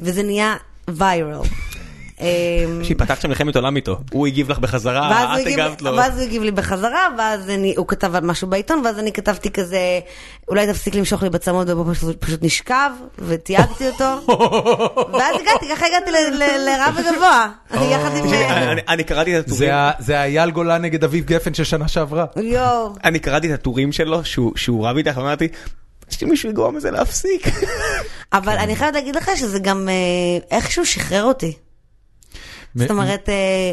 Speaker 5: וזה נהיה ויירל.
Speaker 2: שהיא פתחת שם מלחמת עולם איתו, הוא הגיב לך
Speaker 5: ואז
Speaker 2: בחזרה,
Speaker 5: הוא
Speaker 2: אה, את
Speaker 5: הגיב-
Speaker 2: הגבת לו.
Speaker 5: ואז הוא הגיב לי בחזרה, ואז אני, הוא כתב על משהו בעיתון, ואז אני כתבתי כזה, אולי תפסיק למשוך לי בצמות ובוא פשוט, פשוט נשכב, ותייגתי אותו,
Speaker 2: [LAUGHS]
Speaker 5: ואז הגעתי, ככה הגעתי ל- ל- לרב וגבוה,
Speaker 2: אוקיי.
Speaker 5: יחד עם... אה,
Speaker 2: אני- אני קראתי את הטורים.
Speaker 1: זה ה- זה אייל גולן נגד אביב גפן של שנה שעברה.
Speaker 5: יואו.
Speaker 2: אני קראתי את הטורים שלו, שהוא- שהוא רב איתך, ואמרתי, שמישהו יגרום לזה
Speaker 1: [LAUGHS]
Speaker 2: להפסיק. כן.
Speaker 5: אבל אני חייבת להגיד לך שזה גם אה, איכשהו שחרר אותי. זאת אומרת, אה,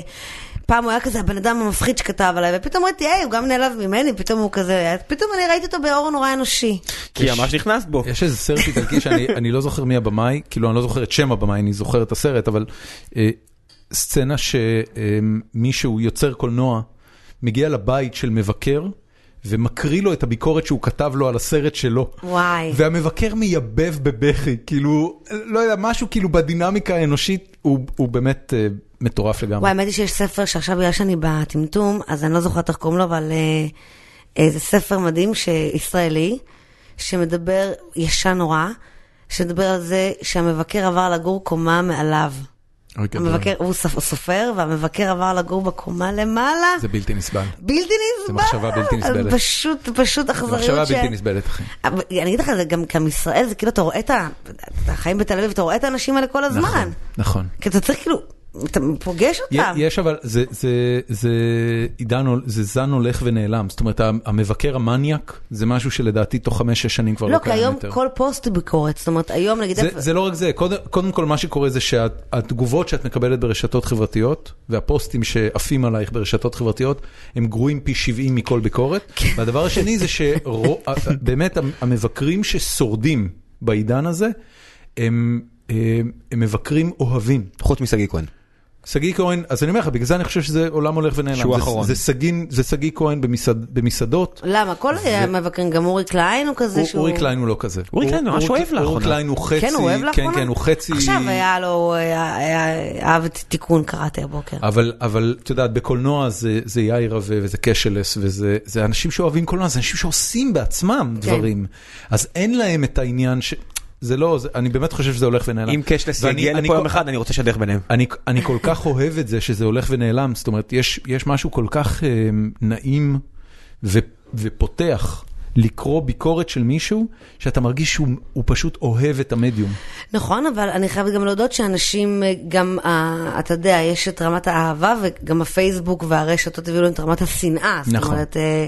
Speaker 5: פעם הוא היה כזה הבן אדם המפחיד שכתב עליי, ופתאום ראיתי, היי, הוא גם נעלב ממני, פתאום הוא כזה, אז פתאום אני ראיתי אותו באור נורא אנושי.
Speaker 2: כי ממש נכנסת בו.
Speaker 1: יש איזה סרט איטלקי שאני
Speaker 5: [LAUGHS]
Speaker 1: אני לא זוכר מי הבמאי, כאילו אני לא זוכר את שם הבמאי, אני זוכר את הסרט, אבל אה, סצנה שמישהו, יוצר קולנוע, מגיע לבית של מבקר. ומקריא לו את הביקורת שהוא כתב לו על הסרט שלו.
Speaker 5: וואי.
Speaker 1: והמבקר מייבב בבכי, כאילו, לא יודע, משהו כאילו בדינמיקה האנושית, הוא, הוא באמת אה, מטורף לגמרי.
Speaker 5: וואי, האמת היא שיש ספר שעכשיו בגלל שאני בטמטום, אז אני לא זוכרת איך קוראים לו, אבל אה, אה, זה ספר מדהים שישראלי, שמדבר, ישן נורא, שמדבר על זה שהמבקר עבר לגור קומה מעליו.
Speaker 1: אוי, גדול.
Speaker 5: המבקר, הוא סופ- סופר, והמבקר עבר לגור בקומה למעלה.
Speaker 1: זה בלתי נסבל.
Speaker 5: בלתי
Speaker 1: זה
Speaker 5: נסבל.
Speaker 1: מחשבה בלתי נסבלת.
Speaker 5: [LAUGHS] פשוט, פשוט
Speaker 1: זה
Speaker 5: אכזריות.
Speaker 1: מחשבה
Speaker 5: ש-
Speaker 1: בלתי נסבלת, אחי.
Speaker 5: אבל אני אגיד לך, זה גם גם ישראל, זה כאילו, אתה רואה את ה... אתה חיים בתל אביב, אתה רואה את האנשים האלה כל הזמן.
Speaker 1: נכון, נכון.
Speaker 5: כי אתה צריך כאילו, אתה פוגש
Speaker 1: י-
Speaker 5: אותם.
Speaker 1: יש אבל, זה, זה, זה עידן, הול- זה זן הולך ונעלם, זאת אומרת המבקר המניאק זה משהו שלדעתי תוך חמש-שש שנים כבר
Speaker 5: לא,
Speaker 1: לא
Speaker 5: כי
Speaker 1: קיים
Speaker 5: היום
Speaker 1: יותר.
Speaker 5: כל פוסט הוא ביקורת, זאת אומרת, היום נגיד...
Speaker 1: זה,
Speaker 5: איפה-
Speaker 1: זה לא רק זה, קודם, קודם כל מה שקורה זה שהתגובות שאת מקבלת ברשתות חברתיות והפוסטים שעפים עלייך ברשתות חברתיות הם גרועים פי 70 מכל ביקורת.
Speaker 5: כן.
Speaker 1: והדבר השני זה
Speaker 5: [LAUGHS]
Speaker 1: שבאמת המבקרים ששורדים בעידן הזה הם, הם, הם מבקרים אוהבים.
Speaker 2: חוץ משגיא כהן.
Speaker 1: שגיא כהן, אז אני אומר לך, בגלל זה אני חושב שזה עולם הולך ונעלם.
Speaker 2: שהוא
Speaker 1: זה-
Speaker 2: האחרון.
Speaker 1: זה שגיא- זה שגיא כהן במסעד- במסעדות.
Speaker 5: למה? כל המבקרים, גם אורי קליין הוא כזה
Speaker 1: הוא-
Speaker 5: לא, שהוא...
Speaker 1: אורי קליין הוא לא כזה.
Speaker 2: אורי קליין ממש אוהב
Speaker 1: אורי
Speaker 2: לאחרונה.
Speaker 1: קליין הוא חצי,
Speaker 5: כן, הוא אוהב לאחרונה?
Speaker 1: כן, כן, הוא חצי...
Speaker 5: עכשיו היה לו, היה- היה- אהב תיקון, קראתי הבוקר.
Speaker 1: אבל, אבל את יודעת, בקולנוע זה, זה יאיר רווה וזה קשלס וזה זה אנשים שאוהבים קולנוע, זה אנשים שעושים בעצמם
Speaker 5: כן.
Speaker 1: דברים. אז אין להם את העניין ש... זה לא, זה, אני באמת חושב שזה הולך ונעלם.
Speaker 2: אם קשלס
Speaker 1: ואני-
Speaker 2: יגיע
Speaker 1: אני
Speaker 2: לפה יום
Speaker 1: כל-
Speaker 2: אחד, אני רוצה שדך ביניהם.
Speaker 1: אני, אני כל כך אוהב את זה שזה הולך ונעלם, זאת אומרת, יש, יש משהו כל כך אה, נעים ו, ופותח לקרוא ביקורת של מישהו, שאתה מרגיש שהוא הוא פשוט אוהב את המדיום.
Speaker 5: נכון, אבל אני חייבת גם להודות שאנשים, אה, גם, אה, אתה יודע, יש את רמת האהבה, וגם הפייסבוק והרשתות הביאו להם את רמת השנאה. זאת
Speaker 1: נכון.
Speaker 5: אומרת, אה,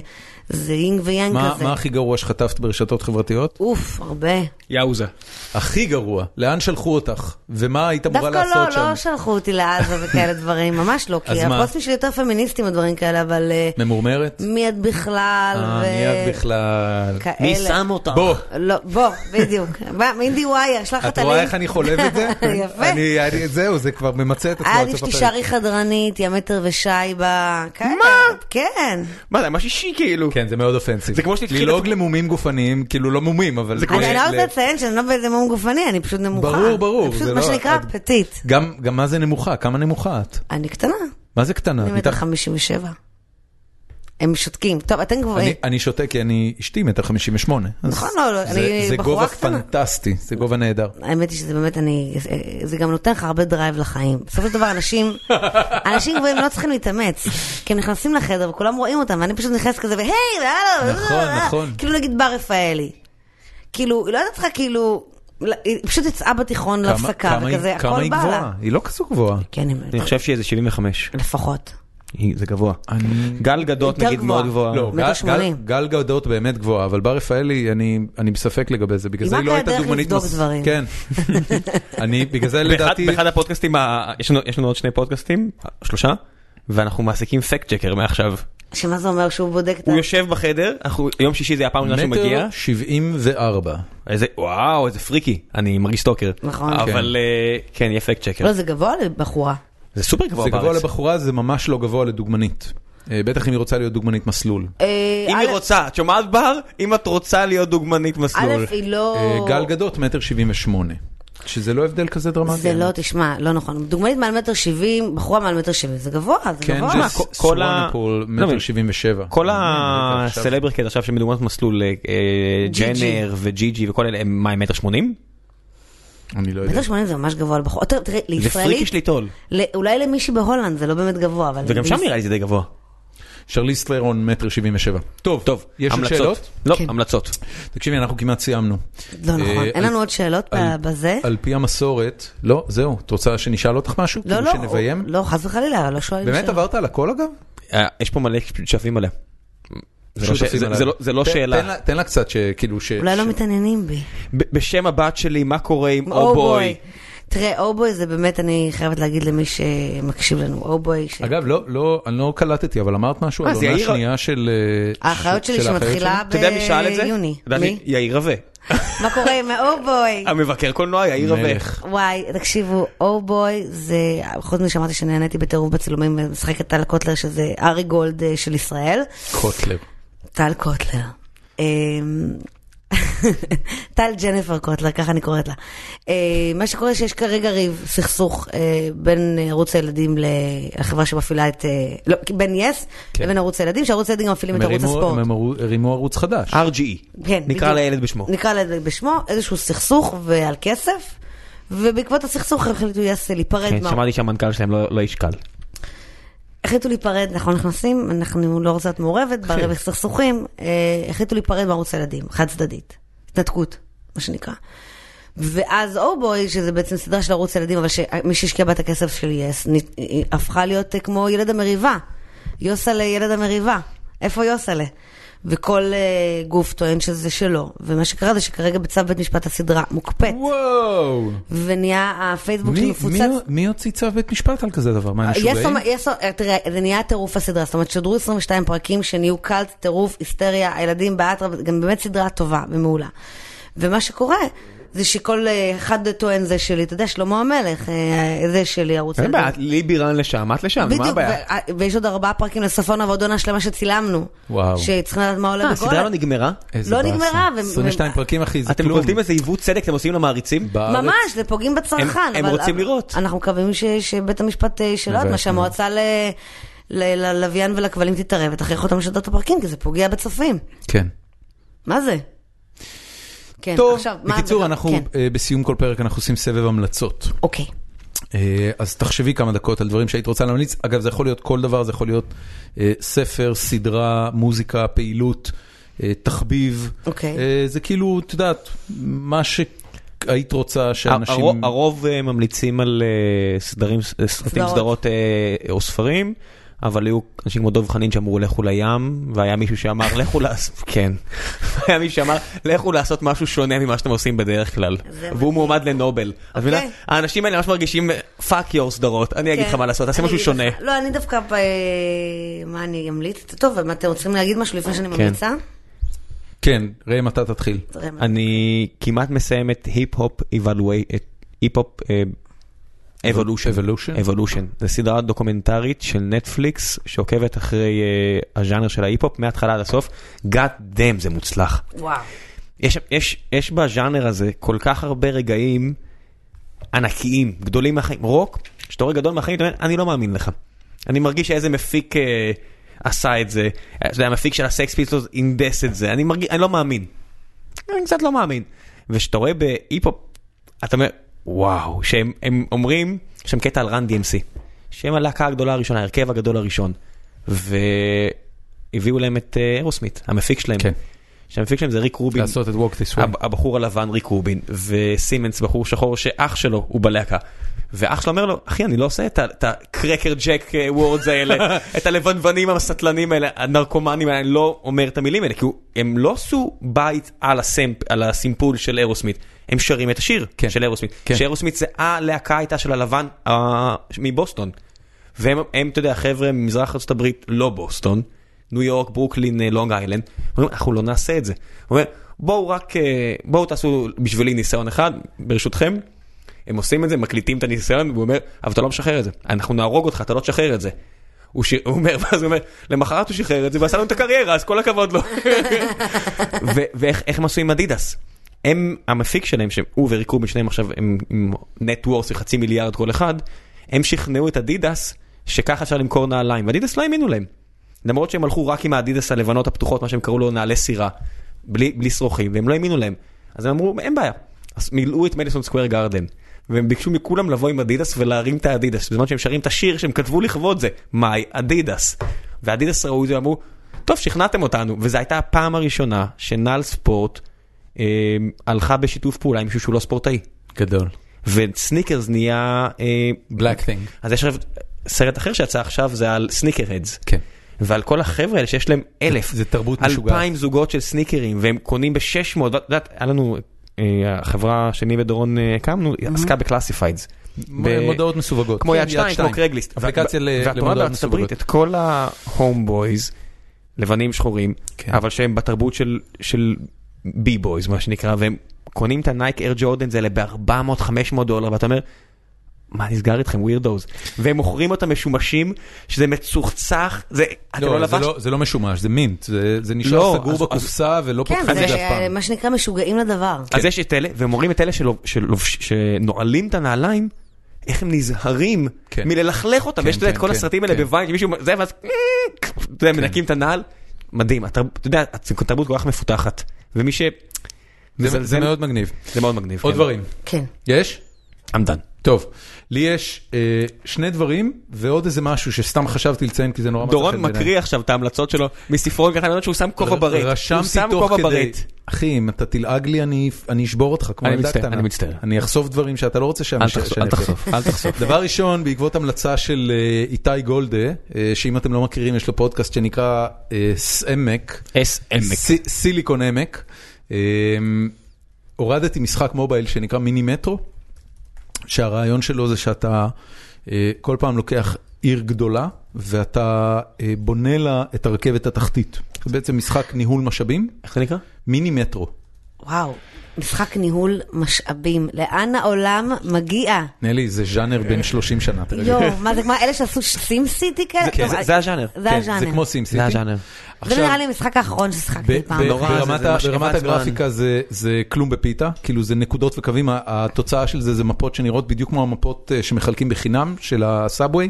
Speaker 5: זה יינג
Speaker 2: כן,
Speaker 5: ויאנג
Speaker 1: מה,
Speaker 5: כזה.
Speaker 1: מה הכי גרוע שחטפת ברשתות חברתיות?
Speaker 5: אוף, הרבה.
Speaker 2: יאוזה.
Speaker 1: הכי גרוע, לאן שלחו אותך? ומה היית אמורה
Speaker 5: דווקא
Speaker 1: לעשות
Speaker 5: לא,
Speaker 1: שם?
Speaker 5: לא שלחו אותי לעזה וכאלה דברים, ממש לא,
Speaker 1: [LAUGHS] אז
Speaker 5: כי
Speaker 1: מה?
Speaker 5: הפוסטים שלי יותר פמיניסטים ודברים כאלה, אבל... אה,
Speaker 1: ממורמרת?
Speaker 5: מי את בכלל,
Speaker 1: אה,
Speaker 5: ו...
Speaker 1: מי את בכלל?
Speaker 5: כאלה.
Speaker 2: מי שם אותך?
Speaker 1: בוא,
Speaker 5: לא, בוא, בדיוק. בא, מינדי ווייר, שלח את
Speaker 1: את
Speaker 5: הלינק.
Speaker 1: רואה איך אני חולב את זה?
Speaker 5: [LAUGHS] יפה.
Speaker 1: אני- אני- זהו, זה כבר ממצה את עצמו.
Speaker 5: היה
Speaker 1: עד
Speaker 5: לי
Speaker 1: סוף הפרק.
Speaker 5: שתישארי חדרנית, יא מטר ושי ב... מה? כן.
Speaker 2: מה זה, ממש אישי כאילו.
Speaker 1: כן, זה מאוד אופנסיב.
Speaker 2: זה כמו שתתחיל-
Speaker 1: ללעוג למומים גופניים, כאילו לא מומים, אבל... זה
Speaker 2: כמו
Speaker 5: אני לא רוצה לציין שאני לא באיזה מום גופני, אני פשוט נמוכה.
Speaker 1: ברור, ברור,
Speaker 5: אני
Speaker 1: זה
Speaker 5: פשוט מה
Speaker 1: לא-
Speaker 5: שנקרא
Speaker 1: את-
Speaker 5: פטיט.
Speaker 1: גם, גם מה זה נמוכה? כמה נמוכה את?
Speaker 5: אני קטנה,
Speaker 1: מה זה קטנה?
Speaker 5: אני מטר
Speaker 1: מתחת-
Speaker 5: 57. הם שותקים. טוב, אתם גבוהים.
Speaker 1: אני, אני שותה כי אני אשתי מטר חמישים ושמונה. אז
Speaker 5: נכון, לא, לא,
Speaker 1: זה,
Speaker 5: אני
Speaker 1: זה
Speaker 5: בחורה
Speaker 1: גובה
Speaker 5: קטנה.
Speaker 1: פנטסטי, זה גובה נהדר.
Speaker 5: האמת היא שזה באמת, אני, זה גם נותן לך הרבה דרייב לחיים. בסופו של דבר,
Speaker 1: [LAUGHS]
Speaker 5: אנשים, אנשים גבוהים לא צריכים להתאמץ, כי הם נכנסים לחדר וכולם רואים אותם, ואני פשוט נכנסת כזה, והי, והלו,
Speaker 1: נכון,
Speaker 5: אה,
Speaker 1: נכון.
Speaker 5: לא כאילו נגיד בר רפאלי. כאילו, היא לא הייתה צריכה כאילו היא פשוט יצאה בתיכון
Speaker 1: כמה-
Speaker 5: להפסקה,
Speaker 1: כמה היא-
Speaker 5: לא וכזה,
Speaker 1: כמה
Speaker 5: הכל
Speaker 1: היא
Speaker 5: בא
Speaker 1: גבוהה?
Speaker 5: לה.
Speaker 1: היא לא כזו גבוהה.
Speaker 5: כן, הם-
Speaker 2: אני חושב שזה 75.
Speaker 5: לפחות.
Speaker 2: היא- זה גבוה.
Speaker 1: אני-
Speaker 2: גל גדות
Speaker 5: יותר
Speaker 2: נגיד
Speaker 5: גבוהה.
Speaker 2: מאוד גבוהה.
Speaker 1: לא, גל-
Speaker 5: מטר
Speaker 1: גל-
Speaker 5: שמונים.
Speaker 1: גל גדות באמת גבוהה, אבל בר רפאלי, אני אני בספק לגבי זה, בגלל
Speaker 5: היא
Speaker 1: זה היא
Speaker 5: רק
Speaker 1: לא הייתה
Speaker 5: הדרך
Speaker 1: דוגמנית.
Speaker 5: לבדוק
Speaker 1: מס-
Speaker 5: דברים. [LAUGHS]
Speaker 1: כן. אני, בגלל זה
Speaker 2: באחד-
Speaker 1: לדעתי...
Speaker 2: באחד הפודקאסטים, ה- יש לנו- יש לנו עוד שני פודקאסטים, שלושה, ואנחנו מעסיקים פקט צ'קר מעכשיו.
Speaker 5: שמה זה אומר שהוא בודק את ה...
Speaker 2: הוא יושב בחדר, אנחנו- יום שישי זה הפעם הראשונה שהוא מגיע.
Speaker 1: מטר 74.
Speaker 2: איזה, וואו, איזה פריקי. אני מרגיש סטוקר.
Speaker 5: נכון.
Speaker 2: אבל אה, כן, יהיה פקט צ'קר.
Speaker 5: לא, זה גבוה לבחורה.
Speaker 2: זה סופר גבוה
Speaker 1: זה גבוה
Speaker 2: בארץ.
Speaker 1: לבחורה, זה ממש לא גבוה לדוגמנית. אה, בטח אם היא רוצה להיות דוגמנית מסלול.
Speaker 5: אה,
Speaker 2: אם
Speaker 5: א'-
Speaker 2: היא רוצה, את שומעת בר? אם את רוצה להיות דוגמנית מסלול.
Speaker 5: א', היא לא...
Speaker 1: אה, גל גדות, מטר 78. שזה לא הבדל כזה דרמטי.
Speaker 5: זה לא, תשמע, לא נכון. דוגמנית מעל מטר שבעים, בחורה מעל מטר שבעים, זה גבוה, זה
Speaker 1: כן,
Speaker 5: גבוה.
Speaker 2: מה,
Speaker 1: ש-
Speaker 2: כל- כל ה-
Speaker 1: סוואנפול,
Speaker 2: לא מבין.
Speaker 1: מטר 77.
Speaker 2: כל
Speaker 1: אה, עכשיו-
Speaker 2: הסלבריקט עכשיו שמדוגמת מסלול, אה, אה,
Speaker 5: ג'י ג'י.
Speaker 2: ג'נר וג'י ג'י וכל אלה, הם מה, הם מטר שמונים?
Speaker 1: אני לא יודע.
Speaker 5: מטר שמונים זה ממש גבוה לבחורה. תראה, תראה,
Speaker 2: זה פריקי
Speaker 5: לישראלית,
Speaker 2: של ליטול.
Speaker 5: ל- אולי למישהי בהולנד זה לא באמת גבוה, אבל...
Speaker 2: וגם שם נראה לי זה די גבוה.
Speaker 1: שרליס טרון, מטר 77. טוב,
Speaker 2: טוב,
Speaker 1: יש עוד
Speaker 2: המלצות.
Speaker 1: שאלות?
Speaker 2: לא,
Speaker 5: כן.
Speaker 2: המלצות.
Speaker 1: תקשיבי, אנחנו כמעט סיימנו.
Speaker 5: לא נכון.
Speaker 1: אה,
Speaker 5: אין
Speaker 1: על-
Speaker 5: לנו עוד שאלות ב-
Speaker 1: על-
Speaker 5: בזה?
Speaker 1: על פי המסורת, לא, זהו. את רוצה שנשאל אותך משהו?
Speaker 5: לא,
Speaker 1: כאילו
Speaker 5: לא,
Speaker 1: שנביים?
Speaker 5: לא, חס וחלילה, לא שואלים
Speaker 1: באמת עברת על הכל אגב?
Speaker 2: אה, יש פה מלא ששואפים עליה. זה לא ש-
Speaker 1: שותפים
Speaker 2: זה-
Speaker 1: עליי.
Speaker 2: זה לא- זה לא
Speaker 1: תן- תן
Speaker 2: שאלה.
Speaker 1: לה- תן לה קצת שכאילו ש...
Speaker 5: אולי לא
Speaker 1: ש-
Speaker 5: מתעניינים בי.
Speaker 2: ב- בשם הבת שלי, מה קורה עם
Speaker 5: אובוי.
Speaker 2: אובוי?
Speaker 5: תראה, אובוי זה באמת, אני חייבת להגיד למי שמקשיב לנו, אובוי. ש-
Speaker 1: אגב, לא, לא, אני לא קלטתי, אבל אמרת משהו
Speaker 2: אה,
Speaker 1: על
Speaker 2: זה
Speaker 1: עונה
Speaker 2: יאיר-
Speaker 1: שנייה של... אה,
Speaker 5: האחיות
Speaker 1: של-
Speaker 5: שלי
Speaker 1: של האחיות
Speaker 5: שמתחילה
Speaker 1: שלי?
Speaker 5: ב-
Speaker 2: אתה יודע מי שאל את זה?
Speaker 5: ביוני.
Speaker 2: אתה יודע
Speaker 5: מי?
Speaker 2: יאיר
Speaker 5: [LAUGHS]
Speaker 2: רווה.
Speaker 5: מה קורה עם האובוי?
Speaker 2: המבקר קולנוע יאיר רווה.
Speaker 1: מלך.
Speaker 5: וואי, תקשיבו, אובוי זה, חוץ מזה שאמרתי שנהניתי בטירוף בצילומים ומשחקת טל קוטלר, שזה ארי גולד אה, של ישראל.
Speaker 1: קוטלר.
Speaker 5: טל קוטלר. אמ, [LAUGHS] טל ג'ניפר קוטלר, ככה אני קוראת לה. אה, מה שקורה שיש כרגע ריב, סכסוך אה, בין ערוץ הילדים לחברה שמפעילה את... אה, לא, בין יס
Speaker 1: כן.
Speaker 5: לבין ערוץ הילדים, שערוץ הילדים גם מפעילים
Speaker 1: הם
Speaker 5: את ערוץ
Speaker 1: הרימו-
Speaker 5: הספורט.
Speaker 1: הם הרו- הרימו ערוץ חדש.
Speaker 2: RGE.
Speaker 5: כן,
Speaker 2: E. נקרא
Speaker 5: בדיוק.
Speaker 2: לילד בשמו.
Speaker 5: נקרא לילד בשמו, איזשהו סכסוך ועל כסף, ובעקבות הסכסוך הם החליטו יס להיפרד.
Speaker 2: כן,
Speaker 5: מה-
Speaker 2: שמעתי שהמנכ"ל שלהם לא לא איש קל.
Speaker 5: החליטו להיפרד, אנחנו נכנסים, אנחנו לא רוצה להיות מעורבת, בערב סכסוכים, אה, החליטו להיפרד מערוץ הילדים, חד צדדית. התנתקות, מה שנקרא. ואז אובוי, שזה בעצם סדרה של ערוץ ילדים, אבל שמי שהשקיע בה את הכסף של יס, נ- היא הפכה להיות אה, כמו ילד המריבה. יוסלה ילד המריבה. איפה יוסלה? וכל אה, גוף טוען שזה שלו. ומה שקרה זה שכרגע בצו בית משפט הסדרה מוקפאת,
Speaker 1: וואו!
Speaker 5: ונהיה הפייסבוק
Speaker 1: מי-
Speaker 5: שלי
Speaker 1: מי-
Speaker 5: מפוצץ.
Speaker 1: מי הוציא צו בית משפט על כזה דבר? מה, הם
Speaker 5: יש,
Speaker 1: משוגעים?
Speaker 5: סומ- יש, סומ- תראה, זה נהיה טירוף הסדרה, זאת אומרת שודרו 22 פרקים שנהיו קלט, טירוף, היסטריה, הילדים באטרף, גם באמת סדרה טובה ומעולה. ומה שקורה זה שכל אה, אחד טוען זה שלי, אתה יודע, שלמה המלך, אה, זה שלי, ערוץ
Speaker 2: אין
Speaker 5: הילדים.
Speaker 2: בעיה, לי בירן לשם, את לשם, מה
Speaker 5: בדיוק,
Speaker 2: הבעיה?
Speaker 5: ו- אה, ויש עוד ארבעה פרקים לסוף העונה ועוד עונה שלמה שצילמנו.
Speaker 1: וואו.
Speaker 5: שצריכים לדעת מה עולה
Speaker 2: אה, הסדרה לא
Speaker 5: בגולן.
Speaker 2: נגמרה?
Speaker 1: איזה
Speaker 5: לא
Speaker 1: באסה.
Speaker 5: נגמרה, ו-
Speaker 1: 22
Speaker 5: ו-
Speaker 1: פרקים, אחי, זה
Speaker 2: אתם
Speaker 1: כלום.
Speaker 2: קולטים איזה עיוות צדק אתם עושים למעריצים?
Speaker 1: בארץ-
Speaker 5: ממש, זה פוגעים בצרכן.
Speaker 2: הם- הם
Speaker 5: אבל-
Speaker 2: רוצים לראות.
Speaker 5: אנחנו מקווים ש- שבית המשפט אה, שלא יודעת מה,
Speaker 1: מבאס מאוד.
Speaker 5: שהמועצה ל- ל- ללוויין ולכבלים תתערב ותכריח אותם לשדות את הפרקים, כי זה פוגע בצופים.
Speaker 1: כן.
Speaker 5: מה זה? כן,
Speaker 1: טוב,
Speaker 5: עכשיו, מה-
Speaker 1: בקיצור,
Speaker 5: וגם-
Speaker 1: אנחנו
Speaker 5: כן,
Speaker 1: אה, בסיום כל פרק אנחנו עושים סבב המלצות.
Speaker 5: אוקיי.
Speaker 1: אה, אז תחשבי כמה דקות על דברים שהיית רוצה להמליץ. אגב, זה יכול להיות כל דבר, זה יכול להיות אה, ספר, סדרה, מוזיקה, פעילות, אה, תחביב.
Speaker 5: אוקיי.
Speaker 1: אה, זה כאילו, את יודעת, מה שהיית רוצה שאנשים...
Speaker 2: הרו- הרוב אה, ממליצים על אה, סדרים, אה, סרטים,
Speaker 5: סדרות.
Speaker 2: סדרות אה, או ספרים, אבל היו אנשים כמו דב חנין שאמרו לכו לים, והיה מישהו שאמר לכו לעשות, [LAUGHS] כן, היה מישהו שאמר לכו לעשות משהו שונה ממה שאתם עושים בדרך כלל,
Speaker 5: זה
Speaker 2: והוא מועמד לנובל. אז
Speaker 5: אוקיי.
Speaker 2: מבינה? האנשים האלה ממש מרגישים פאק יור סדרות, אני אגיד לך
Speaker 5: כן.
Speaker 2: מה לעשות, תעשה
Speaker 5: אני
Speaker 2: משהו
Speaker 5: אגיד
Speaker 2: שונה.
Speaker 5: לך. לא, אני דווקא, ב... מה אני אמליץ? טוב, אבל אתם רוצים להגיד משהו לפני שאני ממליצה?
Speaker 1: כן, ראם, אתה תתחיל.
Speaker 5: תראה מה-
Speaker 2: אני כמעט מסיים את היפ-הופ אבלווי... את היפ-הופ אה, אבולושן.
Speaker 1: Evolution?
Speaker 2: אבולושן. זו סדרה דוקומנטרית של נטפליקס שעוקבת אחרי אה, הז'אנר של ההיפ-הופ מההתחלה עד הסוף. God damn זה מוצלח.
Speaker 5: וואו.
Speaker 2: יש, יש, יש בז'אנר הזה כל כך הרבה רגעים ענקיים, גדולים מהחיים. רוק, שאתה רואה גדול מהחיים, אתה אומר, אני לא מאמין לך. אני מרגיש שאיזה מפיק אה, עשה את זה. אתה יודע, המפיק של הסקס פיסטוס הנדס את זה. אני מרגיש, אני לא מאמין. אני קצת לא מאמין. וכשאתה רואה בהיפ-הופ, אתה אומר, וואו, שהם הם אומרים, יש שם קטע על רן DMC, שהם הלהקה הגדולה הראשונה, ההרכב הגדול הראשון. והביאו להם את אה, אירוסמית, המפיק שלהם.
Speaker 1: כן.
Speaker 2: שהמפיק שלהם זה ריק רובין.
Speaker 1: לעשות את Walk This Way.
Speaker 2: הב- הבחור הלבן ריק רובין, וסימנס בחור שחור שאח שלו הוא בלהקה. ואח שלו אומר לו, אחי, אני לא עושה את ה- את הקרקר ג'ק אה,
Speaker 1: [LAUGHS]
Speaker 2: וורדס האלה, את הלבנוונים הסטלנים האלה, הנרקומנים האלה, אני לא אומר את המילים האלה, כי הוא- הם לא עשו בית על הסמפ, על הסימפול של אירוסמית, הם שרים את השיר
Speaker 1: כן.
Speaker 2: של אירוסמית,
Speaker 1: כן.
Speaker 2: שאירוסמית זה אה, הלהקה הייתה של הלבן אה, מבוסטון. והם, הם, אתה יודע, חבר'ה ממזרח ארה"ב, לא בוסטון, ניו יורק, ברוקלין, אה, לונג איילנד, אומרים, אנחנו לא נעשה את זה. הוא אומר, בואו רק, אה, בואו תעשו בשבילי ניסיון אחד, ברשותכם. הם עושים את זה, מקליטים את הניסיון, והוא אומר, אבל אתה לא משחרר את זה, אנחנו נהרוג אותך, אתה לא תשחרר את זה. הוא, ש... הוא אומר, [LAUGHS] ואז הוא אומר, למחרת הוא שחרר את זה ועשה לנו את הקריירה, אז כל הכבוד לו. ו- ואיך איך הם עשו עם אדידס? הם, המפיק שלהם, שהוא וריק רובין שניהם עכשיו הם עם נט וורס של חצי מיליארד כל אחד, הם שכנעו את אדידס שככה אפשר למכור נעליים, ואדידס לא האמינו להם. למרות שהם הלכו רק עם האדידס הלבנות הפתוחות, מה שהם קראו לו נעלי סירה, בלי, בלי שרוכים, והם לא האמינו להם. אז הם אמרו, אין בעיה. אז מילאו את מדיסון סקוויר גרדן, והם ביקשו מכולם לבוא עם אדידס ולהרים את האדידס, בזמן שהם שרים את השיר שהם כתבו לכבוד זה, מיי אדידס. והאדידס ראו את זה ואמרו, טוב, שכנעתם אותנו, וזו הייתה הפעם הראשונה שנעל ספורט אה, הלכה בשיתוף פעולה עם מישהו שהוא לא ספורטאי.
Speaker 1: גדול.
Speaker 2: וסניקרס נהיה... אה,
Speaker 1: Black Thing.
Speaker 2: אז יש עכשיו סרט אחר שיצא עכשיו, זה על סניקר הדס.
Speaker 1: כן.
Speaker 2: ועל כל החבר'ה האלה שיש להם אלף,
Speaker 1: זה- זה תרבות משוגעת.
Speaker 2: אלפיים זוגות של סניקרים, והם קונים ב-600, ואת יודעת, היה לנו, אה, החברה שאני ודורון אה, הקמנו, עסקה בקלאסיפיידס. ב-
Speaker 1: מודעות מסווגות.
Speaker 2: כמו
Speaker 1: כן,
Speaker 2: יד שתיים, כמו קרגליסט.
Speaker 1: אפליקציה
Speaker 2: ואת-
Speaker 1: ל-
Speaker 2: ואת רואה
Speaker 1: למודעות
Speaker 2: בארצות הברית
Speaker 1: מסווגות.
Speaker 2: את כל ההומבויז, לבנים שחורים,
Speaker 1: כן.
Speaker 2: אבל שהם בתרבות של- של בי בויז, מה שנקרא, והם קונים את הנייק אייר ג'ורדנס האלה ב-400-500 דולר, ואתה אומר, מה נסגר איתכם ווירדוז? והם מוכרים אותם משומשים, שזה מצוחצח, זה, אתה
Speaker 1: לא,
Speaker 2: לא
Speaker 1: זה
Speaker 2: לבש...
Speaker 1: לא- זה לא משומש, זה מינט, זה- זה נשאר
Speaker 2: לא,
Speaker 1: סגור
Speaker 2: אז-
Speaker 1: בקופסה ולא
Speaker 5: כן,
Speaker 1: פותחים את זה אה,
Speaker 5: זה
Speaker 1: אף פעם.
Speaker 5: מה שנקרא משוגעים לדבר.
Speaker 2: אז יש את אלה, והם אומרים את אלה שלוב- שלובש- שנועלים את הנעליים, איך הם נזהרים
Speaker 1: כן.
Speaker 2: מללכלך אותם,
Speaker 1: כן,
Speaker 2: ויש אתה יודע, את
Speaker 1: כן,
Speaker 2: כל
Speaker 1: כן,
Speaker 2: הסרטים האלה
Speaker 1: כן.
Speaker 2: בוויין, שמישהו, זה, ואז, אתה יודע, מנקים את הנעל, מדהים, התרב- אתה יודע, התרבות כל כך מפותחת, ומי ש...
Speaker 1: זה- זה מאוד מגניב.
Speaker 2: זה מאוד מגניב.
Speaker 1: עוד
Speaker 2: כן.
Speaker 1: דברים.
Speaker 5: כן.
Speaker 1: יש?
Speaker 2: עמדן.
Speaker 1: טוב, לי יש אה, שני דברים ועוד איזה משהו שסתם חשבתי לציין כי זה נורא מצא חן
Speaker 2: דורון
Speaker 1: בעיניי.
Speaker 2: מקריא עכשיו את ההמלצות שלו מספרון ככה, אני אומר שהוא שם כובע
Speaker 1: ר-
Speaker 2: ברט. הוא
Speaker 1: רשמתי
Speaker 2: שם
Speaker 1: תוך
Speaker 2: כובע
Speaker 1: כדי.
Speaker 2: ברט.
Speaker 1: אחי, אם אתה תלעג לי, אני אני אשבור אותך כמו
Speaker 2: אני
Speaker 1: ילדה
Speaker 2: מצטער,
Speaker 1: קטנה.
Speaker 2: אני מצטער.
Speaker 1: אני אחשוף דברים שאתה לא רוצה שאני
Speaker 2: אל
Speaker 1: ש-
Speaker 2: תחשוף,
Speaker 1: שאני
Speaker 2: אל
Speaker 1: אחשוף.
Speaker 2: תחשוף, אל תחשוף.
Speaker 1: דבר ראשון, בעקבות המלצה של אה, איתי גולדה, אה, שאם אתם לא מכירים, יש לו פודקאסט שנקרא אה, סעמק.
Speaker 2: אס עמק.
Speaker 1: סי- סיליקון עמק. אה, הורדתי משחק מובייל שנקרא מיני מטרו, שהרעיון שלו זה שאתה אה, כל פעם לוקח עיר גדולה ואתה אה, בונה לה את הרכבת התחתית. זה בעצם משחק ניהול משאבים,
Speaker 2: איך זה נקרא?
Speaker 1: מיני מטרו.
Speaker 5: וואו, משחק ניהול משאבים. לאן העולם מגיע?
Speaker 1: נלי, זה ז'אנר בן 30 שנה, תרגע.
Speaker 5: אה, יואו, מה זה, מה, אלה שעשו סים סיטי כאלה?
Speaker 1: כן,
Speaker 5: טוב, אה,
Speaker 2: זה- זה הז'אנר.
Speaker 5: זה
Speaker 1: זה
Speaker 5: הז'אנר.
Speaker 1: כמו סים סיטי.
Speaker 2: זה הז'אנר.
Speaker 5: זה נראה לי המשחק האחרון ששחקתי
Speaker 1: ב-
Speaker 5: פעם.
Speaker 1: ב-
Speaker 2: נורא,
Speaker 5: בחיים.
Speaker 2: זה-
Speaker 1: ברמת
Speaker 2: זה
Speaker 1: ה-
Speaker 2: משאבת
Speaker 1: ברמת
Speaker 2: זמן.
Speaker 1: הגרפיקה זה- זה כלום בפיתה, כאילו זה נקודות וקווים, ה- התוצאה של זה זה מפות שנראות בדיוק כמו המפות אה, שמחלקים בחינם של הסאבווי.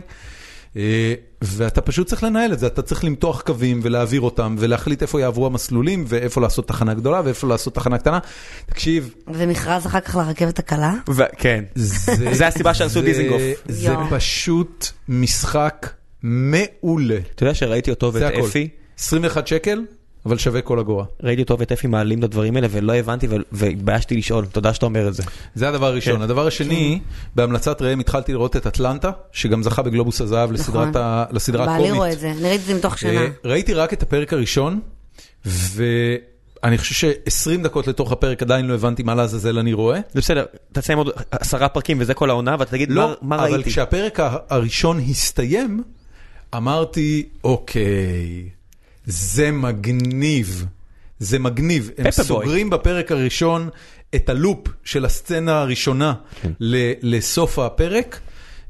Speaker 1: אה, ואתה פשוט צריך לנהל את זה, אתה צריך למתוח קווים ולהעביר אותם ולהחליט איפה יעברו המסלולים ואיפה לעשות תחנה גדולה ואיפה לעשות תחנה קטנה. תקשיב,
Speaker 5: ומכרז אחר כך לרכבת הקלה?
Speaker 2: ו- כן.
Speaker 1: זה...
Speaker 2: [LAUGHS] זה הסיבה שעשו
Speaker 1: זה-
Speaker 2: דיזינגוף.
Speaker 1: זה
Speaker 5: יואו.
Speaker 1: פשוט משחק מעולה.
Speaker 2: אתה יודע שראיתי אותו
Speaker 1: זה
Speaker 2: ואת
Speaker 1: הכל.
Speaker 2: אפי,
Speaker 1: 21 שקל, אבל שווה כל אגורה.
Speaker 2: ראיתי אותו ואת אפי מעלים את הדברים האלה ולא הבנתי ו- והתביישתי לשאול, תודה שאתה אומר את זה.
Speaker 1: זה הדבר הראשון. כן. הדבר השני, כן. בהמלצת ראם התחלתי לראות את אטלנטה, שגם זכה בגלובוס הזהב לסדרת ה... לסדרה הקומית.
Speaker 5: בעלי רואה את זה, נראית את זה מתוך שנה.
Speaker 1: אה, ראיתי רק את הפרק הראשון, ואני חושב ש-20 דקות לתוך הפרק עדיין לא הבנתי מה לעזאזל אני רואה.
Speaker 2: זה בסדר, אתה תסיים עוד עשרה פרקים וזה כל העונה ואתה תגיד
Speaker 1: לא,
Speaker 2: "מה- מה
Speaker 1: אבל
Speaker 2: ראיתי.
Speaker 1: כשהפרק ה- הראשון הסתיים, אמרתי, אוקיי, זה מגניב. זה מגניב. הם
Speaker 2: פפרבוי.
Speaker 1: סוגרים בפרק הראשון את הלופ של הסצנה הראשונה
Speaker 2: כן.
Speaker 1: ל- לסוף הפרק,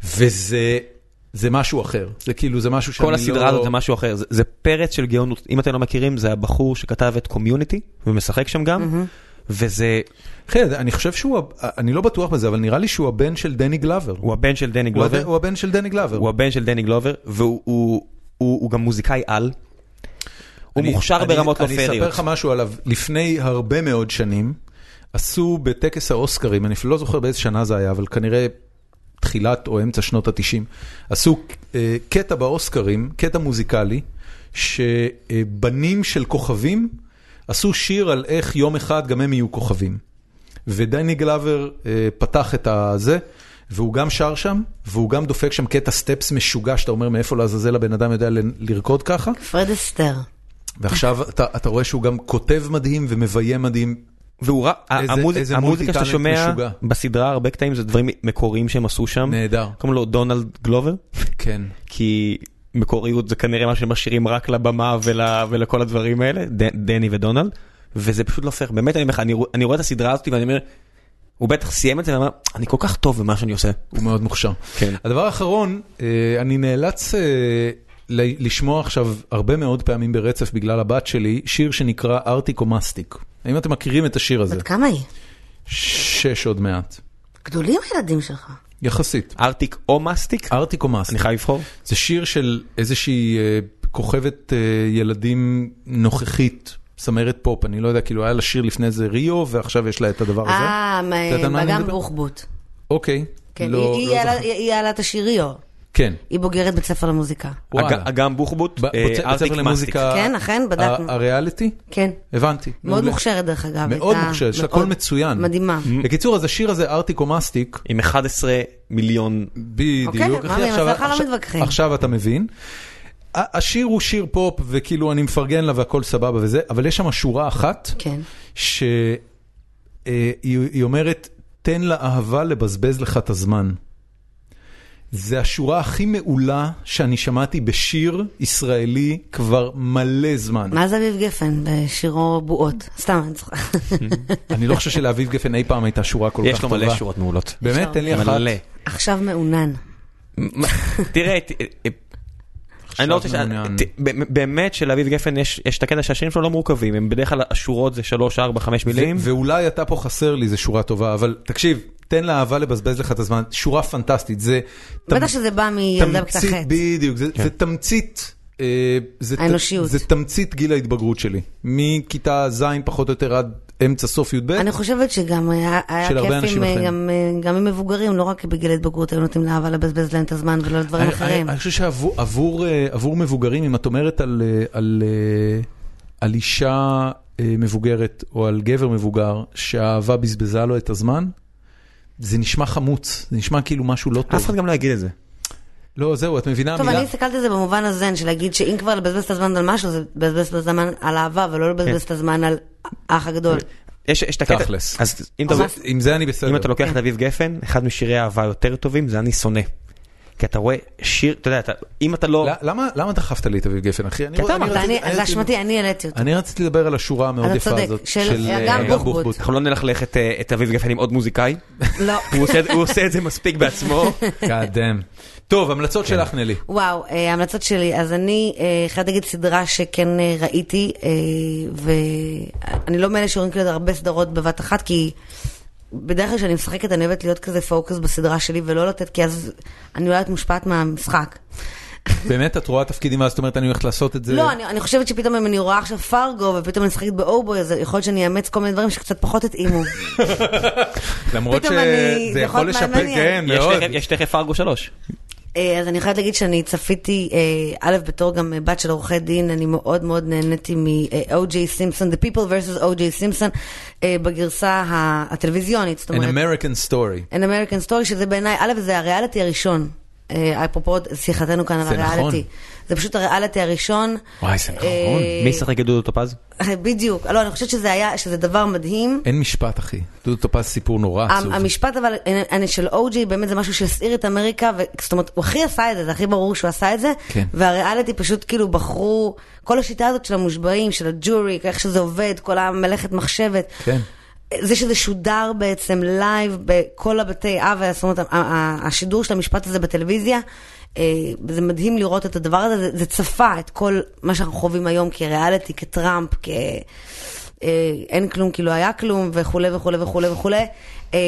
Speaker 1: וזה... זה משהו אחר, זה כאילו, זה משהו שאני
Speaker 2: כל
Speaker 1: לא...
Speaker 2: הסדרה הזאת זה משהו אחר, זה- זה פרץ של גאונות, אם אתם לא מכירים זה הבחור שכתב את קומיוניטי ומשחק שם גם, וזה,
Speaker 1: אחי, כן, אני חושב שהוא, ה- אני לא בטוח בזה, אבל נראה לי שהוא הבן של דני גלאבר.
Speaker 2: הוא הבן של דני
Speaker 1: הוא הד-
Speaker 2: גלובר,
Speaker 1: הוא הבן של דני גלאבר.
Speaker 2: הוא הבן של דני גלובר והוא הוא- הוא הוא גם מוזיקאי על. הוא
Speaker 1: אני-
Speaker 2: מוכשר
Speaker 1: אני-
Speaker 2: ברמות לא
Speaker 1: אני אספר
Speaker 2: פייריות.
Speaker 1: לך משהו עליו. לפני הרבה מאוד שנים, עשו בטקס האוסקרים, אני אפילו לא זוכר באיזה שנה זה היה, אבל כנראה תחילת או אמצע שנות ה-90, עשו אה, קטע באוסקרים, קטע מוזיקלי, שבנים של כוכבים עשו שיר על איך יום אחד גם הם יהיו כוכבים. ודני גלאבר אה, פתח את הזה, והוא גם שר שם, והוא גם דופק שם קטע סטפס משוגע, שאתה אומר מאיפה לעזאזל הבן אדם יודע ל- לרקוד ככה.
Speaker 5: פרד אסתר.
Speaker 1: ועכשיו אתה, אתה רואה שהוא גם כותב מדהים ומביים מדהים.
Speaker 2: והוא רק,
Speaker 1: איזה- איזה
Speaker 2: המוזיקה, המוזיקה שאתה
Speaker 1: מולטי-טאלנט
Speaker 2: שומע
Speaker 1: משוגע.
Speaker 2: בסדרה הרבה קטעים זה דברים מקוריים שהם עשו שם.
Speaker 1: נהדר.
Speaker 2: קוראים לו דונלד גלובר,
Speaker 1: כן.
Speaker 2: כי מקוריות זה כנראה מה שמשאירים רק לבמה ול, ולכל הדברים האלה, ד, דני ודונלד, וזה פשוט לא פייר, באמת אני אומר לך, אני, רוא- אני רואה את הסדרה הזאת ואני אומר, הוא בטח סיים את זה, ואמר, אני כל כך טוב במה שאני עושה.
Speaker 1: הוא מאוד מוכשר.
Speaker 2: כן.
Speaker 1: הדבר האחרון, אה, אני נאלץ אה, ל- לשמוע עכשיו הרבה מאוד פעמים ברצף בגלל הבת שלי, שיר שנקרא ארטיק או מסטיק. האם אתם מכירים את השיר הזה?
Speaker 5: בת כמה היא?
Speaker 1: שש עוד מעט,
Speaker 5: גדולים הילדים שלך.
Speaker 1: יחסית.
Speaker 2: ארטיק או מסטיק,
Speaker 1: ארטיק או מסטיק.
Speaker 2: אני חייב לבחור.
Speaker 1: זה שיר של איזושהי אה, כוכבת אה, ילדים נוכחית, צמרת פופ, אני לא יודע, כאילו היה לה שיר לפני זה ריו, ועכשיו יש לה את הדבר הזה.
Speaker 5: אה,
Speaker 1: אתה יודעת על מה אני
Speaker 5: באגם
Speaker 1: מדבר?
Speaker 5: ברוכבוט.
Speaker 1: אוקיי.
Speaker 5: כן,
Speaker 1: לא-
Speaker 5: היא-
Speaker 1: לא
Speaker 5: היא
Speaker 1: זוכר.
Speaker 5: העלה- היא העלה את השיריו.
Speaker 1: כן.
Speaker 5: היא בוגרת בית ספר למוזיקה.
Speaker 1: וואלה.
Speaker 2: אג- אגם בוכבוט,
Speaker 1: ב-
Speaker 2: אה,
Speaker 1: בית ספר
Speaker 2: ארטיק מסטיק.
Speaker 1: למוזיקה-
Speaker 5: כן, אכן, בדקנו.
Speaker 1: ה- הריאליטי?
Speaker 5: כן.
Speaker 1: הבנתי.
Speaker 5: מאוד
Speaker 1: אה, מעולה.
Speaker 5: מוכשרת דרך אגב.
Speaker 1: מאוד
Speaker 5: הייתה
Speaker 1: מוכשרת, יש לה
Speaker 5: מאוד
Speaker 1: קול מצוין.
Speaker 5: מדהימה.
Speaker 1: בקיצור, אז השיר הזה, ארטיק או מסטיק,
Speaker 2: עם 11 מיליון,
Speaker 1: בדיוק,
Speaker 5: אוקיי, מאמי, אז ככה לא מתווכחים.
Speaker 1: עכשיו אתה מבין. ה- השיר הוא שיר פופ, וכאילו אני מפרגן לה והכל סבבה וזה, אבל יש שם שורה אחת,
Speaker 5: כן.
Speaker 1: שהיא היא אומרת, תן לאהבה לבזבז לך את הזמן. זה השורה הכי מעולה שאני שמעתי בשיר ישראלי כבר מלא זמן.
Speaker 5: מה זה אביב גפן בשירו בועות? סתם, אני צוחקת. [LAUGHS]
Speaker 1: אני לא חושב שלאביב גפן אי פעם הייתה שורה כל כך
Speaker 2: יש לו
Speaker 1: טובה.
Speaker 2: מלא שורות מעולות.
Speaker 1: באמת, תן לי אחת.
Speaker 2: מלא.
Speaker 5: עכשיו מעונן.
Speaker 2: תראה, ת- אני לא רוצה ש...
Speaker 1: מעוניין.
Speaker 2: ת- ב- באמת שלאביב גפן יש יש את הקטע שהשירים שלו לא מורכבים, הם בדרך כלל השורות זה 3, 4, 5 מילים.
Speaker 1: ו- ואולי אתה פה חסר לי, זו שורה טובה, אבל תקשיב, תן לאהבה לבזבז לך את הזמן, שורה פנטסטית, זה...
Speaker 5: בטח שזה בא מילדה בכיתה
Speaker 1: תמצית-
Speaker 5: ח'.
Speaker 1: בדיוק, זה,
Speaker 2: כן.
Speaker 1: זה תמצית. אה, זה ת-
Speaker 5: האנושיות.
Speaker 1: זה תמצית גיל ההתבגרות שלי, מכיתה ז' פחות או יותר עד אמצע סוף י"ב.
Speaker 5: אני חושבת שגם היה היה
Speaker 1: של הרבה
Speaker 5: כיף
Speaker 1: אנשים
Speaker 5: עם, אה,
Speaker 1: אחרים.
Speaker 5: גם, אה, גם עם מבוגרים, לא רק בגיל התבגרות, היו נותנים לאהבה לבזבז להם את הזמן ולא לדברים
Speaker 1: אני-
Speaker 5: אחרים.
Speaker 1: אני, אני חושב שעבור עבור, אה, עבור מבוגרים, אם את אומרת על, אה, על, אה, על אישה אה, מבוגרת או על גבר מבוגר, שהאהבה בזבזה לו את הזמן, זה נשמע חמוץ, זה נשמע כאילו משהו לא
Speaker 2: אף
Speaker 1: טוב.
Speaker 2: אחד גם לא יגיד את זה.
Speaker 1: לא, זהו, את מבינה
Speaker 5: טוב,
Speaker 1: המילה?
Speaker 5: אני הסתכלתי על זה במובן הזה, של להגיד שאם כבר לבזבז את הזמן על משהו, זה לבזבז את הזמן על אהבה, ולא
Speaker 1: כן.
Speaker 5: לבזבז את הזמן על האח הגדול.
Speaker 2: יש יש את הקטע.
Speaker 1: תכלס.
Speaker 2: אז אם אתה-
Speaker 1: אז עם זה אני בסדר.
Speaker 2: אם אתה לא- לוקח את אביב גפן, אחד משירי האהבה היותר טובים זה אני שונא. כי אתה רואה שיר, אתה יודע, אתה- אם אתה לא...
Speaker 1: ל- למה- למה דחפת לי את אביב גפן, אחי? אני
Speaker 2: כי
Speaker 1: רוצה-
Speaker 2: אתה
Speaker 1: אני
Speaker 2: אמרת,
Speaker 5: אתה,
Speaker 1: רציתי-
Speaker 5: אני-
Speaker 1: אני
Speaker 5: זה
Speaker 1: רציתי-
Speaker 5: אשמתי, אני
Speaker 1: [LAUGHS]
Speaker 5: העליתי אותו.
Speaker 1: אני רציתי לדבר על השורה המאוד
Speaker 5: אתה
Speaker 1: יפה
Speaker 5: צודק,
Speaker 1: הזאת.
Speaker 5: של
Speaker 1: אה,
Speaker 5: אגם
Speaker 1: אגם
Speaker 5: בוחבוט.
Speaker 2: אנחנו לא נלכלך את אה, את אביב גפן עם עוד מוזיקאי,
Speaker 5: לא.
Speaker 2: הוא עושה את- הוא עושה את זה מספיק בעצמו.
Speaker 1: [LAUGHS]
Speaker 2: כן.
Speaker 1: God damn. טוב, המלצות שלך, נלי.
Speaker 5: וואו, אה, ההמלצות שלי, אז אני אה, חייבת להגיד סדרה שכן אה, ראיתי, אה, ואני לא מאלה שרואים כאילו הרבה סדרות בבת אחת, כי בדרך כלל כשאני משחקת אני אוהבת להיות כזה פוקוס בסדרה שלי ולא לתת, כי אז אני אולי להיות מושפעת מהמשחק.
Speaker 1: באמת, את רואה תפקידים, ואז את אומרת, אני הולכת לעשות את זה.
Speaker 5: לא, אני, אני חושבת שפתאום אם אני רואה עכשיו פרגו ופתאום אני משחקת באובוי, אז יכול להיות שאני אאמץ כל מיני דברים שקצת פחות התאימו.
Speaker 1: למרות
Speaker 5: פתאום אני-
Speaker 1: שזה
Speaker 5: זה יכול
Speaker 1: יכול
Speaker 5: להיות
Speaker 1: לשפר, כן,
Speaker 5: מעניין.
Speaker 2: יש
Speaker 1: מאוד.
Speaker 2: תכף- יש תכף ארגו 3.
Speaker 5: אה, אז אני חייבת להגיד שאני צפיתי, אה, א', בתור גם אה, בת של עורכי דין, אני מאוד מאוד נהניתי אה, מ-O.J. סימפסון, The People vs. O.J. סימפסון, אה, בגרסה ה- הטלוויזיונית, זאת
Speaker 1: An
Speaker 5: אומרת,
Speaker 1: American Story.
Speaker 5: An American Story, שזה בעיניי, א', זה הריאליטי הראשון. אה, אפרופו שיחתנו כאן על
Speaker 1: זה נכון.
Speaker 5: הריאליטי. זה פשוט הריאליטי הראשון.
Speaker 1: וואי, זה
Speaker 5: נכון.
Speaker 2: מי ישחק את דודו טופז?
Speaker 5: בדיוק. לא, אני חושבת שזה היה, שזה דבר מדהים.
Speaker 1: אין משפט, אחי. דודו טופז סיפור נורא עצוב.
Speaker 5: המ- המשפט אבל אה, אה, של אוג'י באמת זה משהו שהסעיר את אמריקה, ו- זאת אומרת הוא הכי עשה את זה, זה הכי ברור שהוא עשה את זה,
Speaker 1: כן.
Speaker 5: והריאליטי פשוט כאילו בחרו, כל השיטה הזאת של המושבעים, של הג'ורי, איך שזה עובד, כל המלאכת מחשבת.
Speaker 1: כן.
Speaker 5: זה שזה שודר בעצם לייב בכל הבתי אב, זאת אומרת, ה- ה- השידור של המשפט הזה בטלוויזיה, אה, זה מדהים לראות את הדבר הזה, זה, זה צפה את כל מה שאנחנו חווים היום כריאליטי, כטראמפ, כ... אה, אין כלום כי לא היה כלום וכולי וכולי וכולי וכולי. אה,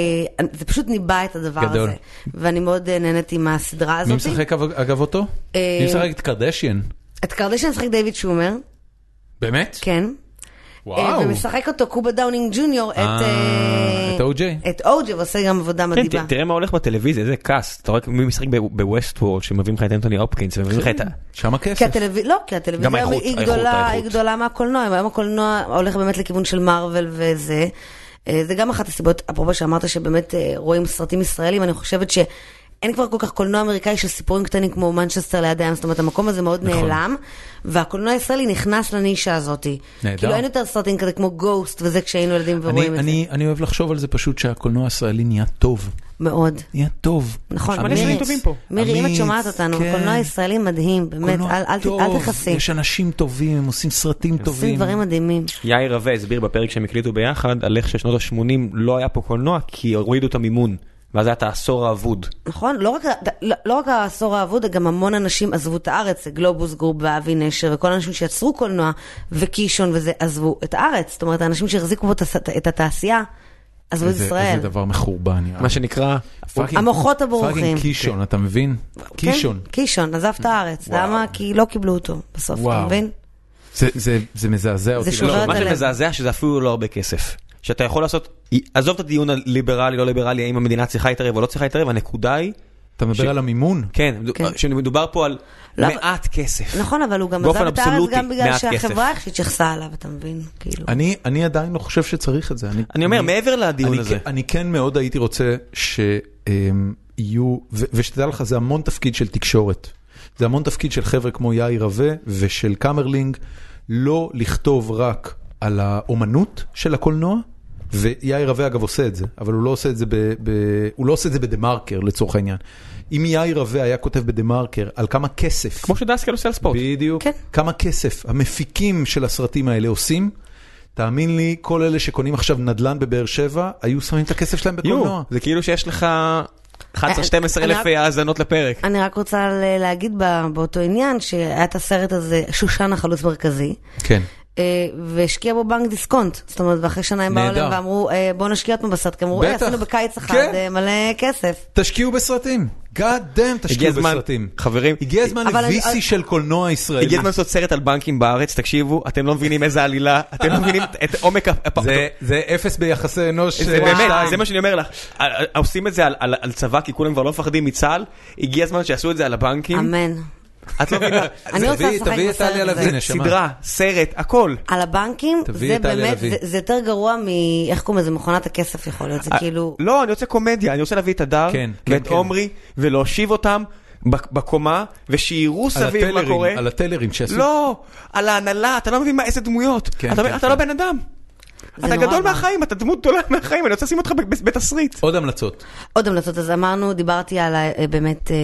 Speaker 5: זה פשוט ניבא את הדבר
Speaker 1: גדול.
Speaker 5: הזה. ואני מאוד אה, נהניתי מהסדרה הזאת.
Speaker 1: מי משחק אגב- אגב אותו?
Speaker 5: אוקיי. אה,
Speaker 1: מי משחק את קרדשיין?
Speaker 5: את קרדשן משחק דיוויד שומר,
Speaker 1: באמת?
Speaker 5: כן.
Speaker 1: וואו.
Speaker 5: אה, ומשחק אותו קובה דאונינג ג'וניור, את...
Speaker 2: אה,
Speaker 5: אה,
Speaker 1: את O.J..
Speaker 5: את אוג'י, ועושה גם עבודה
Speaker 2: כן, ת-
Speaker 5: מדהימה.
Speaker 2: תראה מה הולך בטלוויזיה, איזה כעס. אתה רואה מי משחק בווסט וורד שמביאים לך את אנטוני הופקינס ומביאים לך את ה...
Speaker 1: שם
Speaker 5: כי
Speaker 1: הכסף.
Speaker 5: הטלוויזיה, לא, כי
Speaker 2: גם
Speaker 5: הטלוויזיה
Speaker 2: האיכות,
Speaker 5: היא
Speaker 2: האיכות,
Speaker 5: גדולה, היא
Speaker 2: האיכות.
Speaker 5: גדולה מהקולנוע, אם היום הקולנוע הולך באמת לכיוון של מארוול וזה. אה, זה גם אחת הסיבות, אפרופו שאמרת שבאמת אה, רואים סרטים ישראלים, אני חושבת שאין כבר כל כך קולנוע אמריקאי של סיפורים קטנים כמו מנצ'סטר ליד הים, זאת אומרת המקום הזה מאוד
Speaker 2: נכון.
Speaker 5: נעלם, והקולנוע הישראלי נכנס לנישה הזאת.
Speaker 1: נהדר.
Speaker 5: כאילו אין יותר סרטים כזה כמו גוסט וזה כשהיינו ילדים
Speaker 1: אני,
Speaker 5: ורואים את זה.
Speaker 1: אני, אני אוהב לחשוב על זה פשוט שהקולנוע הישראלי נהיה טוב.
Speaker 5: מאוד.
Speaker 1: נהיה טוב.
Speaker 5: נכון,
Speaker 2: אבל יש
Speaker 5: מירי,
Speaker 2: דברים טובים פה.
Speaker 5: מירי, אם את
Speaker 1: אמיץ,
Speaker 5: שומעת אותנו,
Speaker 1: כן.
Speaker 5: הקולנוע הישראלי מדהים, באמת,
Speaker 1: קולנוע
Speaker 5: אל- אל ת-
Speaker 1: טוב,
Speaker 5: אל תכסי.
Speaker 1: יש אנשים טובים, הם עושים סרטים טובים.
Speaker 5: עושים דברים מדהימים.
Speaker 2: יאיר רווה הסביר בפרק שהם הקליטו ביחד על איך ששנות ה-80 לא היה פה קולנוע כי הורידו את המימון. ואז היה את העשור האבוד.
Speaker 5: נכון, לא רק, לא, לא רק העשור האבוד, גם המון אנשים עזבו את הארץ, גלובוס גרופ ואבי נשר וכל האנשים שיצרו קולנוע וקישון וזה, עזבו את הארץ. זאת אומרת, האנשים שהחזיקו פה את הס- את התעשייה, עזבו את
Speaker 1: איזה-
Speaker 5: ישראל.
Speaker 1: איזה דבר מחורבן, יאללה.
Speaker 2: מה שנקרא,
Speaker 1: פאקינג-
Speaker 5: המוחות הבורחים.
Speaker 1: פאקינג קישון, אתה מבין?
Speaker 5: כן?
Speaker 1: קישון.
Speaker 5: קישון, עזב את הארץ.
Speaker 1: וואו.
Speaker 5: למה? כי לא קיבלו אותו בסוף, אתה
Speaker 1: וואו.
Speaker 5: מבין?
Speaker 1: זה- זה- זה מזעזע אותי.
Speaker 5: שובר
Speaker 1: לחשוב.
Speaker 5: את
Speaker 2: מה
Speaker 5: הלב.
Speaker 2: שמזעזע שזה אפילו לא הרבה כסף. שאתה יכול לעשות, עזוב את הדיון הליברלי, לא ליברלי, האם המדינה צריכה להתערב או לא צריכה להתערב, הנקודה היא,
Speaker 1: אתה מדבר על המימון?
Speaker 2: כן,
Speaker 5: כן.
Speaker 2: שמדובר פה על
Speaker 5: לא,
Speaker 2: מעט כסף.
Speaker 5: נכון, אבל הוא גם
Speaker 2: באופן
Speaker 5: עזב את הארץ
Speaker 2: אבסולוטי,
Speaker 5: גם בגלל
Speaker 2: מעט
Speaker 5: שהחברה
Speaker 2: כסף.
Speaker 5: איך שהתייחסה אליו, אתה מבין? כאילו.
Speaker 1: אני, אני עדיין לא חושב שצריך את זה.
Speaker 2: אני אומר, מעבר לדיון
Speaker 1: אני
Speaker 2: הזה.
Speaker 1: כן- אני כן מאוד הייתי רוצה שיהיו, ושתדע לך, זה המון תפקיד של תקשורת. זה המון תפקיד של חבר'ה כמו יאיר רווה ושל קמרלינג, לא לכתוב רק על האומנות של הקולנוע. ויאיר רווה אגב עושה את זה, אבל הוא לא עושה את זה, ב, ב, הוא לא עושה את זה בדה מרקר לצורך העניין. אם יאיר רווה היה כותב בדה מרקר על כמה כסף
Speaker 2: כמו שדסקל עושה על ספורט.
Speaker 1: בדיוק.
Speaker 5: כן.
Speaker 1: כמה כסף המפיקים של הסרטים האלה עושים. תאמין לי, כל אלה שקונים עכשיו נדל"ן בבאר שבע, היו שמים את הכסף שלהם בקולנוע.
Speaker 2: יו, זה כאילו שיש לך 11-12 אלף
Speaker 5: אני-
Speaker 2: האזנות לפרק.
Speaker 5: אני רק רוצה ל- להגיד ב- באותו עניין, שהיה את הסרט הזה, שושנה חלוץ מרכזי.
Speaker 1: כן.
Speaker 5: אה, והשקיע בו בנק דיסקונט. זאת אומרת, ואחרי שנה הם באו
Speaker 1: נהדר.
Speaker 5: אליהם ואמרו, אה, בואו נשקיע אותנו בסרט, כי אמרו, "אה,
Speaker 1: בטח.
Speaker 5: עשינו בקיץ אחד
Speaker 1: כן.
Speaker 5: אה, מלא כסף.
Speaker 1: תשקיעו בסרטים. God damn,
Speaker 2: הגיע
Speaker 1: תשקיעו
Speaker 2: הזמן,
Speaker 1: בסרטים.
Speaker 2: חברים,
Speaker 1: הגיע הזמן
Speaker 5: אבל אני-
Speaker 1: ל-VC של קולנוע ישראלי.
Speaker 2: הגיע הזמן לעשות סרט על בנקים בארץ, תקשיבו, אתם לא מבינים איזה עלילה, אתם לא מבינים את עומק הפ...
Speaker 1: זה- זה אפס ביחסי אנוש.
Speaker 2: זה
Speaker 1: אה,
Speaker 2: באמת,
Speaker 1: שתיים.
Speaker 2: זה מה שאני אומר לך, על- על- עושים את זה על- על על צבא כי כולם כבר לא מפחדים מצה"ל, הגיע הזמן שיעשו את זה על
Speaker 1: כן.
Speaker 2: הבנקים,
Speaker 5: אמן.
Speaker 2: את
Speaker 1: [LAUGHS]
Speaker 2: לא מבינה,
Speaker 5: אני רוצה
Speaker 1: תביאי-
Speaker 5: לשחק
Speaker 1: תביאי את
Speaker 5: בסרט
Speaker 1: טלי
Speaker 5: הזה.
Speaker 1: הלוי, נשמה.
Speaker 2: סדרה, סרט, הכל.
Speaker 5: על הבנקים,
Speaker 1: תביאי
Speaker 5: זה
Speaker 1: את טלי
Speaker 5: באמת,
Speaker 1: לביא.
Speaker 5: זה- זה יותר גרוע מ... איך קוראים לזה? מכונת הכסף יכול להיות,
Speaker 1: אה,
Speaker 5: זה כאילו...
Speaker 2: לא, אני רוצה קומדיה, אני רוצה להביא את הדר,
Speaker 1: כן, כן,
Speaker 2: ואת
Speaker 1: כן.
Speaker 2: עומרי, ולהושיב אותם בק- בקומה, ושיראו
Speaker 1: על
Speaker 2: סביב מה
Speaker 1: הטלרים,
Speaker 2: קורה.
Speaker 1: על הטלרים שעשו.
Speaker 2: לא, על ההנהלה, אתה לא מבין מה, איזה דמויות.
Speaker 1: כן,
Speaker 2: אתה,
Speaker 1: כן,
Speaker 2: אתה
Speaker 1: כן.
Speaker 2: לא בן אדם.
Speaker 5: זה
Speaker 2: אתה
Speaker 5: נורא
Speaker 2: גדול
Speaker 5: רע.
Speaker 2: מהחיים, אתה דמות גדולה מהחיים, אני רוצה לשים אותך ב- בתסריט.
Speaker 1: עוד המלצות.
Speaker 5: עוד המלצות, אז אמרנו, דיברתי על, ה- אה, באמת אה,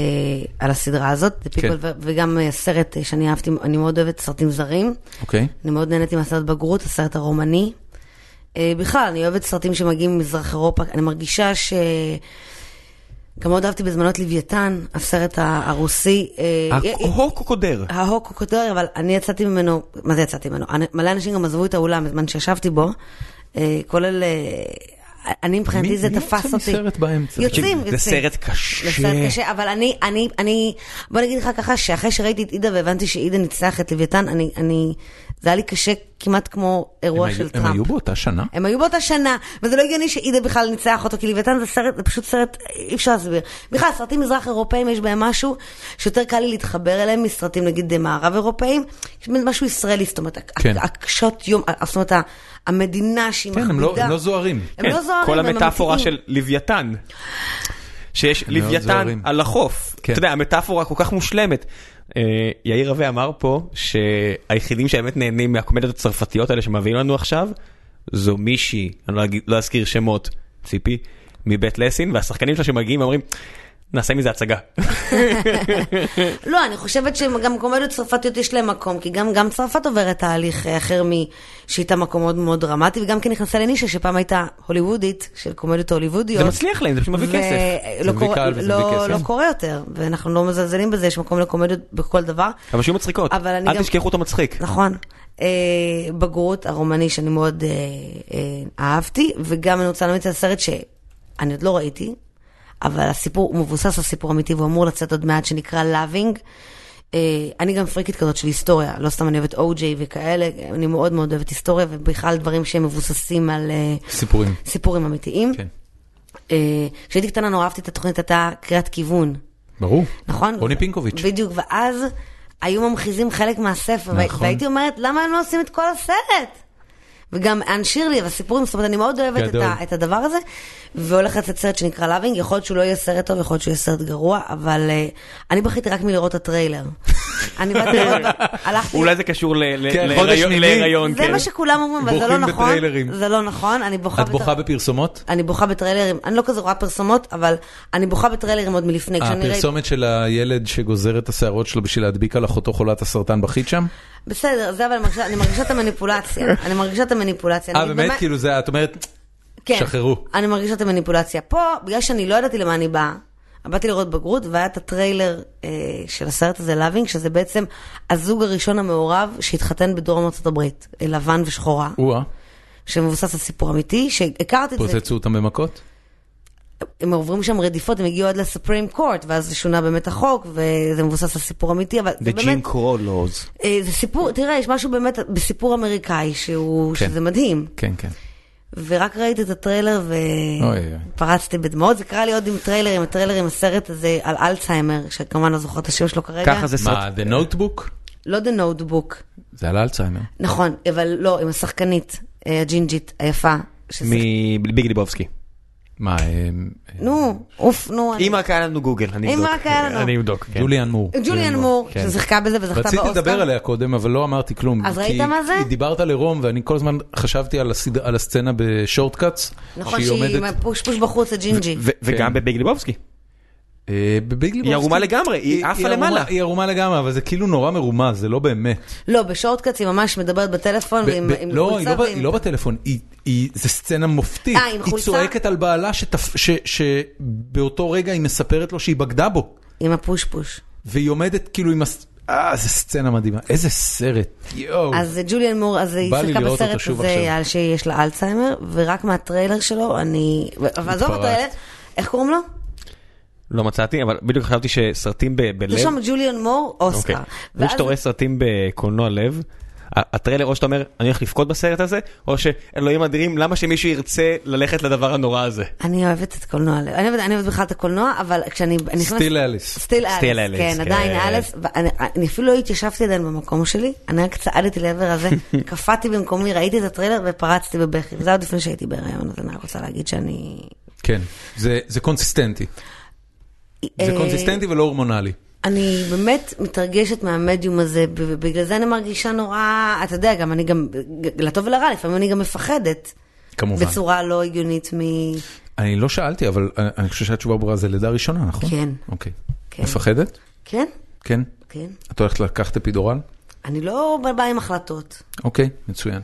Speaker 5: על הסדרה הזאת, The People,
Speaker 1: כן.
Speaker 5: ו- וגם אה, סרט אה, שאני אהבתי, אני מאוד אוהבת סרטים זרים.
Speaker 1: אוקיי.
Speaker 5: אני מאוד נהניתי מהסרט בגרות, הסרט הרומני. אה, בכלל, אני אוהבת סרטים שמגיעים ממזרח אירופה, אני מרגישה ש... גם מאוד אהבתי בזמנו את לוויתן, הסרט ה- הרוסי. אה,
Speaker 2: הוק קודר.
Speaker 5: ההוק הוא כותר, אבל אני יצאתי ממנו, מה זה יצאתי ממנו? אני- מלא אנשים גם עזבו את האולם בזמן שישבתי בו, אה, כולל... אה, אני מבחינתי
Speaker 1: מי-
Speaker 5: זה
Speaker 1: מי
Speaker 5: תפס
Speaker 1: יוצא
Speaker 5: אותי.
Speaker 1: מסרט באמצע?
Speaker 5: יוצאים, יוצאים.
Speaker 2: זה סרט
Speaker 5: זה
Speaker 2: קשה.
Speaker 5: סרט קשה, אבל אני, אני, אני, בוא נגיד לך ככה, שאחרי שראיתי את עידה והבנתי שעידה ניצח את לוויתן, אני, אני, זה היה לי קשה כמעט כמו אירוע
Speaker 1: הם היו-
Speaker 5: של
Speaker 1: הם היו
Speaker 5: טראמפ.
Speaker 1: באותה שנה?
Speaker 5: הם היו באותה שנה, וזה לא הגיוני שעידה בכלל ניצח אותו, כי לוויתן זה סרט, זה פשוט סרט, אי אפשר להסביר. בכלל, סרטים מזרח אירופאים, יש בהם משהו שיותר קל לי להתחבר אליהם מסרטים נגיד אה, מערב אירופאים, יש בהם משהו ישראלי, זאת אומרת, הק-
Speaker 1: כן.
Speaker 5: הקשות יום, זאת אומרת, ה- המדינה שהיא
Speaker 1: כן,
Speaker 5: מכבידה.
Speaker 1: הם לא- הם לא זוהרים.
Speaker 5: הם לא
Speaker 2: כן,
Speaker 5: זוהרים,
Speaker 2: כל
Speaker 5: הם
Speaker 2: המטאפורה
Speaker 5: אמיתיים.
Speaker 2: של לוויתן. שיש
Speaker 1: מאוד
Speaker 2: לוויתן
Speaker 1: לא זוהרים.
Speaker 2: על החוף.
Speaker 1: כן.
Speaker 2: אתה יודע, המטאפורה כל כך מושלמת. אה, יאיר רווה אמר פה שהיחידים שבאמת נהנים מהקומדיות הצרפתיות האלה שמביאים לנו עכשיו, זו מישהי, אני לא אגיד- לא אזכיר שמות, ציפי, מבית לסין, והשחקנים שלה שמגיעים אומרים, נעשה מזה הצגה.
Speaker 5: לא, אני חושבת שגם קומדיות צרפתיות יש להן מקום, כי גם, גם צרפת עוברת תהליך אה, אחר משהייתה מקום מאוד מאוד דרמטי, וגם כן נכנסה לנישה שפעם הייתה הוליוודית, של קומדיות הוליוודיות.
Speaker 2: זה מצליח להם, זה פשוט מביא כסף.
Speaker 1: זה
Speaker 5: לא
Speaker 1: מביא
Speaker 5: קורה-
Speaker 1: קהל וזה
Speaker 5: לא-
Speaker 1: מביא כסף.
Speaker 5: לא קורה יותר, ואנחנו לא מזלזלים בזה, יש מקום לקומדיות בכל דבר.
Speaker 2: אבל שיהיו מצחיקות,
Speaker 5: אבל אני
Speaker 2: אל
Speaker 5: גם-
Speaker 2: תשכחו את המצחיק.
Speaker 5: נכון. אה, בגרות הרומני שאני מאוד אה, אה, אהבתי, וגם אני רוצה להמליץ על סרט שאני עוד לא ראיתי, אבל הסיפור, הוא מבוסס על סיפור אמיתי והוא אמור לצאת עוד מעט, שנקרא Loving, אה, אני גם פריקית כזאת של היסטוריה, לא סתם אני אוהבת אוג'יי וכאלה, אני מאוד מאוד אוהבת היסטוריה, ובכלל דברים שהם מבוססים על אה,
Speaker 1: סיפורים.
Speaker 5: סיפורים אמיתיים.
Speaker 1: כן.
Speaker 5: אה, כשהייתי קטנה נורא אהבתי את התוכנית, הייתה קריאת כיוון,
Speaker 1: ברור.
Speaker 5: נכון?
Speaker 1: רוני פינקוביץ'.
Speaker 5: בדיוק, ואז היו ממחיזים חלק מהספר,
Speaker 1: נכון.
Speaker 5: נכון. והייתי אומרת, למה הם לא עושים את כל הסרט? וגם אן שירלי והסיפורים, זאת אומרת, אני מאוד אוהבת את,
Speaker 1: גדול.
Speaker 5: ה, את הדבר הזה, והולך לצאת סרט שנקרא לאבינג, יכול להיות שהוא לא יהיה סרט טוב, יכול להיות שהוא יהיה סרט גרוע, אבל אה, אני בכיתי רק מלראות את
Speaker 1: [LAUGHS]
Speaker 5: הטריילר. אני באתי לראות,
Speaker 2: [LAUGHS]
Speaker 5: הלכתי...
Speaker 2: אולי זה קשר
Speaker 1: כן, חודש שמיני.
Speaker 2: להיריון,
Speaker 5: זה
Speaker 2: כן.
Speaker 5: מה שכולם אומרים, אבל זה לא
Speaker 1: בוכים
Speaker 5: נכון.
Speaker 1: בטריילרים.
Speaker 5: זה לא נכון, אני בוכה...
Speaker 1: את
Speaker 5: בטר-
Speaker 1: בוכה בפרסומות?
Speaker 5: אני בוכה בטריילרים, אני לא כזה רואה פרסומות, אבל אני בוכה בטריילרים עוד מלפני,
Speaker 1: אה,
Speaker 5: כשאני ראיתי...
Speaker 1: הפרסומת של הילד שגוזר את השערות שלו בשביל להדביק על אחותו חולת הסרטן בחית שם?
Speaker 5: בסדר, זה אבל אני מרגישה- אני מרגישה
Speaker 1: [LAUGHS]
Speaker 5: את המניפולציה. אני מרגישה את המניפולציה.
Speaker 1: אה
Speaker 5: אני
Speaker 1: באמת? כאילו זה, את אומרת,
Speaker 5: כן.
Speaker 1: שחררו.
Speaker 5: אני מרגישה את המניפולציה. פה, בגלל שאני לא ידעתי למה אני באה, באתי לראות בגרות, והיה את הטריילר אה, של הסרט הזה, לאבינג, שזה בעצם הזוג הראשון המעורב שהתחתן בדרום ארצות הברית, אה, לבן ושחורה,
Speaker 1: או-אה,
Speaker 5: שמבוסס על סיפור אמיתי, שהכרתי את זה.
Speaker 1: פוצצו אותם במכות?
Speaker 5: הם עוברים שם רדיפות, הם הגיעו עד לספרים קורט, ואז שונה באמת החוק, וזה מבוסס על סיפור אמיתי, אבל זה באמת...
Speaker 2: בג'ין קרולוז.
Speaker 5: אה, זה סיפור, תראה, יש משהו באמת בסיפור אמריקאי, שהוא,
Speaker 1: כן.
Speaker 5: שזה מדהים.
Speaker 1: כן, כן.
Speaker 5: ורק ראיתי את הטריילר
Speaker 1: אוי, אוי.
Speaker 5: ופרצתי בדמעות, זה קרה לי עוד עם טריילר, עם הטריילר עם הסרט הזה על אלצהיימר, שכמובן לא זוכרת את השם שלו כרגע.
Speaker 2: ככה זה
Speaker 1: מה,
Speaker 2: סרט.
Speaker 1: The Notebook?
Speaker 5: לא The Notebook,
Speaker 1: זה על אלצהיימר.
Speaker 5: נכון, אבל לא, עם השחקנית, אה, הג'ינג'ית היפה. ששיחק-
Speaker 2: מביג ליבובסקי.
Speaker 1: מה, אה, אה,
Speaker 5: נו, אוף, נו. אני-
Speaker 2: אם רק היה לנו גוגל, אני
Speaker 5: אם
Speaker 2: אבדוק.
Speaker 5: רק היה לנו.
Speaker 2: אני אבדוק, כן.
Speaker 1: ג'וליאן מור.
Speaker 5: ג'וליאן מור,
Speaker 2: כן.
Speaker 5: ששיחקה בזה וזכתה באוסקר.
Speaker 1: רציתי לדבר עליה קודם, אבל לא אמרתי כלום.
Speaker 5: אז
Speaker 1: כי
Speaker 5: ראית מה זה?
Speaker 1: דיברת על עירום, ואני כל הזמן חשבתי על הסד- על הסצנה בשורטקאץ.
Speaker 5: נכון, שהיא עם הפושפוש בחוץ, הג'ינג'י.
Speaker 2: ו-
Speaker 1: כן.
Speaker 2: וגם בביג ליבובסקי.
Speaker 1: אה, בביג ליבובסקי.
Speaker 2: היא ערומה לגמרי, היא עפה
Speaker 1: ערומה-
Speaker 2: למעלה.
Speaker 1: היא ערומה לגמרי, אבל זה כאילו נורא מרומז, זה לא באמת.
Speaker 5: לא, בשורטקאץ היא ממש מדברת בטלפון
Speaker 1: ב-
Speaker 5: ועם
Speaker 1: ב-
Speaker 5: עם
Speaker 1: לא, היא
Speaker 5: חולצה
Speaker 1: לא ב-
Speaker 5: ועם-
Speaker 1: היא לא בטלפון, היא- היא- זה סצנה מופתית.
Speaker 5: אה, עם
Speaker 1: היא
Speaker 5: חולצה?
Speaker 1: צועקת על בעלה שתפ- ש- שבאותו רגע היא מספרת לו שהיא בגדה בו,
Speaker 5: עם הפושפוש.
Speaker 1: והיא עומדת כאילו עם... הס- אה, זו סצנה מדהימה, איזה סרט. יואו.
Speaker 5: אז ג'וליאן מור, אז היא
Speaker 1: בא לי
Speaker 5: שיחקה
Speaker 1: לראות אותה
Speaker 5: בסרט
Speaker 1: שוב
Speaker 5: הזה
Speaker 1: עכשיו.
Speaker 5: על שיש לה אלצהיימר, ורק מהטריילר שלו אני... אבל עזוב
Speaker 1: התפרעת.
Speaker 5: הטריילר, איך קוראים לו?
Speaker 2: לא מצאתי, אבל בדיוק חשבתי שסרטים ב- בלב...
Speaker 5: יש שם ג'וליאן מור,
Speaker 2: אוקיי.
Speaker 5: אוסקר.
Speaker 2: זה
Speaker 5: ואז-
Speaker 2: שאתה רואה סרטים בקולנוע לב, ה- הטריילר או שאתה אומר, אני הולך לבכות בסרט הזה, או שאלוהים אדירים, למה שמישהו ירצה ללכת לדבר הנורא הזה?
Speaker 5: אני אוהבת את קולנוע, אני אוהבת- אני אוהבת בכלל את הקולנוע, אבל כשאני... אני נכנסת-
Speaker 1: סטיל אליס.
Speaker 5: סטיל
Speaker 2: Still
Speaker 5: אליס,
Speaker 2: Alice,
Speaker 5: כן,
Speaker 2: כן.
Speaker 5: עדיין אליס, ואני- אני אפילו לא התיישבתי עדיין במקום שלי, אני רק צעדתי לעבר הזה, קפאתי במקומי, ראיתי את הטריילר ופרצתי בבכי, זה עוד לפני שהייתי בהיריון, אז אני רק רוצה להגיד שאני...
Speaker 1: כן, זה זה קונסיסטנטי. זה
Speaker 5: אה,
Speaker 1: קונסיסטנטי ולא הורמונלי.
Speaker 5: אני באמת מתרגשת מהמדיום הזה, ובגלל זה אני מרגישה נורא, אתה יודע, גם אני גם, לטוב ולרע, לפעמים אני גם מפחדת.
Speaker 1: כמובן.
Speaker 5: בצורה לא הגיונית מ...
Speaker 1: אני לא שאלתי, אבל אה, אני חושב שהתשובה ברורה זה לידה ראשונה, נכון?
Speaker 5: כן.
Speaker 1: אוקיי.
Speaker 5: כן.
Speaker 1: מפחדת?
Speaker 5: כן?
Speaker 1: כן.
Speaker 5: כן.
Speaker 1: את הולכת לקחת אפידורל?
Speaker 5: אני לא באה עם החלטות.
Speaker 1: אוקיי, מצוין.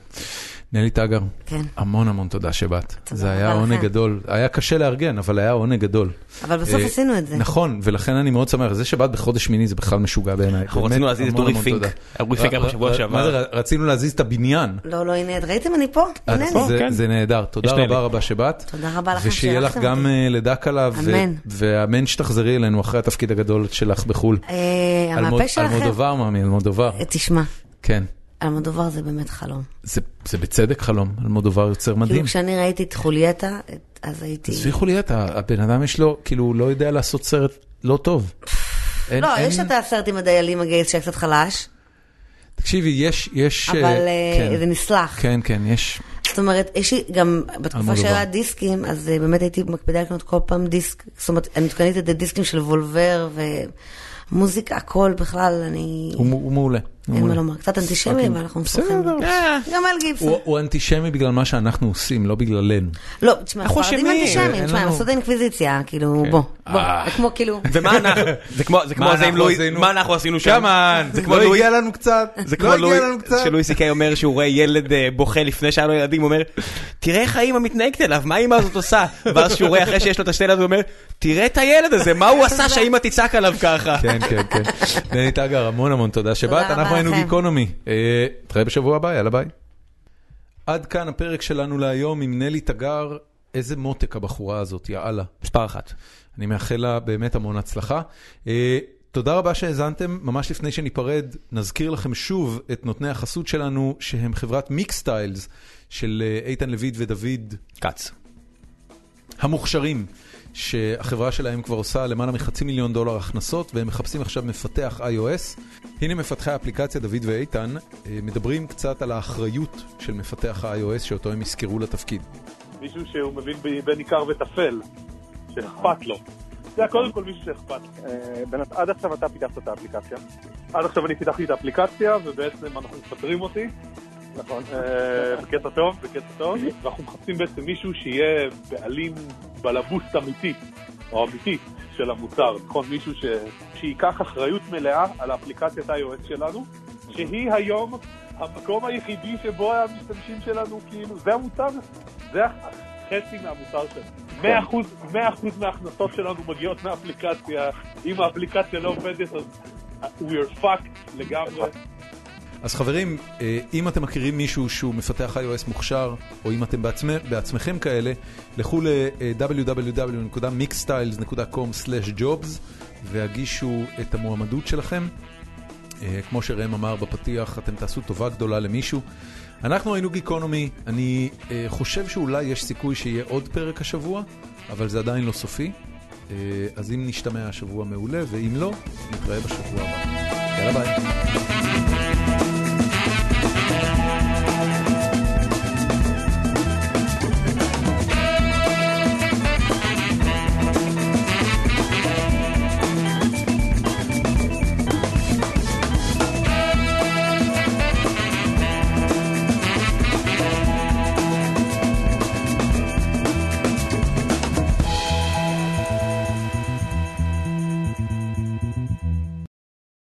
Speaker 1: נלי טגר,
Speaker 5: כן.
Speaker 1: המון המון תודה שבאת.
Speaker 5: תודה
Speaker 1: זה היה
Speaker 5: רבה
Speaker 1: עונג
Speaker 5: לכם.
Speaker 1: גדול. היה קשה לארגן, אבל היה עונג גדול.
Speaker 5: אבל בסוף
Speaker 1: אה,
Speaker 5: עשינו את זה.
Speaker 1: נכון, ולכן אני מאוד שמח. זה שבאת בחודש מיני זה בכלל משוגע בעיניי. באמת,
Speaker 2: רצינו להזיז את
Speaker 1: המון
Speaker 2: אורי
Speaker 1: המון
Speaker 2: פינק.
Speaker 1: תודה.
Speaker 2: אורי פינק היה
Speaker 1: ר-
Speaker 2: בשבוע
Speaker 1: ר-
Speaker 2: שעבר.
Speaker 1: מה זה, ר- רצינו להזיז את הבניין.
Speaker 5: לא, לא, הנה, את ראיתם? אני פה.
Speaker 1: אז
Speaker 5: הנה אני.
Speaker 1: זה-
Speaker 2: כן.
Speaker 1: זה נהדר, תודה
Speaker 2: יש
Speaker 1: רבה
Speaker 2: נהנה.
Speaker 1: רבה שבאת.
Speaker 5: תודה רבה לכם
Speaker 1: ושיהיה לך
Speaker 5: שאירחתם
Speaker 1: גם
Speaker 5: אותי.
Speaker 1: אה, לידה קלה, ו-
Speaker 5: אמן.
Speaker 1: ואמן שתחזרי אלינו אחרי התפקיד הגדול שלך בחו"ל.
Speaker 5: אה,
Speaker 1: אלמוד-
Speaker 5: המהפה שלכם...
Speaker 1: אלמודובר, מאמי, אלמודובר,
Speaker 5: אה, תשמע,
Speaker 1: כן.
Speaker 5: אלמודובר זה באמת חלום.
Speaker 1: זה זה בצדק חלום, אלמודובר יוצר מדהים.
Speaker 5: כאילו, כשאני ראיתי את חולייתה, את- אז הייתי...
Speaker 1: עזבי חוליית, הבן אדם יש לו, כאילו, הוא לא יודע לעשות סרט לא טוב. אין-
Speaker 5: לא,
Speaker 1: אין-
Speaker 5: יש את הסרט עם הדיילים הגייס שהיה קצת חלש,
Speaker 1: תקשיבי, יש, יש... אה,
Speaker 5: אבל אה,
Speaker 1: כן.
Speaker 5: זה נסלח.
Speaker 1: כן, כן, יש.
Speaker 5: זאת אומרת, יש לי גם,
Speaker 1: אלמוג
Speaker 5: בתקופה
Speaker 1: עובר.
Speaker 5: שהיה דיסקים, אז אה, באמת הייתי מקפידה לקנות כל פעם דיסק, זאת אומרת, אני קניתי את הדיסקים של וולבר, ומוזיקה, הכל בכלל, אני...
Speaker 1: הוא מ- הוא מעולה. הוא
Speaker 5: אין מה
Speaker 1: מעולה.
Speaker 5: לומר, קצת אנטישמי, אבל אנחנו מסוכנים.
Speaker 1: בסדר. אה.
Speaker 5: גם אל גיבסון.
Speaker 1: הוא הוא אנטישמי בגלל מה שאנחנו עושים, לא בגללנו.
Speaker 5: לא, תשמע,
Speaker 2: אנחנו
Speaker 5: ספרדים
Speaker 2: אשמים,
Speaker 5: אנטישמים,
Speaker 1: אין
Speaker 5: תשמע, הם
Speaker 1: לנו-
Speaker 5: עשו את האינקוויזיציה, כאילו, בוא, בוא,
Speaker 1: אה.
Speaker 5: זה כמו כאילו...
Speaker 2: ומה אנחנו, זה כמו, זה כמו
Speaker 1: מה
Speaker 2: זה עם
Speaker 1: אנחנו
Speaker 2: לואי,
Speaker 1: עשינו?
Speaker 2: מה אנחנו עשינו שם?
Speaker 1: [LAUGHS]
Speaker 2: זה כמו
Speaker 1: לא
Speaker 2: לואי,
Speaker 1: הגיע לנו קצת,
Speaker 2: זה כמו
Speaker 1: לא הגיע
Speaker 2: לואי,
Speaker 1: לנו קצת.
Speaker 2: שלואי סי קיי אומר שהוא רואה ילד אה, בוכה לפני שהיה לו ילדים, הוא אומר, תראה איך האמא מתנהגת אליו, מה האמא הזאת עושה? ואז שהוא רואה אחרי שיש לו את השתי ילדים, הוא אומר, תראה את הילד הזה, מה הוא עשה שהאמא תצעק עליו ככה?
Speaker 1: כן, כן, כן. דני טגר, המון המון תודה שבאת.
Speaker 5: רבה
Speaker 1: אנחנו היינו
Speaker 5: לכם.
Speaker 1: גיקונומי. אה, נתראה בשבוע הבא, יאללה ביי. עד כאן הפרק שלנו להיום עם נלי תגר. איזה מותק הבחורה הזאת, יאללה.
Speaker 2: מספר אחת.
Speaker 1: אני מאחל לה באמת המון הצלחה. אה, תודה רבה שהאזנתם, ממש לפני שניפרד, נזכיר לכם שוב את נותני החסות שלנו, שהם חברת מיקס סטיילס של אה, איתן לויד ודוד
Speaker 2: כץ.
Speaker 1: המוכשרים, שהחברה שלהם כבר עושה למעלה מחצי מיליון דולר הכנסות, והם מחפשים עכשיו מפתח iOS. הנה מפתחי האפליקציה, דוד ואיתן, אה, מדברים קצת על האחריות של מפתח ה-iOS שאותו הם יזכרו לתפקיד.
Speaker 4: מישהו שהוא מבין ב- בין עיקר וטפל, שאכפת לו. זה היה קודם כל מישהו שאכפת לו.
Speaker 3: אה, בנת- עד עכשיו אתה פיתחת את האפליקציה,
Speaker 4: עד עכשיו אני פיתחתי את האפליקציה, ובעצם אנחנו מפטרים אותי,
Speaker 3: נכון?
Speaker 4: אה, בקטע טוב, בקטע טוב, ואנחנו מחפשים בעצם מישהו שיהיה בעלים בלבוסט אמיתי, או אמיתי, של המוצר, נכון? מישהו ש... שייקח אחריות מלאה על האפליקציית iOS שלנו, שהיא היום המקום היחידי שבו המשתמשים שלנו, כאילו, זה המוצר, זה חצי מהמוצר שלנו. 100% 100% מההכנסות שלנו מגיעות מהאפליקציה, אם האפליקציה לא עובדת אז we're fucked לגמרי.
Speaker 1: אז חברים, אה, אם אתם מכירים מישהו שהוא מפתח iOS מוכשר, או אם אתם בעצמי, בעצמכם כאלה, לכו ל-www.mixstyles.com/jobs והגישו את המועמדות שלכם. אה, כמו שראם אמר בפתיח, אתם תעשו טובה גדולה למישהו. אנחנו היינו גיקונומי, אני אה, חושב שאולי יש סיכוי שיהיה עוד פרק השבוע, אבל זה עדיין לא סופי. אה, אז אם נשתמע השבוע מעולה, ואם לא, נתראה בשבוע הבא. יאללה ביי.